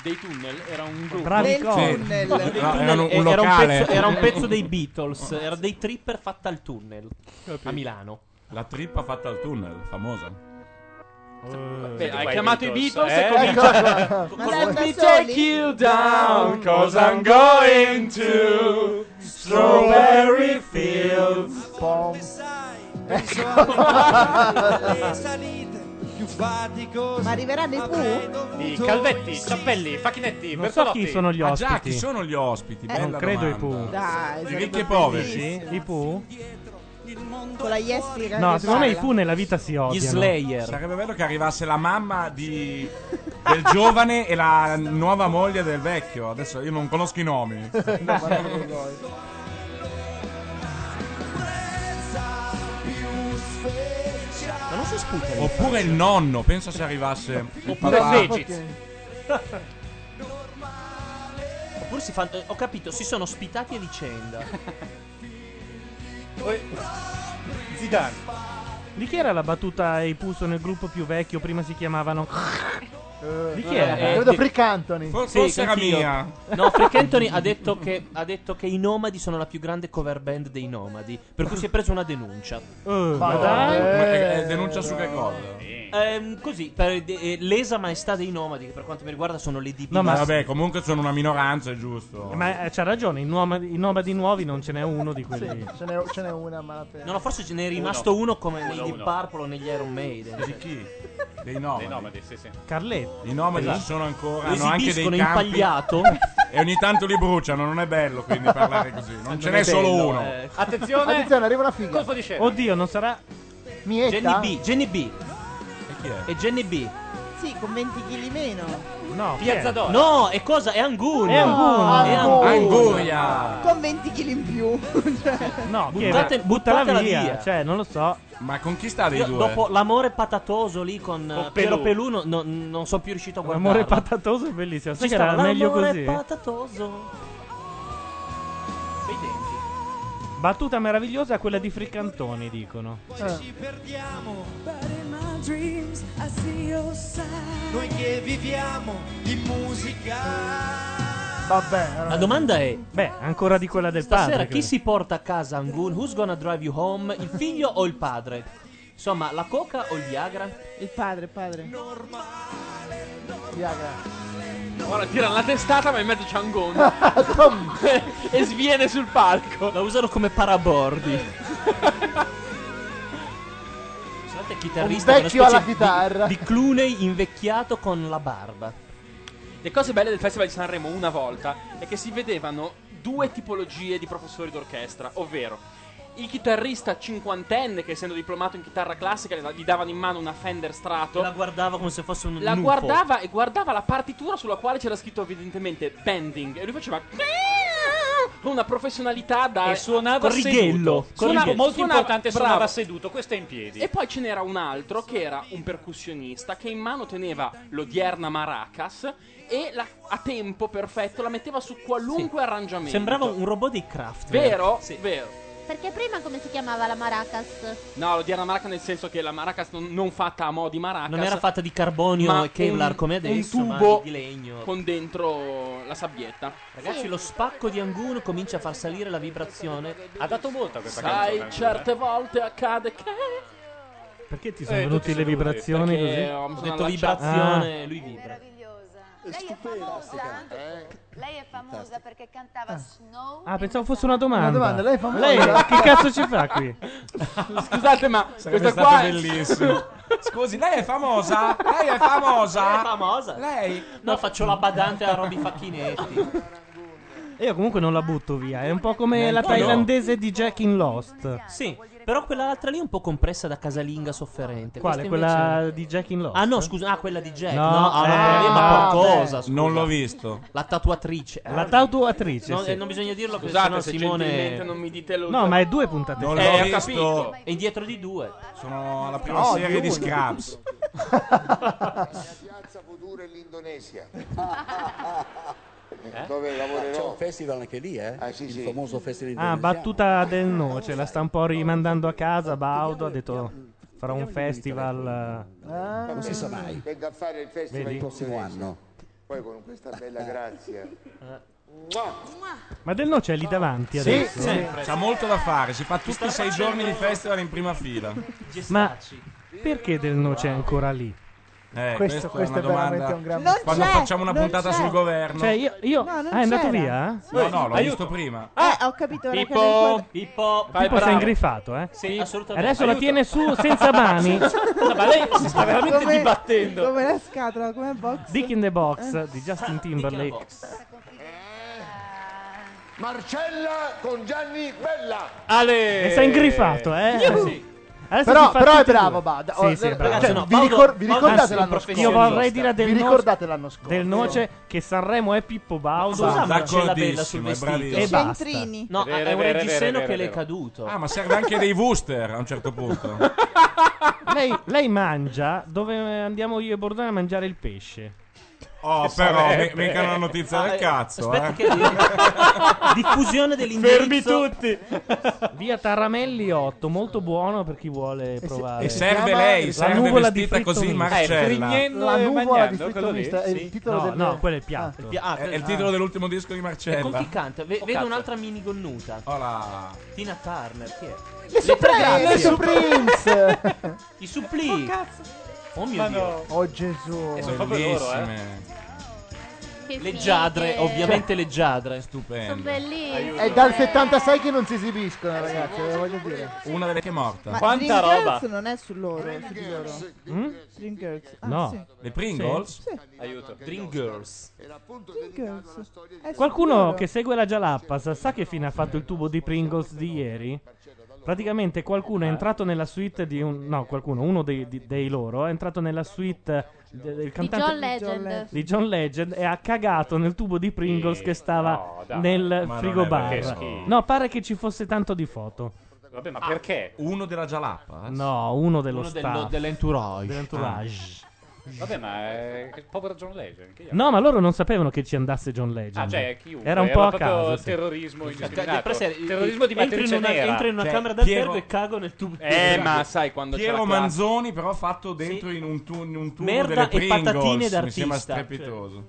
Dei tunnel era un gruppo.
Bravi Del comici.
Dei
tunnel.
tunnel eh,
No,
Ah, era un- un
era un
locale.
pezzo, era un pezzo dei Beatles, era dei tripper fatta al tunnel a Milano.
La trippa fatta al tunnel, famosa.
Beh, hai chiamato i Beatles
eh?
e ecco. comincia.
Ma dai,
Let me
da soli?
take you down, cause I'm going to strawberry fields.
Le salite più faticose.
Ma arriverà nei Pooh?
I Calvetti, Ciappelli, Facchinetti,
Non so chi
Bertolotti.
sono gli
Ah già,
ospiti.
chi sono gli ospiti?
Eh,
Bella
non credo i
domanda.
Pooh.
Dai,
I
sarebbe
ricchi e
bellissimo.
poveri?
I Pooh?
Con la Yesfica
No,
che
secondo me i
parla.
Pooh nella vita si odiano.
Sarebbe bello che arrivasse la mamma di- del giovane e la nuova moglie del vecchio. Adesso io non conosco i nomi.
No, ma non lo so.
sputa.
Oppure il nonno, penso se arrivasse.
Oppure
papà.
Fegit. Oppure si fanno. eh, Ho capito, si sono ospitati a vicenda.
Zidane.
Di chi era la battuta ai puso nel gruppo più vecchio? Prima si chiamavano. Di chi era?
Eh, Credo Frick Anthony.
Sì, anch'io. No, Frick Anthony ha detto, che, ha detto che i Nomadi sono la più grande cover band dei Nomadi. Per cui si è preso una denuncia.
Ma Eh, no. dai. Ma- eh, eh, denuncia su che cosa?
Ehm, così, per eh, lesa maestà dei Nomadi, che per quanto mi riguarda sono le DB.
No, ma vabbè, comunque sono una minoranza, è giusto.
Ma eh, c'ha ragione, i nomadi, i nomadi nuovi non ce n'è uno di quelli.
Ce n'è, ce n'è una a malapena.
No, no, forse ce n'è rimasto uno, come nei Deep Purple o negli Iron Maiden.
Di chi? Dei nomadi.
Dei nomadi, sì, sì.
Carletti.
I nomadi
Esatto.
ci sono ancora,
Lo
hanno anche dei
esibiscono
campi
impagliato.
e ogni tanto li bruciano, non è bello quindi parlare così, non, ce n'è solo uno.
eh.
Attenzione.
Attenzione, arriva una figa.
Colpo di scena.
Oddio, non sarà.
Mietta?
Jenny B, Jenny B.
E chi è?
E Jenny B.
Sì, con 20 kg meno.
No,
Piazzador. No, è cosa? È Anguno.
È Anguno.
È
Anguria.
Con 20 kg in più. Cioè.
No,
chi era? Buttate-
buttala
buttatela
via.
via.
Cioè, non lo so.
Ma con chi sta
Io, dopo l'amore patatoso lì con eh, Piero Pelù, no- no- non sono più riuscito a guardarlo.
L'amore patatoso è bellissimo. Sai
Ci
che era
stava
meglio
l'amore
così?
patatoso. Bei tempi.
Battuta meravigliosa è quella di Fricantoni, dicono.
Ci perdiamo. Noi che viviamo di musica.
Vabbè.
La domanda è:
Beh, ancora di quella del
Stasera
padre,
chi
credo.
si porta a casa Angun? Who's gonna drive you home? Il figlio o il padre? Insomma, la coca o il Viagra?
Il padre, il padre.
Guarda, tira la testata, ma in mezzo c'è Angon.
e sviene sul palco. La usano come parabordi. Scusate, il chitarrista
Un
è una
vecchio
specie
alla chitarra.
Di, di Clooney invecchiato con la barba.
Le cose belle del Festival di Sanremo una volta è che si vedevano due tipologie di professori d'orchestra, ovvero il chitarrista cinquantenne che essendo diplomato in chitarra classica le da- gli davano in mano una Fender Strato.
La guardava come se fosse un
La
nufo.
guardava e guardava la partitura sulla quale c'era scritto evidentemente bending e lui faceva con una professionalità da
E suonava
Corrighello.
seduto. Suonava-
Corrighello.
molto
Suonava-
importante,
bravo.
suonava seduto. Questo è in piedi.
E poi ce n'era un altro che era un percussionista che in mano teneva l'odierna maracas e la- a tempo perfetto la metteva su qualunque arrangiamento.
Sembrava un robot dei Kraft.
Vero? Vero.
Perché prima come si chiamava la Maracas?
No, l'odierna maracas nel senso che la maracas non, non fatta a mo' di maracas.
Non era fatta di carbonio
ma
e Kevlar
un-
come adesso,
Un
ma
tubo
di legno.
con dentro la sabbietta.
Ragazzi, lo spacco di Anguno comincia a far salire la vibrazione.
Ha dato molto a questa
Sai,
canzone.
certe volte accade che...
Perché ti sono
Eh,
venute
tutti
le
sono venuti,
vibrazioni
perché
così? Ah.
ho- mi sono Ho detto allacciato. vibrazione, lui vibra.
Lei è famosa, lei è famosa
Fantastico.
perché cantava Snow.
Ah, pensavo fosse una domanda.
Una domanda, lei è famosa?
che cazzo ci fa qui?
Scusate, ma
Sarebbe
questa
stato
qua è-
bellissimo. Scusi, lei è famosa? Lei è famosa?
Lei è famosa?
Lei?
No, faccio la badante a Roby Facchinetti.
Io comunque non la butto via. È un po' come la
No.
thailandese di Jack in Lost. Ah,
Sì, però quell'altra lì è un po' compressa da casalinga sofferente.
Quale?
Questa
Quella
invece-
di Jack in Lost?
Ah no, scusa, ah, quella di Jack.
No,
No, ah,
eh,
no, quella lì, ma
ah,
qualcosa.
beh.
scusa.
Non l'ho visto.
La tatuatrice.
La tatuatrice,
No,
sì.
eh, non bisogna dirlo perché
Scusate
sennò
se
Simone
gentilmente non mi dite lo...
No, ma è due puntate.
Non
fa.
l'ho
ho
visto.
è indietro di due.
Sono alla prima
No,
serie di
di uno.
Scraps.
La piazza futura è l'Indonesia.
Ah.
Dove
Eh? Ah, C'è
lavorerò? Ah,
un festival anche lì, eh? il famoso festival
Ah,
indonesiano.
battuta del noce. La sta un po' rimandando a casa. Baudo ha detto farà un festival.
Ah.
Non si sa mai.
Venga a fare il festival
Vedi?
in
Il prossimo
Indonesia.
anno.
Poi con questa bella grazia.
eh. Ma del noce è lì davanti
Sì,
adesso.
sempre. C'ha molto da fare, si fa tutti i sei giorni di festival in prima fila.
Ma perché del noce è ancora lì?
Eh, questa
Questo- questo
è
è
una domanda.
veramente un gran-
Non
Quando
c'è,
facciamo una
non
puntata
c'è.
sul governo.
Cioè, io. io
No, non
ah, è andato
c'era.
via?
No, no, l'ho visto prima.
Eh, ho capito. era quella in
Pippo,
quadra-
Ah, Pippo,
Pippo si è ingrifato, eh?
Sì, assolutamente.
Adesso la
Aiuto.
tiene su senza mani.
No, ma lei si sta veramente
Come-
dibattendo.
Come la scatola, come box.
Dick in the Box
Eh.
di Justin Timberlake.
Marcella con Gianni Bella.
Ale!
E si è ingrifato, eh?
Yuhu!
Adesso
però,
ti fa
però è
tutti e
bravo
due.
Bada.
Sì,
Oh,
sì, è
eh,
bravo.
cioè, vi, ricor- vi ricordate l'anno scorso?
Io vorrei dire del
Vi
Noce-
ricordate l'anno scorso?
Del noce che Sanremo è Pippo Baudo.
Scusa, ma c'è la bella sul vestito.
E basta.
No,
Vero,
è un
vero,
reggiseno
vero,
che le è
vero.
caduto.
Ah, ma serve anche dei Wooster a un certo punto.
lei, lei mangia dove andiamo io e Bordone a mangiare il pesce.
Oh,
Che
però, mi-
sarebbe?
mica una notizia del cazzo, eh.
Diffusione
dell'indirizzo.
Fermi tutti. Via Tarramelli 8, molto buono per chi vuole provare.
e serve lei,
La
serve
nuvola di
vestita
fritto
così,
misto.
Marcella. Eh, frignendo
La e nuvola di mangiando, fritto quello lì? misto, è il
Sì.
titolo
no,
del-
No, quello è il piatto.
è, è il titolo dell'ultimo disco di Marcella.
E con chi canta? Ve-
Oh,
vedo
cazzo.
un'altra mini gonnuta.
Hola.
Tina Turner, chi è?
Le Supremes! Le Supremes!
I suppli. Oh, mio
Ma
Dio.
no. Oh Gesù.
E sono proprio loro, eh.
Bellissime.
Le giadre, ovviamente le giadre.
Stupendo.
bellissime.
È dal 76 che non si esibiscono, ragazzi, ve lo voglio dire.
Una delle che è morta.
Ma Dream Girls non è su loro, su di loro. Dream Girls. Ah,
No.
sì.
Le Pringles?
Sì.
Aiuto. Dream Girls.
Dream Girls. Eh,
Qualcuno
loro.
che segue la Jalappas sa che fine ha fatto il tubo di Pringles di ieri? Praticamente qualcuno è entrato nella suite di un... No, qualcuno, uno dei, di- dei loro, è entrato nella suite de- del cantante...
John Legend.
di John Legend e ha cagato nel tubo di Pringles che stava
dai, ma
nel
non è vero. Che
frigobar.
schifo.
No, pare che ci fosse tanto di foto.
Vabbè, ma perché?
Uno della Jalappa?
No, uno dello
Uno dello-
staff.
dell'entourage.
Dell'entourage.
Ah. Vabbè, ma è... che povero John Legend. Che gli ha-
No, ma loro non sapevano che ci andasse John Legend.
Ah, cioè, chiunque.
Era un po' a
proprio
caso. sì.
terrorismo
Cioè,
indiscriminato.
per essere-
terrorismo di
entro in
matrice
una-
nera.
entro in una
Cioè,
camera
Piero-
d'albergo e cago nel tubo.
Eh, ma sai quando c'è
Esatto. Piero
la classe-
Manzoni, però, fatto dentro in un, tu- in un tubo
Merda
delle
e
Pringles.
patatine
Mi
d'artista,
sembra
cioè.
strepitoso.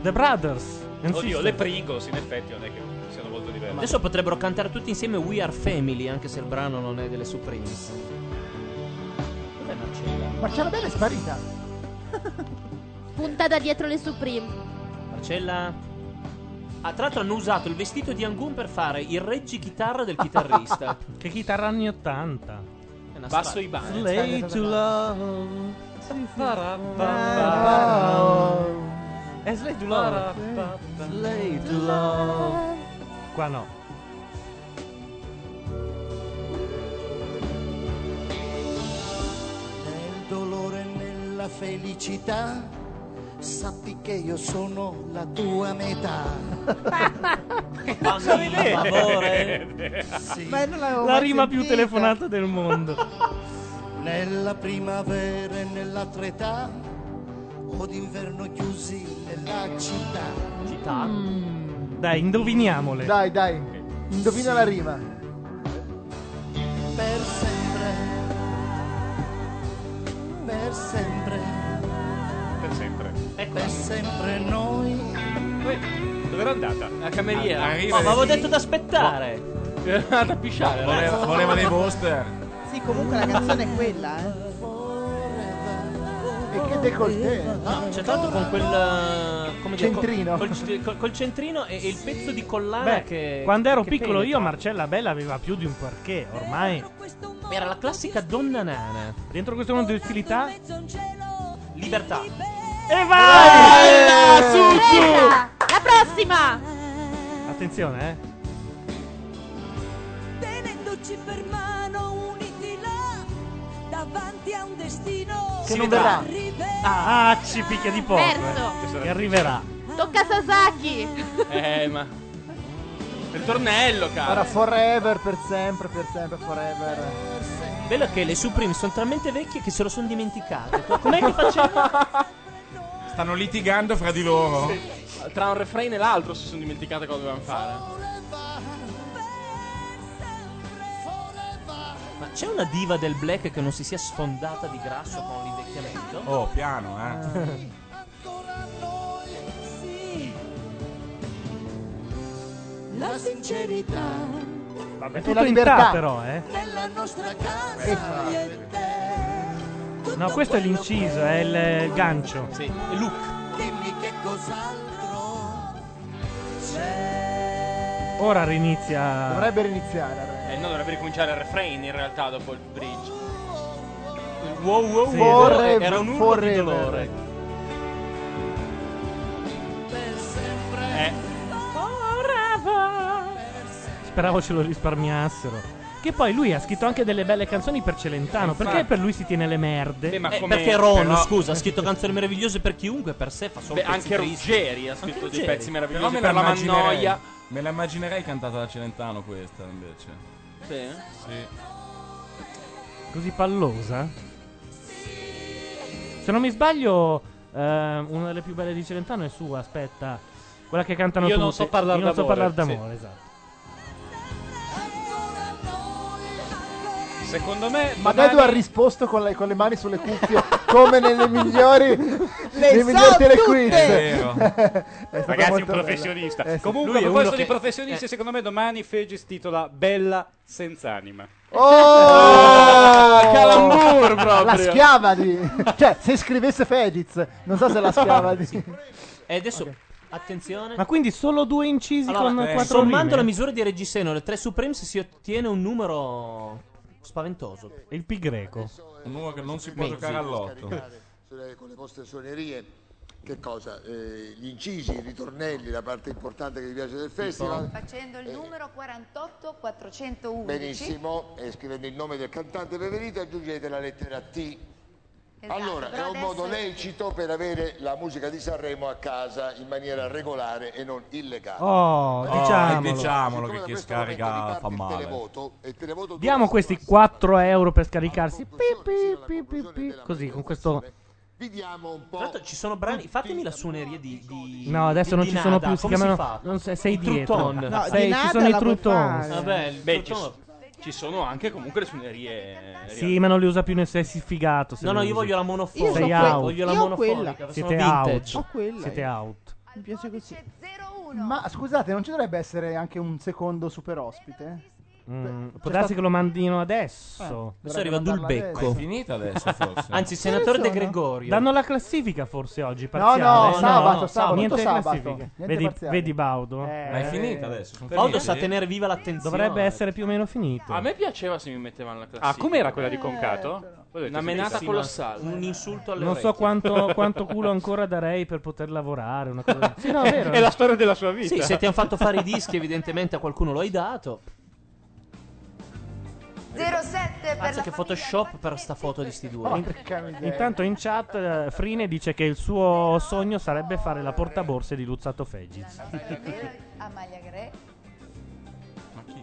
The Brothers. and
Oddio,
Sisters.
le Pringles in effetti non è che siano molto diverse.
Adesso potrebbero cantare tutti insieme We Are Family, anche se il brano non è delle Supremes. Dov'è Marcella?
Marcella Bella è sparita.
Puntata dietro le Supreme.
Marcella? Ah, tra l'altro hanno usato il vestito di Angun per fare il reggi chitarra del chitarrista.
che chitarra anni 80?
Basso i bagni.
Slay to love. È Slay to love.
Slay
to love. Qua no.
Nel dolore e nella felicità, sappi che io sono la tua metà.
Ma non l'avevo
La
mai
rima più
sentita.
telefonata del mondo.
Nella primavera e nell'altra età, o d'inverno chiusi nella città.
Mm.
Dai, indoviniamole.
Dai, dai. Indovina la rima.
Per sempre. Per sempre.
Per sempre.
Ecco.
Per sempre noi.
Dove era andata?
La cameriera.
Arriva
Oh, ma avevo
adesso.
detto d'aspettare.
da
cioè.
pisciare.
Voleva, voleva dei Wooster.
Sì, comunque la canzone è quella, eh.
E che decolleté.
No, c'è tanto con quel eh, come dire,
Centrino.
col, col- col- col centrino e, e il pezzo di collana
Beh,
che
quando ero
che
piccolo
penetra.
io Marcella Bella aveva più di un perché, ormai.
era la classica donna nana.
Dentro questo mondo di utilità
Libertà.
E vai!
Bella, Suzu!
Presa! La prossima!
Attenzione, eh.
Tenendoci per mano, uniti là, davanti a un destino
Che non verrà.
arriverà.
Ah, ah, ci picchia di poco.
Perso.
eh. Che arriverà.
Tocca a Sasaki!
Eh, ma il tornello,
Era
cara.
forever, per sempre, per sempre, forever.
Bello è che le Supreme sono talmente vecchie che se lo sono dimenticate. Com'è che facevano?
Stanno litigando fra di loro.
Tra un refrain e l'altro si sono dimenticate cosa dovevano fare.
Ma c'è una diva del black che non si sia sfondata di grasso con l'invecchiamento?
Oh, piano, eh.
Ah.
La sincerità
Vabbè,
E la
tutto in
libertà.
ta però, eh.
nella nostra casa.
Ecco.
No, questo è l'inciso, è il, il gancio.
Sì, è Luke.
Dimmi che cos'altro
Ora rinizia.
Dovrebbe riniziare, ragazzi.
Eh, no, dovrebbe ricominciare il refrain in realtà dopo il bridge. Wow, wow,
Sì.
wow.
Forever,
Era un urlo di
forever.
dolore.
per sempre.
Eh.
Speravo ce lo risparmiassero. Che Che poi lui ha scritto anche delle belle canzoni per Celentano. Perché per lui si tiene le merde?
Eh, perché Ron, scusa, ha scritto canzoni meravigliose per chiunque, per sé fa solo
Beh,
pezzi
anche
tristi.
Ruggeri ha scritto dei
Ruggeri.
pezzi meravigliosi
Però me
per
la
la
immaginerei-
Mannoia.
Me la immaginerei cantata da Celentano questa invece.
Sì? eh.
Così pallosa? Se non mi sbaglio, eh, una delle più belle di Celentano è sua. Aspetta, quella che cantano
Io
tutti.
non so parlare
Io non so
d'amore,
parlare d'amore,
sì.
esatto.
Secondo me.
Madedo ha risposto con le, con le mani sulle cuffie come nelle migliori nei migliori
so
telequiz.
tutte! È vero.
È stato
Ragazzi, un
molto bello.
professionista.
Eh, sì.
Comunque, a proposito di professionisti, secondo me domani Fegis titola Bella senza anima.
Oh!
Calambur proprio.
La schiava di... Cioè, se scrivesse Fediz, non so se la schiava di...
E adesso, attenzione.
Ma quindi solo due incisi con
eh,
Allora, eh,
quattro
sommando
linee?
la misura di reggiseno le tre Supremes si ottiene un numero spaventoso.
Il pi greco.
Un uomo che non si può giocare all'otto.
Scaricare sulle- con le vostre suonerie che cosa? Eh, gli incisi, i ritornelli, la parte importante che vi piace del festival.
Facendo il numero 48 411.
Benissimo, e scrivendo il nome del cantante preferito aggiungete la lettera T.
Esatto,
allora, è
però
un modo
adesso-
lecito per avere la musica di Sanremo a casa in maniera regolare e non illegale.
Oh,
diciamolo.
diciamolo.
che chi scarica fa
Il
male.
televoto, e il televoto
Diamo questi 4 euro per scaricarsi. Pi, pi, pi, pi, pi. Così, con questo.
vediamo un
po'. Ci sono brani. Fatemi la suoneria di. di-
No, adesso
di-
non
di
ci sono
Nada.
più. Si
Come
chiamano.
fa?
non so- sei
I
dietro.
Trutton.
No, Sei- di ci Nada sono i la puoi Trutton. fare.
Vabbè, il
Beh,
ci,
Trutton-
ci sono anche comunque le suonerie. eh,
Sì, ma non li usa più. Ne sei si figato. se
No,
li
no, io
usi.
voglio la monofonica,
Sei
io
out.
voglio
la Io ho monofonica, quella.
Siete
sono
out.
vintage. Ho quella,
Siete
io.
out.
Mi piace così.
Ma scusate, non ci dovrebbe essere anche un secondo super ospite?
Mm,
c'è
può darsi
stato-
che lo mandino adesso.
Eh, Adesso arriva dovrebbe mandarlo Dulbecco. adesso.
Ma è finita adesso, forse?
Anzi, senatore De Gregorio.
Danno la classifica forse oggi.
No,
Parziale. eh,
no, sabato, sabato,
Niente
sabato.
classifica.
Niente
vedi,
parziale.
vedi Baudo.
Eh,
Ma è finita adesso? Sono
Baudo
finiti?
sa tenere viva l'attenzione.
Dovrebbe essere più o meno finito.
A me piaceva se mi mettevano la classifica.
Ah, com'era quella di Concato? Voi l'avete
Una menata
sentita?
colossale.
Un insulto alle
Non so quanto, quanto culo ancora darei per poter lavorare. Una cosa... Sì, no, è vero.
Sì, se ti hanno fatto fare i dischi, evidentemente a qualcuno lo hai dato.
07 per
Mazza
la
che Photoshop per sta foto di sti due.
Porca miseria.
Oh, Intanto in chat eh, Frine dice che il suo sogno sarebbe fare la portaborse di Luzzato Fegiz.
Amalia Gre.
Ma chi?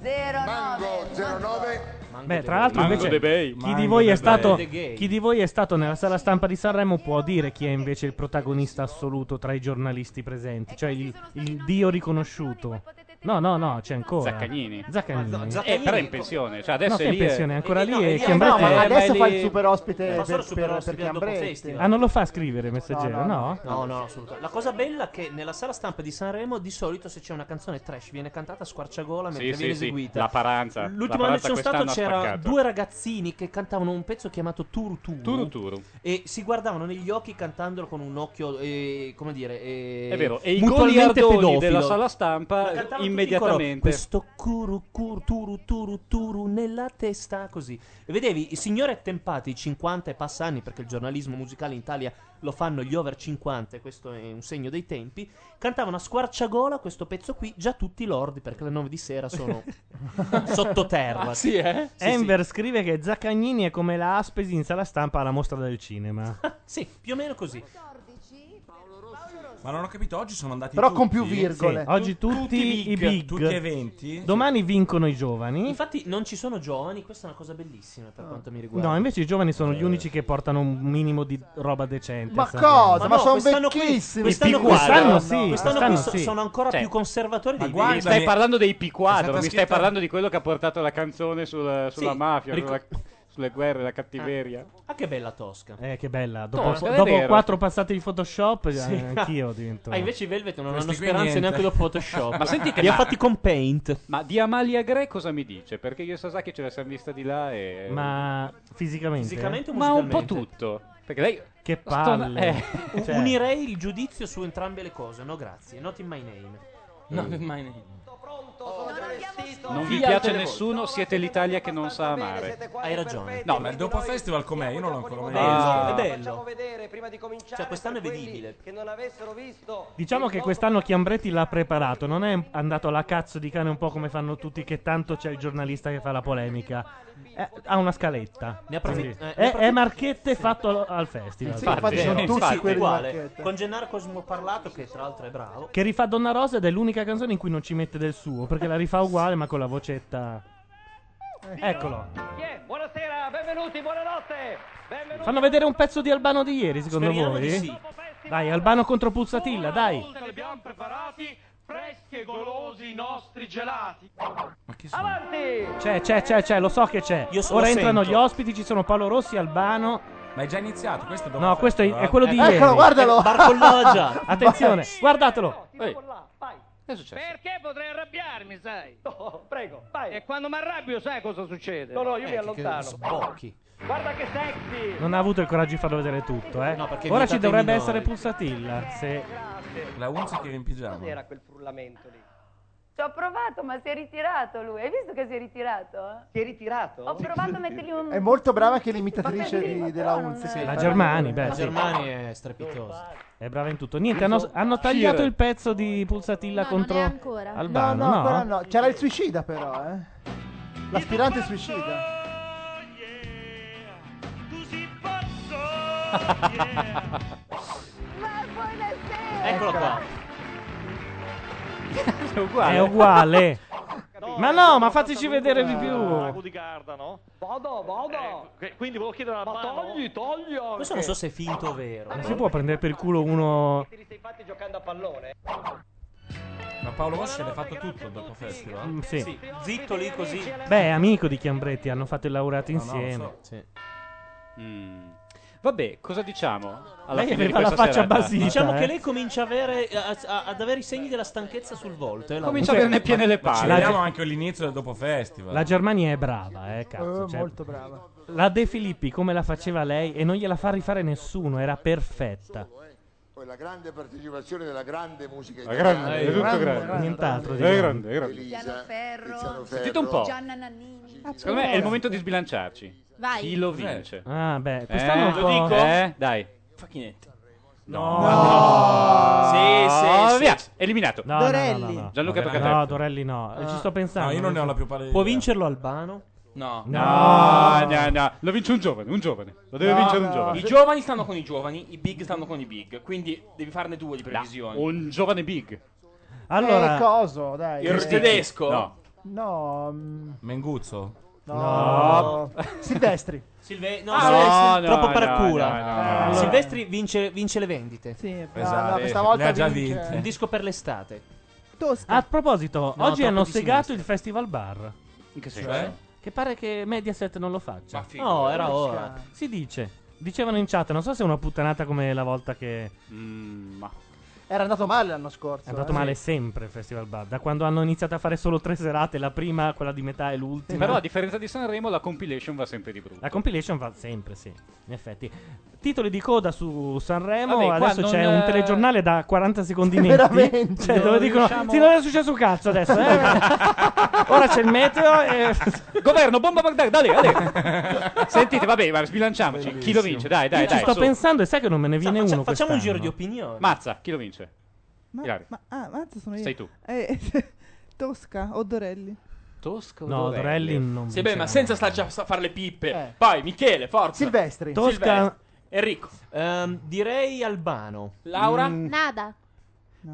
09.
Mango 09.
Beh, tra l'altro
Mango
invece
De Bay.
chi
Mango
di, voi
De
è stato,
Bay. De Gay.
chi di voi è stato nella sala stampa di Sanremo può dire chi è invece il protagonista assoluto tra i giornalisti presenti, cioè il, il dio riconosciuto. No, no, no, c'è ancora.
Zaccagnini.
Zaccagnini.
Eh, però è in pensione. Cioè, adesso
No, che
è
in
lì,
pensione, è ancora lì e
Eh, no,
Chiambretti
ma
è-
adesso
è
fa
lì-
il super ospite
Fa solo
per,
il super
per,
ospite
per
dopo
Chiambretti.
festival.
Ah, non lo fa scrivere messaggero, no?
No, no, assolutamente. La cosa bella è che nella sala stampa di Sanremo di solito se c'è una canzone trash viene cantata a squarciagola mentre
Sì,
viene
sì, sì.
eseguita.
La Paranza.
L'ultimo
La
anno che
Paranza
sono stato
quest'anno ha
c'era
spaccato.
due ragazzini che cantavano un pezzo chiamato Turu Turu.
Turu Turu.
E si guardavano negli occhi cantandolo con un occhio, eh, come dire, eh,
È vero, e i
mutualmente
goliardoni
pedofilo.
della sala stampa
La cantavano tutti in
immediatamente.
coro, Questo curu curu turu turu turu nella testa, così. E vedevi, i signori attempati, 50 e passa anni, perché il giornalismo musicale in Italia lo fanno gli over 50, e questo è un segno dei tempi, cantavano a squarciagola questo pezzo qui, già tutti lordi, perché le 9 di sera sono sottoterra.
Ah, eh?
Sì, sì.
Enver scrive che Zaccagnini è come la Aspesi in sala stampa alla mostra del cinema.
Sì, più o meno così.
Ma non ho capito, oggi sono andati
Però
tutti.
con più virgole. Sì, oggi tutti i big.
Tutti eventi.
Domani vincono i giovani.
Infatti non ci sono giovani, questa è una cosa bellissima per quanto mi riguarda.
Mm? Ah. No, invece i giovani sono
Eh.
gli unici che portano un minimo di roba decente.
Ma
a Sanremo.
cosa? Ma Ma no, son quest'anno qui- vecchissimi. quest'anno
I più-
guarda,
quest'anno
no,
sì,
quest'anno
quest'anno
qui so-
sì. Cioè,
sono ancora più conservatori
Ma
dei
guarda, mi
vecchi.
stai parlando dei P
È stata
quadro, mi stai
scritta-
parlando di quello che ha portato la canzone sul- sulla
Sì,
mafia,
ric-
sulla- sulle guerre, la cattiveria.
Ah, che bella Tosca.
Eh, che bella. Dopo,
Tosca, è
dopo
vero.
quattro passate di Photoshop, eh,
Sì.
anch'io divento.
Ah, invece i Velvet non
Questi
hanno
qui
speranze
niente.
neanche dopo Photoshop.
Ma senti che
Li ha
ma-
fatti con Paint.
Ma di Amalia Gre cosa mi dice? Perché io e Sasaki ce la siamo vista di là e...
Ma fisicamente?
Fisicamente o
Ma un po'
musicalmente?
tutto. Perché lei...
Che
Sto-
palle.
eh.
U-
Cioè-
Unirei il Mm. giudizio su entrambe le cose, no grazie. Not in my name.
Not in my name.
Non vi
Via
piace
Televoto.
nessuno, siete l'Italia che non sa amare.
Hai ragione.
No, ma il dopo festival com'è? Io non l'ho ancora
Bello, è bello. Cioè, quest'anno è vedibile.
Diciamo che quest'anno Chiambretti l'ha preparato, non è andato alla cazzo di cane un po' come fanno tutti, che tanto c'è il giornalista che fa la polemica. Eh, ha una scaletta.
Ne approfitt-
Quindi
eh, ne
è,
approfitt-
è Marchette fatto al, al festival.
Infatti, uguale. Con Gennaro Cosmo parlato, che tra l'altro è bravo.
Che rifà Donna Rosa ed è l'unica canzone in cui non ci mette del suo, perché la rifà uguale ma con la vocetta. Eccolo.
Buonasera, benvenuti, buonanotte. Benvenuti.
Fanno vedere un pezzo di Albano di ieri, secondo
Speriamo
voi?
di sì.
Dai, Albano contro Puzzatilla, dai.
Li abbiamo preparati freschi e golosi i nostri gelati. Avanti!
C'è, c'è, c'è, c'è, lo so che c'è.
Io solo
Ora entrano
sento.
gli ospiti, ci sono Paolo Rossi, Albano.
Ma è già iniziato, questo è dopo Eh,
No, questo è,
festival.
è quello di ieri.
ecco,
Eh,
Attenzione, guardatelo.
Che è successo? Perché potrei arrabbiarmi, sai? No, prego, vai. E quando mi arrabbio sai cosa succede? No, no, io mi allontano. Guarda che sexy!
Non ha avuto il coraggio di farlo vedere tutto, eh.
No, perché
Ora
vietate
ci
ai
dovrebbe
minori.
essere Puzzatilla. Se...
La Unzi che riempigiamo.
Cos'era quel frullamento lì?
Ci ho provato, ma si è ritirato lui. Hai visto che si è ritirato?
Si è ritirato?
Ho provato a mettergli un.
È molto brava che è l'imitatrice di- della Unzi.
La Germani, beh,
La
sì.
Germani è strepitosa.
È brava in tutto. Niente, hanno, hanno tagliato il pezzo di Pulsatilla contro
No,
Albano.
no, ancora no. C'era il suicida però, eh. L'aspirante suicida.
Eccolo qua.
È uguale. È uguale. ma no, ma fateci vedere di
Lago
più.
di Garda, no? Vado, vado! quindi volevo chiedere una mano. togli, togli!
Questo non so se è finto o vero.
Non si può prendere per il culo uno.
Ma Paolo Rossi l'ha fatto tutto il dopo festival?
Mm, sì.
Zitto lì così.
Beh, è amico di Chiambretti, hanno fatto il laureato
No, no, lo
insieme.
so. Mm. Vabbè, cosa diciamo? Alla
Lei
fine di
aveva la
questa
faccia
serata?
basita, eh.
Diciamo che lei comincia a avere- a- a- ad avere i segni della stanchezza sul volto. eh, la-
Comincia a averne piene le
Ma Ci
palle.
vediamo anche all'inizio del dopo festival.
La Germania è brava, eh, cazzo.
Eh,
cioè,
molto brava.
La De Filippi come la faceva lei e non gliela fa rifare nessuno, era perfetta.
Poi la grande partecipazione della grande musica
La
italiana.
grande, è tutto Grande, grande. grande. Nient'altro, diciamo. È grande, è grande.
Elisa, Tiziano
Sentite un po'.
Gianna
Secondo me Ah, è il momento di sbilanciarci. Eh.
Vai.
Chi lo vince?
Ah, beh, quest'anno un
eh,
po'-
lo dico? Eh, dai.
Facchinetti.
No.
No.
Sì,
Ah,
sì, sì.
Via,
eliminato.
No, No, no, no, no.
Gianluca
No,
Peccato.
No, Dorelli no. Eh, Ci
Ah.
sto pensando.
No, io non ne ho la più
pare
pallida
Può
idea.
vincerlo Albano?
No.
No, no, no. Lo vince un giovane, un giovane. Lo deve
No,
vincere un
no.
giovane.
I giovani stanno con i giovani, i big stanno con i big. Quindi devi farne due di previsioni.
Un giovane big.
Eh, coso, dai.
Il
Eh,
tedesco?
No.
No. mm,
Menguzzo?
No. Silvestri.
Silve- no,
Ah,
Silvestri,
no,
troppo
no,
paracula.
no, no, no.
Silvestri vince, vince le vendite. Sì,
Esatto. no, questa volta Le ha già vince. vinte.
Un disco per l'estate.
A proposito,
No,
oggi
troppo
hanno
di
segato
sinistra.
il Festival Bar.
In che
senso? Cioè?
Che pare che Mediaset non lo faccia.
figo. No, era ora.
Si dice. Dicevano in chat, non so se è una puttanata come la volta che
Mm, ma
Era andato male l'anno scorso.
è andato
eh.
male sempre il Festival Bar, da quando hanno iniziato a fare solo tre serate, la prima, quella di metà e l'ultima.
Però a differenza di Sanremo la compilation va sempre di brutto.
La compilation va sempre, sì, in effetti. Titoli di coda su Sanremo,
Vabbè, qua
adesso
non,
c'è
eh,
un telegiornale da 40 secondi netti.
Veramente?
Cioè,
Non
dove dicono,
riusciamo-
sì, non è successo un cazzo adesso, eh. Ora c'è il meteo e...
Governo, bomba Baghdad, dai, dai. Sentite, vabbè, ma sbilanciamoci. Chi lo vince?
Eh,
Dai, dai,
Io
dai.
ci sto
su.
pensando e sai che non me ne viene
faccia-
uno
facciamo un
quest'anno.
giro di
opinioni.
Mazza, chi lo vince?
Ma-
Ilaria.
ma- ah, mazza, sono io.
Sei tu.
Eh, Tosca o Dorelli.
Tosca
o No, Dorelli? Dorelli non
Sì, beh,
vincerà.
ma senza star già a fare le pippe. Vai, Michele, forza.
Silvestri.
Tosca. Enrico.
Ehm, direi Albano.
Laura?
Mm.
Mm.
Nada.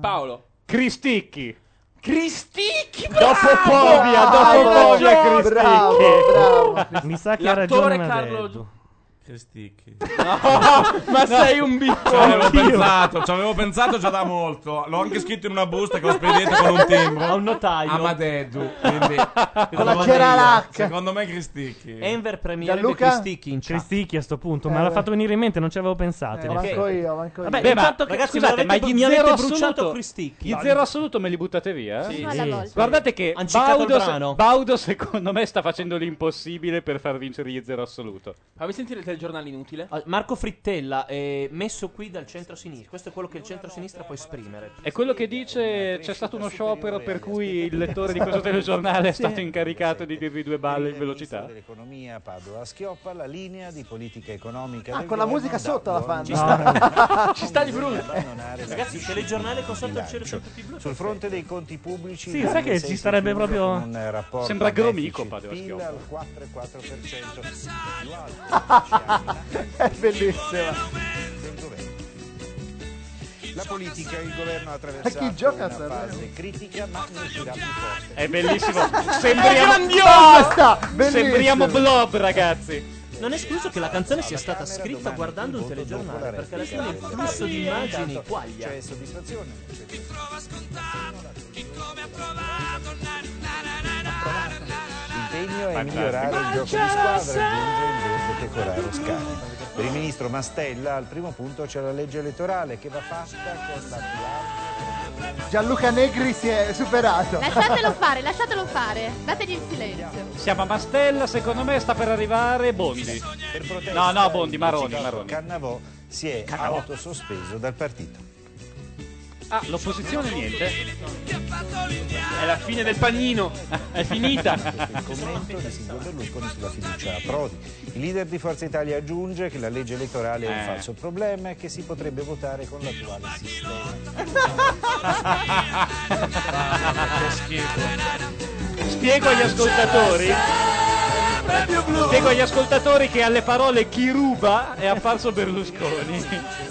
Paolo.
Cristicchi.
Cristicchi, bravo!
Dopo Povia,
Hai
dopo Povia,
ragione!
Cristicchi.
Mi sa che ha
L'attore
ragione
Carlo
Madedo.
Cristicchi.
No, ma sei un
Ci
bittone.
avevo pensato, ci avevo pensato già da molto. L'ho anche scritto in una busta che ho spedito con un timbro. A
un notaio.
Amadeddu. Quindi,
Con la
Ceralac.
Secondo me Cristicchi.
Enver premierebbe
Gianluca?
Cristicchi in chat.
Cristicchi a sto punto,
Eh,
me l'ha
beh.
fatto venire in mente, non ci avevo pensato. in
Eh,
effetti.
manco io, manco io.
Vabbè,
Beh,
il
ma
fatto che-
ragazzi,
scusate,
scusate, ma
gli
gli zero
avete bruciato
assoluto,
Cristicchi.
Gli
No,
zero assoluto me li buttate via? eh?
Sì, Alla sì. volta.
Guardate che
Han citato il
Baudo,
brano.
Baudo, secondo me, sta facendo l'impossibile per far vincere gli zero assoluto.
Fammi sentire il del giornale inutile.
Ah, Marco Frittella è messo qui dal centro-sinistra. Questo è quello che il centro-sinistra può esprimere.
È quello che dice c'è stato uno sciopero per cui il lettore di questo telegiornale è
Sì.
stato incaricato di dirvi due balle in velocità.
Dell'economia Padova schioppa la linea di politica economica.
Ah,
del
con la
governo
musica
da
sotto la fanno.
buon-
No.
Ci
sta
di brutto. Abbandonare
Ragazzi,
la
il telegiornale con sotto il
bilancio.
cielo sono tutti blu,
Sul fronte dei conti pubblici.
Sì,
il
sai che
2006
ci starebbe
si chiude
proprio-
con un rapporto
Sembra Gromico,
deficit
Padova
PIL
Schioppa.
al 4,4%. Più alto
È bellissima.
del governo. La politica, il governo ha
Ma chi
attraversato
gioca
una
a Sanremo?
fase critica, ma ne uscirà più forte.
È bellissimo.
È
Sembriamo
grandioso!
Basta!
Bellissimo!
Sembriamo blob, ragazzi.
Non è escluso che la canzone sia stata scritta guardando un telegiornale, perché alla fine il flusso di immagini quaglia.
C'è soddisfazione. Chi prova L'impegno è
Fantastico.
migliorare il gioco di
Marcello
squadra, aggiunge invece che Corrado Scani. Per il ministro Mastella al primo punto c'è la legge elettorale che va fatta con la più
Gianluca Negri si è superato.
Lasciatelo fare, lasciatelo fare. Dategli il silenzio.
Siamo a Mastella, secondo me sta per arrivare Bondi. No, no, Bondi, Maroni, Maroni.
Cannavò si è autosospeso dal partito.
Ah, l'opposizione niente.
È la fine del panino. È finita.
Il commento di Silvio Berlusconi sulla fiducia a Prodi. Il leader di Forza Italia aggiunge che la legge elettorale è un
Eh.
falso problema e che si potrebbe votare con l'attuale sistema.
che schifo. Spiego agli ascoltatori. Spiego agli ascoltatori che alle parole chi ruba è apparso Berlusconi.
Fine.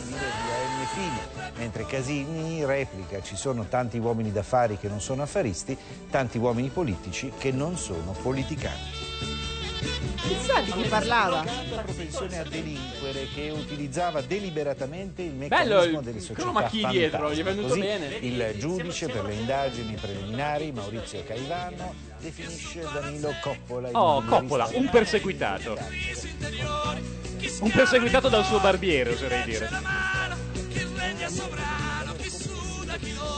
Mentre Casini replica ci sono tanti uomini d'affari che non sono affaristi, tanti uomini politici che non sono politicanti.
Chissà di chi parlava.
La propensione a delinquere che utilizzava deliberatamente il
Bello il
meccanismo delle società
chroma key dietro, gli è
fantasma.
venuto
Così
bene.
Il giudice per le indagini preliminari Maurizio Caivano definisce Danilo Coppola il
Oh,
migliorista
Coppola,
del
un perseguitato. Un perseguitato dal suo barbiere, oserei dire.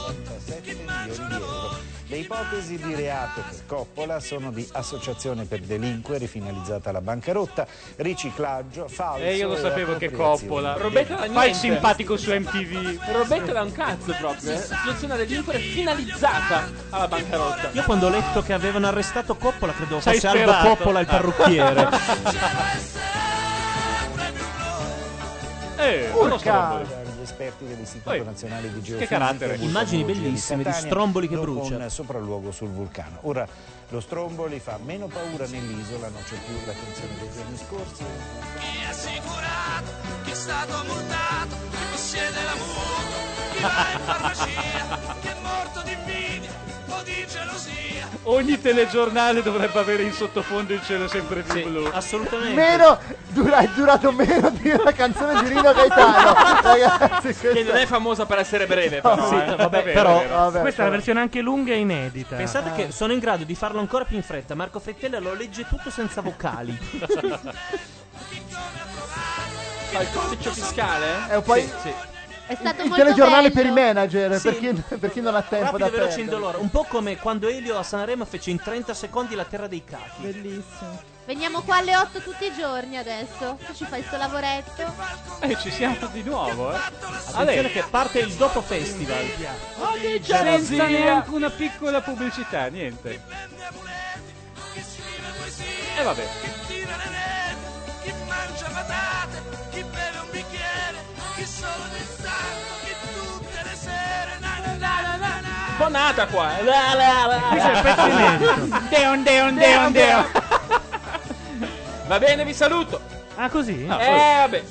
milioni di euro. Le ipotesi di reato per Coppola sono di associazione per delinquere finalizzata alla bancarotta, riciclaggio, falso
E io lo sapevo che Coppola.
Robetta da
Fa il
niente.
simpatico su MTV.
Robetta da un cazzo proprio. eh. Situazione da delinquere finalizzata alla bancarotta.
Io quando ho letto che avevano arrestato Coppola credevo
Sai
fosse Aldo
sperato.
Coppola il parrucchiere.
Ah. Eh,
Urca!
non lo so. Gli esperti dell'Istituto Nazionale di Geofisica
carattere.
e Vulcanologia
Immagini bellissime di
Catania,
stromboli che
dopo
brucia.
un sopralluogo sul vulcano. Ora lo stromboli fa meno paura nell'isola, non c'è più la tensione dei giorni scorsi.
È assicurato che è stato multato, che possiede la mutua, che va in farmacia, che è morto di invidia o di gelosia.
Ogni telegiornale dovrebbe avere in sottofondo il cielo sempre più blu.
Assolutamente.
Meno dura- è durato meno di una canzone di Rino Gaetano. Ragazzi,
Che non è famosa per essere breve, però.
Sì,
eh.
vabbè, però-
Questa
Vabbè,
è
però-
la versione anche lunga e inedita.
Pensate che sono in grado di farlo ancora più in fretta. Marco Frittella lo legge tutto senza vocali.
Fa il codice fiscale?
È un po'
Sì,
il-
sì.
È stato
Il
molto
telegiornale
bello.
per i manager,
Sì.
per, chi, per chi non ha tempo
Rapido,
da
veloce,
perdere.
indolore. Un po' come quando Elio a Sanremo fece in 30 secondi la terra dei cachi. Bellissimo.
Veniamo qua alle 8 tutti i giorni adesso. Tu ci fai sto lavoretto.
E ci siamo di nuovo, eh.
Attenzione che parte il dopo festival.
Senza neanche una piccola pubblicità, niente. E vabbè.
Tira le nerve, chi mangia patate, chi beve un bicchiere, chi solo del sangue, chi tutte le sere. Na na na na na na.
Bonata qua. eh. La, la, la.
Qui c'è il pezzo inedito.
Deon, deon, deon, deon. Va bene, vi saluto.
Ah, così?
eh, vabbè.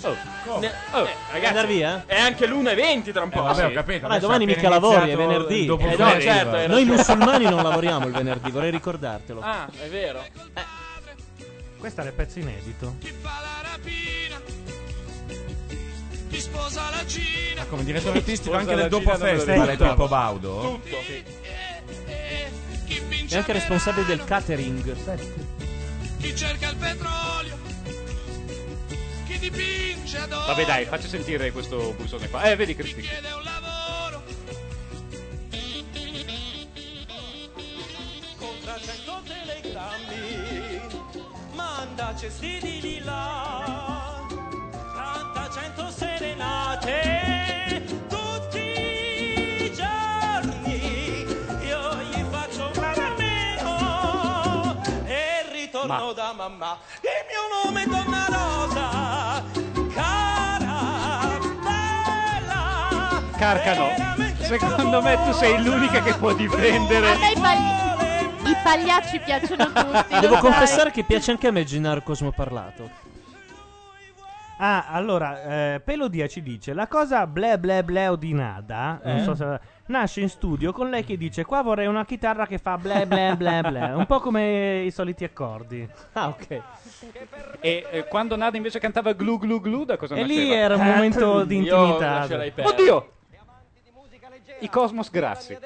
Ne-
oh.
eh, ragazzi,
Andar via?
È anche l'1.20 tra un po'.
Eh, vabbè,
sì.
ho capito, Ma adesso domani è appena mica lavori, è iniziato venerdì. il dopo
Eh, no,
festival.
certo, hai
Noi
ragione.
musulmani non lavoriamo il venerdì, vorrei ricordartelo.
Ah, è vero.
Questo era il pezzo inedito.
Chi sposa la Cina.
Ecco, Come direttore artistico
Scusa,
anche
la
del dopo
Gina non me lo
festival vale
ricordavo.
Pippo Baudo.
Tutto.
È anche responsabile del catering.
Chi cerca il petrolio. Chi dipinge ad oro.
Vabbè dai, faccio sentire questo pulsone qua. Eh, vedi Cristi.
Contra cento telegrammi. Manda cestini di là. torno da mamma. Il mio nome torna rosa, cara, bella.
Carcano, secondo me tu sei l'unica che può
A me
difendere.
i, pagli- i pagliacci piacciono tutti. lo
Devo
sai.
confessare che piace anche a me Gennaro Cosmo parlato.
Ah, allora, eh, Pelodia ci dice la cosa ble ble bleo di Nada. Non
Eh?
so se- Nasce in studio con lei che dice: Qua vorrei una chitarra che fa ble ble ble ble. Un po' come i soliti accordi.
Ah, ok.
E eh, quando Nada invece cantava glu glu glu, da cosa
E
nasceva?
lì era un momento di
Io
intimità.
lascerei perdere. Oddio! I Cosmos grassi.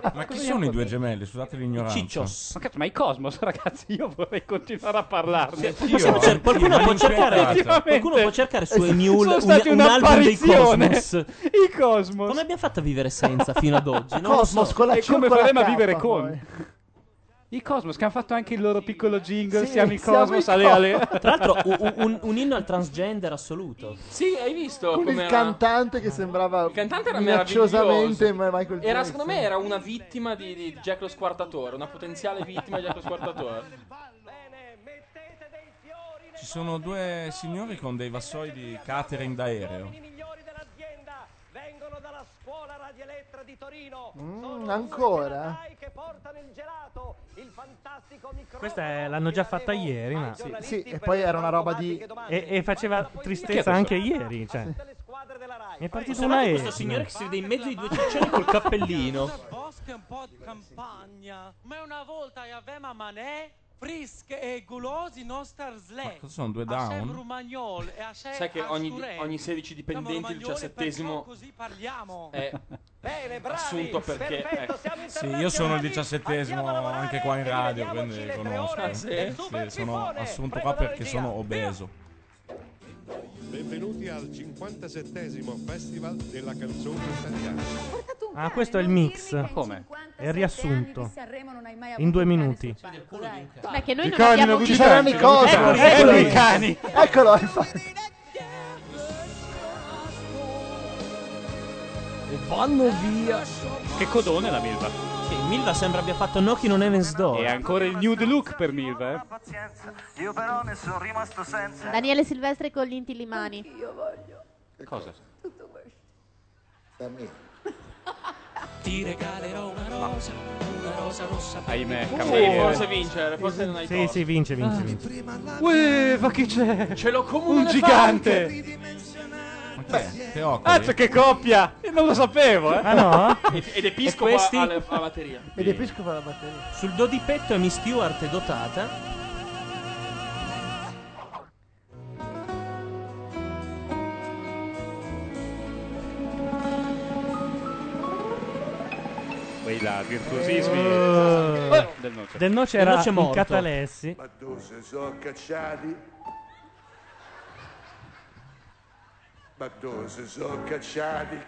Ah,
Ma chi sono i due gemelli? Scusate l'ignoranza.
Ma, cazzo, ma i Cosmos, ragazzi, io vorrei continuare a parlarne.
Sì, Possiamo io- cer-
qualcuno può cercare-
Effettivamente.
qualcuno può cercare su
Eh,
Emule
sono
un-
stati
un album dei
un'apparizione.
Cosmos.
I Cosmos.
Come abbiamo fatto a vivere senza fino ad oggi? Non lo
Cosmos
so.
con la
E
C o
come
con la
faremo a
K,
vivere
poi?
con? I Cosmos che hanno fatto anche il loro piccolo jingle.
Sì,
siamo i
siamo
Cosmos,
i
ale ale.
Cosmos. Tra l'altro, u- u- un, un inno al transgender assoluto.
Sì, hai visto
Con il
com'era?
cantante che sembrava
cantante era
minacciosamente Ma-
meraviglioso.
Michael
Era,
Jackson.
secondo me era una vittima di, di Jack lo Squartatore, una potenziale vittima di Jack lo Squartatore.
Ci sono due signori con dei vassoi di catering d'aereo.
Mm, ancora?
Questa è- l'hanno già fatta ieri, ma.
Sì, sì, e poi era una roba di...
E, e faceva tristezza anche
Perché
ieri. Cioè. Mi è partito un
Osservate
aereo.
questo signore che si vede in mezzo ai due ciccioni col cappellino.
Bosca un po' di campagna, ma una volta aveva manè, frische e gulosi non star slè.
Cosa sono due down?
Romagnol e a sé
Sai che ogni,
Asturè.
ogni 16 dipendenti, il 17esimo
parliamo.
è assunto perché. ecco.
Sì, io sono il diciassettesimo anche qua in radio, quindi conosco. Eh,
Ah, sì?
Sì, sono assunto qua perché sono obeso.
Benvenuti al 57 Festival della canzone italiana.
Ah, questo è il mix.
Come?
È riassunto.
Sanremo non hai mai avuto
In due
un cane
minuti.
Beh, che noi
I
non
cani
abbiamo
non
Ci saranno i Cosmos.
Ecco,
Eccoli,
lì.
i cani.
ecco, Eccolo, infatti.
E vanno via.
Che codone la Milva.
Sì, Milva sembra abbia fatto Noki non Evans Door.
E ancora il nude look per Milva, eh.
Io però ne sono rimasto senza.
Daniele Silvestri con gli intillimani. Io voglio.
Cosa?
Da me.
Ti regalerò una rosa, una rosa rossa.
Eh,
Ahimè,
Sì,
cavaliere.
forse vincere, forse non hai
Sì, sì, vince, vince, vince.
Uè, ma chi c'è?
Ce l'ho come
un gigante. Ah, c'è che coppia! Io non lo sapevo, eh!
Ah, no?
Ed, ed episcopo
E questi?
alla, alla batteria.
Ed Episcopo alla batteria.
Sul do di petto è Miss Stewart è dotata.
Quei là, virtuosismi
Eh.
eh, del noce.
Del Noce era in Catalessi.
Ma tu se so cacciati. Ma tu se so cacciati.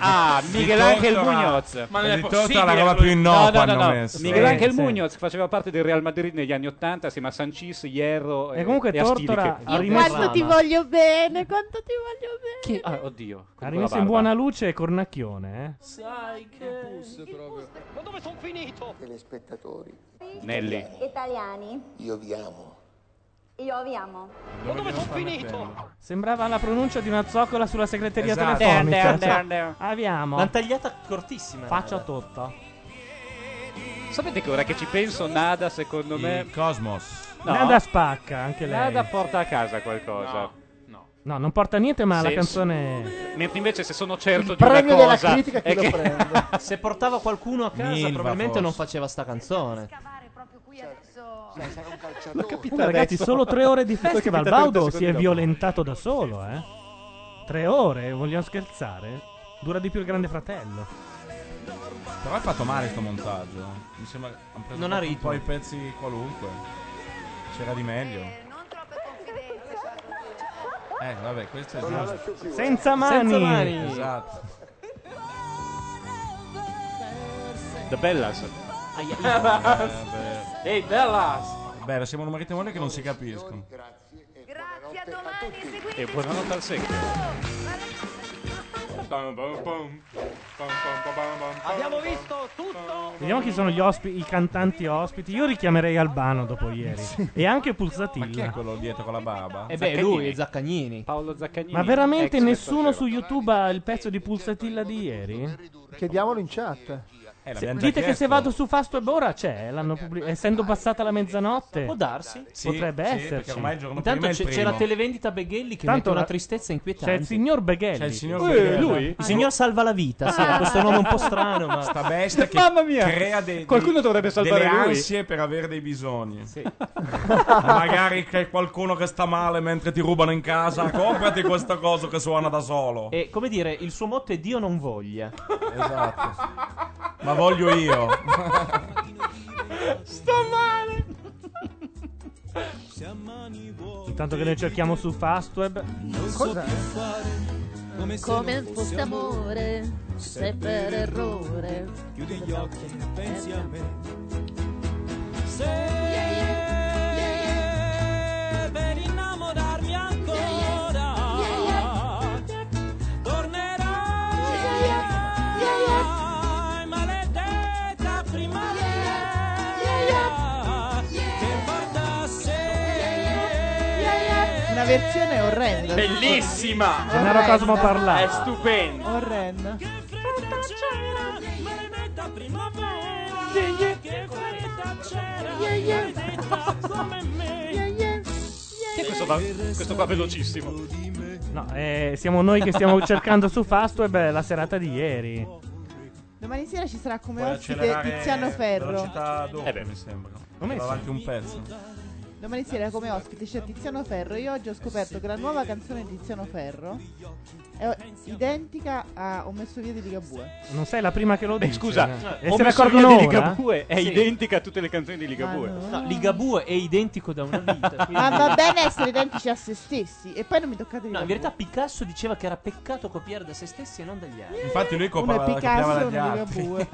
Ah, Michelangelo
Ritorno alla-
Muñoz.
Ma non è Ritorno possibile alla roba che lui- più innocua
No, no, no,
hanno
no.
messo.
Michelangelo
Sì, sì.
Muñoz che faceva parte del Real Madrid negli anni 80 assieme a Sancis, Hierro e,
E comunque
a
Tortora
Stiliche.
ha rimesso-
Quanto ti voglio bene, quanto ti voglio bene.
Ah, oddio.
Ha rimesso in buona luce Cornacchione, eh.
Sai che. Ma dove sono finito?
Telespettatori,
Nelly.
Italiani,
io vi amo.
io vi amo.
Ma dove sono finito?
Sembrava la pronuncia di una zoccola sulla segreteria
Esatto.
telefonica.
Deo, deo,
Cioè,
deo, deo.
Abbiamo.
L'han tagliata cortissima.
Faccia
Nada.
tutta.
Sapete che ora che ci penso, Nada secondo me.
Cosmos.
Nada spacca, anche lei.
Nada porta a casa qualcosa.
No, non porta niente, ma la
Sì.
canzone.
Mentre invece se sono certo di una
premio della
cosa
critica chi
è
lo
che
prende?
Esatto. Se portava qualcuno a casa,
Milva,
probabilmente
forse.
non faceva sta canzone.
Sarà un calciatore.
Comunque, ragazzi, solo tre ore di festival.
capita 30
Baudo si
secondi
è
dopo.
violentato da solo, eh. Tre ore, vogliamo scherzare? Dura di più il Grande Fratello.
Però è fatto male sto montaggio. Mi sembra che hanno preso
Non ha
proprio un
ritmo.
po' i pezzi qualunque. C'era di meglio. Eh, vabbè, questo è giusto.
Senza mani. Senza mani.
Esatto.
The Bellas.
Ehi, Bellas.
Beh, siamo un marito e moglie che non si capiscono.
Grazie a domani,
E buonanotte al secchio.
Abbiamo visto tutto.
Vediamo chi sono gli ospiti, i cantanti ospiti. Io richiamerei Albano dopo ieri. E anche Pulsatilla.
Ma chi è quello dietro con la barba?
Eh beh, lui,
Zaccagnini. Paolo Zaccagnini.
Ma veramente
ex
nessuno su YouTube ha il pezzo di pulsatilla di ieri?
Chiediamolo in chat.
Eh,
Se- dite che se vado su Fasto e Bora c'è, l'hanno pubblic- essendo passata la mezzanotte.
Può darsi.
Sì,
Potrebbe
Ah, sì,
esserci.
perché ormai il giorno
Intanto
prima è il
c'è, c'è
primo.
la televendita Beghelli che mette
Tanto
una
la-
tristezza inquietante.
C'è il signor Beghelli.
C'è il signor
Eh,
Beghelli.
lui?
Il signor salva la vita, sì, ha questo nome un po' strano, ma
Sta bestia che
Mamma mia.
crea dei, dei-
Qualcuno dovrebbe salvare
delle
lui.
ansie per avere dei bisogni. Magari c'è qualcuno che sta male mentre ti rubano in casa, comprati questa cosa che suona da solo.
E come dire, il suo motto è Dio non voglia.
Esatto. Ma voglio io.
Sto male.
Intanto che noi cerchiamo su Fastweb.
Cos'è?
Come fosse amore, se per errore chiudi gli occhi e pensi a me. Se per innamorarmi ancora, tornerai, maledetta primavera, che porta a sé.
Una versione orrenda.
Bellissima!
Gennaro Cosmo parlava.
È stupendo.
Orrenda.
C'era maledetta primavera Che fredda c'era
Yeah, yeah.
maledetta come me
Questo, va- questo qua è velocissimo.
No, eh, siamo noi che stiamo cercando su Fastweb eh, la serata di ieri.
Domani sera ci sarà come
Puoi
ospite
accelerare
Tiziano Ferro.
Velocità
Eh
doppia, mi sembra.
Ho messo.
Va avanti un pezzo.
Domani sera come ospite c'è Tiziano Ferro. Io oggi ho scoperto che la nuova canzone di Tiziano Ferro è identica a Ho messo via di Ligabue.
Non sei la prima che
Eh,
lo dice.
Scusa,
e
ho
se ne
messo
accorgono
via di
ora?
Ligabue è
Sì.
identica a tutte le canzoni di Ligabue.
No,
Ah, Ligabue è identico da una vita. quindi-
Ma va bene essere identici a se stessi. E poi non mi toccate
No, in
Ligabue.
verità Picasso diceva che era peccato copiare da se stessi e non dagli altri.
Infatti lui
Uno
copiava
è
copiava
Picasso,
dagli
uno è
altri.
Ligabue.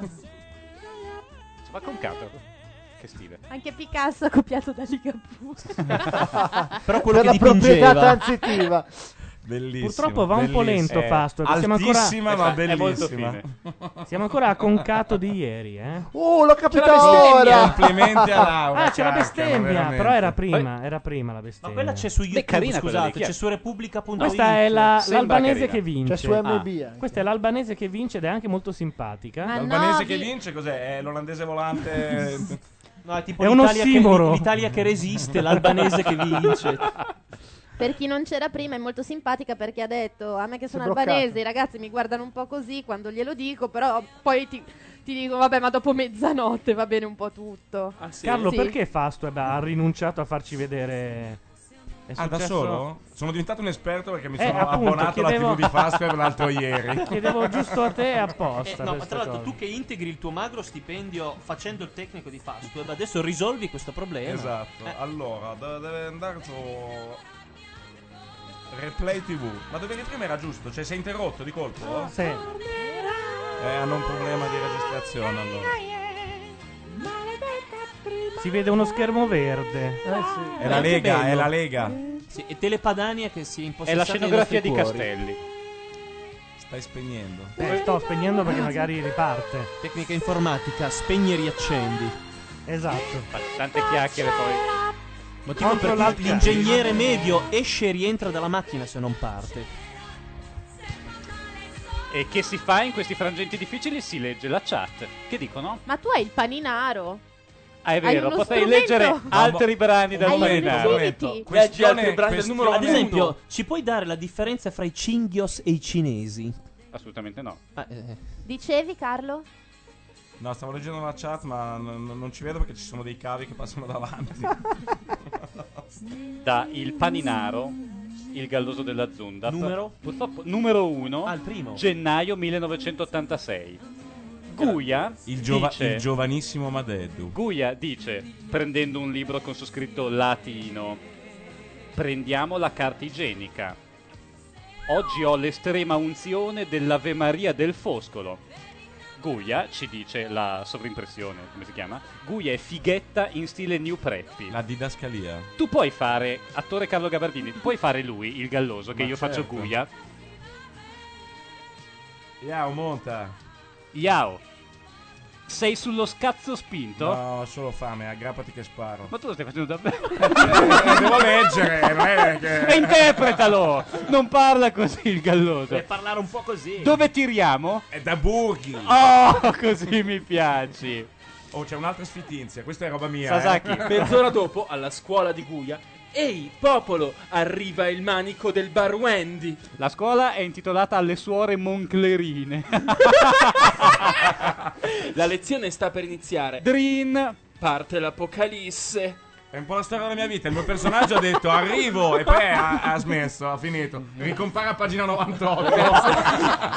Ma con cato. Che stile.
Anche Picasso ha copiato da Ligabue.
Però quello
per
che
la proprietà
dipingeva-
transitiva.
Bellissimo.
Purtroppo va un po' lento
bellissimo.
Fastweb.
Eh,
siamo ancora...
altissima, ma
È molto
bellissima.
fine. siamo ancora a concato di ieri, eh.
Oh, l'ho capito
C'è la bestemmia.
ora.
Complimenti a Laura,
Ah, c'è la
cacca, ma
bestemmia,
veramente.
però era prima, era prima la bestemmia.
Ma quella c'è su YouTube, scusate, c'è su Repubblica.it.
Questa è la-
Sembra
l'albanese
carina.
che vince.
C'è su MB
Ah. Questa è l'albanese che vince ed è anche molto simpatica.
L'albanese che vince cos'è? È l'olandese volante.
No, è tipo
È uno
l'Italia che-
simoro.
l'Italia che resiste, l'albanese che vince.
Per chi non c'era prima è molto simpatica perché ha detto a me che sono
Si è bloccato.
albanese, i ragazzi mi guardano un po' così quando glielo dico, però poi ti, ti dico vabbè ma dopo mezzanotte va bene un po' tutto.
Ah,
Carlo,
Sì.
perché Fastweb ha rinunciato a farci vedere... È
Ah, da
successo-
solo? Sono diventato un esperto perché mi
Eh,
sono
appunto,
abbonato
chiedevo-
alla TV di Fastweb l'altro ieri.
Chiedevo giusto a te apposta.
Eh, no,
per
ma
ste
tra l'altro
cose.
tu che integri il tuo magro stipendio facendo il tecnico di Fastweb, adesso risolvi questo problema. Eh.
Esatto. Allora, do- deve andare su Replay TV. Ma dovevi prima era giusto, cioè sei interrotto di colpo?
Sì.
Eh, hanno un problema di registrazione allora.
Si vede uno schermo
Eh,
verde.
È la Lega, è la Lega.
Sì, e Telepadania che si è impossessata
È la
dei
scenografia
nostri
di
cuori.
Castelli.
Stai spegnendo.
Eh, sto spegnendo perché magari riparte.
Tecnica informatica, spegni e riaccendi.
Esatto.
Tante chiacchiere poi.
Motivo
Contro
per
l'altra.
cui l'ingegnere medio esce e rientra dalla macchina se non parte.
E che si fa in questi frangenti difficili? Si legge la chat. Che dicono?
Ma tu hai il paninaro.
Ah, è
Hai
vero,
uno
potrei
strumento.
Cioè,
leggere
Ma-
altri brani del
Hai
Paninaro.
Infinity.
Leggi altri
brani del numero
Ad
uno.
esempio, ci puoi dare la differenza fra i cinghios e i cinesi? Ah, eh,
Assolutamente no.
Dicevi Carlo?
No, stavo leggendo la chat, ma n- n- non ci vedo perché ci sono dei cavi che passano davanti.
Da Il Paninaro, Il Galloso della Zunda.
Numero?
Purtroppo, numero uno.
Al primo.
Gennaio 1986. Guia
Il, giova-
dice-
il giovanissimo Madeddu.
Guia dice, prendendo un libro con su scritto latino, prendiamo la carta igienica. Oggi ho l'estrema unzione dell'Ave Maria del Foscolo. Guia ci dice la sovrimpressione, come si chiama? Guia è fighetta in stile New Preppy.
La didascalia.
Tu puoi fare, attore
certo.
Carlo Gabardini, puoi fare lui, il galloso, che
Ma
io faccio
certo.
Guia.
Iao, monta.
Yao, sei sullo scazzo spinto?
No, ho solo fame, aggrappati che sparo. Eh,
Ma tu lo stai facendo davvero?
devo leggere, non è che-
E interpretalo! Non parla così il galloso.
parlare un po' così.
Dove tiriamo?
È da Burghi.
Oh, così mi piaci.
Oh, c'è un'altra sfittinzia, questa è roba mia.
Sasaki,
eh.
mezz'ora dopo, alla scuola di Guia. Ehi, popolo, arriva il manico del bar Wendy.
La scuola è intitolata alle suore monclerine.
La lezione sta per iniziare.
Drin.
Parte l'apocalisse.
È un po' la storia della mia vita. Il mio personaggio ha detto arrivo e poi ha, ha smesso, ha finito. Ricompare a pagina 98.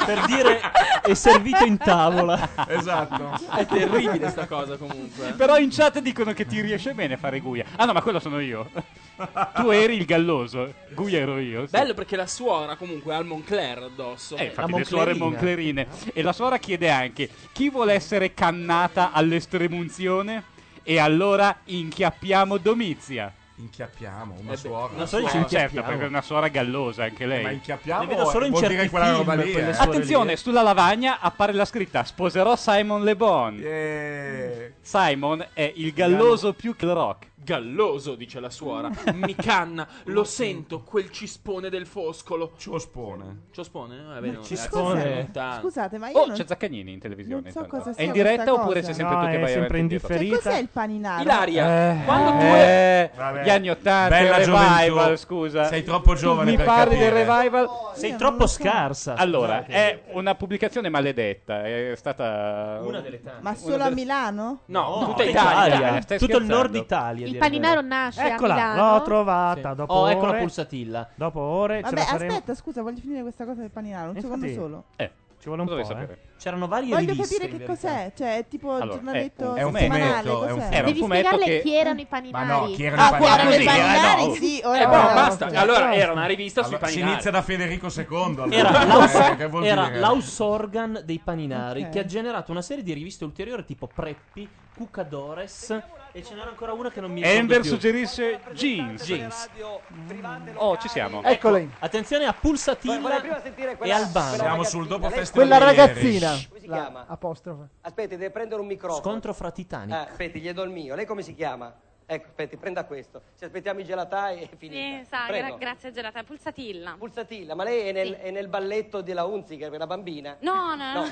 per dire è servito in tavola.
Esatto.
È terribile sta cosa comunque.
Però in chat dicono che ti riesce bene a fare Guia. Ah no, ma quello sono io. Tu eri il galloso. Guia ero io. sì.
Bello perché la suora comunque ha il Moncler addosso.
Eh, infatti le suore monclerine. E la suora chiede anche chi vuole essere cannata all'estremunzione? E allora inchiappiamo Domizia.
Inchiappiamo
Eh
una
beh,
suora. Eh,
una suora ci Certo, perché è una suora gallosa anche lei.
Ma inchiappiamo Le vedo solo in vuol certi dire quella film, roba lì, quelle eh. suore
Attenzione,
lì.
sulla lavagna appare la scritta Sposerò Simon Le Bon.
Eh,
Simon è il galloso più che il rock.
Galloso, dice la suora. Mi canna, lo sento, quel cispone del foscolo.
Ciospone.
Ciospone? Vabbè, non-
Cispone.
ragazzi, siamo lontani.
Scusate, ma io
Oh,
non-
c'è Zaccagnini in televisione.
non so
intanto.
cosa
è in
sia
diretta
questa
oppure
cosa.
sei sempre tu che vai avanti e indietro?
Che cos'è il paninaro?
Ilaria, quando tu
Eh,
Vabbè.
gli anni 80,
Bella
il revival,
gioventù.
scusa.
Sei troppo giovane
Mi
per
parli
capire.
del revival?
Sei troppo scarsa. eh.
Allora,
scusate.
è una pubblicazione maledetta, è stata
Una delle tante.
Ma solo a Milano?
No,
tutta
Italia.
Italia,
Eh, stai
tutto il
scherzando?
nord Italia.
Il
direi.
paninaro nasce
Eccola,
a Milano.
l'ho trovata,
Sì.
dopo
Oh,
ecco la
ore.
pulsatilla.
Dopo
Eh,
ore
Vabbè,
ce la faremo.
aspetta, scusa, voglio finire questa cosa del paninaro, un secondo
Infatti,
solo.
Ci vuole un
Cosa
po'. eh.
vuoi Eh, sapere?
C'erano varie
Voglio
riviste,
capire
in
che
verità.
cos'è, cioè è tipo il
Allora,
giornaletto
è un
settimanale,
fumetto, è un
cos'è?
fumetto. Era un
Devi
fumetto
spiegarle
che-
chi erano i paninari.
Ma no, chi erano
ah,
i
chi erano i
paninari?
paninari?
Eh, no.
Sì,
ora
Eh,
no.
però
Eh,
basta.
cioè,
allora
basta.
era una rivista sui
Allora, si
paninari.
inizia da Federico II.
Era,
allora.
l'Aus-
Eh, che vuol
era
dire?
l'Ausorgan dei paninari
Ok.
che ha generato una serie di riviste ulteriori tipo Preppi, Cucadores e ce n'era ancora una che non mi ricordo
Enver
più.
suggerisce jeans.
Jeans.
Oh, ci siamo.
Eccola
Eccola
lì. Ecco, Attenzione a
Ecco, Vorrei
Pulsatilla
prima sentire
e
quella-
Albano.
quella
Siamo
ragazzina,
sul dopo
lei-
festa
quella
di ieri.
ragazzina.
Shh.
Come si
La-
chiama?
apostrofe.
Aspetti, deve prendere un microfono.
Scontro fra
Eh,
titani.
aspetti, gli do il mio. Lei come si chiama? Ecco, aspetti, prenda questo. Se aspettiamo i gelatai è finita.
Eh, sa, gra-
Prego.
grazie Gelata, pulsatilla.
Pulsatilla, ma lei è nel, è nel balletto della Unziger, una bambina?
No, no, no.
No.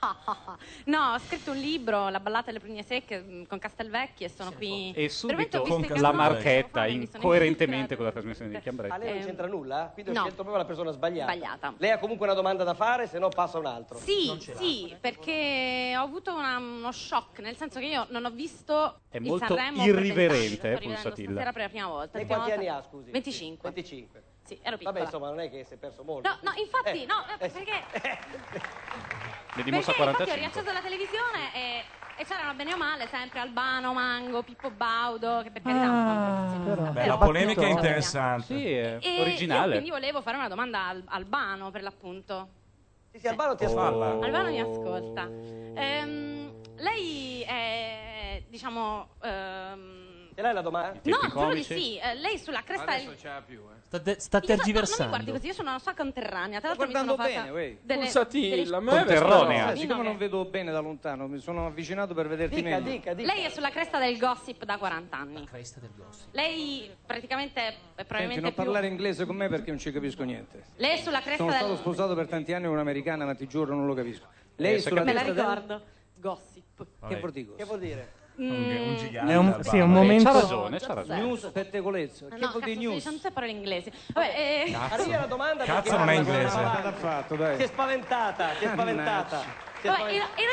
No, ho scritto un libro, La ballata delle prugne secche mh, con Castelvecchi e sono qui.
E
Veramente ho
subito
visto i
la
cartoni,
marchetta,
mi sono
in-
infiltrata.
coerentemente con la trasmissione di
Ah, lei
Chiambretti.
non
Ehm,
c'entra nulla? Quindi ho
no.
scelto proprio la persona sbagliata.
Sbagliata.
Lei ha comunque una domanda da fare, se no passa un altro.
Sì, sì, perché ho avuto una- uno shock, nel senso che io non ho visto
È
il
molto
Sanremo per vent'anni, lo sto
irriverente, eh,
rivedendo
Pulsatilla.
stasera per la prima volta.
Lei
l'ultima
quanti anni
volta-
ha, scusi?
25.
25.
Sì, ero piccola.
Vabbè, insomma, non è che si è perso molto.
No, no, infatti, no, eh, perché
Ne dimostra
Perché infatti
45.
ho riacceso la televisione e, e c'erano bene o male sempre Albano, Mango, Pippo Baudo, che per carità un po' impazziti.
Beh, la polemica è interessante.
Sì, è
E io
Eh, originale.
quindi volevo fare una domanda al Albano per l'appunto.
Sì, sì, Albano ti ascolta.
Albano mi ascolta. Ehm, lei è, diciamo... ehm,
Ce l'hai la domanda?
no, giuro di sì. Eh, lei sulla cresta del...
c'è più, eh.
Sta, te- sta
Io so- no, non mi
tergiversando.
guardi così, io sono una sua conterranea. Tra
Sto
l'altro mi sono
guardando
fatta
bene, uè.
delle-
Pulsatilla,
delle-
me- Conterronea. Sì, no,
siccome non
vedo bene da lontano, mi sono avvicinato per vederti dica,
meglio.
Dica, dica,
Lei è sulla cresta del gossip da 40 anni.
cresta del gossip.
Lei praticamente è probabilmente
Senti, non
più-
parlare inglese con me perché non ci capisco niente.
Lei è sulla cresta
Sono stato
del
sposato per tanti anni con un'americana, ma ti giuro non lo capisco.
Eh,
Lei è
se
sulla
capisco- Me la
cresta del-
ricordo. Gossip.
Che vuol dire? Che vuol dire?
Mm.
È un- sì, è un momento-
C'ha ragione, c'ha ragione.
News sette colezzo.
Ah,
Che
no,
vuol dire
cazzo, stai
news?
dicendo tutte parole inglesi. Vabbè, eh,
Cazzo. Arriva la domanda Cazzo perché non è parla con inglese. una mamma. Che fatto, dai. Si è spaventata, si è spaventata. Si è
vabbè, in,
spaventata.
in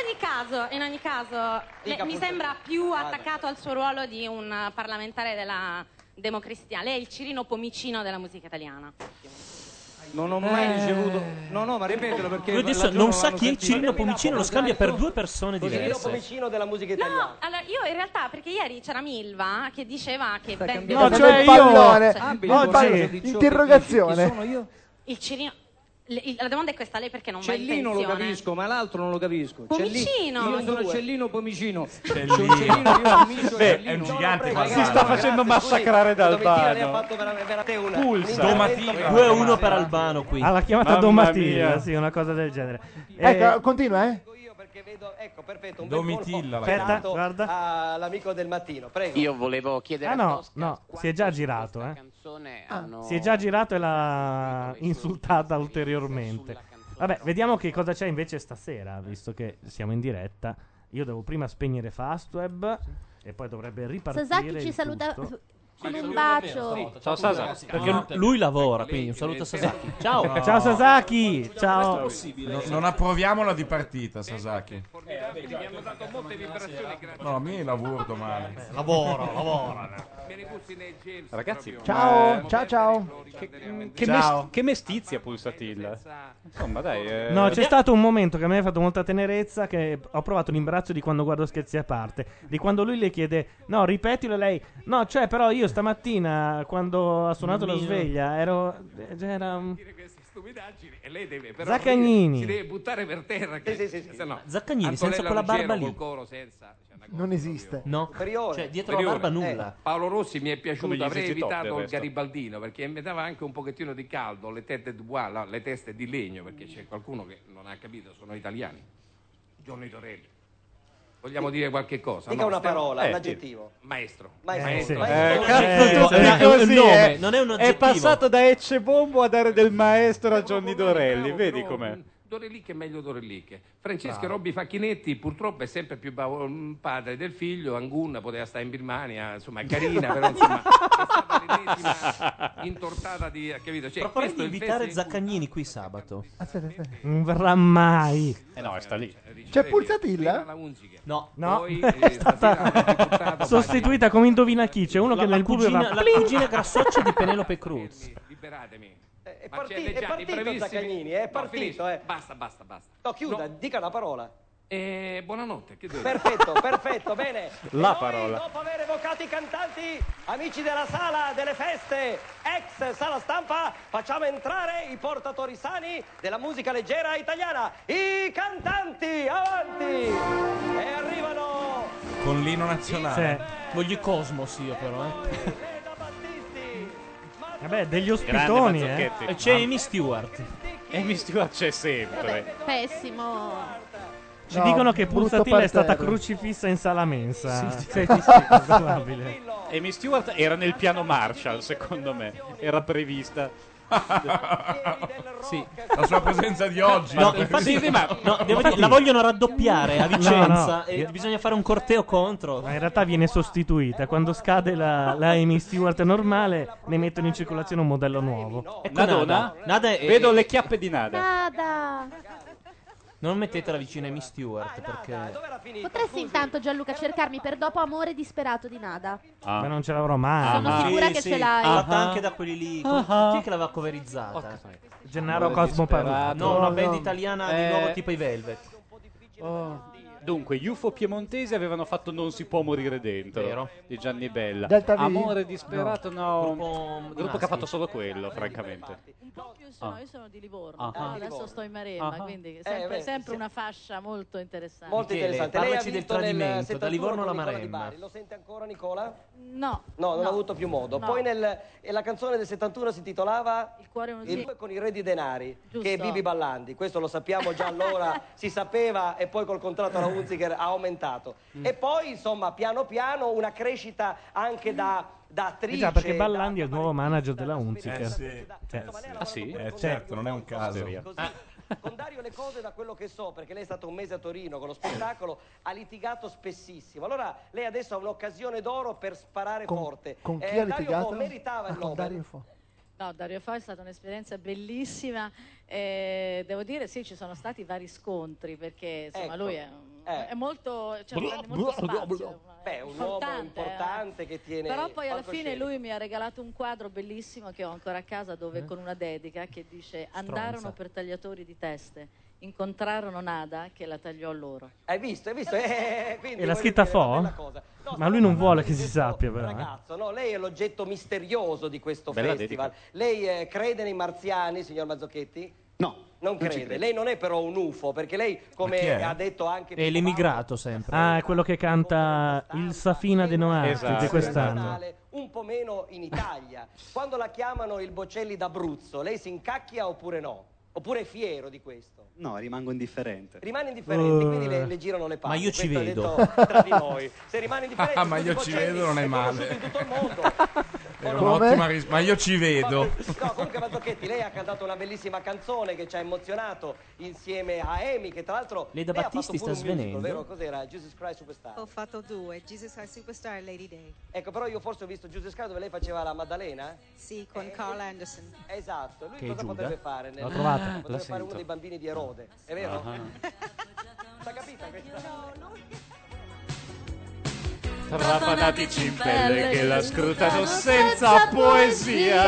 ogni caso, in ogni caso le-
Dica,
mi
appunto.
sembra più
Vada.
attaccato al suo ruolo di un eh, parlamentare della democristiana. Lei è il Cirino Pomicino della musica italiana.
Non ho mai ricevuto. No, no, ma ripetelo perché.
Lui adesso
la giorno
non sa
l'hanno
chi è il
sentito.
Cirino Pomicino, lo scambia per due persone
Cirino
diverse.
Pomicino della musica italiana.
No, allora io in realtà, perché ieri c'era Milva che diceva che Ben
No,
Biolay-
cioè
Ah,
Cioè,
io
il
oggi
Cirino
Interrogazione.
io?
il Cirino le- il- la domanda è questa, lei perché non va in
Cellino lo
pensione?
capisco, ma l'altro non lo capisco.
Pomicino!
Cellino- Io sono
Due.
Cellino Pomicino.
Cellino.
C'è un Cellino, io Pomicino,
Beh,
Cellino.
è un gigante
No, no,
qua.
prego,
Si sta facendo massacrare da
Domenica lei
Albano.
ha fatto vera- veramente una-
Pulsa.
un
Domattina.
intervento-
2-1
per
Albano qui. Alla chiamata
Mamma
domattina,
mia.
sì, una cosa del genere.
Ecco,
Eh,
continua, eh.
Domitilla, aspetta, guarda.
all'amico del mattino, prego.
Io volevo chiedere
Ah
a
no,
Tosca
no, si è già girato, eh.
canzone
Ah.
hanno-
Si è già girato e l'ha insultata ulteriormente. Vabbè, vediamo che cosa c'è invece stasera, visto che siamo in diretta. Io devo prima spegnere Fastweb e poi dovrebbe ripartire
Sasaki ci
il
saluta
tutto.
con un bacio.
Ciao Sasaki.
Perché
Perché lui lavora, quindi un saluto a Sasaki. Ciao.
No. Ciao Sasaki, ciao.
No, non approviamola di partita, Sasaki.
abbiamo dato molte vibrazioni grazie.
No, a me lavoro domani.
lavoro,
lavoro.
Me ne gusti nei James.
Ragazzi,
Ciao,
eh,
ciao, ciao.
Che,
Ciao.
mes- che mestizia Pulsatilla. Insomma, dai. eh,
No, c'è stato un momento che a me ha fatto molta tenerezza. Che ho provato l'imbarazzo di quando guardo scherzi a parte. Di quando lui le chiede, no, ripetilo. E lei, no, cioè, però io stamattina quando ha suonato la
Mammino.
sveglia ero. eh, già era.
Dire queste stupidaggini e lei deve però
Zaccagnini.
ci deve buttare per terra che se no-
Zaccagnini, senza
Antonella
quella barba
Ruggero col
lì.
coro senza
Non esiste.
No.
Superiore.
Cioè, dietro la
Superiore.
barba nulla.
Eh, Paolo Rossi mi è
Come gli
piaciuto, avrei
esercitotti, del
evitato il
resto.
garibaldino perché mi dava anche un pochettino di caldo, le tette di bois, la- le teste di legno, perché c'è qualcuno che non ha capito, sono italiani. Giorno Torelli. Vogliamo dire qualche cosa?
Dica una parola, un
sì.
aggettivo.
Maestro.
Maestro.
Maestro.
Eh,
Maestro.
cazzo,
Eh,
tutti
eh,
È
eh,
così,
un nome,
eh.
non è un
È
aggettivo.
passato da Ecce Bombo a dare del maestro a Johnny Dorelli. Vedi
Però,
com'è.
mh, Dorelicche è meglio Dorelicche. Francesca
Bravo.
Robbi Facchinetti purtroppo è sempre più bravo, mh, padre del figlio, Angunna poteva stare in Birmania, insomma è carina, però insomma è stata l'ennesima intortata di... ha capito? Cioè,
A proposito,
quindi
evitare
invece-
Zaccagnini qui sabato.
Aspetta, aspetta.
Non verrà mai.
Eh no, sta lì.
C'è Pulsatilla?
No,
No,
Poi,
eh,
eh,
è stata sostituita come indovina chi. C'è uno che nel pubblico
Cugina,
va.
la
"Pling".
cugina grassoccia di Penelope Cruz.
Liberatemi.
Eh, È,
Ma c'è
parti-
Leggiadri,
è partito
bravissimi.
Zaccagnini, è
No,
partito.
finisci.
eh.
Basta, basta, basta.
No, chiuda, dica una parola.
Eh, buonanotte, che devo dire?
Perfetto, perfetto, bene.
La
E noi,
parola.
dopo aver evocato i cantanti, amici della sala, delle feste, ex sala stampa, facciamo entrare i portatori sani della musica leggera italiana. I cantanti, avanti! E arrivano
Con l'ino nazionale.
Voglio Cosmos io però, eh.
Vabbè, degli ospitoni, eh.
E c'è Amy Stewart.
Amy Stewart c'è sempre.
Pessimo.
Ci
No,
dicono che
brutto
Pulsatilla è stata
parterre.
crucifissa in sala mensa.
Sì,
sì,
sì,
sì,
sì.
probabile.
Amy Stewart era nel piano Marshall, secondo me. Era prevista.
Sì.
La sua presenza di oggi.
No, infatti,
Sì, sì, ma-
no, devo
infatti-
dire, la vogliono raddoppiare a
No,
Vicenza
no.
e bisogna fare un corteo contro.
Ma in realtà viene sostituita. Quando scade la, la Amy Stewart normale, ne mettono in circolazione un modello nuovo.
Ecco Nada. Nada. Nada è-
Vedo le chiappe di Nada.
Nada.
Non mettetela vicino a Amy Stewart perché
Potresti intanto Gianluca cercarmi per dopo amore disperato di Nada.
Ah, Ma non ce l'avrò
Ah,
mai.
Sono sicura che ce l'hai.
È Ah, fatta anche da quelli lì. Come-
Ah.
Chi è che l'aveva coverizzata?
Gennaro Cosmo Parrucco.
No, una
No,
band
no.
italiana
Eh.
di nuovo tipo i Velvet.
Dunque, gli UFO piemontesi avevano fatto Non si può morire dentro
Vero.
di Gianni Bella.
Delta V?
Amore disperato, no.
Gruppo,
Gruppo che ha fatto solo quello, francamente.
Io sono, io sono di Livorno,
Ah.
però
Ah, di
adesso
Livorno.
sto in Maremma,
Ah.
quindi
Eh,
sempre,
beh,
sempre una fascia molto interessante.
Molto
Michele,
interessante.
parlaci
Lei ha
del
vinto nel
tradimento, da
71
Livorno alla
con Nicola Di
Maremma.
Bari. Lo sente ancora Nicola?
No.
No, non
no.
ha avuto più modo.
No.
Poi nel, e la canzone del 71 si intitolava
Il cuore è uno
Il
sì.
due con i re di denari,
Giusto.
che è Bibi Ballandi. Questo lo sappiamo già allora, si sapeva e poi col contratto
Mm.
alla Hunziker ha aumentato. E poi, insomma, piano piano una crescita anche da, da
Eh
attrice.
Esatto,
già, perché
da-
Ballandi è
eh.
il nuovo manager della Unziker.
Eh sì.
Cioè,
Ah sì? Eh, certo, non è un caso.
Ah,
Con Dario le cose da quello che so, perché lei è stato un mese a Torino con lo spettacolo, ha litigato spessissimo. Allora lei adesso ha un'occasione d'oro per sparare forte.
Con
Eh,
chi ha
Dario
litigato?
Fo meritava
Ah,
il
con
Nobel.
Dario Fo.
No, Dario Fo è stata un'esperienza bellissima. eh, devo dire, sì, ci sono stati vari scontri perché insomma,
Ecco.
lui è, un-
Eh.
è molto. Cioè,
Blah,
prende molto
blah, blah,
spazio.
Beh, è un uomo
Importante, eh.
importante che tiene.
Però poi
il
alla fine
palcoscenico.
lui mi ha regalato un quadro bellissimo che ho ancora a casa
Eh?
dove con una dedica che dice andarono per tagliatori di teste, incontrarono Nada che la tagliò loro.
Hai visto, hai visto? Eh, quindi
E la
voglio
scritta
dire, una bella
Fo?
cosa.
Ma lui non vuole che si sappia, però. eh.
Cazzo, no? Lei è l'oggetto misterioso di questo
Bella
festival. Lei eh, crede nei marziani, signor Mazzocchetti? No. Non
non ci
crede,
credo.
lei non è però un UFO, perché lei,
Ma chi
come
è?
ha detto anche
È l'emigrato sempre.
Ah, è quello che canta il Safina De Noasti di
Esatto.
quest'anno.
Natale, un po' meno in Italia. Quando la chiamano il Bocelli d'Abruzzo, lei si incacchia oppure no? Oppure è fiero di questo?
No, rimango indifferente.
Rimane indifferente,
Eh.
quindi le, le girano le palle.
Ma io ci
Questo ha
vedo.
detto tra di noi. Se rimane indifferente,
Ah, ma
tutti
io
i
ci
Bocelli
vedo non è
è
male.
conosciuto in tutto il mondo.
Era
Come?
un'ottima ris- ma io ci vedo.
No, comunque Mazzocchetti, lei ha cantato una bellissima canzone che ci ha emozionato insieme a Amy, che tra l'altro
Lei da
lei ha
Battisti
fatto pure
sta
un musical,
svenendo.
vero? Cos'era? Jesus Christ Superstar.
Ho fatto due, Jesus Christ Superstar e Lady Day.
Ecco, però io forse ho visto Jesus Christ dove lei faceva la Maddalena. Eh,
Sì, con Carl Anderson.
Esatto, lui
Che è
cosa
Giuda?
potrebbe fare?
L'ho trovata. Ah,
potrebbe
la
fare uno
sento.
dei bambini di Erode, è vero?
Ah.
L'ha capita questa?
Raffanatici in pelle che la scrutano
senza
poesia.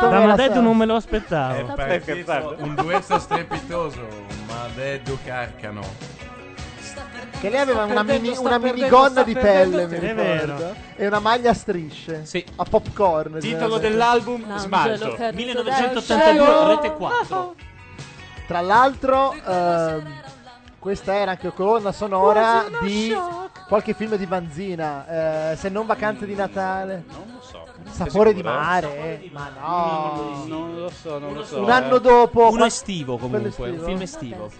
Da Madeddu non me lo aspettavo.
È partito un duetto strepitoso, Madeddu Carcano.
Che lei aveva
Sta
una,
perdendo,
mini-
sta
una
perdendo,
minigonna
sta
di
perdendo
pelle, mi
tempo. È
ricordo.
vero.
E una maglia a strisce. A popcorn.
Titolo
generalmente.
dell'album,
L'angelo
Smalto.
che arriva
1982,
dal cielo.
rete 4.
Tra l'altro, ehm, questa era anche colonna sonora di qualche film di Vanzina. eh, se non Vacanze di Natale.
Non lo so.
Sapore
Sei
di
sicura?
mare. Ma no.
Non lo so, non lo so.
Un anno dopo.
Uno
qua-
estivo comunque,
quello
un film estivo.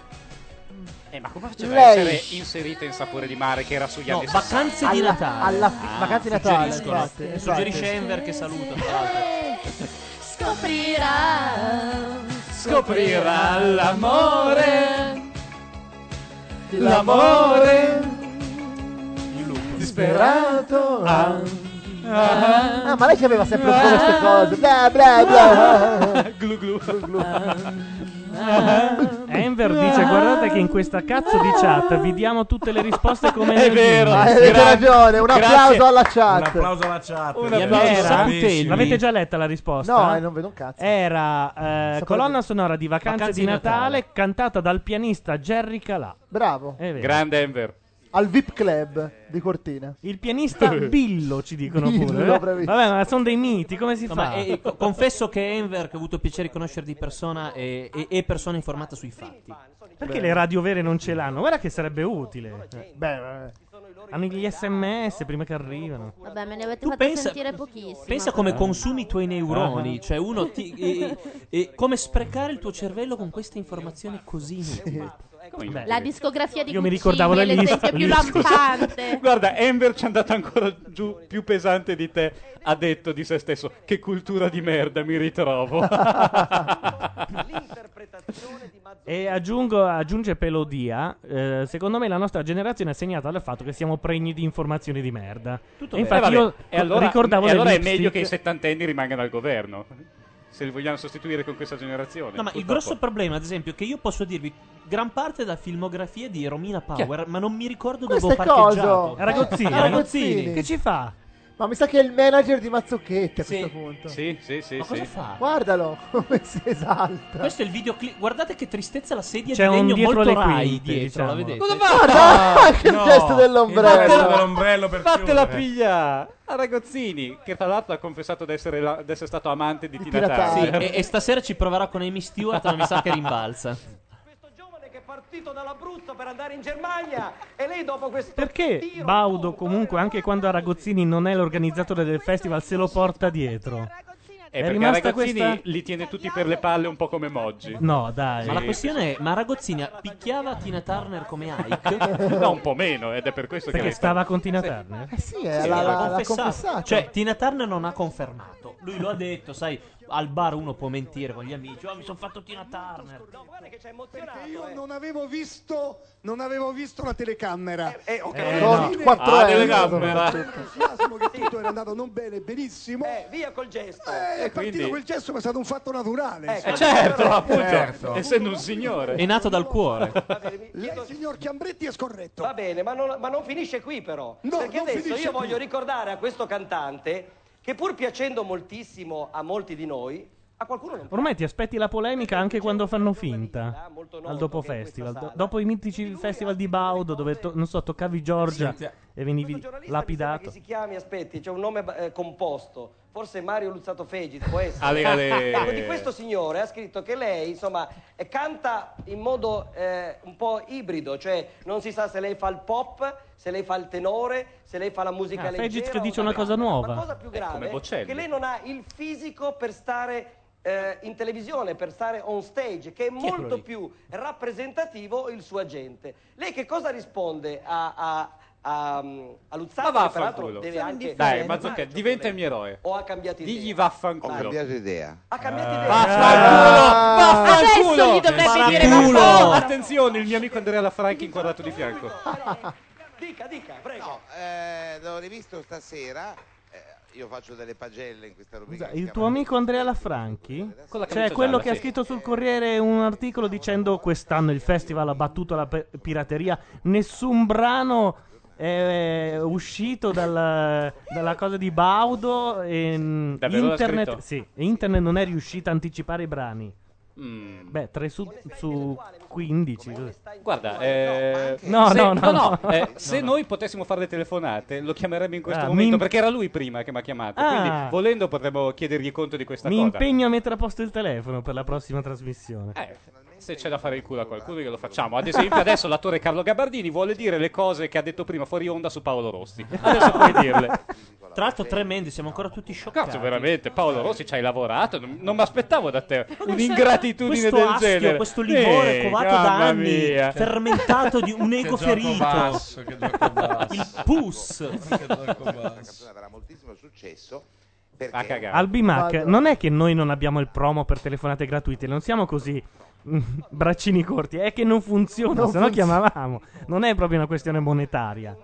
Eh, ma come
Faceva
Lei-
essere inserita in sapore di mare che era sugli
No,
anni Ah,
vacanze
60.
di
Alla-
Natale.
alla fi- vacanze di Natale,
suggeriscono.
infatti, infatti.
Suggerisce Enver che saluta. tra l'altro.
Scoprirà,
scoprirà l'amore,
l'amore
disperato.
Ah.
Ah, ma lei che aveva sempre un po'
Eh.
queste cose. Bla bla
Ah.
bla.
glu glu.
Eh.
Enver dice: Guardate che in questa cazzo di chat vi diamo tutte le risposte come
È
nel libro."
vero, Ma avete Gra- ragione, un grazie. applauso alla chat.
Un applauso alla chat.
Un
Gli
applauso.
amici
Era-
saputellini.
L'avete già letta la risposta?
No, eh, non vedo un cazzo.
Era eh, colonna sonora di Vacanze,
Vacanze
di
di
Natale,
Natale.
cantata dal pianista Jerry Calà.
Bravo.
È vero.
Grande Enver.
Al VIP Club di Cortina.
Il pianista Billo ci dicono
Billo,
pure. eh.
bravissimo.
Vabbè, ma sono dei miti, come si
No,
fa?
ma, eh, co- confesso che Enver, che ho avuto il piacere di conoscere di persona, è, è- è persona informata sui fatti.
Perché le radio vere non ce l'hanno? Guarda che sarebbe utile. Eh.
Beh,
Hanno gli sms prima che arrivano.
Vabbè, me ne avete
Tu
fatto
pensa-
sentire pochissimo.
Pensa come
Ah.
consumi i tuoi neuroni,
Ah.
cioè uno ti. e- e- e come sprecare il tuo cervello con queste informazioni così inutili.
inutili?
La discografia di
Io mi
Guccini,
ricordavo la
l'esempio
lista-
più
lista.
lampante.
Guarda, Enver ci è andata ancora giù più pesante di te. Ha detto di se stesso: Che cultura di merda mi ritrovo.
E aggiungo, aggiunge Pelodia, eh, secondo me la nostra generazione è segnata dal fatto che siamo pregni di informazioni di merda. E
bene.
infatti
Eh,
io
vabbè, e allora,
ricordavo
e allora è
del
meglio
lipstick.
che i settantenni rimangano al governo. Se li vogliamo sostituire con questa generazione.
No, ma il
purtroppo.
grosso problema, ad esempio, è che io posso dirvi gran parte della filmografia di Romina Power, ma non mi ricordo dove
Questo
ho
è
parcheggiato.
coso. Ah, Ragozzini.
Che ci fa?
Ma mi sa che è il manager di Mazzocchetti a questo punto.
Sì, sì, sì.
Ma cosa
sì.
fa?
Guardalo come si esalta.
Questo è il videoclip. Guardate che tristezza la sedia
C'è
di
un
legno
dietro
molto
le
Rai
quinte,
dietro,
diciamo.
la vedete?
Cosa
Ah,
Guarda, che gesto dell'ombrello.
Fatela piglia a Ragozzini, che tra l'altro ha confessato di essere, la- di essere stato amante di Tina
Sì,
Turner.
e, e stasera ci proverà con Amy Stewart, ma mi sa che rimbalza.
Partito dall'Abruzzo per andare in Germania e lei dopo questo
Perché Baudo comunque, anche quando Aragozzini non è l'organizzatore del festival, se lo porta dietro?
Eh,
È
perché
rimasta
Ragozzini
questa...
li tiene tutti per le palle un po' come Moggi.
No, dai.
Ma la
Sì.
questione è, ma Ragozzini picchiava Tina Turner come Ike?
No, un po' meno, ed è per questo
Perché
che...
stava con Tina Turner?
Eh sì,
Sì, l'ha
la- la- l'ha
confessato.
confessato.
Cioè, Tina Turner non ha confermato. Lui lo ha detto, sai, al bar uno può mentire con gli amici. Oh, mi sono fatto Tina Turner.
Perché io non avevo visto, non avevo visto la telecamera. Eh, ho
Eh,
capito.
no. Quattro
Ah,
euro,
telecamera.
soprattutto.
L'entusiasmo che tutto era andato non bene, benissimo.
via col gesto.
è partito
quindi-
quel gesto, ma è stato un fatto naturale.
Eh,
insomma.
certo, appunto,
Certo.
essendo un signore.
È nato dal cuore.
Lei, signor Chiambretti, è scorretto. Va bene, ma non, ma non finisce qui, però.
No,
perché
non
adesso
finisce
io
qui.
voglio ricordare a questo cantante che, pur piacendo moltissimo a molti di noi, a qualcuno non
Ormai ti aspetti la polemica anche quando fanno finta al dopo festival. Do- dopo i mitici festival di Baudo, dove to- non so, toccavi Giorgia e venivi lapidato.
si chiami, aspetti, c'è un nome eh, composto. forse Mario Luzzato Fegi, può
Ah,
essere.
Ale, ale.
Ecco, di questo signore ha scritto che lei, insomma, eh, canta in modo eh, un po' ibrido, cioè non si sa se lei fa il pop, se lei fa il tenore, se lei fa la musica
Ah,
leggera.
Fegiz che
o
dice
la
una
ballata.
cosa nuova.
Ma la cosa più grave
come Bocelli.
che lei non ha il fisico per stare eh, in televisione, per stare on stage, che è
quello
molto
lì?
più rappresentativo il suo agente. Lei che cosa risponde a, a, a, a Luzzatti,
Ma
che peraltro
vaffanculo.
deve anche...
Dai, Mazzocchelli, diventa il mio eroe.
O ha cambiato idea.
Digli vaffanculo.
Ho cambiato
idea.
Ha cambiato idea.
Vaffanculo!
Adesso gli dovrebbe dire Sparaculo! vaffanculo.
Attenzione, il mio amico Andrea Lafranchi inquadrato di fianco.
Dica, dica, prego.
l'ho rivisto stasera. eh, io faccio delle pagelle in questa rubrica.
Il tuo amico Andrea Lafranchi?
la
Cioè,
camicia
quello
gialla,
che ha
sì.
scritto sul Corriere un articolo dicendo quest'anno il festival ha battuto la pe- pirateria. Nessun brano è uscito dal- dalla cosa di Baudo. E, mm,
Davvero l'ha
internet,
scritto?
sì, internet non è riuscita a anticipare i brani.
Mm.
Beh, 3 su, su 15. così.
Guarda, eh,
No,
se,
no, no, no.
eh,
No,
se
no.
noi potessimo fare le telefonate, lo chiameremmo in questo
Ah, mi
momento
imp-
perché era lui prima che mi ha chiamato.
Ah.
Quindi, volendo, potremmo chiedergli conto di questa
Mi
cosa.
impegno a mettere a posto il telefono per la prossima trasmissione.
Eh, se c'è da fare il culo a qualcuno, glielo facciamo. Ad esempio, adesso l'attore Carlo Gabardini vuole dire le cose che ha detto prima fuori onda su Paolo Rossi. Adesso puoi dirle.
Tra l'altro, tremendi, siamo ancora tutti scioccati.
Cazzo, veramente, Paolo Rossi ci hai lavorato. Non, non mi aspettavo da te un'ingratitudine
questo
del
astio,
genere.
questo limone covato da
mamma
anni,
mia.
fermentato di un ego
Che gioco
ferito.
basso, che gioco basso.
Il pus.
Questa canzone avrà moltissimo successo. Perché
Albimac, non è che noi non abbiamo il promo per telefonate gratuite, non siamo così mm, braccini corti, è che non funziona,
Non
se no
funziona.
chiamavamo. Non è proprio una questione monetaria.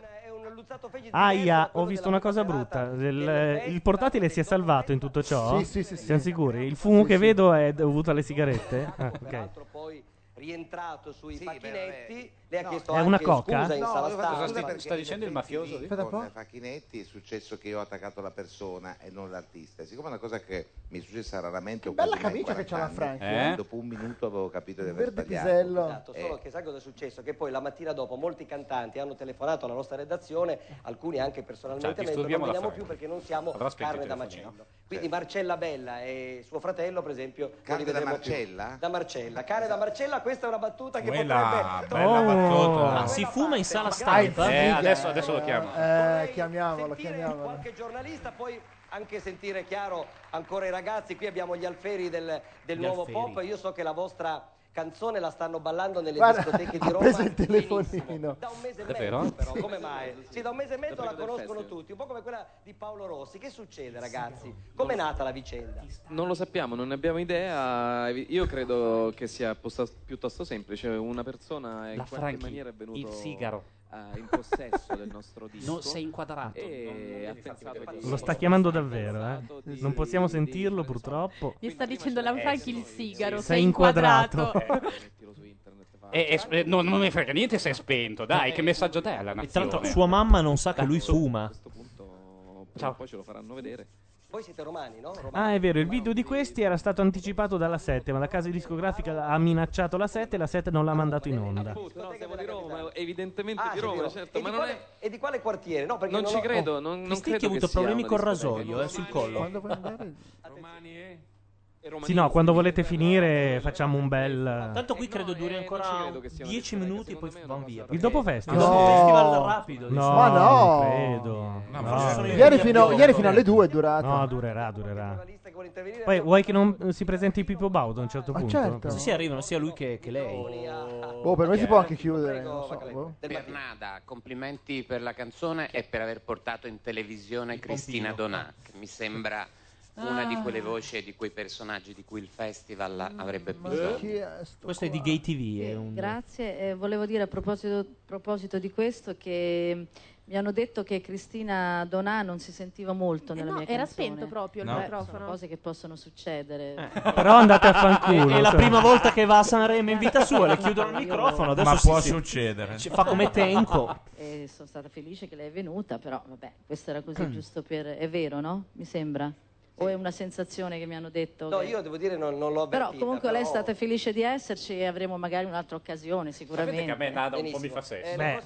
Aia, ho visto una cosa brutta. Il, eh, il portatile si è salvato in tutto ciò?
Sì, sì, sì, sì.
Siamo sicuri? Il fumo
Sì,
che
sì.
vedo è dovuto alle sigarette? Ah, ok.
Peraltro poi rientrato sui pacchinetti, le ha chiesto
È
anche
una coca?
scusa in
No,
sala
io faccio
stampa.
scusa perché in effetti lì
Aspetta un
Con
po'.
Facchinetti è successo che io ho attaccato la persona e non l'artista. E Siccome è una cosa che mi è successa raramente, ho
bella
quasi mai
camicia che
40
c'ha la
anni,
Franchi,
eh?
Dopo un minuto avevo capito di aver
Verde
sbagliato.
pisello.
Esatto,
eh.
solo che sai cosa è successo? Che poi la mattina dopo molti cantanti hanno telefonato alla nostra redazione, alcuni anche
Cioè,
personalmente, hanno detto non
disturbiamo la
veniamo
Franchi.
più perché non siamo
Avrà spento
carne
il
da
telefonino.
macello. Quindi Marcella Bella e suo fratello, per esempio, non li
Carne da
vedremo più.
Marcella?
Da Marcella. Carne da Marcella, questa è una battuta che
Quella
potrebbe...
bella
Oh.
battuta.
Ah,
si fuma in sala
stampa?
Eh, adesso, adesso lo chiamo.
Eh, chiamiamolo, chiamiamolo.
Qualche giornalista, poi anche sentire chiaro ancora i ragazzi. Qui abbiamo gli alferi del, del
Gli
nuovo
alferi.
pop. Io so che la vostra canzone la stanno ballando nelle
Guarda,
discoteche di
ha
Roma.
preso il telefonino.
Da un mese e
Davvero?
mezzo, però,
Sì.
come mai? Sì, da un mese e mezzo la conoscono tutti, un po' come quella di Paolo Rossi. Che succede, ragazzi? Com'è nata la vicenda?
Non lo sappiamo, non ne abbiamo idea. Io credo che sia posta- piuttosto semplice. Una persona in
La
qualche
Franchi,
maniera è venuta
il sigaro.
Ah,
in possesso del nostro disco.
Non sei inquadrato.
Eh,
E ha pensato di-
Lo sta chiamando davvero, eh? Non possiamo sentirlo purtroppo.
Gli sta dicendo la Franchi il sigaro.
Sei
Sei
inquadrato.
inquadrato.
Eh, eh, sp- eh, no, non mi frega niente se è spento. Dai, che messaggio dai alla
E tra
nazione?
l'altro, sua mamma non sa che
Ecco.
lui fuma.
Ciao. Poi ce lo faranno vedere.
Voi siete romani, no? Romani.
Ah, è vero, il video di questi era stato anticipato dalla 7, ma la casa discografica ha minacciato la 7 e la 7 non l'ha mandato in onda.
No, siamo di Roma, evidentemente
Ah,
di
siete
Roma,
Roma.
certo,
e,
ma
di
non
quale, e di quale quartiere? No,
è...
perché
Non ci
ho-
credo, non, non
Cristicchi
credo
ha avuto
sia
problemi
una
col
discoteca.
rasoio, eh, sul collo. Quando
vuoi andare?
Romani e... e
Sì,
romani.
no, quando volete finire facciamo un bel...
Tanto qui credo duri ancora 10 minuti e poi vanno via.
Il dopo festival.
Il dopo festival rapido. diciamo.
No,
Ma no. Certo.
non credo.
No,
No.
ma ci sono i Ieri fino- miliardi. ieri fino alle due è durato.
No, durerà, durerà. Poi vuoi che non si presenti Pippo Baudo a un certo punto?
certo.
Sì, arrivano sia lui che, che lei.
Boh, per me si può anche chiudere. non so, boh.
Per nada, complimenti per la canzone e per aver portato in televisione Cristina Donac. Mi sembra una di
Ah.
quelle voci e di quei personaggi di cui il
Mm.
festival avrebbe bisogno.
Questo è di Gay TV. È un...
Grazie, eh, volevo dire a proposito, proposito di questo che mi hanno detto che Cristina Donà non si sentiva molto nella
Eh, no,
mia
era
canzone.
spento proprio il No. microfono.
Sono cose che possono succedere.
Eh, Però andate a fanculo.
È, è la
cioè.
prima volta che va a Sanremo in vita sua, le chiudono il microfono. Adesso
Ma
si-
può
si-
succedere.
ci fa come Tenco.
E sono stata felice che lei è venuta, però vabbè, questo era
Mm.
così giusto per... È vero, no? Mi sembra. O è una sensazione che mi hanno detto?
No,
che-
io devo dire non, non l'ho
Però
avvertita.
comunque lei è stata felice di esserci e avremo magari un'altra occasione
Sapete
sicuramente.
che a me Nada un po' mi fa sesso.
eh,
Beh,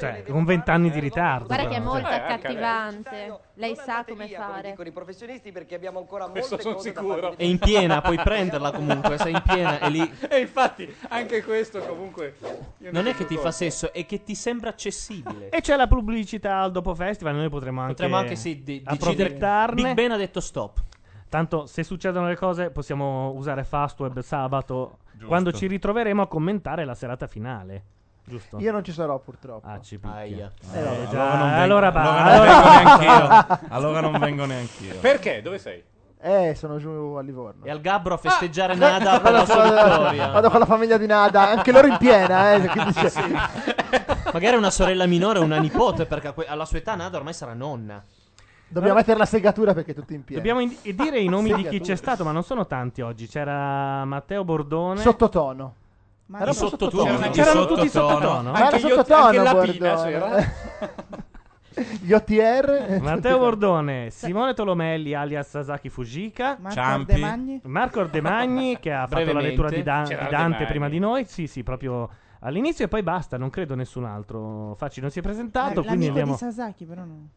cioè, con vent'anni di ritardo.
Guarda che è
Eh,
però,
molto
cioè.
accattivante.
Lei sa come
via, come
fare.
dicono i professionisti, perché abbiamo ancora
Questo
molte
sono
cose da
sicuro.
fare.
E in piena, puoi prenderla comunque, sei in piena e lì...
E infatti, anche questo comunque... io
Non è che
sono
ti fa
d'accordo.
sesso, è che ti sembra accessibile.
E c'è la pubblicità al dopo festival, noi potremmo anche
Potremmo anche, sì, di- decidere-
approfittarne.
Big Ben ha detto stop.
Tanto se succedono le cose possiamo usare Fastweb sabato quando ci ritroveremo a commentare la serata finale. Giusto?
Io non ci sarò purtroppo.
Ah, ci picchia.
Aia.
Eh,
Eh,
vabbè,
allora
già,
non vengo-
allora
allora
va.
non vengo neanch'io.
Allora non vengo neanch'io.
Perché? Dove sei? Ah!
Eh, sono giù a Livorno.
E al Gabbro a festeggiare
Vado-
Nada per la sua
vado-
vittoria.
Vado con la famiglia di Nada, anche loro in piena, eh. chi dice-
Magari una sorella minore o una nipote, perché a que- alla sua età Nada ormai sarà nonna.
Dobbiamo mettere la segatura perché tutti in piedi.
Dobbiamo indi- e dire i nomi di chi
Segatura.
c'è stato, ma non sono tanti oggi. C'era Matteo Bordone.
Sottotono.
Ma
Era
di
proprio
sottotono.
sottotono.
C'erano tutti sottotono.
Ma era sottotono, Bordone. Gli OTR.
Matteo Bordone, Simone Tolomelli alias Sasaki Fujika,
Marco Ciampi. Ardemagni?
Marco Ardemagni che ha fatto la
Brevemente.
lettura di, Dan- di
C'era
Dante
Ardemagni.
prima di noi, sì sì proprio all'inizio e poi basta, non credo nessun altro, Facci non si è presentato, quindi
Eh, L'amico
andiamo...
di Sasaki, però no.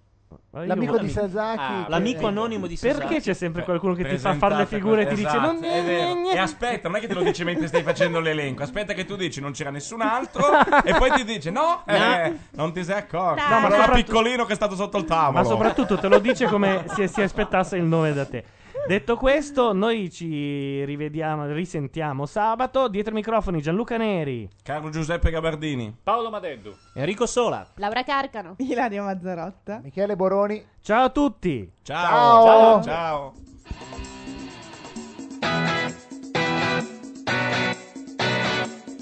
Ma io-
L'amico di Sasaki.
Ah,
che-
l'amico anonimo di Sasaki. Perché c'è sempre qualcuno che ti fa fare le figure e ti dice,
Eh, Esatto,
"Non-
è vero. E aspetta, non è che te lo dice mentre stai facendo l'elenco. Aspetta che tu dici non c'era nessun altro e poi ti dice no, eh, non ti sei accorto.
No, ma
ma era
soprattutto-
piccolino che è stato sotto il tavolo.
Ma soprattutto te lo dice come se si aspettasse il nome da te. Detto questo, noi ci rivediamo, risentiamo sabato. Dietro i microfoni Gianluca Neri.
Carlo Giuseppe Gabardini.
Paolo Madeddu.
Enrico Sola.
Laura Carcano. Ilaria Mazzarotta.
Michele Boroni.
Ciao a tutti.
Ciao. Ciao.
Ciao.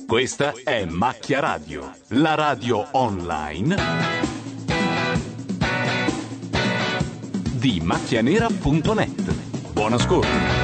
Questa è Macchia Radio, la radio online di macchianera.net. Buon ascolto.